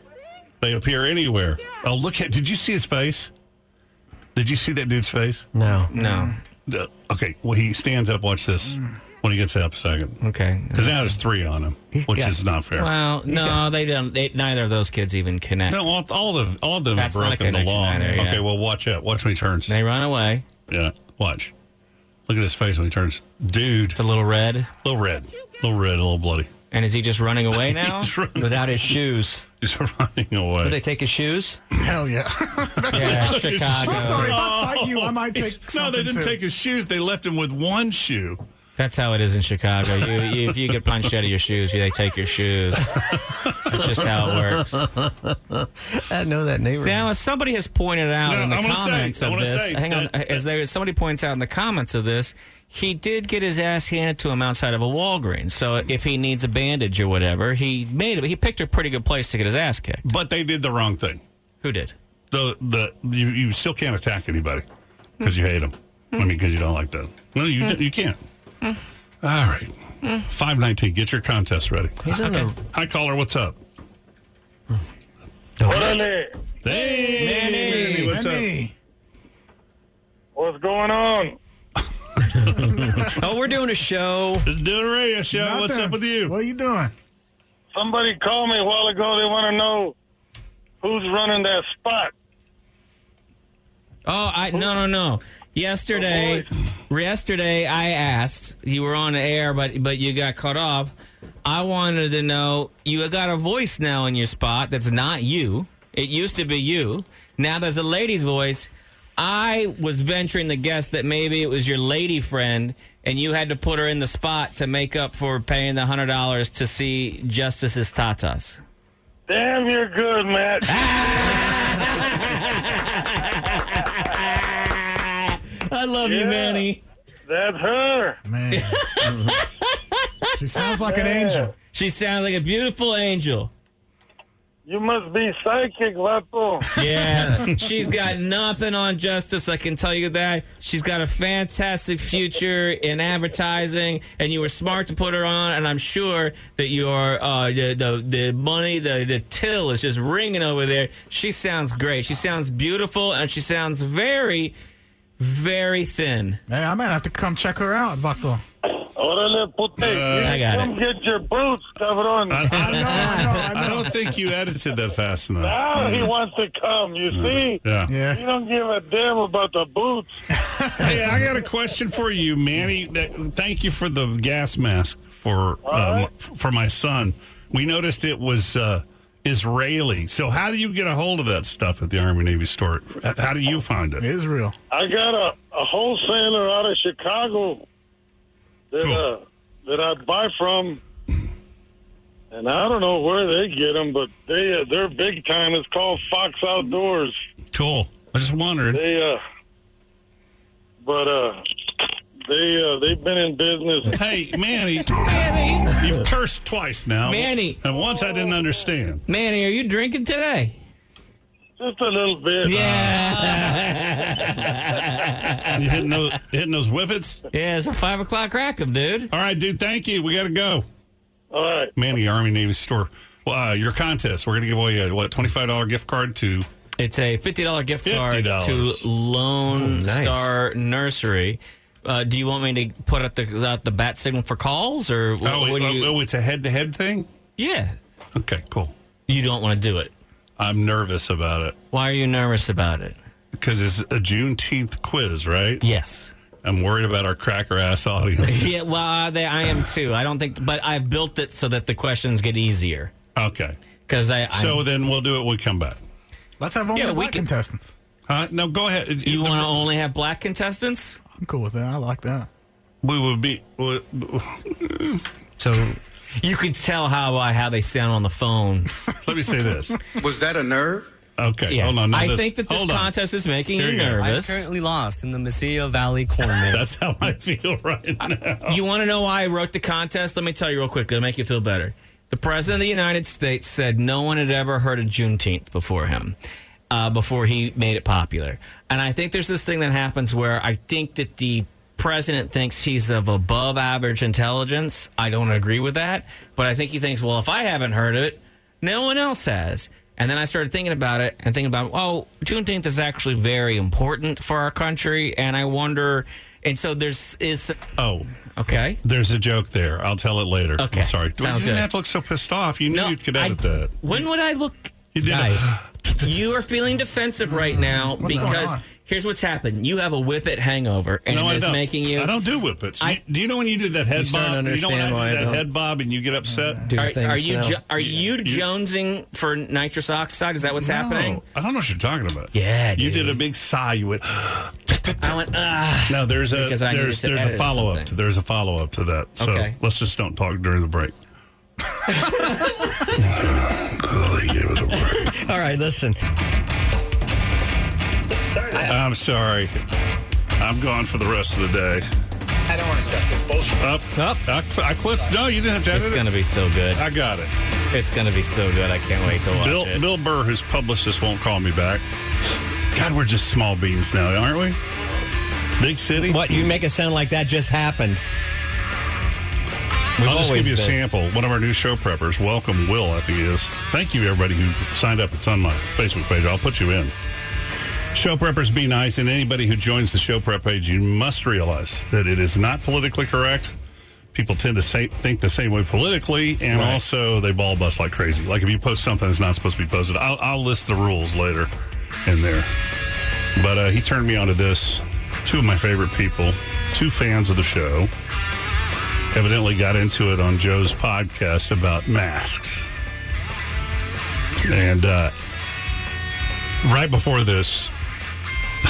[SPEAKER 1] They appear anywhere. Oh, look at. Did you see his face? Did you see that dude's face?
[SPEAKER 6] No, no.
[SPEAKER 1] Uh, okay. Well, he stands up. Watch this. When he gets up, second.
[SPEAKER 6] Okay.
[SPEAKER 1] Because now there's three on him, which
[SPEAKER 6] got-
[SPEAKER 1] is not fair.
[SPEAKER 6] Well, no, they don't. They, neither of those kids even connect.
[SPEAKER 1] No, all, all of all of them have
[SPEAKER 6] That's not a
[SPEAKER 1] broken the
[SPEAKER 6] connection
[SPEAKER 1] law.
[SPEAKER 6] either, yeah.
[SPEAKER 1] Okay, well, watch out. Watch when he turns.
[SPEAKER 6] They run away.
[SPEAKER 1] Yeah, watch. Look at his face when he turns. Dude,
[SPEAKER 6] It's a little red.
[SPEAKER 1] little red, little red, a little bloody.
[SPEAKER 6] And is he just running away now?
[SPEAKER 1] He's running,
[SPEAKER 3] Without his shoes.
[SPEAKER 1] he's running away.
[SPEAKER 6] Did they take his shoes?
[SPEAKER 5] Hell yeah.
[SPEAKER 6] Yeah,
[SPEAKER 5] I'm sorry. If
[SPEAKER 6] Chicago.
[SPEAKER 5] I fight you, I might
[SPEAKER 1] Oh.
[SPEAKER 5] take.
[SPEAKER 1] no, they
[SPEAKER 5] something,
[SPEAKER 1] didn't
[SPEAKER 5] too.
[SPEAKER 1] take his shoes. They left him with one shoe.
[SPEAKER 6] That's how it is in Chicago. You, you, if you get punched out of your shoes, they take your shoes. That's just how it works.
[SPEAKER 3] I know that neighbor.
[SPEAKER 6] Now, as somebody has pointed out
[SPEAKER 1] No,
[SPEAKER 6] in the
[SPEAKER 1] I wanna say-
[SPEAKER 6] comments
[SPEAKER 1] I
[SPEAKER 6] of
[SPEAKER 1] wanna
[SPEAKER 6] this,
[SPEAKER 1] say
[SPEAKER 6] hang on,
[SPEAKER 1] that-
[SPEAKER 6] as there, somebody points out in the comments of this, he did get his ass handed to him outside of a Walgreens. So if he needs a bandage or whatever, he made it. He picked a pretty good place to get his ass kicked.
[SPEAKER 1] But they did the wrong thing.
[SPEAKER 6] Who did?
[SPEAKER 1] The the you, you still can't attack anybody because you hate them. I mean, because you don't like them. No, you you can't. All right, five nineteen. Get your contest ready.
[SPEAKER 3] He's on a
[SPEAKER 1] Hi, caller. What's up? Hey, Manny, what's up?
[SPEAKER 5] Manny.
[SPEAKER 9] What's going on?
[SPEAKER 3] Oh, we're doing a show.
[SPEAKER 1] It's doing a radio show. What's
[SPEAKER 5] Nothing.
[SPEAKER 1] up with you?
[SPEAKER 5] What are you doing?
[SPEAKER 9] Somebody called me a while ago. They want to know who's running that spot.
[SPEAKER 6] Oh, I no no no. Yesterday, yesterday I asked you were on the air, but but you got cut off. I wanted to know you got a voice now in your spot that's not you. It used to be you. Now there's a lady's voice. I was venturing the guess that maybe it was your lady friend, and you had to put her in the spot to make up for paying the hundred dollars to see Justice's tatas.
[SPEAKER 9] Damn, you're good, Matt.
[SPEAKER 6] I love you,
[SPEAKER 9] Yeah.
[SPEAKER 6] Manny.
[SPEAKER 9] That's her.
[SPEAKER 5] Man. she sounds like an angel.
[SPEAKER 6] She sounds like a beautiful angel.
[SPEAKER 9] You must be psychic, Vato.
[SPEAKER 6] Yeah, she's got nothing on justice. I can tell you that. She's got a fantastic future in advertising, and you were smart to put her on. And I'm sure that your uh, the, the the money, the the till is just ringing over there. She sounds great. She sounds beautiful, and she sounds very, very thin.
[SPEAKER 5] Hey, I might have to come check her out, Vato.
[SPEAKER 9] Orale, pute.
[SPEAKER 6] Uh, I got
[SPEAKER 9] Come
[SPEAKER 6] it.
[SPEAKER 9] get your boots, cabron.
[SPEAKER 5] I know, I know,
[SPEAKER 1] I
[SPEAKER 5] I know.
[SPEAKER 1] don't think you edited that fast enough.
[SPEAKER 9] Now he wants to come. You
[SPEAKER 6] Mm-hmm.
[SPEAKER 9] see?
[SPEAKER 1] Yeah.
[SPEAKER 9] He
[SPEAKER 5] Yeah.
[SPEAKER 9] don't give a damn about the boots.
[SPEAKER 1] Hey, I got a question for you, Manny. That- Thank you for the gas mask for um, for my son. We noticed it was uh, Israeli. So, how do you get a hold of that stuff at the Army Navy store? H- How do you find it?
[SPEAKER 5] Israel.
[SPEAKER 9] I got a, a wholesaler out of Chicago that uh, that I buy from, and I don't know where they get them, but they uh, they're big time. It's called Fox Outdoors.
[SPEAKER 1] Cool. I just wondered.
[SPEAKER 9] They uh, but uh, they uh, they've been in business.
[SPEAKER 1] Hey, Manny. You've cursed twice now.
[SPEAKER 6] Manny.
[SPEAKER 1] And once I didn't understand.
[SPEAKER 6] Manny, are you drinking today?
[SPEAKER 9] Just a little bit.
[SPEAKER 1] You hitting those, hitting those whippets?
[SPEAKER 6] Yeah, it's a five o'clock rack'em, dude.
[SPEAKER 1] All right, dude. Thank you. We got to go.
[SPEAKER 9] All right.
[SPEAKER 1] Manny, Army Navy store. Well, uh, your contest. We're going to give away a what twenty five dollar gift card to
[SPEAKER 6] It's a fifty dollar gift card to
[SPEAKER 1] $50.
[SPEAKER 6] Lone
[SPEAKER 3] Oh, nice.
[SPEAKER 6] Star Nursery. Uh, do you want me to put out the out the bat signal for calls or wh-
[SPEAKER 1] Oh,
[SPEAKER 6] what
[SPEAKER 1] it-
[SPEAKER 6] do you?
[SPEAKER 1] oh, it's a head to head thing?
[SPEAKER 6] yeah,
[SPEAKER 1] Okay, cool.
[SPEAKER 6] you don't want to do it.
[SPEAKER 1] I'm nervous about it
[SPEAKER 6] Why are you nervous about it?
[SPEAKER 1] because it's a Juneteenth quiz, right?
[SPEAKER 6] Yes.
[SPEAKER 1] I'm worried about our cracker ass audience.
[SPEAKER 6] yeah. Well, I, they, I am too. I don't think, but I built it so that the questions get easier
[SPEAKER 1] okay.
[SPEAKER 6] because I.
[SPEAKER 1] So
[SPEAKER 6] I'm-
[SPEAKER 1] then we'll do it when we come back.
[SPEAKER 5] Let's have only
[SPEAKER 6] Yeah, we
[SPEAKER 5] black
[SPEAKER 6] can-
[SPEAKER 5] contestants.
[SPEAKER 1] Huh? No, go ahead.
[SPEAKER 6] you want to only have black contestants?
[SPEAKER 5] I'm cool with that. I like that.
[SPEAKER 1] We would be.
[SPEAKER 3] So
[SPEAKER 6] You could tell how uh, how they sound on the phone.
[SPEAKER 1] Let me say this.
[SPEAKER 9] Was that a nerve?
[SPEAKER 1] Okay,
[SPEAKER 6] Yeah.
[SPEAKER 1] hold on. now
[SPEAKER 6] I
[SPEAKER 1] this-
[SPEAKER 6] think that this
[SPEAKER 1] hold on.
[SPEAKER 6] contest is making
[SPEAKER 1] Here
[SPEAKER 6] you
[SPEAKER 1] go.
[SPEAKER 6] nervous.
[SPEAKER 3] lost in the Mesilla Valley corn maze.
[SPEAKER 1] That's how I feel right now.
[SPEAKER 6] You want to know why I wrote the contest? Let me tell you real quick. It'll make you feel better. The president of the United States said no one had ever heard of Juneteenth before him, uh, before he made it popular. And I think there's this thing that happens where I think that the president thinks he's of above average intelligence. I don't agree with that, but I think he thinks, well, if I haven't heard of it, no one else has. And then I started thinking about it and thinking about, oh, Juneteenth is actually very important for our country. And I wonder, and so there's is
[SPEAKER 1] oh
[SPEAKER 6] okay.
[SPEAKER 1] There's a joke there. I'll tell it later.
[SPEAKER 6] Okay.
[SPEAKER 1] I'm sorry. you
[SPEAKER 6] Sounds
[SPEAKER 1] didn't
[SPEAKER 6] good.
[SPEAKER 1] have to look so pissed off. You knew you could edit that.
[SPEAKER 6] When would I look?
[SPEAKER 1] You did a-
[SPEAKER 6] Guys, you are feeling defensive right now
[SPEAKER 1] What's going
[SPEAKER 6] because
[SPEAKER 1] on?
[SPEAKER 6] here's what's happened. You have a whip it hangover, and
[SPEAKER 1] no,
[SPEAKER 6] it
[SPEAKER 1] I
[SPEAKER 6] is
[SPEAKER 1] don't.
[SPEAKER 6] making you.
[SPEAKER 1] I don't do whippets.
[SPEAKER 6] I-
[SPEAKER 1] do you know when you do that
[SPEAKER 6] You
[SPEAKER 1] head
[SPEAKER 6] starting to
[SPEAKER 1] bob? You know when
[SPEAKER 6] understand why
[SPEAKER 1] I
[SPEAKER 6] I
[SPEAKER 1] do that
[SPEAKER 6] don't.
[SPEAKER 1] head bob and you get upset?
[SPEAKER 6] Are, are you jo- are you jonesing for nitrous oxide? Is that what's
[SPEAKER 1] No.
[SPEAKER 6] happening?
[SPEAKER 1] I don't know what you're talking about.
[SPEAKER 6] Yeah,
[SPEAKER 1] you did a big sigh. You went.
[SPEAKER 6] I went. Ah,
[SPEAKER 1] No, there's a
[SPEAKER 6] Because I needed
[SPEAKER 1] there's
[SPEAKER 6] to
[SPEAKER 1] there's a
[SPEAKER 6] edit
[SPEAKER 1] follow up.
[SPEAKER 6] something.
[SPEAKER 1] To, there's a follow up to that. So
[SPEAKER 6] Okay.
[SPEAKER 1] let's just don't talk during the break.
[SPEAKER 6] All right, listen.
[SPEAKER 1] I'm sorry. I'm gone for the rest of the day.
[SPEAKER 25] I don't want to start this bullshit.
[SPEAKER 1] Up, up. I, cl- I clipped. No, you didn't have to.
[SPEAKER 6] It's
[SPEAKER 1] edit it.
[SPEAKER 6] gonna be so good.
[SPEAKER 1] I got it.
[SPEAKER 6] It's gonna be so good. I can't wait to watch
[SPEAKER 1] Bill,
[SPEAKER 6] it.
[SPEAKER 1] Bill Burr, whose publicist, won't call me back. God, we're just small beans now, aren't we? Big city.
[SPEAKER 6] What you make it sound like that just happened?
[SPEAKER 1] I'll just give
[SPEAKER 6] always
[SPEAKER 1] you a
[SPEAKER 6] been.
[SPEAKER 1] sample. One of our new show preppers, welcome Will, I think it is. Thank you, everybody who signed up. It's on my Facebook page. I'll put you in. Show preppers be nice, and anybody who joins the show prep page, you must realize that it is not politically correct. People tend to say, think the same way politically, and
[SPEAKER 26] Right.
[SPEAKER 1] also they ball bust like crazy. Like if you post something that's not supposed to be posted, I'll, I'll list the rules later in there. But uh, he turned me onto this. Two of my favorite people, two fans of the show, evidently got into it on Joe's podcast about masks. And uh, right before this,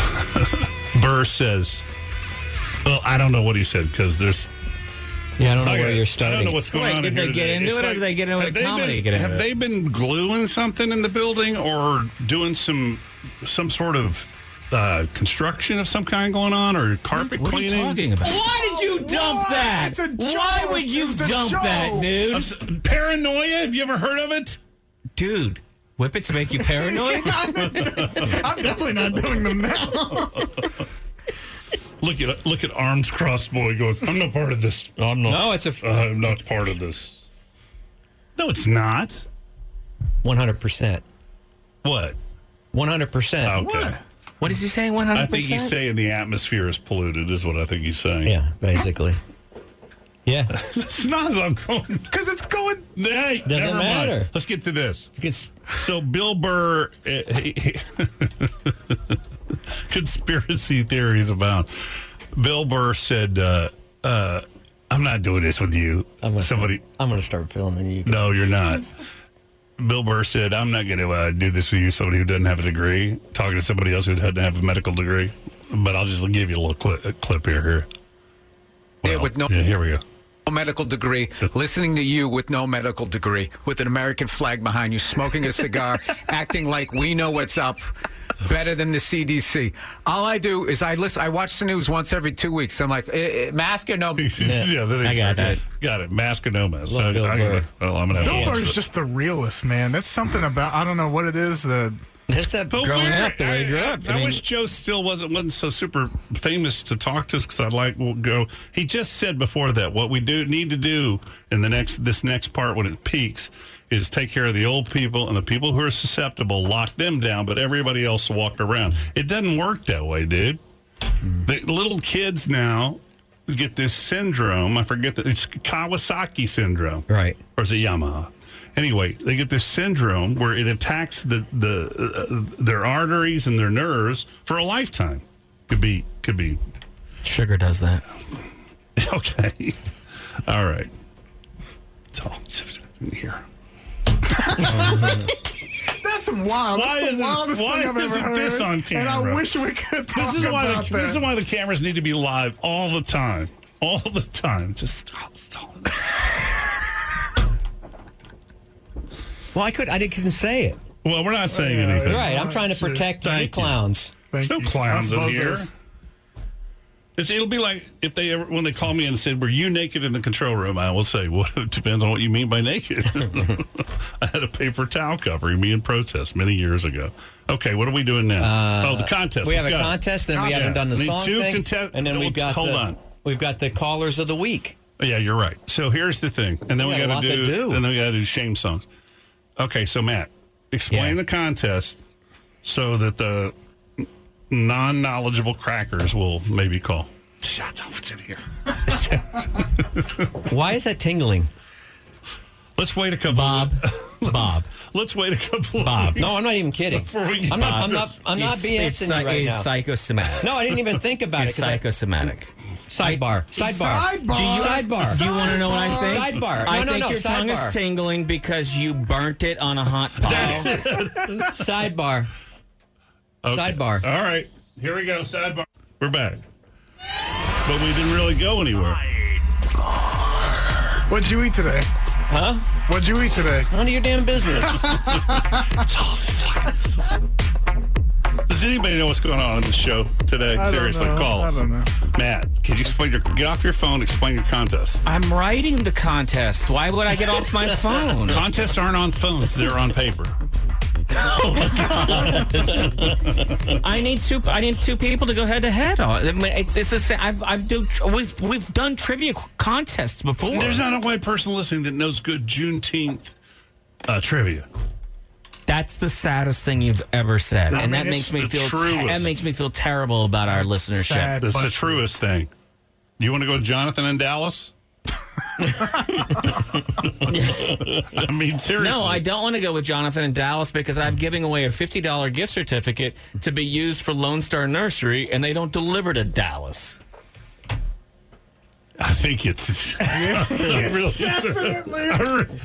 [SPEAKER 1] Burr says, well, I don't know what he said because there's.
[SPEAKER 6] Yeah, I don't know
[SPEAKER 1] It's not
[SPEAKER 6] where
[SPEAKER 1] gonna-
[SPEAKER 6] you're
[SPEAKER 1] I don't
[SPEAKER 6] starting.
[SPEAKER 1] know what's going
[SPEAKER 6] Wait,
[SPEAKER 1] on.
[SPEAKER 6] did
[SPEAKER 1] here
[SPEAKER 6] they get
[SPEAKER 1] today.
[SPEAKER 6] into
[SPEAKER 1] It's
[SPEAKER 6] it or did they get into
[SPEAKER 1] have
[SPEAKER 6] a
[SPEAKER 1] they
[SPEAKER 6] comedy
[SPEAKER 1] been-
[SPEAKER 6] get into
[SPEAKER 1] have
[SPEAKER 6] it?
[SPEAKER 1] they been gluing something in the building or doing some some sort of uh, construction of some kind going on or carpet
[SPEAKER 6] What are you
[SPEAKER 1] cleaning?
[SPEAKER 6] talking about? Why did you dump
[SPEAKER 1] What?
[SPEAKER 6] that?
[SPEAKER 1] It's a
[SPEAKER 6] Why
[SPEAKER 1] joke.
[SPEAKER 6] would you
[SPEAKER 1] It's a
[SPEAKER 6] dump
[SPEAKER 1] joke.
[SPEAKER 6] that, dude?
[SPEAKER 1] I'm s- paranoia? Have you ever heard of it?
[SPEAKER 6] Dude, whippets make you paranoid?
[SPEAKER 5] I'm definitely not doing them now.
[SPEAKER 1] Look at look at arms crossed boy going. I'm not part of this. I'm not. Uh,
[SPEAKER 6] No, it's a-
[SPEAKER 1] I'm not part of this. No, it's not.
[SPEAKER 3] 100%.
[SPEAKER 1] What?
[SPEAKER 3] 100%.
[SPEAKER 1] Okay.
[SPEAKER 6] what is he saying? 100%?
[SPEAKER 1] I think he's saying the atmosphere is polluted. Is what I think he's saying.
[SPEAKER 3] Yeah, basically. Yeah.
[SPEAKER 1] That's not what I'm going.
[SPEAKER 5] Because it's going.
[SPEAKER 1] Hey,
[SPEAKER 3] Doesn't
[SPEAKER 1] never mind.
[SPEAKER 3] matter.
[SPEAKER 1] Let's get to this. So Bill Burr, eh, he- he- conspiracy theories about Bill Burr said, uh, uh, "I'm not doing this with you." Somebody,
[SPEAKER 3] I'm going to start filming you.
[SPEAKER 1] no, you're not. Bill Burr said, "I'm not going to uh, do this with you. Somebody who doesn't have a degree talking to somebody else who doesn't have a medical degree." But I'll just give you a little clip, a clip here. Here,
[SPEAKER 12] Yeah, with no
[SPEAKER 1] yeah, here we go.
[SPEAKER 12] no medical degree, listening to you with no medical degree, with an American flag behind you, smoking a cigar, acting like we know what's up better than the CDC. All I do is I listen, I watch the news once every two weeks. I'm like, eh, eh, mask or no?
[SPEAKER 1] yeah, then they start- Got it. Mask and no mask.
[SPEAKER 12] Love
[SPEAKER 1] I-
[SPEAKER 12] Bill
[SPEAKER 1] I-
[SPEAKER 12] Burr.
[SPEAKER 1] well, I'm gonna have
[SPEAKER 5] Bill
[SPEAKER 1] to watch
[SPEAKER 5] Burr's
[SPEAKER 1] it.
[SPEAKER 5] just the realest man. That's something about I don't know what it is. The
[SPEAKER 3] that's that
[SPEAKER 1] But
[SPEAKER 5] growing
[SPEAKER 1] where-
[SPEAKER 5] up the way he grew
[SPEAKER 1] I,
[SPEAKER 5] up.
[SPEAKER 1] I,
[SPEAKER 5] I mean-
[SPEAKER 1] wish Joe still wasn't wasn't so super famous to talk to us because I'd like we'll go. He just said before that what we do need to do in the next this next part when it peaks is take care of the old people and the people who are susceptible, lock them down, but everybody else walk around. It doesn't work that way, dude. The little kids now get this syndrome. I forget that it's Kawasaki syndrome,
[SPEAKER 3] right?
[SPEAKER 1] Or is it Yamaha? Anyway, they get this syndrome where it attacks the the uh, their arteries and their nerves for a lifetime. Could be could be
[SPEAKER 6] Sugar does that.
[SPEAKER 1] okay. All right. It's all it's in here.
[SPEAKER 5] That's wild.
[SPEAKER 1] Why
[SPEAKER 5] That's
[SPEAKER 1] isn't-
[SPEAKER 5] the wildest
[SPEAKER 1] why
[SPEAKER 5] thing I've ever
[SPEAKER 1] isn't
[SPEAKER 5] heard.
[SPEAKER 1] this on
[SPEAKER 5] And
[SPEAKER 1] camera?
[SPEAKER 5] I wish we could talk
[SPEAKER 1] This is
[SPEAKER 5] about
[SPEAKER 1] why the,
[SPEAKER 5] that.
[SPEAKER 1] this is why the cameras need to be live all the time, all the time. Just stop, stop.
[SPEAKER 27] Well, I could. I didn't say it.
[SPEAKER 1] Well, we're not saying anything.
[SPEAKER 27] Right. I'm trying to protect you clowns.
[SPEAKER 1] There's no
[SPEAKER 27] you.
[SPEAKER 1] clowns
[SPEAKER 27] I
[SPEAKER 1] in
[SPEAKER 27] suppose
[SPEAKER 1] here.
[SPEAKER 27] there's-
[SPEAKER 1] It's, it'll be like if they ever when they call me and said, "Were you naked in the control room?" I will say, "Well, it depends on what you mean by naked." I had a paper towel covering me in protest many years ago. Okay, what are we doing now? oh, the contest.
[SPEAKER 3] Uh, We
[SPEAKER 1] Let's
[SPEAKER 3] have a
[SPEAKER 1] go.
[SPEAKER 3] contest, then we
[SPEAKER 1] Yeah.
[SPEAKER 3] haven't done the
[SPEAKER 1] Need
[SPEAKER 3] song
[SPEAKER 1] two
[SPEAKER 3] thing,
[SPEAKER 1] contest-
[SPEAKER 3] and then
[SPEAKER 1] no,
[SPEAKER 3] we've got
[SPEAKER 1] hold
[SPEAKER 3] the,
[SPEAKER 1] on.
[SPEAKER 3] We've got the callers of the week.
[SPEAKER 1] Yeah, you're right. So here's the thing, and then
[SPEAKER 3] We
[SPEAKER 1] we,
[SPEAKER 3] got a
[SPEAKER 1] got
[SPEAKER 3] lot
[SPEAKER 1] to do,
[SPEAKER 3] to do.
[SPEAKER 1] and then we got to do shame songs. Okay, so Matt, explain the contest so that the non-knowledgeable crackers will maybe call. Shots off! It's in here.
[SPEAKER 3] Why is that tingling?
[SPEAKER 1] Let's wait a couple.
[SPEAKER 3] Bob. Bob.
[SPEAKER 1] Let's wait a couple.
[SPEAKER 3] Bob. No, I'm not even kidding.
[SPEAKER 1] Before we get
[SPEAKER 3] I'm not. I'm not. I'm not
[SPEAKER 6] It's-
[SPEAKER 3] BSing
[SPEAKER 6] it's
[SPEAKER 3] you
[SPEAKER 6] psy-
[SPEAKER 3] right
[SPEAKER 6] it's
[SPEAKER 3] now.
[SPEAKER 6] psychosomatic.
[SPEAKER 3] No, I didn't even think about
[SPEAKER 6] It's
[SPEAKER 3] it. 'cause I-
[SPEAKER 6] psychosomatic.
[SPEAKER 3] Sidebar. Sidebar.
[SPEAKER 6] Do you,
[SPEAKER 3] Sidebar.
[SPEAKER 6] Do you want to know what I think?
[SPEAKER 3] Sidebar.
[SPEAKER 6] I
[SPEAKER 3] no, no,
[SPEAKER 6] think
[SPEAKER 3] no,
[SPEAKER 6] your tongue
[SPEAKER 3] sidebar.
[SPEAKER 6] is tingling because you burnt it on a hot pile.
[SPEAKER 3] sidebar.
[SPEAKER 1] Sidebar. All right, here we go. Sidebar. We're back, but we didn't really go anywhere.
[SPEAKER 5] What'd you eat today?
[SPEAKER 3] Huh?
[SPEAKER 5] What'd you eat today?
[SPEAKER 3] None of your damn business.
[SPEAKER 1] Does anybody know what's going on in the show today?
[SPEAKER 5] I don't
[SPEAKER 1] Seriously,
[SPEAKER 5] know.
[SPEAKER 1] call
[SPEAKER 5] I
[SPEAKER 1] us.
[SPEAKER 5] don't know.
[SPEAKER 1] Matt, can you explain your get off your phone? Explain your contest.
[SPEAKER 6] I'm writing the contest. Why would I get off my phone?
[SPEAKER 1] Contests aren't on phones; they're on paper. Oh
[SPEAKER 6] I need two. I need two people to go head to head on. I mean, it's, it's the same. I've, I've do, we've we've done trivia contests before.
[SPEAKER 1] There's not a white person listening that knows good Juneteenth uh, trivia.
[SPEAKER 6] That's the saddest thing you've ever said,
[SPEAKER 1] I
[SPEAKER 6] and
[SPEAKER 1] mean,
[SPEAKER 6] that makes
[SPEAKER 1] it's
[SPEAKER 6] me
[SPEAKER 1] the
[SPEAKER 6] feel
[SPEAKER 1] truest.
[SPEAKER 6] that makes me feel terrible about our listenership.
[SPEAKER 1] That's the truest thing. You want to go Jonathan and Dallas? I mean, seriously.
[SPEAKER 6] No, I don't want to go with Jonathan in Dallas because I'm giving away a fifty dollar gift certificate to be used for Lone Star Nursery, and they don't deliver to Dallas.
[SPEAKER 1] I think it's.
[SPEAKER 9] Definitely.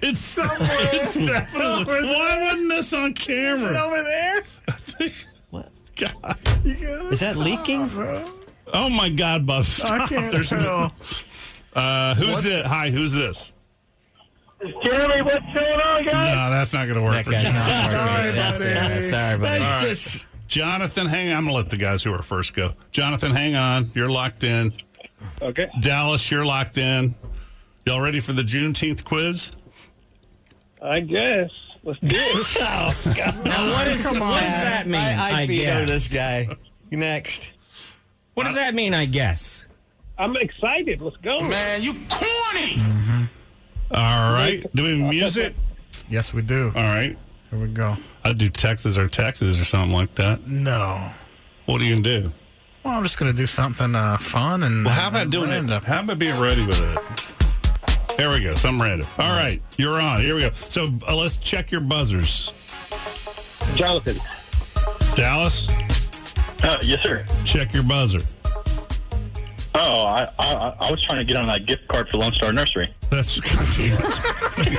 [SPEAKER 1] It's
[SPEAKER 9] somewhere.
[SPEAKER 1] It's definitely.
[SPEAKER 9] Over there.
[SPEAKER 1] Why wasn't this on camera?
[SPEAKER 9] Is it over there?
[SPEAKER 1] God.
[SPEAKER 3] Is that leaking?
[SPEAKER 1] Oh my God, Buff! Stop.
[SPEAKER 9] I can't
[SPEAKER 1] There's no- Uh, who's
[SPEAKER 9] What?
[SPEAKER 1] this? Hi, who's this?
[SPEAKER 9] Jeremy, what's going on,
[SPEAKER 1] No, that's not going to work.
[SPEAKER 9] That
[SPEAKER 1] for
[SPEAKER 9] guy's not
[SPEAKER 1] Jonathan.
[SPEAKER 9] working. Sorry, That's buddy. it. Sorry, buddy.
[SPEAKER 1] All right.
[SPEAKER 9] Just-
[SPEAKER 1] Jonathan, hang on. I'm going to let the guys who are first go. Jonathan, hang on. You're locked in. Okay. Dallas, you're locked in. Y'all ready for the Juneteenth quiz?
[SPEAKER 17] I guess. Let's do it.
[SPEAKER 9] Oh,
[SPEAKER 1] Oh,
[SPEAKER 6] Now, what, is,
[SPEAKER 17] Come
[SPEAKER 6] what
[SPEAKER 17] on.
[SPEAKER 6] does that mean?
[SPEAKER 17] I- I veto
[SPEAKER 6] this guy. Next. What does that mean? I guess.
[SPEAKER 17] I'm excited. Let's go. Man, you corny.
[SPEAKER 1] All right. Do we have music?
[SPEAKER 5] Yes, we do.
[SPEAKER 1] All right.
[SPEAKER 5] Here we go.
[SPEAKER 1] I'd do Texas or Texas or something like that.
[SPEAKER 5] No.
[SPEAKER 1] What are you going to do?
[SPEAKER 5] Well, I'm just gonna do something uh, fun and.
[SPEAKER 1] Well, how about
[SPEAKER 5] and
[SPEAKER 1] doing it?
[SPEAKER 5] random.
[SPEAKER 1] How about being ready with it? There we go. Some random. All right, you're on. Here we go. So uh, let's check your buzzers.
[SPEAKER 17] Jonathan.
[SPEAKER 1] Dallas.
[SPEAKER 14] Uh, yes, sir.
[SPEAKER 1] Check your buzzer.
[SPEAKER 14] Oh, I, I I was trying to get on that gift card for Lone Star Nursery.
[SPEAKER 1] That's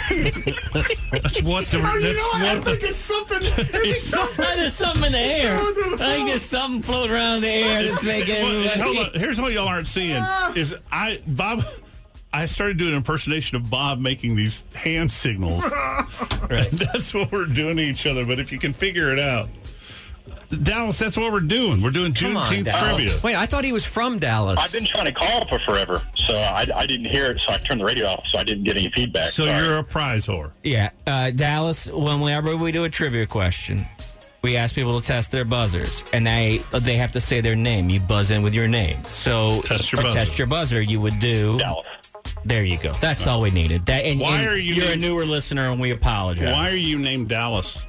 [SPEAKER 1] that's what the
[SPEAKER 9] Oh, you
[SPEAKER 1] that's
[SPEAKER 9] know what? I
[SPEAKER 1] what the,
[SPEAKER 9] think it's something. It's something.
[SPEAKER 6] There's something in the air.
[SPEAKER 9] Going through the
[SPEAKER 6] I think there's something floating around in the air that's making everybody. Ah.
[SPEAKER 1] Hold on. Here's what y'all aren't seeing is I Bob. I started doing an impersonation of Bob making these hand signals. right. That's what we're doing to each other. But if you can figure it out, Dallas, that's what we're doing. We're doing
[SPEAKER 14] Come on,
[SPEAKER 1] Juneteenth
[SPEAKER 14] Dallas.
[SPEAKER 1] trivia.
[SPEAKER 14] Wait,
[SPEAKER 1] I thought he was from Dallas.
[SPEAKER 14] I've been trying to call for forever, so I, I didn't hear it, so I turned the radio off, so I didn't get any feedback.
[SPEAKER 1] So
[SPEAKER 14] Sorry.
[SPEAKER 1] you're a prize whore.
[SPEAKER 6] Yeah, uh, Dallas. When whenever we do a trivia question, we ask people to test their buzzers, and they they have to say their name. You buzz in with your name. So
[SPEAKER 1] Test your
[SPEAKER 6] or
[SPEAKER 1] buzzer.
[SPEAKER 6] Test your buzzer. You would do. Dallas. There you go. That's all we needed. That. And,
[SPEAKER 1] Why
[SPEAKER 6] and
[SPEAKER 1] are you
[SPEAKER 6] You're
[SPEAKER 1] named-
[SPEAKER 6] a newer listener, and we apologize.
[SPEAKER 1] Why are you named Dallas?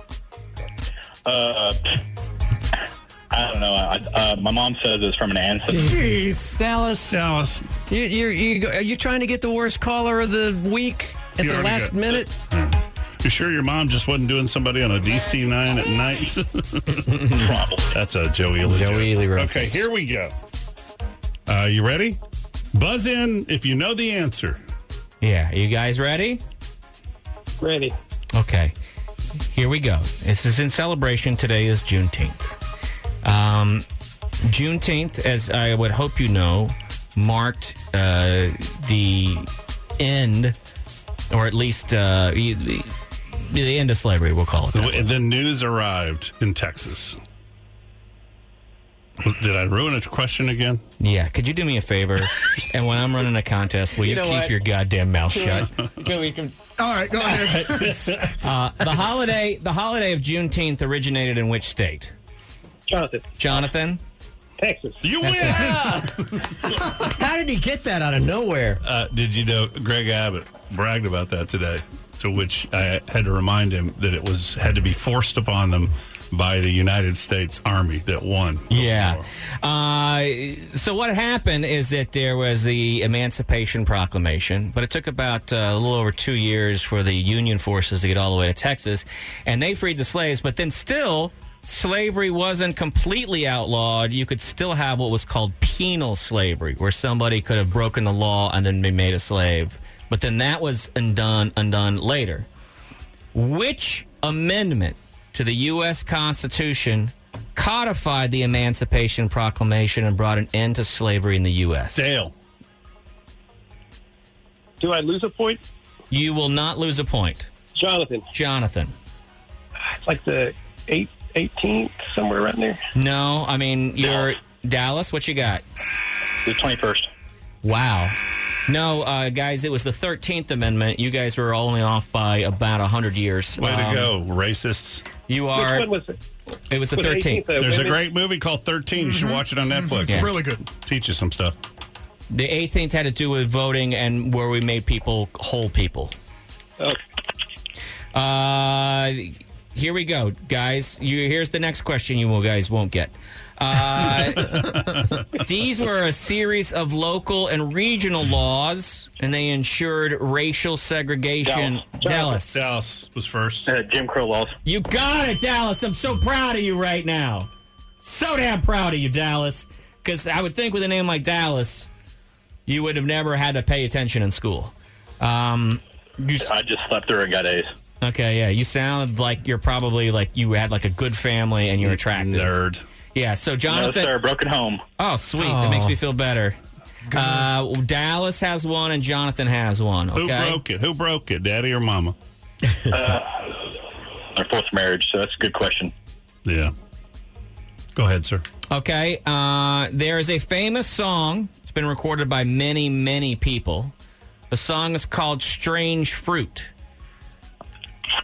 [SPEAKER 14] Uh, I don't know. I, uh, my mom says it's from an ancestor.
[SPEAKER 5] Jeez,
[SPEAKER 27] Dallas.
[SPEAKER 1] Dallas.
[SPEAKER 27] You, you're you go- are you trying to get the worst caller of the week at
[SPEAKER 1] You
[SPEAKER 27] the
[SPEAKER 1] already
[SPEAKER 27] last
[SPEAKER 1] got-
[SPEAKER 27] minute?
[SPEAKER 1] You sure your mom just wasn't doing somebody on a DC nine at night? That's a Joe Ely. Joe Okay, here we go. Uh, you ready? Buzz in if you know the answer.
[SPEAKER 6] Yeah. Are you guys ready?
[SPEAKER 17] Ready.
[SPEAKER 6] Okay. Here we go. This is in celebration. Today is Juneteenth. Um, Juneteenth, as I would hope you know, marked uh, the end, or at least uh, e- e- the end of slavery, we'll call it. that.
[SPEAKER 9] The, the news arrived in Texas. Was- Did I ruin a question again?
[SPEAKER 6] Yeah. Could you do me a favor? and when I'm running a contest, will you,
[SPEAKER 9] You know
[SPEAKER 6] keep
[SPEAKER 9] what?
[SPEAKER 6] your goddamn mouth shut?
[SPEAKER 5] All right, go ahead.
[SPEAKER 6] Uh, the holiday, the holiday of Juneteenth, originated in which state? Jonathan. Jonathan. Texas.
[SPEAKER 9] You
[SPEAKER 11] How did he get that out of nowhere?
[SPEAKER 9] Uh, did you know Greg Abbott bragged about that today? To which I had to remind him that it was had to be forced upon them by the United States Army that won.
[SPEAKER 6] Yeah. Uh, so what happened is that there was the Emancipation Proclamation, but it took about uh, a little over two years for the Union forces to get all the way to Texas, and they freed the slaves. But then still, slavery wasn't completely outlawed. You could still have what was called penal slavery, where somebody could have broken the law and then been made a slave. But then that was undone, undone later. Which amendment to the U.S. Constitution codified the Emancipation Proclamation and brought an end to slavery in the U.S.?
[SPEAKER 9] Dale.
[SPEAKER 6] Do I lose a point? You will not lose a point. Jonathan. Jonathan. It's like the eight, 18th, somewhere around there. No, I mean, you're Dallas. What you got? The 21st. Wow. No, uh, guys, it was the 13th Amendment. You guys were only off by about 100 years.
[SPEAKER 9] Way
[SPEAKER 6] Um,
[SPEAKER 9] to go, racists!
[SPEAKER 6] You are. it? was the uh, 13th.
[SPEAKER 9] There's a great movie called 13. You should watch it on Netflix.
[SPEAKER 6] It's Yeah. really
[SPEAKER 9] good. Teach you some stuff.
[SPEAKER 6] The 18th had to do with voting and where we made people whole people.
[SPEAKER 13] Oh.
[SPEAKER 6] Okay. Uh, here we go, guys. You, here's the next question you will- guys won't get. Uh, these were a series of local and regional laws, and they ensured racial segregation. Dallas.
[SPEAKER 9] Dallas was first.
[SPEAKER 13] Uh, Jim Crow laws.
[SPEAKER 6] You got it, Dallas. I'm so proud of you right now. So damn proud of you, Dallas. Because I would think with a name like Dallas, you would have never had to pay attention in school. Um,
[SPEAKER 13] I just slept through and got A's.
[SPEAKER 6] okay, yeah. You sound like you're probably like you had like a good family and you're attractive.
[SPEAKER 9] Nerd.
[SPEAKER 6] Yeah. So Jonathan,
[SPEAKER 13] No, sir. Broken home.
[SPEAKER 6] Oh, sweet. That makes me feel better. Uh, Dallas has one and Jonathan has one. Okay.
[SPEAKER 9] Who broke it? Who broke it? Daddy or mama?
[SPEAKER 14] Uh,
[SPEAKER 13] Our fourth marriage. So that's a good question.
[SPEAKER 9] Yeah. Go ahead, sir.
[SPEAKER 6] Okay. Uh, there is a famous song. It's been recorded by many, many people. The song is called Strange Fruit.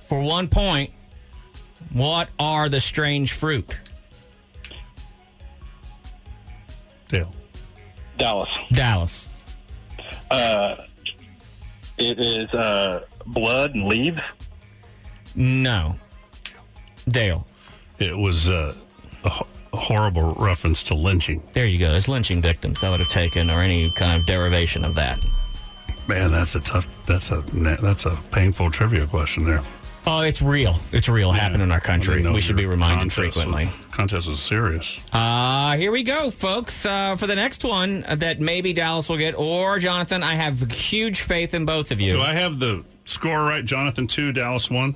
[SPEAKER 6] For one point, what are the strange fruit?
[SPEAKER 9] Dale.
[SPEAKER 13] Dallas.
[SPEAKER 6] Dallas.
[SPEAKER 13] Uh, it is uh, blood and leaves.
[SPEAKER 6] No. Dale.
[SPEAKER 9] It was uh, a, ho- a horrible reference to lynching.
[SPEAKER 6] There you go. It's lynching victims that would have taken or any kind of derivation of that.
[SPEAKER 9] Man, that's a tough. That's a that's a painful trivia question there.
[SPEAKER 6] Oh, it's real. It's real. Happened in our country. We should be reminded frequently.
[SPEAKER 9] Was, contest was serious.
[SPEAKER 6] Uh, here we go, folks. Uh, for the next one uh, that maybe Dallas will get or Jonathan, I have huge faith in both of you.
[SPEAKER 9] Do I have the score right? Jonathan two, Dallas one.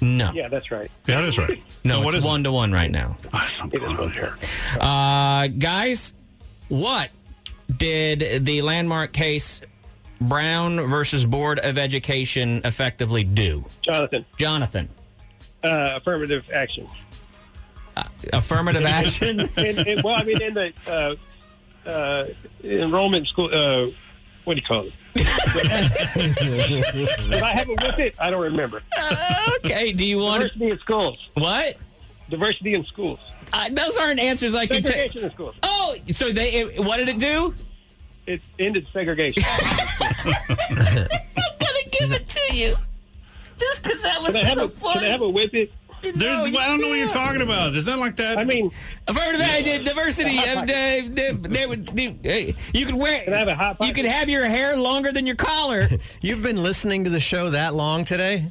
[SPEAKER 6] No.
[SPEAKER 16] Yeah, that's right.
[SPEAKER 9] Yeah, that is right.
[SPEAKER 6] No,
[SPEAKER 9] Now,
[SPEAKER 6] it's
[SPEAKER 9] is it?
[SPEAKER 6] one to one right now.
[SPEAKER 9] Ah, something going on here.
[SPEAKER 6] Uh, guys, what did the landmark case Brown versus Board of Education effectively do?
[SPEAKER 16] Jonathan.
[SPEAKER 6] Jonathan.
[SPEAKER 16] Uh, affirmative action.
[SPEAKER 6] Affirmative action.
[SPEAKER 16] and, and, well, I mean, in the uh, uh, enrollment school, uh, what do you call it? if I haven't with it, I don't remember.
[SPEAKER 6] okay, do you want
[SPEAKER 16] diversity in schools?
[SPEAKER 6] What?
[SPEAKER 16] Diversity in schools.
[SPEAKER 6] Uh, those aren't answers I can take.
[SPEAKER 16] Segregation in schools.
[SPEAKER 6] Oh, so they. It, what did it do?
[SPEAKER 16] It ended segregation.
[SPEAKER 2] give it to you. Just because that was
[SPEAKER 16] Can I have
[SPEAKER 2] so
[SPEAKER 16] a-
[SPEAKER 2] funny.
[SPEAKER 16] can I have a whip it?
[SPEAKER 9] There's,
[SPEAKER 2] No, you
[SPEAKER 9] I don't know what you're
[SPEAKER 2] can't.
[SPEAKER 9] talking about. There's nothing like that.
[SPEAKER 16] I mean,
[SPEAKER 6] Affirmative action, diversity. uh, they, they, they would, they- hey, you could wear. Can I have a hot you could have your hair longer than your collar.
[SPEAKER 11] You've been listening to the show that long today?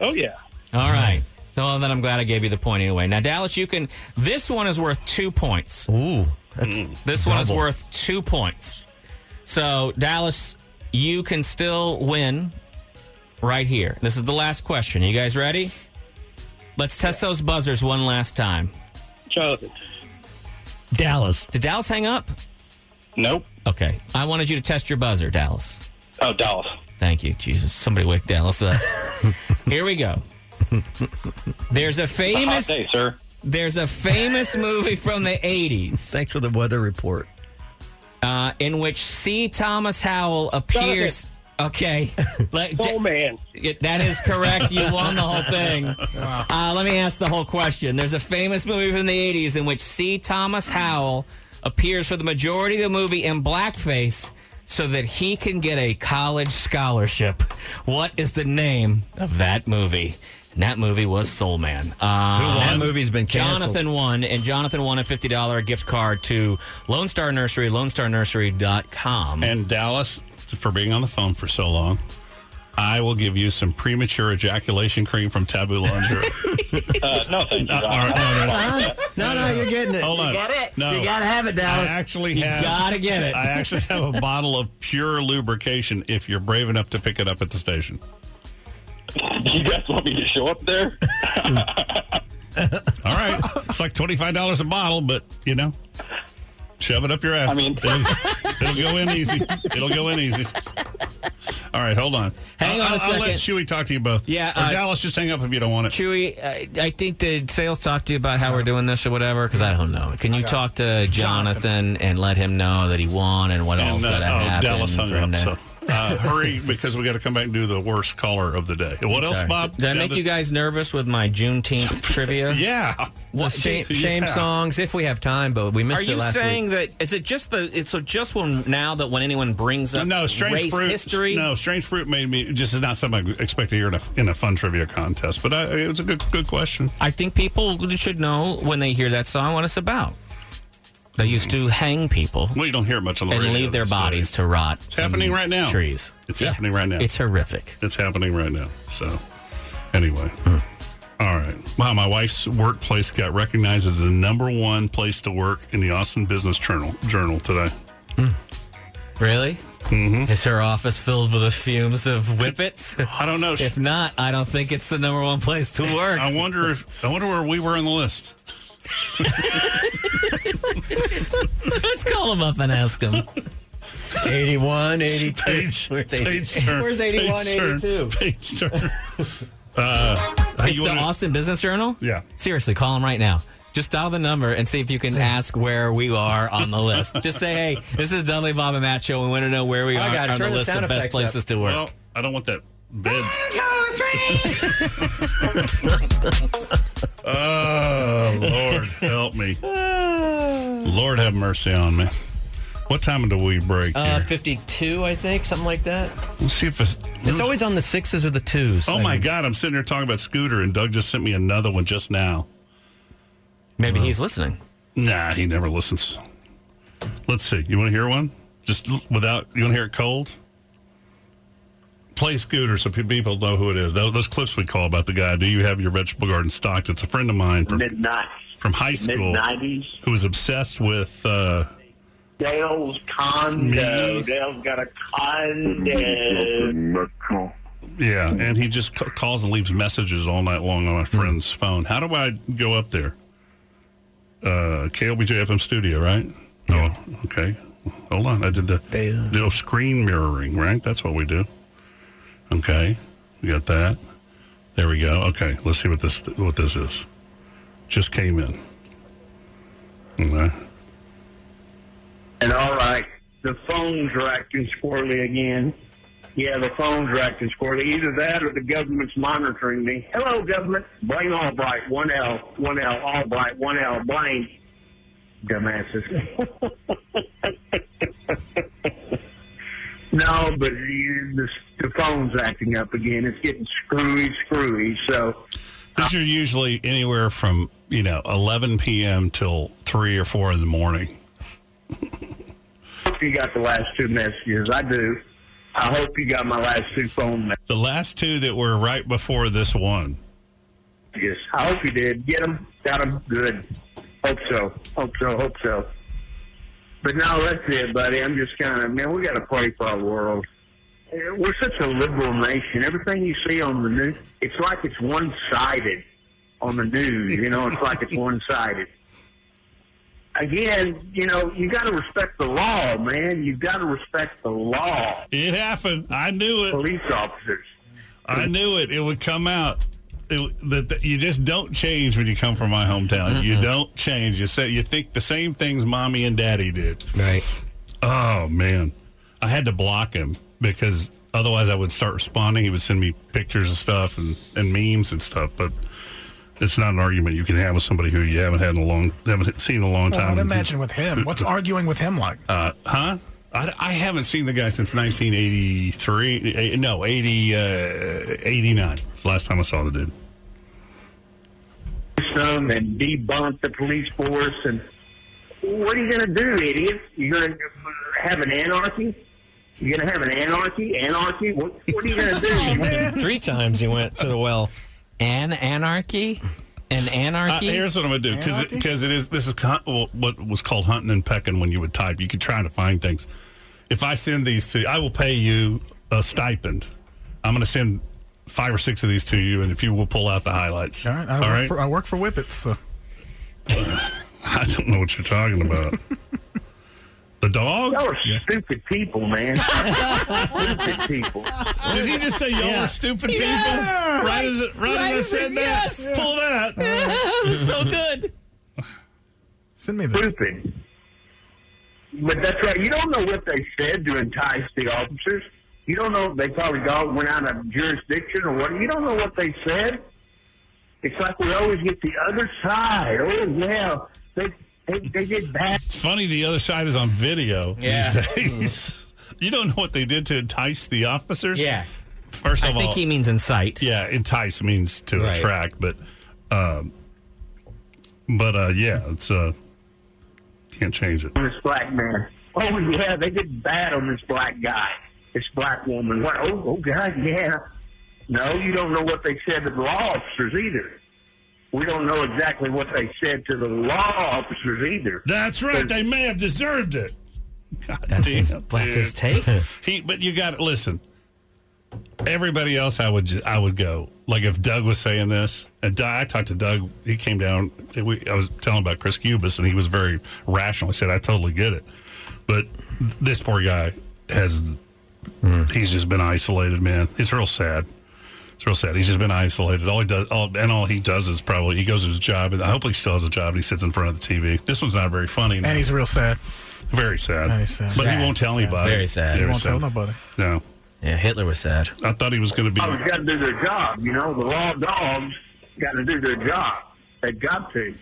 [SPEAKER 16] Oh yeah.
[SPEAKER 6] All right. So then I'm glad I gave you the point anyway. Now Dallas, you can. This one is worth two points.
[SPEAKER 11] Ooh,
[SPEAKER 6] that's this one is
[SPEAKER 11] double.
[SPEAKER 6] worth two points. So Dallas, you can still win right here. This is the last question. You guys ready? Let's test those buzzers one last time.
[SPEAKER 16] Jonathan.
[SPEAKER 6] Dallas. Did Dallas hang up?
[SPEAKER 13] Nope.
[SPEAKER 6] Okay. I wanted you to test your buzzer, Dallas.
[SPEAKER 13] Oh, Dallas.
[SPEAKER 6] Thank you, Jesus. Somebody wake Dallas up. Here we go. There's a famous
[SPEAKER 9] day, sir.
[SPEAKER 6] There's a famous movie from the '80s.
[SPEAKER 3] Thanks for the weather report.
[SPEAKER 6] Uh, in which C. Thomas Howell appears. Okay, let,
[SPEAKER 28] Oh man,
[SPEAKER 6] it- that is correct. You won the whole thing. Uh, let me ask the whole question. There's a famous movie from the 80s in which C. Thomas Howell appears for the majority of the movie in blackface so that he can get a college scholarship. What is the name of that movie? And that movie was Soul Man. Uh,
[SPEAKER 3] That movie's been canceled.
[SPEAKER 6] Jonathan won, and Jonathan won a $50 gift card to Lone Star Nursery, lonestarnursery.com.
[SPEAKER 1] And Dallas, for being on the phone for so long, I will give you some premature ejaculation cream from Taboo Lingerie.
[SPEAKER 9] Uh, no, thank you.
[SPEAKER 1] all right, no, no, no.
[SPEAKER 3] No, no, you're getting it.
[SPEAKER 1] Hold on. No. I actually
[SPEAKER 6] You
[SPEAKER 1] have.
[SPEAKER 6] gotta get it.
[SPEAKER 1] I actually have a bottle of pure lubrication if you're brave enough to pick it up at the station.
[SPEAKER 9] You guys want me to show up there?
[SPEAKER 1] All right. it's like $25 a bottle, but, you know, shove it up your ass.
[SPEAKER 9] I mean-
[SPEAKER 1] it'll, it'll go in easy. It'll go in easy. All right, hold on.
[SPEAKER 6] Hang
[SPEAKER 1] I'll,
[SPEAKER 6] on a
[SPEAKER 1] I'll- I'll let Chewy talk to you both.
[SPEAKER 6] Yeah,
[SPEAKER 1] Or
[SPEAKER 6] uh,
[SPEAKER 1] Dallas, just hang up if you don't want it.
[SPEAKER 6] Chewy, I, I think did sales talk to you about how we're doing this or whatever? Because I don't know. Can you talk to Jonathan and let him know that he won and what else
[SPEAKER 1] And, uh,
[SPEAKER 6] got to
[SPEAKER 1] oh,
[SPEAKER 6] happen?
[SPEAKER 1] Dallas hung
[SPEAKER 6] for him
[SPEAKER 1] up.
[SPEAKER 6] to-
[SPEAKER 1] So. Uh, hurry, because we got to come back and do the worst caller of the day. What
[SPEAKER 6] I'm
[SPEAKER 1] else,
[SPEAKER 6] sorry.
[SPEAKER 1] Bob?
[SPEAKER 6] Did I
[SPEAKER 1] Yeah,
[SPEAKER 6] make
[SPEAKER 1] the-
[SPEAKER 6] you guys nervous with my Juneteenth trivia?
[SPEAKER 1] Yeah.
[SPEAKER 3] Well, shame, shame songs if we have time, but we missed
[SPEAKER 6] Are
[SPEAKER 3] it
[SPEAKER 6] you
[SPEAKER 3] last
[SPEAKER 6] saying
[SPEAKER 3] week.
[SPEAKER 6] that? Is it just the? It's so just when now that when anyone brings up
[SPEAKER 1] No, strange
[SPEAKER 6] race
[SPEAKER 1] fruit.
[SPEAKER 6] history,
[SPEAKER 1] No, strange fruit made me. Just is not something I expect to hear in a, in a fun trivia contest. But I, it was a good good question.
[SPEAKER 6] I think people should know when they hear that song what it's about. They used to hang people
[SPEAKER 1] Well, you don't hear much on the
[SPEAKER 6] and
[SPEAKER 1] radio
[SPEAKER 6] leave their
[SPEAKER 1] these
[SPEAKER 6] bodies
[SPEAKER 1] days.
[SPEAKER 6] to rot.
[SPEAKER 1] It's happening
[SPEAKER 6] in
[SPEAKER 1] right now.
[SPEAKER 6] Trees.
[SPEAKER 1] It's
[SPEAKER 6] Yeah.
[SPEAKER 1] happening right now.
[SPEAKER 6] It's horrific.
[SPEAKER 1] It's happening right now. So, anyway. All right. Wow, my wife's workplace got recognized as the number one place to work in the Austin Business Journal, journal today.
[SPEAKER 6] Really? Mm-hmm. Is her office filled with the fumes of whippets?
[SPEAKER 1] I don't know.
[SPEAKER 6] if not, I don't think it's the number one place to work.
[SPEAKER 1] I wonder if I wonder where we were on the list.
[SPEAKER 6] Let's call him up and ask him.
[SPEAKER 3] 81, 82.
[SPEAKER 1] Page,
[SPEAKER 3] Where's
[SPEAKER 1] page
[SPEAKER 3] 80?
[SPEAKER 1] turn.
[SPEAKER 3] Where's 81,
[SPEAKER 1] page turn,
[SPEAKER 3] 82?
[SPEAKER 1] Page turn. Uh,
[SPEAKER 6] It's
[SPEAKER 1] you
[SPEAKER 6] the
[SPEAKER 1] wanna-
[SPEAKER 6] Austin Business Journal?
[SPEAKER 1] Yeah.
[SPEAKER 6] Seriously, call him right now. Just dial the number and see if you can ask where we are on the list. Just say, hey, this is Dudley Bob and Matt Show. We want to know where we
[SPEAKER 3] I
[SPEAKER 6] are
[SPEAKER 3] got it.
[SPEAKER 6] on the
[SPEAKER 3] Turn the
[SPEAKER 6] list
[SPEAKER 3] sound
[SPEAKER 6] of best
[SPEAKER 3] effects up.
[SPEAKER 6] places to work.
[SPEAKER 1] Well, I don't want that bed. Oh, Lord, help me. Lord have mercy on me. What time do we break
[SPEAKER 3] Uh,
[SPEAKER 1] here?
[SPEAKER 3] 52, I think, something like that.
[SPEAKER 1] Let's see if it's.
[SPEAKER 3] It's always on the sixes or the twos.
[SPEAKER 1] Oh,
[SPEAKER 3] I
[SPEAKER 1] my
[SPEAKER 3] think.
[SPEAKER 1] God. I'm sitting here talking about Scooter, and Doug just sent me another one just now. Uh,
[SPEAKER 6] Maybe he's listening.
[SPEAKER 1] Nah, he never listens. Let's see. You want to hear one? Just l- without. You want to hear it cold? Play Scooter so pe- people know who it is. Those, those clips we call about the guy. Do you have your vegetable garden stocked? It's a friend of mine from,
[SPEAKER 20] Midnight.
[SPEAKER 1] from high school
[SPEAKER 20] Mid-nineties.
[SPEAKER 1] who was obsessed with. Uh,
[SPEAKER 20] Dale's condo.
[SPEAKER 1] Me.
[SPEAKER 20] Dale's got a condo.
[SPEAKER 1] Yeah, and he just c- calls and leaves messages all night long on my friend's phone. How do I go up there? Uh, KLBJ FM studio, right? Oh, okay. Hold on. I did the little screen mirroring, right? That's what we do. Okay, we got that. There we go. Okay, let's see what this what this is. Just came in. Okay.
[SPEAKER 20] And all right, the phones are acting squirrely again. Yeah, the phones are acting squirrely. Either that or the government's monitoring me. Hello, government. Blaine Albright, one L, one L, Albright, one L, Blaine. Dumbasses. no, but you- the, the phone's acting up again. It's getting screwy, screwy. So
[SPEAKER 1] These are usually anywhere from you know 11 p.m. till three or four in the morning.
[SPEAKER 20] hope you got the last two messages. I do. I hope you got my last two phone messages.
[SPEAKER 1] The last two that were right before this one.
[SPEAKER 20] Yes, I hope you did. Get them, got them, good. Hope so. Hope so. Hope so. But no, that's it, buddy. I'm just kind of man. We got to pray for our world. Eh, We're such a liberal nation. Everything you see on the news, it's like it's one sided on the news. You know, it's like it's one sided. again, you know, you got to respect the law, man. You got to respect the law.
[SPEAKER 1] It happened. I knew it.
[SPEAKER 20] Police officers.
[SPEAKER 1] I knew it. It would come out. It, that that you just don't change when you come from my hometown. You don't change. You say you think the same things mommy and daddy did.
[SPEAKER 9] Right.
[SPEAKER 1] Oh man, I had to block him because otherwise I would start responding. He would send me pictures and stuff and, and memes and stuff. But it's not an argument you can have with somebody who you haven't had in a long, haven't seen in a long
[SPEAKER 5] Well,
[SPEAKER 1] time.
[SPEAKER 5] I'd imagine with him. What's arguing with him like?
[SPEAKER 1] Uh, huh? I, I haven't seen the guy since 1983. eh, No, 80, uh, 89. It's the last time I saw the dude.
[SPEAKER 20] Some and debunk the police force. And what are you going to do, idiots? You're going to have an anarchy? You're going to have an anarchy? Anarchy? What, what are you going to do?
[SPEAKER 6] Three times he went to the well. An anarchy? An
[SPEAKER 1] Uh,
[SPEAKER 6] anarchy?
[SPEAKER 1] here's what I'm gonna do because because it is this is con- well, what was called hunting and pecking when you would type. You could try to find things. If I send these to, I will pay you a stipend. I'm gonna send five or six of these to you, and if you will pull out the highlights. All right.
[SPEAKER 5] I, work, For, I work for Whippets. So.
[SPEAKER 1] I don't know what you're talking about. the dog?
[SPEAKER 20] Y'all are stupid people, man. stupid people.
[SPEAKER 1] Did he just say y'all are stupid people? Right as it, right as I said that, pull that.
[SPEAKER 20] Yeah, it was so
[SPEAKER 6] good.
[SPEAKER 5] Send me this.
[SPEAKER 20] Stupid. But that's right. You don't know what they said to entice the officers. You don't know. They probably got, went out of jurisdiction or what. You don't know what they said. It's like we always get the other side. Oh, yeah. They, they, they did bad.
[SPEAKER 1] It's funny the other side is on video
[SPEAKER 20] Yeah.
[SPEAKER 1] these days. you don't know what they did to entice the officers.
[SPEAKER 6] Yeah.
[SPEAKER 1] First
[SPEAKER 6] I
[SPEAKER 1] of all,
[SPEAKER 6] think he means incite.
[SPEAKER 1] Yeah, entice means to
[SPEAKER 6] Right.
[SPEAKER 1] attract, but um, but uh, yeah, it's uh, can't change it.
[SPEAKER 20] on this black man. Oh yeah, they did bad on this black guy, this black woman. What? Oh, oh God, yeah. No, you don't know what they said to the law officers either. We don't know exactly what they said to the law officers either.
[SPEAKER 1] That's right. They may have deserved it. God
[SPEAKER 6] That's his- that's his
[SPEAKER 1] dude.
[SPEAKER 6] take.
[SPEAKER 1] he, but you got to listen. Everybody else, I would, ju- I would go. Like if Doug was saying this, and Doug, I talked to Doug. He came down. and We, I was telling about Chris Cubis, and he was very rational. He said, "I totally get it," but this poor guy has, he's just been isolated, man. It's real sad. It's real sad. He's just been isolated. All he does, all, and all he does is probably he goes to his job, and I hope he still has a job. And he sits in front of the TV. This one's not very funny, now.
[SPEAKER 5] And he's real sad.
[SPEAKER 1] very sad.
[SPEAKER 5] And he's sad.
[SPEAKER 1] But
[SPEAKER 5] Sad.
[SPEAKER 1] he won't tell
[SPEAKER 5] Sad.
[SPEAKER 1] anybody.
[SPEAKER 5] Very sad. He won't tell nobody.
[SPEAKER 1] No.
[SPEAKER 6] Yeah, Hitler was sad.
[SPEAKER 1] I thought he was going to be.
[SPEAKER 20] Always got to do their job, you know. The law dogs got to do their job. They got to.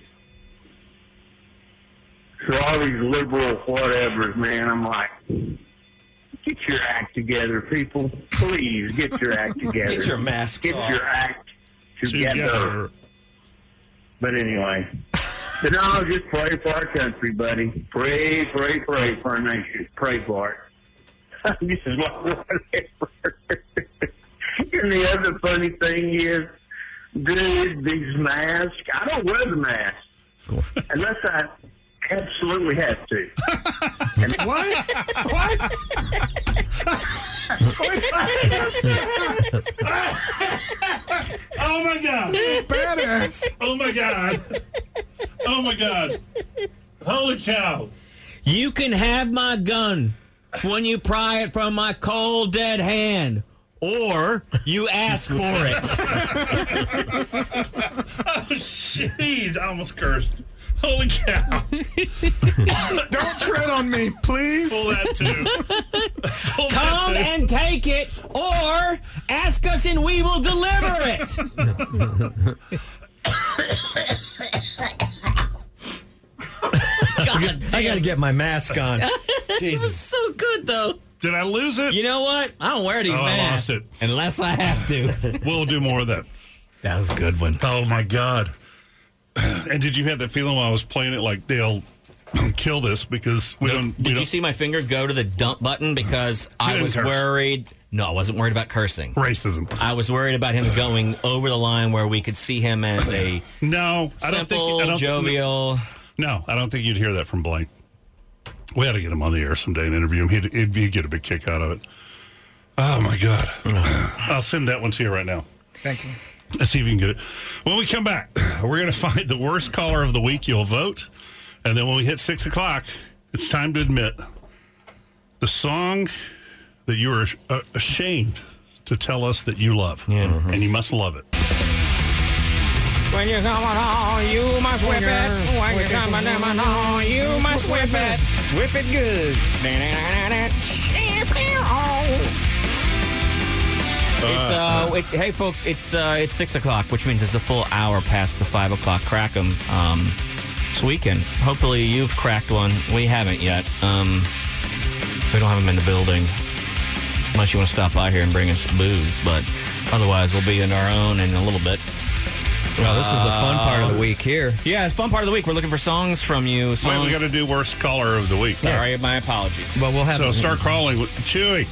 [SPEAKER 20] So all these liberal whatevers, man, I'm like, get your act together, people. Please get your act together.
[SPEAKER 2] Get your masks
[SPEAKER 20] Get
[SPEAKER 2] off.
[SPEAKER 20] your act together.
[SPEAKER 2] Together.
[SPEAKER 20] But anyway, but no, just pray for our country, buddy. Pray, pray, pray for our nation. Pray for it. this is what and the other funny thing is, dude, these masks. I don't wear the mask unless I absolutely have to.
[SPEAKER 2] What? what?
[SPEAKER 1] oh my god!
[SPEAKER 2] Badass!
[SPEAKER 1] Oh my god! Oh my god! Holy cow!
[SPEAKER 6] You can have my gun when you pry it from my cold dead hand. Or you ask for it.
[SPEAKER 1] Oh jeez! I almost cursed. Holy cow!
[SPEAKER 5] Don't tread on me, please.
[SPEAKER 1] Pull that too. Pull that
[SPEAKER 6] Come
[SPEAKER 1] too.
[SPEAKER 6] and take it, Oh, or ask us and we will deliver it.
[SPEAKER 11] I got to get my mask on.
[SPEAKER 6] it was so good, though.
[SPEAKER 1] Did I lose it?
[SPEAKER 6] You know what? I don't wear these
[SPEAKER 1] Oh, I
[SPEAKER 6] masks
[SPEAKER 1] lost it.
[SPEAKER 6] unless I have to.
[SPEAKER 1] We'll do more of that.
[SPEAKER 6] That was a good one.
[SPEAKER 1] Oh my god! And did you have that feeling while I was playing it? Like they'll kill this because we don't. We
[SPEAKER 6] Did you
[SPEAKER 1] don't
[SPEAKER 6] see my finger go to the dump button because I
[SPEAKER 1] didn't
[SPEAKER 6] was
[SPEAKER 1] curse.
[SPEAKER 6] worried? No, I wasn't worried about cursing.
[SPEAKER 1] racism.
[SPEAKER 6] I was worried about him going over the line where we could see him as a
[SPEAKER 1] No, I don't
[SPEAKER 6] simple,
[SPEAKER 1] think. I don't
[SPEAKER 6] jovial.
[SPEAKER 1] No, I don't think you'd hear that from Blaine. We ought to get him on the air someday and interview him. He'd, he'd, he'd get a big kick out of it. Oh my god! I'll send that one to you right now.
[SPEAKER 5] Thank you.
[SPEAKER 1] Let's see if you can get it. When we come back, we're going to find the worst caller of the week. You'll vote. And then when we hit six o'clock, it's time to admit the song that you are uh, ashamed to tell us that you love.
[SPEAKER 6] Mm-hmm.
[SPEAKER 1] And you must love it.
[SPEAKER 20] When you're coming on, you must whip it. When you're coming on, you must whip it. Whip it good.
[SPEAKER 6] It's uh, it's hey folks, it's uh, it's six o'clock, which means it's a full hour past the five o'clock crack 'em um, this weekend. Hopefully, you've cracked one. We haven't yet. Um, we don't have them in the building, unless you want to stop by here and bring us booze. But otherwise, we'll be in our own in a little bit.
[SPEAKER 3] Well, this is the fun part of the
[SPEAKER 6] Uh,
[SPEAKER 3] week here.
[SPEAKER 6] Yeah, it's fun part of the week. We're looking for songs from you. Songs.
[SPEAKER 1] Wait, we got to do worst caller of the week.
[SPEAKER 6] Sorry, my apologies.
[SPEAKER 3] Well, we'll have
[SPEAKER 1] So start crawling with Chewy.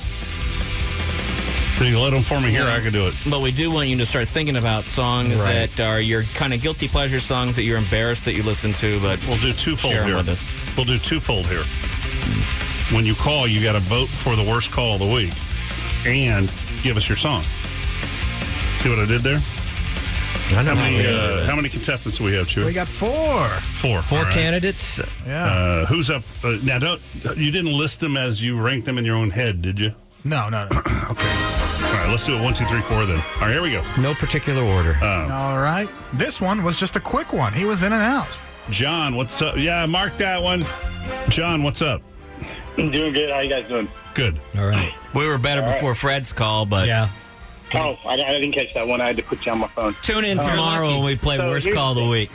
[SPEAKER 1] So you let them for me here, I can do it.
[SPEAKER 6] But we do want you to start thinking about songs
[SPEAKER 1] Right.
[SPEAKER 6] that are your kind of guilty pleasure songs that you're embarrassed that you listen to. But
[SPEAKER 1] we'll do twofold
[SPEAKER 6] share 'em
[SPEAKER 1] here.
[SPEAKER 6] with us.
[SPEAKER 1] We'll do twofold here. When you call, you got to vote for the worst call of the week and give us your song. See what I did there?
[SPEAKER 3] I
[SPEAKER 1] how
[SPEAKER 3] know
[SPEAKER 1] many
[SPEAKER 3] how we
[SPEAKER 1] uh,
[SPEAKER 3] did it.
[SPEAKER 1] how many contestants do we have, Chewy?
[SPEAKER 5] We got four.
[SPEAKER 1] Four.
[SPEAKER 3] Four
[SPEAKER 1] All right.
[SPEAKER 3] candidates.
[SPEAKER 1] Uh, who's up? Uh, now, don't you didn't list them as you ranked them in your own head, did you?
[SPEAKER 5] No, no, no.
[SPEAKER 1] All right, let's do it one, two, three, four. Then. All right, here we go. Uh,
[SPEAKER 3] No particular order.
[SPEAKER 5] All right. This one was just a quick one. He was in and out.
[SPEAKER 1] John, what's up? Yeah, mark that one. John, what's up?
[SPEAKER 17] I'm doing good. How you guys doing?
[SPEAKER 1] Good.
[SPEAKER 3] All right.
[SPEAKER 6] We were better
[SPEAKER 17] All right.
[SPEAKER 6] before Fred's call, but yeah.
[SPEAKER 17] Oh, I, I didn't catch that one. I had to put you on my phone.
[SPEAKER 6] Tune in
[SPEAKER 17] Uh,
[SPEAKER 6] tomorrow when we play
[SPEAKER 17] so
[SPEAKER 6] worst
[SPEAKER 17] here's
[SPEAKER 6] call of
[SPEAKER 17] the
[SPEAKER 6] the
[SPEAKER 17] thing.
[SPEAKER 6] week.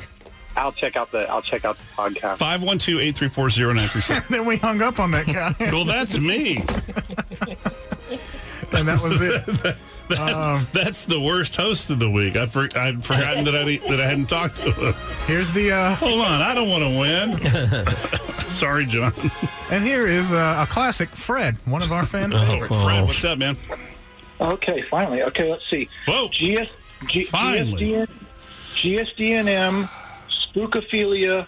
[SPEAKER 17] I'll check out the I'll check out the podcast.
[SPEAKER 1] 512 834 0937.
[SPEAKER 5] Then we hung up on that guy.
[SPEAKER 1] Well, that's me.
[SPEAKER 5] and that was it. Um,
[SPEAKER 1] That- that's the worst host of the week. I'd, for, I'd forgotten that I that I hadn't talked to him.
[SPEAKER 5] Here's the. Uh,
[SPEAKER 1] Hold on, I don't want to win. Sorry, John.
[SPEAKER 5] and here is uh, a classic Fred, one of our
[SPEAKER 1] Oh,
[SPEAKER 5] fan favorites.
[SPEAKER 1] Fred, what's up, man?
[SPEAKER 17] Okay, finally. Okay, let's see.
[SPEAKER 1] Whoa.
[SPEAKER 17] GS, G,
[SPEAKER 1] Finally.
[SPEAKER 17] GSDN, GSDNM, spookophilia,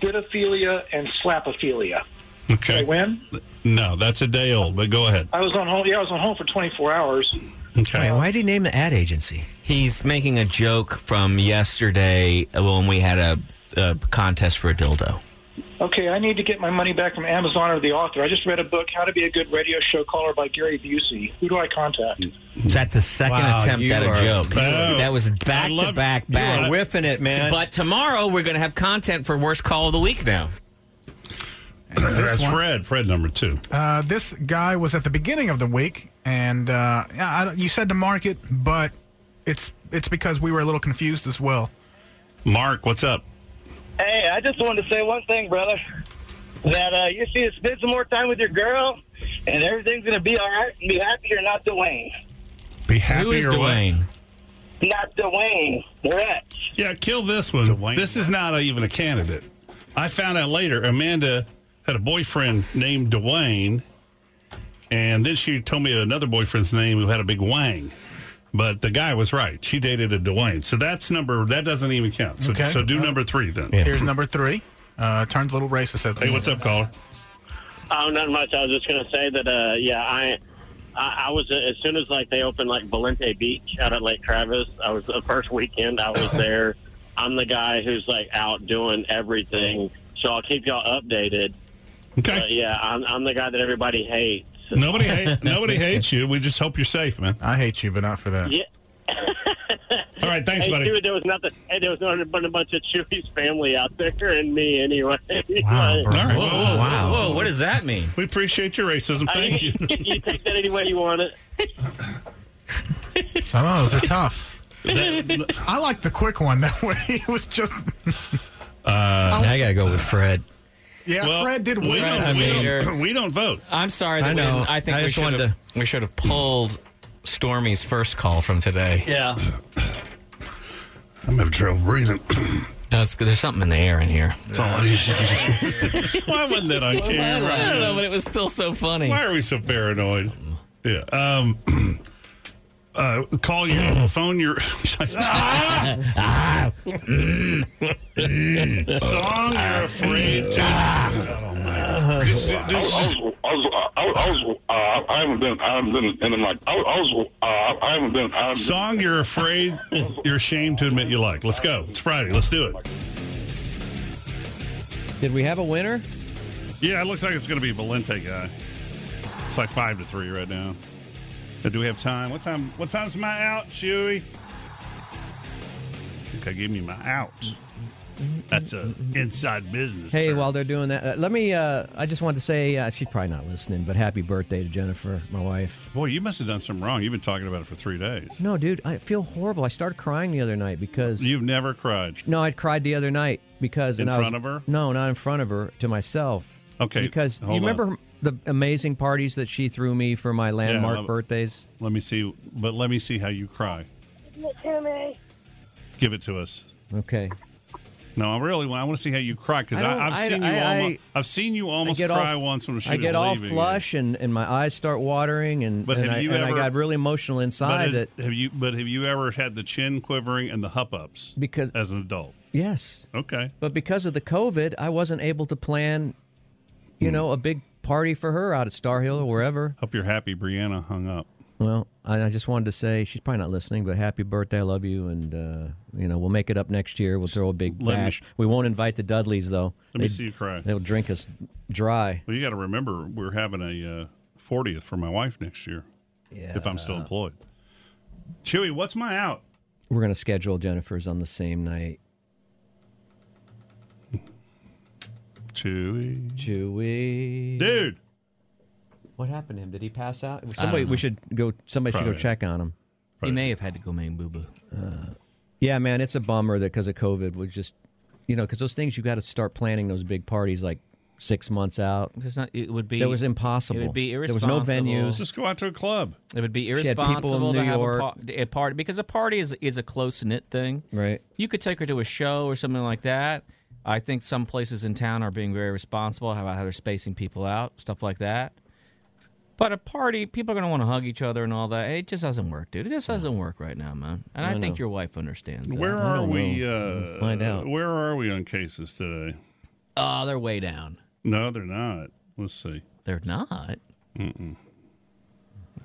[SPEAKER 17] spitophilia, and slapophilia.
[SPEAKER 1] Okay.
[SPEAKER 17] When
[SPEAKER 1] No, that's a day old. But go ahead.
[SPEAKER 17] I was on home, yeah, I was on home for 24 hours.
[SPEAKER 3] Wait, why did he name the ad agency?
[SPEAKER 6] He's making a joke from yesterday when we had a, a contest for a dildo.
[SPEAKER 17] Okay, I need to get my money back from Amazon or the author. I just read a book, How to Be a Good Radio Show Caller by Gary Busey. Who do I contact?
[SPEAKER 1] Mm.
[SPEAKER 6] That's the second
[SPEAKER 3] Wow,
[SPEAKER 6] attempt
[SPEAKER 3] you
[SPEAKER 6] at a
[SPEAKER 3] are-
[SPEAKER 6] joke.
[SPEAKER 3] Oh.
[SPEAKER 6] that was back
[SPEAKER 3] love-
[SPEAKER 6] to back
[SPEAKER 3] you
[SPEAKER 6] back.
[SPEAKER 3] are whiffing it, man.
[SPEAKER 6] But tomorrow we're going to have content for worst call of the week now.
[SPEAKER 1] That's
[SPEAKER 5] one-
[SPEAKER 1] Fred. Fred number two.
[SPEAKER 5] Uh, this guy was at the beginning of the week, and uh, yeah, I, don't- you said to mark it, but it's it's because we were a little confused as well.
[SPEAKER 1] Mark, what's up?
[SPEAKER 14] Hey, I just wanted to say one thing, brother. That uh, you just need to spend some more time with your girl, and everything's gonna be all right. And be happy you're not Dwayne.
[SPEAKER 1] Be happy
[SPEAKER 6] Who is
[SPEAKER 1] or what?
[SPEAKER 6] Dwayne?
[SPEAKER 14] Not Dwayne. Brett.
[SPEAKER 1] Yeah, kill this one. This is not a, even a candidate. I found out later Amanda had a boyfriend named Dwayne, and then she told me another boyfriend's name who had a big wang. But the guy was right. She dated a Dwayne. So that's number, that doesn't even count. So,
[SPEAKER 5] Okay. Uh,
[SPEAKER 1] so do number three then.
[SPEAKER 5] Here's number three. Uh, turned a little racist at the
[SPEAKER 1] Hey, what's up, caller?
[SPEAKER 14] Oh, not much. I was just gonna say that. Uh, yeah, I, I, I was as soon as like they opened like Valente Beach out at Lake Travis. I was the first weekend I was there. I'm the guy who's like out doing everything, so I'll keep y'all updated.
[SPEAKER 1] Okay.
[SPEAKER 14] But, yeah, I'm, I'm the guy that everybody hates.
[SPEAKER 1] Nobody, hate, nobody hates you. We just hope you're safe, man.
[SPEAKER 5] I hate you, but not for that.
[SPEAKER 14] Yeah.
[SPEAKER 1] All right, thanks,
[SPEAKER 14] hey,
[SPEAKER 1] buddy.
[SPEAKER 14] Dude, there was nothing. Hey, there was nothing but a bunch of Chewy's family out there and me anyway.
[SPEAKER 5] Wow,
[SPEAKER 14] Like,
[SPEAKER 5] bro.
[SPEAKER 1] All right.
[SPEAKER 6] Whoa, whoa, whoa, what does that mean?
[SPEAKER 1] We appreciate your racism. Thank you.
[SPEAKER 14] you take that any way you want it.
[SPEAKER 5] Some of oh, those are tough.
[SPEAKER 1] That-
[SPEAKER 5] I like the quick one. That way, it was just
[SPEAKER 3] I gotta go with Fred.
[SPEAKER 5] yeah.
[SPEAKER 1] well,
[SPEAKER 5] Fred did
[SPEAKER 1] we
[SPEAKER 5] well.
[SPEAKER 1] don't, we,
[SPEAKER 6] Later.
[SPEAKER 1] don't, we don't vote.
[SPEAKER 6] I'm sorry. That
[SPEAKER 3] I
[SPEAKER 6] we
[SPEAKER 3] know.
[SPEAKER 6] didn't- I think
[SPEAKER 3] I
[SPEAKER 6] we
[SPEAKER 3] just
[SPEAKER 6] should
[SPEAKER 3] wanted
[SPEAKER 6] have we should have pulled Stormy's first call from today.
[SPEAKER 14] Yeah.
[SPEAKER 1] I'm having trouble breathing.
[SPEAKER 6] No, it's- there's something in the air in here.
[SPEAKER 1] That's all I- Why wasn't that on camera?
[SPEAKER 6] I don't know, but it was still so funny.
[SPEAKER 1] Why are we so paranoid? Yeah. Um, uh, call your phone your
[SPEAKER 6] Ah, mm.
[SPEAKER 1] song you're afraid to.
[SPEAKER 17] I was, I was, I was, I was, uh, I haven't been, I haven't been in the mic. I was, uh, I haven't been, I haven't
[SPEAKER 1] Song you're afraid, you're ashamed to admit you like. Let's go. It's Friday. Let's do it.
[SPEAKER 3] Did we have a winner?
[SPEAKER 1] Yeah, it looks like it's going to be Valente guy. It's like five to three right now. But do we have time? What time? What time's my out, Chewy? Okay, give me my out. That's a inside business.
[SPEAKER 3] Hey, while they're doing that, uh, let me. Uh, I just wanted to say uh, she's probably not listening, but happy birthday to Jennifer, my wife.
[SPEAKER 1] Boy, you must have done something wrong. You've been talking about it for three days.
[SPEAKER 3] No, dude, I feel horrible. I started crying the other night because
[SPEAKER 1] You've never cried.
[SPEAKER 3] no, I cried the other night because
[SPEAKER 1] In
[SPEAKER 3] and I was-
[SPEAKER 1] front of her?
[SPEAKER 3] No, not in front of her. To myself.
[SPEAKER 1] Okay,
[SPEAKER 3] Because you
[SPEAKER 1] hold on.
[SPEAKER 3] remember the amazing parties that she threw me for my landmark
[SPEAKER 1] let-
[SPEAKER 3] birthdays.
[SPEAKER 1] Let me see. But let me see how you cry. Give it to us.
[SPEAKER 3] Okay.
[SPEAKER 1] No, I really want. I want to see how you cry because
[SPEAKER 3] I don't-
[SPEAKER 1] I've
[SPEAKER 3] I-
[SPEAKER 1] seen you.
[SPEAKER 3] I-
[SPEAKER 1] almost,
[SPEAKER 3] I-
[SPEAKER 1] have seen you almost
[SPEAKER 3] I get
[SPEAKER 1] cry
[SPEAKER 3] all-
[SPEAKER 1] once when she
[SPEAKER 3] I
[SPEAKER 1] was
[SPEAKER 3] get all
[SPEAKER 1] leaving.
[SPEAKER 3] flush and, and my eyes start watering and,
[SPEAKER 1] But
[SPEAKER 3] and,
[SPEAKER 1] have
[SPEAKER 3] I,
[SPEAKER 1] you
[SPEAKER 3] and I
[SPEAKER 1] ever-
[SPEAKER 3] got really emotional
[SPEAKER 1] But
[SPEAKER 3] inside
[SPEAKER 1] it-
[SPEAKER 3] that
[SPEAKER 1] have you? But have you ever had the chin quivering and the hup ups?
[SPEAKER 3] Because
[SPEAKER 1] as an adult,
[SPEAKER 3] yes.
[SPEAKER 1] okay.
[SPEAKER 3] But because of the COVID, I wasn't able to plan, you know, a big party for her out at Star Hill or wherever.
[SPEAKER 1] Hmm. Hope you're happy Brianna hung up.
[SPEAKER 3] Well, I, I just wanted to say she's probably not listening, but happy birthday. I love you. And, uh, you know, we'll make it up next year. We'll throw a big
[SPEAKER 1] let me
[SPEAKER 3] bash.
[SPEAKER 1] sh-
[SPEAKER 3] we won't invite the Dudleys, though.
[SPEAKER 1] Let me
[SPEAKER 3] They-
[SPEAKER 1] see you cry.
[SPEAKER 3] They'll drink us dry.
[SPEAKER 1] Well, you got to remember we're having a uh, fortieth for my wife next year. Yeah. If I'm still employed. Chewy, what's my out?
[SPEAKER 3] We're going to schedule Jennifer's on the same night.
[SPEAKER 1] Chewy.
[SPEAKER 3] Chewy.
[SPEAKER 1] Dude.
[SPEAKER 3] What happened to him? Did he pass out?
[SPEAKER 6] don't
[SPEAKER 3] Somebody,
[SPEAKER 6] know.
[SPEAKER 3] we should go. Somebody should
[SPEAKER 6] Probably.
[SPEAKER 3] go check on him.
[SPEAKER 6] He may have had to go main boo boo.
[SPEAKER 3] Yeah, man, it's a bummer that because of COVID, we just, you know, because those things you got to start planning those big parties like six months out.
[SPEAKER 6] It's not- it would be
[SPEAKER 3] That was impossible.
[SPEAKER 6] It would be
[SPEAKER 3] There was
[SPEAKER 6] irresponsible.
[SPEAKER 3] no venues.
[SPEAKER 1] Just go out to a club.
[SPEAKER 6] It would be
[SPEAKER 3] had people in
[SPEAKER 6] irresponsible
[SPEAKER 3] New
[SPEAKER 6] to have
[SPEAKER 3] York.
[SPEAKER 6] A, par- a party because a party is is a close knit thing.
[SPEAKER 3] Right.
[SPEAKER 6] You could take her to a show or something like that. I think some places in town are being very responsible about how they're spacing people out, stuff like that. But a party, people are going to want to hug each other and all that. It just doesn't work, dude. It just doesn't work right now, man. And I,
[SPEAKER 3] I
[SPEAKER 6] think
[SPEAKER 3] know.
[SPEAKER 6] your wife understands. That.
[SPEAKER 1] Where are we? Uh,
[SPEAKER 3] find out.
[SPEAKER 1] Where are we on cases today?
[SPEAKER 6] Oh, they're way down.
[SPEAKER 1] No, they're not. Let's see.
[SPEAKER 6] They're not.
[SPEAKER 1] Mm-mm.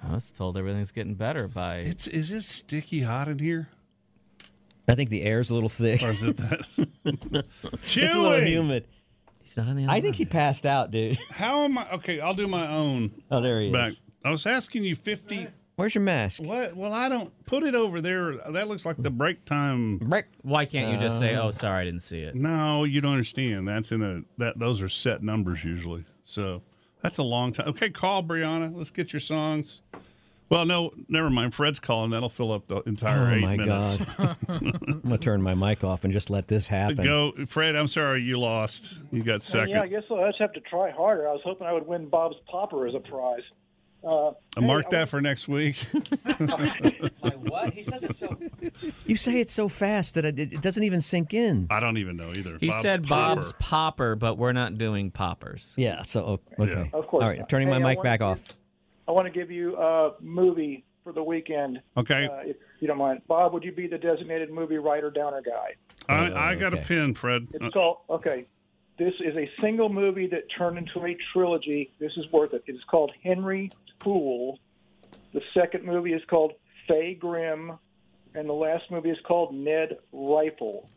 [SPEAKER 6] I was told everything's getting better by.
[SPEAKER 1] It's is it sticky hot in here?
[SPEAKER 3] I think the air's a little thick.
[SPEAKER 1] Or is it that?
[SPEAKER 3] it's a little
[SPEAKER 1] Chewy!
[SPEAKER 3] humid.
[SPEAKER 6] He's not on the.
[SPEAKER 3] I think he passed out, dude.
[SPEAKER 1] How am I? Okay, I'll do my own.
[SPEAKER 3] Oh, there he is.
[SPEAKER 1] Back. I was asking you fifty.
[SPEAKER 3] Where's your mask?
[SPEAKER 1] What? Well, I don't put it over there. That looks like the break time.
[SPEAKER 3] Break.
[SPEAKER 6] Why can't you just say,
[SPEAKER 1] Uh,
[SPEAKER 6] "Oh, sorry, I didn't see it"?
[SPEAKER 1] No, you don't understand. That's in a that those are set numbers usually. So that's a long time. Okay, call Brianna. Let's get your songs. Well, no, never mind. Fred's calling. That'll fill up the entire
[SPEAKER 3] oh
[SPEAKER 1] eight
[SPEAKER 3] my
[SPEAKER 1] minutes.
[SPEAKER 3] god! I'm gonna turn my mic off and just let this happen.
[SPEAKER 1] Go, Fred. I'm sorry you lost. You got second.
[SPEAKER 17] Oh, Yeah, I guess I'll just have to try harder. I was hoping I would win Bob's Popper as a prize. Uh,
[SPEAKER 1] Uh, Mark that for next week.
[SPEAKER 3] What? He says it so. You say it so fast that it, it doesn't even sink in.
[SPEAKER 1] I don't e-, even know either.
[SPEAKER 6] He
[SPEAKER 1] Bob's
[SPEAKER 6] said
[SPEAKER 1] Popper.
[SPEAKER 6] Bob's popper, but we're not doing poppers.
[SPEAKER 3] Yeah. So oh, okay.
[SPEAKER 17] Of course
[SPEAKER 3] All right.
[SPEAKER 17] not.
[SPEAKER 3] Turning
[SPEAKER 17] Hey, I
[SPEAKER 3] my mic
[SPEAKER 17] wanna
[SPEAKER 3] back
[SPEAKER 17] give-
[SPEAKER 3] off.
[SPEAKER 17] I want to give you a movie for the weekend.
[SPEAKER 1] Okay.
[SPEAKER 17] Uh, if you don't mind. Bob, would you be the designated movie writer downer guy?
[SPEAKER 1] I, I got a pin, Fred. Uh,
[SPEAKER 17] It's called, okay, this is a single movie that turned into a trilogy. This is worth it. It is called Henry Fool. The second movie is called Fay Grimm. And the last movie is called Ned Rifle.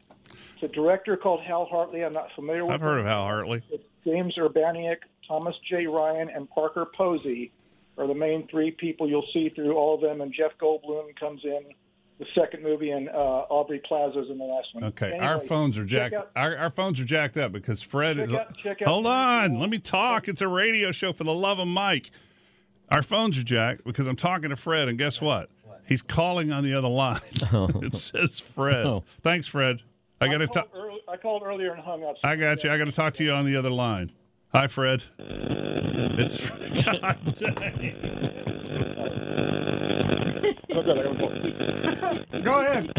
[SPEAKER 17] It's a director called Hal Hartley. I'm not familiar with
[SPEAKER 1] I've heard of
[SPEAKER 17] him.
[SPEAKER 1] Hal Hartley.
[SPEAKER 17] James Urbaniak, Thomas J. Ryan, and Parker Posey are the main three people you'll see through all of them. And Jeff Goldblum comes in the second movie, and uh, Aubrey Plaza's in the last one.
[SPEAKER 1] Okay,
[SPEAKER 17] Anyway,
[SPEAKER 1] our phones are
[SPEAKER 17] check
[SPEAKER 1] jacked.
[SPEAKER 17] out-
[SPEAKER 1] Our, our phones are jacked up because Fred
[SPEAKER 17] Check
[SPEAKER 1] is.
[SPEAKER 17] out- check out-
[SPEAKER 1] hold on, let me talk. It's a radio show for the love of Mike. Our phones are jacked because I'm talking to Fred, and guess what? He's calling on the other line. it says Fred.
[SPEAKER 17] Oh.
[SPEAKER 1] Thanks, Fred. I got to
[SPEAKER 17] called
[SPEAKER 1] talk.
[SPEAKER 17] early- I called earlier and hung up.
[SPEAKER 1] I got you. I got to talk to you on the other line. Hi, Fred. It's God dang.
[SPEAKER 17] Go ahead.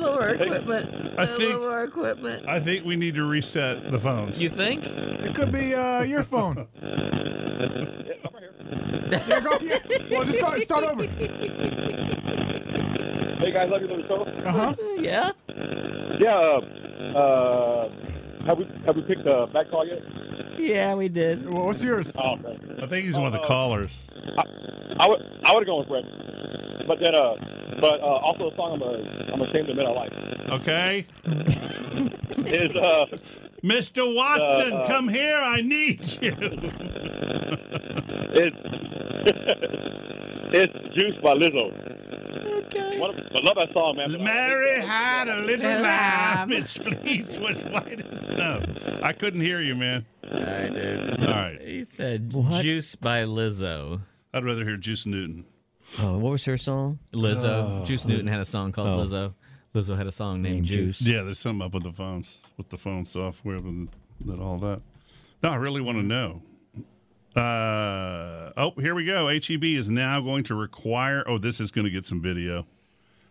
[SPEAKER 2] lower equipment.
[SPEAKER 1] I think-
[SPEAKER 2] lower equipment.
[SPEAKER 1] I think we need to reset the phones.
[SPEAKER 6] You think?
[SPEAKER 5] It could be uh, your phone.
[SPEAKER 2] Yeah,
[SPEAKER 5] go- yeah. Well, just start- start over.
[SPEAKER 17] Hey guys, love you, love you,
[SPEAKER 5] Uh huh.
[SPEAKER 2] Yeah.
[SPEAKER 17] Yeah. Uh, uh, have we have we picked a back call yet?
[SPEAKER 2] Yeah, we did.
[SPEAKER 5] Well, what's yours?
[SPEAKER 17] Oh, okay.
[SPEAKER 1] I think he's one of the callers.
[SPEAKER 17] I would I would have gone with Fred.
[SPEAKER 9] But then, uh, but uh, also a song I'm, uh, I'm ashamed to admit I like.
[SPEAKER 1] Okay.
[SPEAKER 9] Is uh,
[SPEAKER 1] Mr. Watson,
[SPEAKER 9] Uh, uh,
[SPEAKER 1] come here. I need you.
[SPEAKER 9] it's it's Juice by Lizzo. Okay. What a, I love that song, man.
[SPEAKER 1] Mary had a little lamb. Its fleece was white as snow. I couldn't hear you, man.
[SPEAKER 6] I did.
[SPEAKER 1] All right.
[SPEAKER 6] He said Juice by Lizzo.
[SPEAKER 1] I'd rather hear Juice Newton.
[SPEAKER 6] Oh, what was her song? Lizzo.
[SPEAKER 1] Oh.
[SPEAKER 6] Juice Newton had a song called
[SPEAKER 1] Oh.
[SPEAKER 6] Lizzo. Lizzo had a song named Juice.
[SPEAKER 1] Yeah, there's something up with the phones, with the phone software, and that all that. No, I really want to know. Uh, oh, here we go. HEB is now going to require. Oh, this is going to get some video.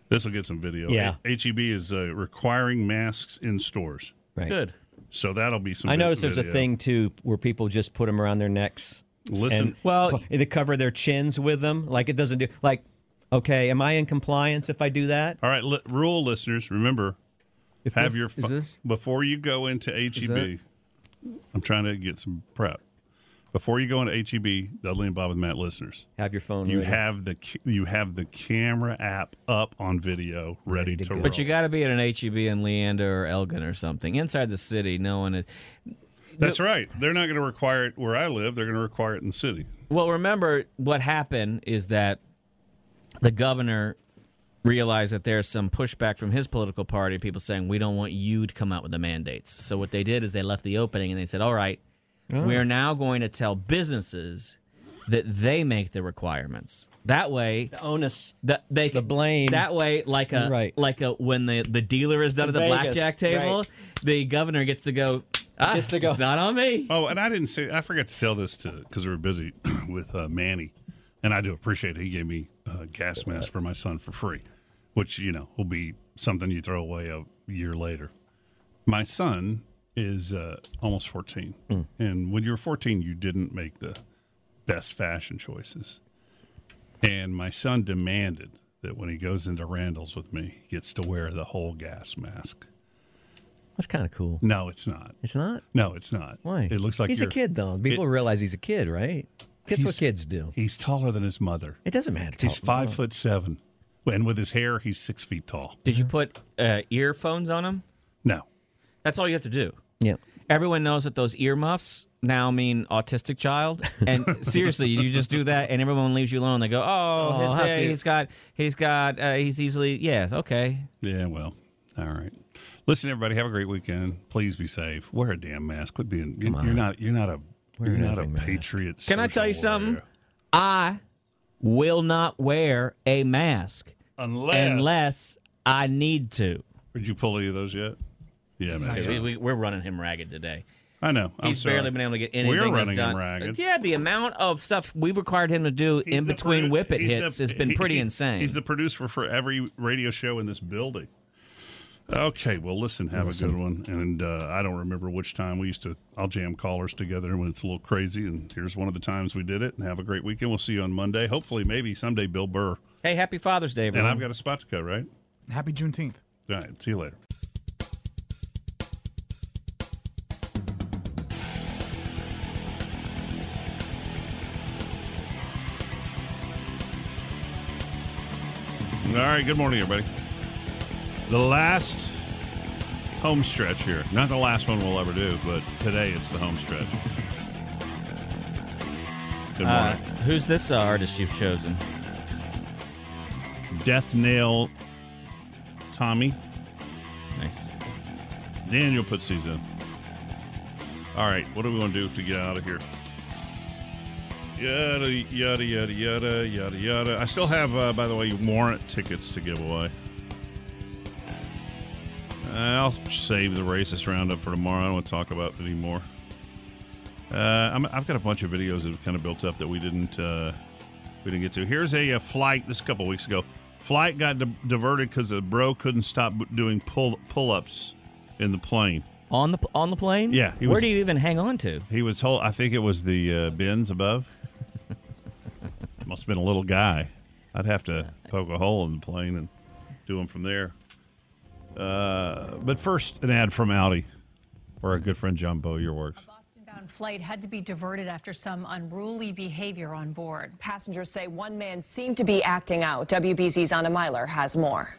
[SPEAKER 1] This will get some video.
[SPEAKER 6] Yeah.
[SPEAKER 1] H- HEB is uh, requiring masks in stores.
[SPEAKER 6] Right. Good.
[SPEAKER 1] So that'll be some.
[SPEAKER 3] I
[SPEAKER 1] vi-
[SPEAKER 3] noticed there's a
[SPEAKER 1] video.
[SPEAKER 3] thing too where people just put them around their necks.
[SPEAKER 1] Listen-
[SPEAKER 3] and well, they cover their chins with them. Like it doesn't do. Like, okay, am I in compliance if I do that?
[SPEAKER 1] All right, li- rule listeners, remember have
[SPEAKER 3] this-
[SPEAKER 1] your
[SPEAKER 3] is this-
[SPEAKER 1] before you go into HEB.
[SPEAKER 3] that-
[SPEAKER 1] I'm trying to get some prep. Before you go into HEB, Dudley and Bob and Matt listeners,
[SPEAKER 3] have your phone.
[SPEAKER 1] You
[SPEAKER 3] ready.
[SPEAKER 1] have the ca- you have the camera app up on video, ready, to. roll.
[SPEAKER 6] But you got to be at an HEB in Leander or Elgin or something inside the city. No one. Is,
[SPEAKER 1] That's right. They're not going to require it where I live. They're going to require it in the city.
[SPEAKER 6] Well, remember what happened is that the governor realized that there's some pushback from his political party, people saying, we don't want you to come out with the mandates. So what they did is they left the opening and they said, all right,
[SPEAKER 29] Oh.
[SPEAKER 6] we're now going to tell businesses that they make the requirements. That way, the
[SPEAKER 3] onus,
[SPEAKER 6] that they the
[SPEAKER 3] blame.
[SPEAKER 6] That way, like a
[SPEAKER 3] Right.
[SPEAKER 6] like a when the the dealer is done
[SPEAKER 3] The
[SPEAKER 6] at the
[SPEAKER 3] Vegas,
[SPEAKER 6] blackjack table,
[SPEAKER 3] right.
[SPEAKER 6] the governor gets to go. Ah,
[SPEAKER 3] Gets to go.
[SPEAKER 6] It's not on me.
[SPEAKER 1] Oh, and I didn't say I forgot to tell this to because we were busy with uh, Manny, and I do appreciate it. He gave me a gas mask for my son for free, which you know will be something you throw away a year later. My son is uh, almost fourteen,
[SPEAKER 6] Hmm.
[SPEAKER 1] and when you were fourteen, you didn't make the best fashion choices. And my son demanded that when he goes into Randall's with me, he gets to wear the whole gas mask.
[SPEAKER 3] That's kind of cool.
[SPEAKER 1] No, it's not.
[SPEAKER 3] It's not.
[SPEAKER 1] No, it's not.
[SPEAKER 3] Why?
[SPEAKER 1] It looks like
[SPEAKER 3] he's a
[SPEAKER 1] you're-
[SPEAKER 3] kid though.
[SPEAKER 1] It-
[SPEAKER 3] People realize he's a kid, right? That's what
[SPEAKER 1] He's-
[SPEAKER 3] kids do.
[SPEAKER 1] He's taller than his mother.
[SPEAKER 3] It doesn't matter.
[SPEAKER 1] He's five foot seven, and with his hair, he's six feet tall.
[SPEAKER 6] Did you put uh, earphones on them?
[SPEAKER 1] No.
[SPEAKER 6] That's all you have to do.
[SPEAKER 3] Yeah.
[SPEAKER 6] Everyone knows that those earmuffs now mean autistic child, and seriously, you just do that, and everyone leaves you alone. They go, "Oh,
[SPEAKER 29] Oh,
[SPEAKER 6] his-
[SPEAKER 29] how
[SPEAKER 6] yeah,
[SPEAKER 29] cute.
[SPEAKER 6] he's got, he's got, uh, he's easily, yeah, okay."
[SPEAKER 1] Yeah, well, all right. Listen, everybody, have a great weekend. Please be safe. Wear a damn mask. Quit being.
[SPEAKER 6] Come on.
[SPEAKER 1] You're not. You're not a.
[SPEAKER 6] Wear
[SPEAKER 1] you're
[SPEAKER 6] an
[SPEAKER 1] not a
[SPEAKER 6] effing mask.
[SPEAKER 1] patriot.
[SPEAKER 6] Can I
[SPEAKER 1] social
[SPEAKER 6] tell you something?
[SPEAKER 1] warrior.
[SPEAKER 6] I will not wear a mask
[SPEAKER 1] Unless-
[SPEAKER 6] unless I need to.
[SPEAKER 1] Did you pull any of those yet? Yeah, man.
[SPEAKER 6] we, we, we're running him ragged today.
[SPEAKER 1] I know. I'm
[SPEAKER 6] He's
[SPEAKER 1] sorry.
[SPEAKER 6] barely been able to get anything.
[SPEAKER 1] We're
[SPEAKER 6] that's
[SPEAKER 1] running
[SPEAKER 6] done.
[SPEAKER 1] him ragged.
[SPEAKER 6] Yeah, the amount of stuff we've required him to do in between whippet
[SPEAKER 1] He's the-
[SPEAKER 6] hits has been
[SPEAKER 1] he-
[SPEAKER 6] pretty
[SPEAKER 1] he-
[SPEAKER 6] insane.
[SPEAKER 1] He's the producer for every radio show in this building. Okay, well, listen, have a good one. And uh, I don't remember which time we used to, I'll jam callers together when it's a little crazy. And here's one of the times we did it. And have a great weekend. We'll see you on Monday. Hopefully, maybe someday, Bill Burr.
[SPEAKER 6] Hey, happy Father's Day,
[SPEAKER 1] And
[SPEAKER 6] everyone.
[SPEAKER 1] I've got a spot to go, right?
[SPEAKER 5] Happy Juneteenth.
[SPEAKER 1] All right, see you later. All right, good morning, everybody. The last home stretch here. Not the last one we'll ever do, but today it's the home stretch. Good
[SPEAKER 6] Uh,
[SPEAKER 1] morning.
[SPEAKER 6] who's this uh, artist you've chosen?
[SPEAKER 1] Death Nail Tommy.
[SPEAKER 6] Nice.
[SPEAKER 1] Daniel puts these in. All right, what are we going to do to get out of here? Yada, yada, yada, yada, yada, yada. I still have, uh, by the way, warrant tickets to give away. Uh, I'll save the racist roundup for tomorrow. I don't want to talk about it anymore. Uh, I'm, I've got a bunch of videos that have kind of built up that we didn't uh, we didn't get to. Here's a, uh flight. This is a couple weeks ago, flight got di- diverted because the bro couldn't stop b- doing pull pull ups in the plane.
[SPEAKER 6] On the on the plane?
[SPEAKER 1] Yeah.
[SPEAKER 6] Where do you even hang on to?
[SPEAKER 1] He was whole. I think it was the uh, bins above. Must have been a little guy. I'd have to poke a hole in the plane and do them from there. Uh, but first, an ad from Audi, or our good friend John Bowyer works.
[SPEAKER 14] southbound flight had to be diverted after some unruly behavior on board.
[SPEAKER 30] Passengers say one man seemed to be acting out. WBZ's Anna Myler has more.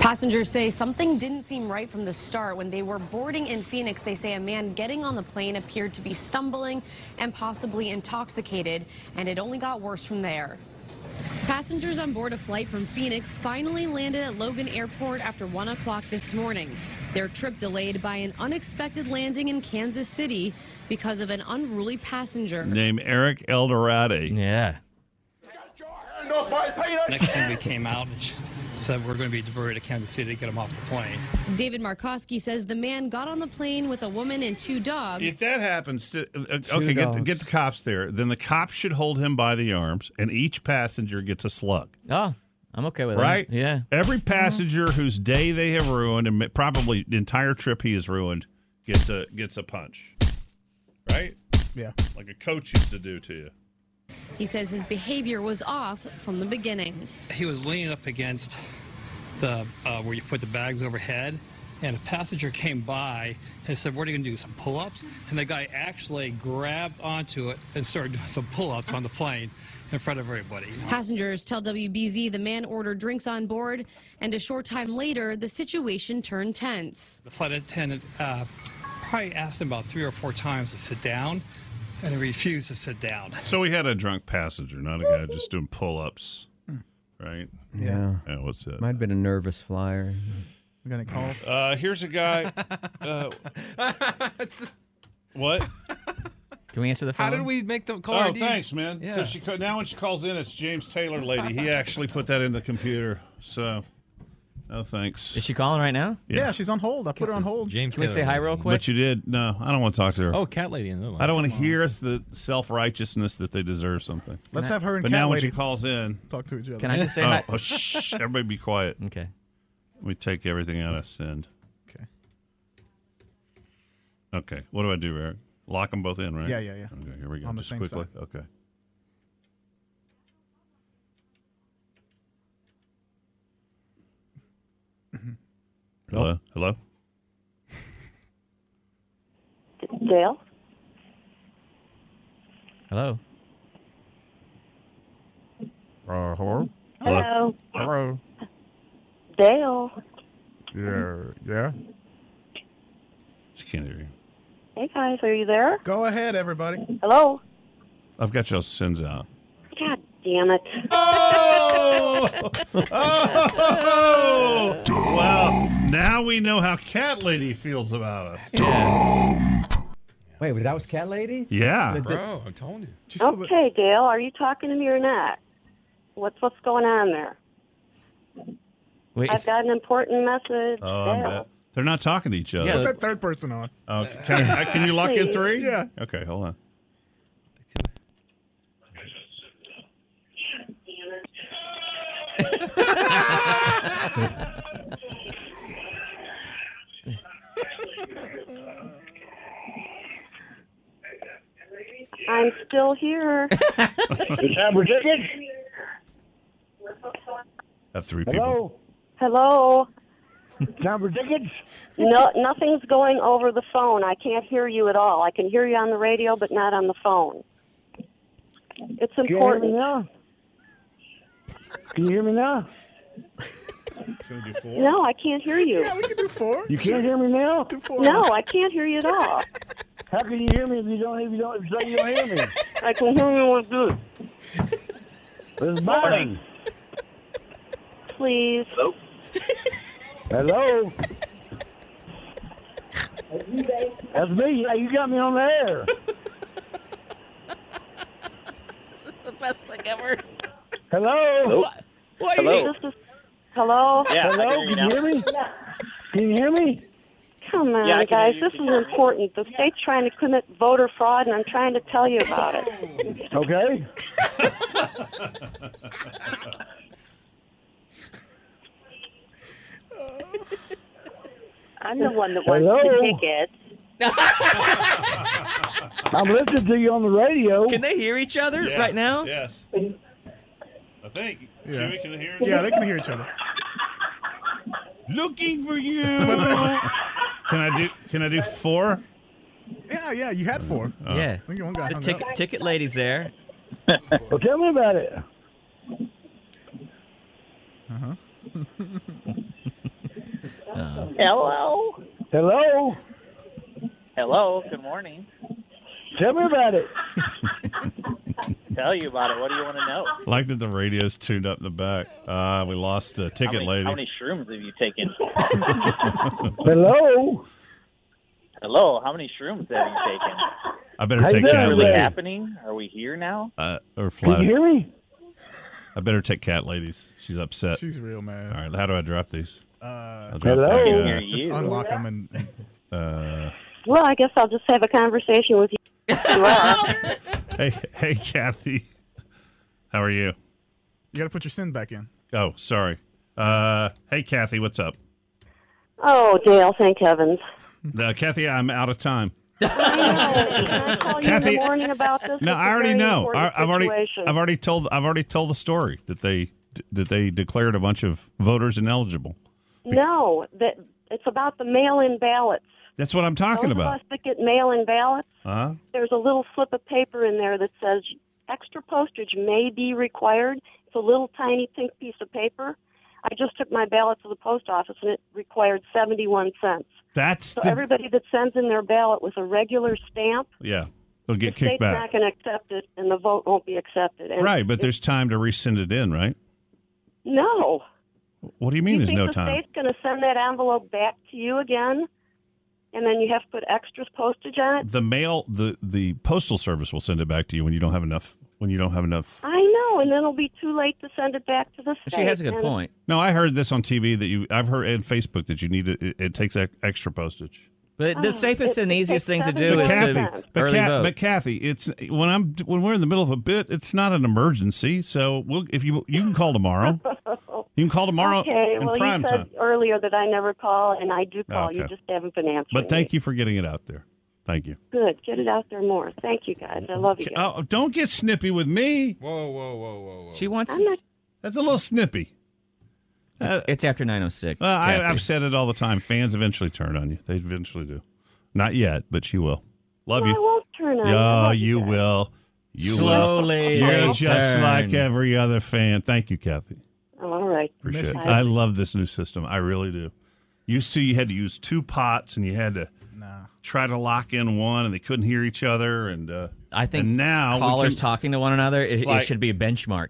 [SPEAKER 31] Passengers say something didn't seem right from the start. When they were boarding in Phoenix, they say a man getting on the plane appeared to be stumbling and possibly intoxicated, and it only got worse from there. Passengers on board a flight from Phoenix finally landed at Logan Airport after 1 o'clock this morning. Their trip delayed by an unexpected landing in Kansas City because of an unruly passenger.
[SPEAKER 1] Name Eric Eldorado.
[SPEAKER 9] Yeah.
[SPEAKER 32] Next thing we came out and said we're going to be diverted to Kansas City to get him off the plane.
[SPEAKER 31] David Markowski says the man got on the plane with a woman and two dogs.
[SPEAKER 1] If that happens, to, uh, okay, get the,
[SPEAKER 31] dogs.
[SPEAKER 1] get the cops there. Then the cops should hold him by the arms, and each passenger gets a slug.
[SPEAKER 9] Oh, I'm okay with
[SPEAKER 1] Right?
[SPEAKER 9] that. Yeah.
[SPEAKER 1] Every passenger whose day they have ruined, and probably the entire trip he has ruined, gets a gets a punch. Right?
[SPEAKER 5] Yeah.
[SPEAKER 1] Like a coach used to do to you.
[SPEAKER 31] He says his behavior was off from the beginning.
[SPEAKER 32] He was leaning up against the uh, where you put the bags overhead, and a passenger came by and said, "What are you going to do? Some pull-ups?" And the guy actually grabbed onto it and started doing some pull-ups on the plane in front of everybody.
[SPEAKER 31] Passengers tell WBZ the man ordered drinks on board, and a short time later, the situation turned tense.
[SPEAKER 32] The flight attendant uh, probably asked him about three or four times to sit down, and he refused to sit down.
[SPEAKER 1] So we had a drunk passenger, not a guy just doing pull ups. Right?
[SPEAKER 9] Yeah.
[SPEAKER 1] what's it?
[SPEAKER 9] Might have been a nervous flyer.
[SPEAKER 5] We're gonna call.
[SPEAKER 1] Uh, here's a guy. Uh, what?
[SPEAKER 9] Can we answer the phone?
[SPEAKER 1] How did
[SPEAKER 7] we make the
[SPEAKER 1] oh, thanks, man. So she ca- now when she calls in, it's James Taylor lady. He actually put that in the computer. So, no thanks.
[SPEAKER 9] Is she calling right now?
[SPEAKER 5] Yeah, she's on hold. I put her on hold.
[SPEAKER 9] James Can we say hi real quick?
[SPEAKER 1] But you did. No, I don't want to talk to her.
[SPEAKER 7] Oh, cat lady in the line.
[SPEAKER 1] I don't want to
[SPEAKER 7] Come on.
[SPEAKER 1] hear the self righteousness that they deserve something.
[SPEAKER 5] Let's have her and
[SPEAKER 1] But
[SPEAKER 5] Cat
[SPEAKER 1] now when
[SPEAKER 5] Lady
[SPEAKER 1] she calls in,
[SPEAKER 5] talk to each other.
[SPEAKER 9] Can I just say
[SPEAKER 1] oh,
[SPEAKER 9] hi-
[SPEAKER 1] Oh, shh! Everybody, be quiet.
[SPEAKER 9] Okay.
[SPEAKER 1] We take everything out of send.
[SPEAKER 5] Okay.
[SPEAKER 1] Okay. What do I do, Eric? Lock them both in, right?
[SPEAKER 5] Yeah, yeah, yeah.
[SPEAKER 1] Okay. Here we go.
[SPEAKER 5] On the
[SPEAKER 1] Just
[SPEAKER 5] same
[SPEAKER 1] quickly.
[SPEAKER 5] side.
[SPEAKER 1] Okay. Hello. Hello.
[SPEAKER 33] Dale?
[SPEAKER 9] Hello.
[SPEAKER 1] Uh, hello.
[SPEAKER 33] Hello.
[SPEAKER 1] Hello.
[SPEAKER 33] Dale?
[SPEAKER 1] Yeah. Yeah. She can't hear you.
[SPEAKER 33] Hey guys, are you there?
[SPEAKER 5] Go ahead, everybody.
[SPEAKER 33] Hello?
[SPEAKER 1] I've got y'all sends out.
[SPEAKER 33] God damn it.
[SPEAKER 1] Oh! Wow. Now we know how Cat Lady feels about us.
[SPEAKER 3] Wait, but that was Cat Lady?
[SPEAKER 1] Yeah.
[SPEAKER 3] The- the-
[SPEAKER 7] Bro, I'm telling you.
[SPEAKER 33] okay, Dale, are you talking to me or not? What's what's going on there?
[SPEAKER 9] Wait,
[SPEAKER 33] I've got an important message.
[SPEAKER 1] Oh, I
[SPEAKER 33] Dale.
[SPEAKER 1] bet. They're not talking to each other.
[SPEAKER 5] Put that third person on.
[SPEAKER 1] Oh, can, uh, can you lock in three?
[SPEAKER 5] Yeah.
[SPEAKER 1] Okay, hold on.
[SPEAKER 33] I'm still here.
[SPEAKER 1] Have three people.
[SPEAKER 33] Hello. Hello.
[SPEAKER 20] Number Dickens?
[SPEAKER 33] No, nothing's going over the phone. I can't hear you at all. I can hear you on the radio, but not on the phone. It's
[SPEAKER 20] Can you hear me
[SPEAKER 33] important.
[SPEAKER 20] now? Can you hear me now?
[SPEAKER 33] No, I can't hear you.
[SPEAKER 20] Yeah,
[SPEAKER 5] we can do four.
[SPEAKER 20] You can't hear me now?
[SPEAKER 33] No, I can't hear you at all.
[SPEAKER 20] How can you hear me if you don't if you don't if you say you don't hear me?
[SPEAKER 33] I can hear you with good.
[SPEAKER 20] This is mine.
[SPEAKER 33] Please. Hello.
[SPEAKER 20] Hello. That's me. Yeah, you got me on the air.
[SPEAKER 33] This is the best thing ever.
[SPEAKER 20] Hello.
[SPEAKER 33] What- This is, hello.
[SPEAKER 20] Hello. Can you hear me? Can you hear me?
[SPEAKER 33] Come on,
[SPEAKER 20] Yeah, I can
[SPEAKER 33] guys.
[SPEAKER 20] hear you.
[SPEAKER 33] This is important. The state's trying to commit voter fraud, and I'm trying to tell you about it.
[SPEAKER 20] Okay.
[SPEAKER 33] I'm the one that
[SPEAKER 20] wants the Hello?
[SPEAKER 33] ticket.
[SPEAKER 20] I'm listening to you on the radio.
[SPEAKER 9] Can they hear each other
[SPEAKER 20] Yeah,
[SPEAKER 9] right now?
[SPEAKER 1] Yes. I think.
[SPEAKER 20] Yeah.
[SPEAKER 1] Jimmy, can they hear us?
[SPEAKER 5] Yeah, they can hear each other.
[SPEAKER 1] Looking for you. can I do? Can I do four?
[SPEAKER 5] Yeah, yeah, you had four.
[SPEAKER 1] Uh,
[SPEAKER 6] yeah.
[SPEAKER 5] I think one guy
[SPEAKER 6] The
[SPEAKER 5] hung
[SPEAKER 6] ticket,
[SPEAKER 5] up.
[SPEAKER 6] ticket lady's there.
[SPEAKER 20] Well, tell me about it.
[SPEAKER 5] Uh-huh.
[SPEAKER 9] Uh.
[SPEAKER 20] Hello. Hello.
[SPEAKER 9] Hello, good morning.
[SPEAKER 20] Tell me about it.
[SPEAKER 9] Tell you about it. What do you want to know?
[SPEAKER 1] Like that the radio's tuned up in the back. Ah, we lost the
[SPEAKER 9] how
[SPEAKER 1] ticket
[SPEAKER 9] many,
[SPEAKER 1] lady.
[SPEAKER 9] How many shrooms have you taken?
[SPEAKER 20] Hello.
[SPEAKER 9] Hello, how many shrooms have you taken?
[SPEAKER 1] I better
[SPEAKER 9] Is
[SPEAKER 1] take
[SPEAKER 9] this
[SPEAKER 1] Cat
[SPEAKER 9] really
[SPEAKER 1] Lady.
[SPEAKER 9] happening? Are we here now?
[SPEAKER 1] Uh, or
[SPEAKER 20] Can
[SPEAKER 1] flat.
[SPEAKER 20] you hear me?
[SPEAKER 1] I better take Cat Ladies. She's upset.
[SPEAKER 5] She's real mad.
[SPEAKER 1] All right, how do I drop these?
[SPEAKER 5] Uh,
[SPEAKER 1] I'll drop
[SPEAKER 20] Hello?
[SPEAKER 1] the,
[SPEAKER 20] Hear
[SPEAKER 5] Just
[SPEAKER 20] you.
[SPEAKER 5] unlock them and.
[SPEAKER 1] Uh,
[SPEAKER 33] Well, I guess I'll just have a conversation with you.
[SPEAKER 1] hey, hey, Kathy. How are you?
[SPEAKER 5] You got to put your sin back in.
[SPEAKER 1] Oh, sorry. Uh, hey, Kathy, what's up?
[SPEAKER 33] oh, Dale, thank heavens.
[SPEAKER 1] Uh, Kathy, I'm out of time.
[SPEAKER 33] Call you in
[SPEAKER 1] Kathy-
[SPEAKER 33] the morning about
[SPEAKER 1] No,
[SPEAKER 33] this. It's a
[SPEAKER 1] I already
[SPEAKER 33] very
[SPEAKER 1] know.
[SPEAKER 33] important
[SPEAKER 1] I, I've already,
[SPEAKER 33] situation.
[SPEAKER 1] I've already told, I've already told the story that they that they declared a bunch of voters ineligible.
[SPEAKER 33] No, that it's about the mail-in ballots.
[SPEAKER 1] That's what I'm talking
[SPEAKER 33] Those
[SPEAKER 1] about.
[SPEAKER 33] of us that get mail-in ballots,
[SPEAKER 1] Huh?
[SPEAKER 33] there's a little slip of paper in there that says extra postage may be required. It's a little tiny pink piece of paper. I just took my ballot to the post office and it required 71 cents.
[SPEAKER 1] That's
[SPEAKER 33] So
[SPEAKER 1] the,
[SPEAKER 33] everybody that sends in their ballot with a regular stamp,
[SPEAKER 1] yeah. They'll get
[SPEAKER 33] the state's
[SPEAKER 1] kicked back.
[SPEAKER 33] not going to accept it and the vote won't be accepted. And
[SPEAKER 1] Right, but
[SPEAKER 33] it-
[SPEAKER 1] there's time to resend it in, right?
[SPEAKER 33] no.
[SPEAKER 1] What do you mean
[SPEAKER 33] you
[SPEAKER 1] there's
[SPEAKER 33] think
[SPEAKER 1] no
[SPEAKER 33] the
[SPEAKER 1] time?
[SPEAKER 33] state's going to send that envelope back to you again, and then you have to put extra postage on it?
[SPEAKER 1] The mail, the the postal service will send it back to you when you don't have enough. When you don't have enough.
[SPEAKER 33] I know, and then it'll be too late to send it back to the state. and-
[SPEAKER 1] No, I heard this on TV that you. I've heard on Facebook that you need to, it, it takes ex- extra postage.
[SPEAKER 6] But the
[SPEAKER 33] Oh,
[SPEAKER 6] safest
[SPEAKER 33] it-
[SPEAKER 6] and
[SPEAKER 33] it
[SPEAKER 6] easiest
[SPEAKER 33] takes
[SPEAKER 6] thing to
[SPEAKER 33] seven
[SPEAKER 6] do is
[SPEAKER 1] Kathy,
[SPEAKER 6] to
[SPEAKER 1] but,
[SPEAKER 6] early
[SPEAKER 1] Kath-
[SPEAKER 6] vote.
[SPEAKER 1] but Kathy, it's when I'm when we're in the middle of a bit, it's not an emergency. So we'll if you you can call tomorrow. You can call tomorrow
[SPEAKER 33] Okay,
[SPEAKER 1] in
[SPEAKER 33] well,
[SPEAKER 1] prime
[SPEAKER 33] you said
[SPEAKER 1] time.
[SPEAKER 33] earlier that I never call, and I do call. You
[SPEAKER 1] Okay.
[SPEAKER 33] just haven't been answering.
[SPEAKER 1] But thank you for getting it out there. Thank you.
[SPEAKER 33] Good. Get it out there more. Thank you, guys. I love you guys.
[SPEAKER 1] Oh, don't get snippy with me.
[SPEAKER 6] Whoa, whoa, whoa, whoa, whoa. She wants.
[SPEAKER 1] That's a little snippy.
[SPEAKER 6] It's, it's after 906.
[SPEAKER 1] Uh, Well, I,
[SPEAKER 6] Kathy.
[SPEAKER 1] I've said it all the time. Fans eventually turn on you. They eventually do. Not yet, but she will. Love
[SPEAKER 33] No,
[SPEAKER 1] you.
[SPEAKER 33] I won't turn on you. I
[SPEAKER 1] Oh,
[SPEAKER 33] love
[SPEAKER 1] you will. You
[SPEAKER 6] Slowly
[SPEAKER 1] Will.
[SPEAKER 6] they
[SPEAKER 1] You're just
[SPEAKER 6] turn.
[SPEAKER 1] like every other fan. Thank you, Kathy.
[SPEAKER 33] All right.
[SPEAKER 1] Appreciate it.
[SPEAKER 33] Bye.
[SPEAKER 1] I love this new system. I really do. Used to, you had to use two pots, and you had to try to lock in one, and they couldn't hear each other. And uh,
[SPEAKER 6] I think
[SPEAKER 1] and now we
[SPEAKER 6] callers
[SPEAKER 1] can-
[SPEAKER 6] talking to one another, it,
[SPEAKER 1] Like-
[SPEAKER 6] it should be a benchmark.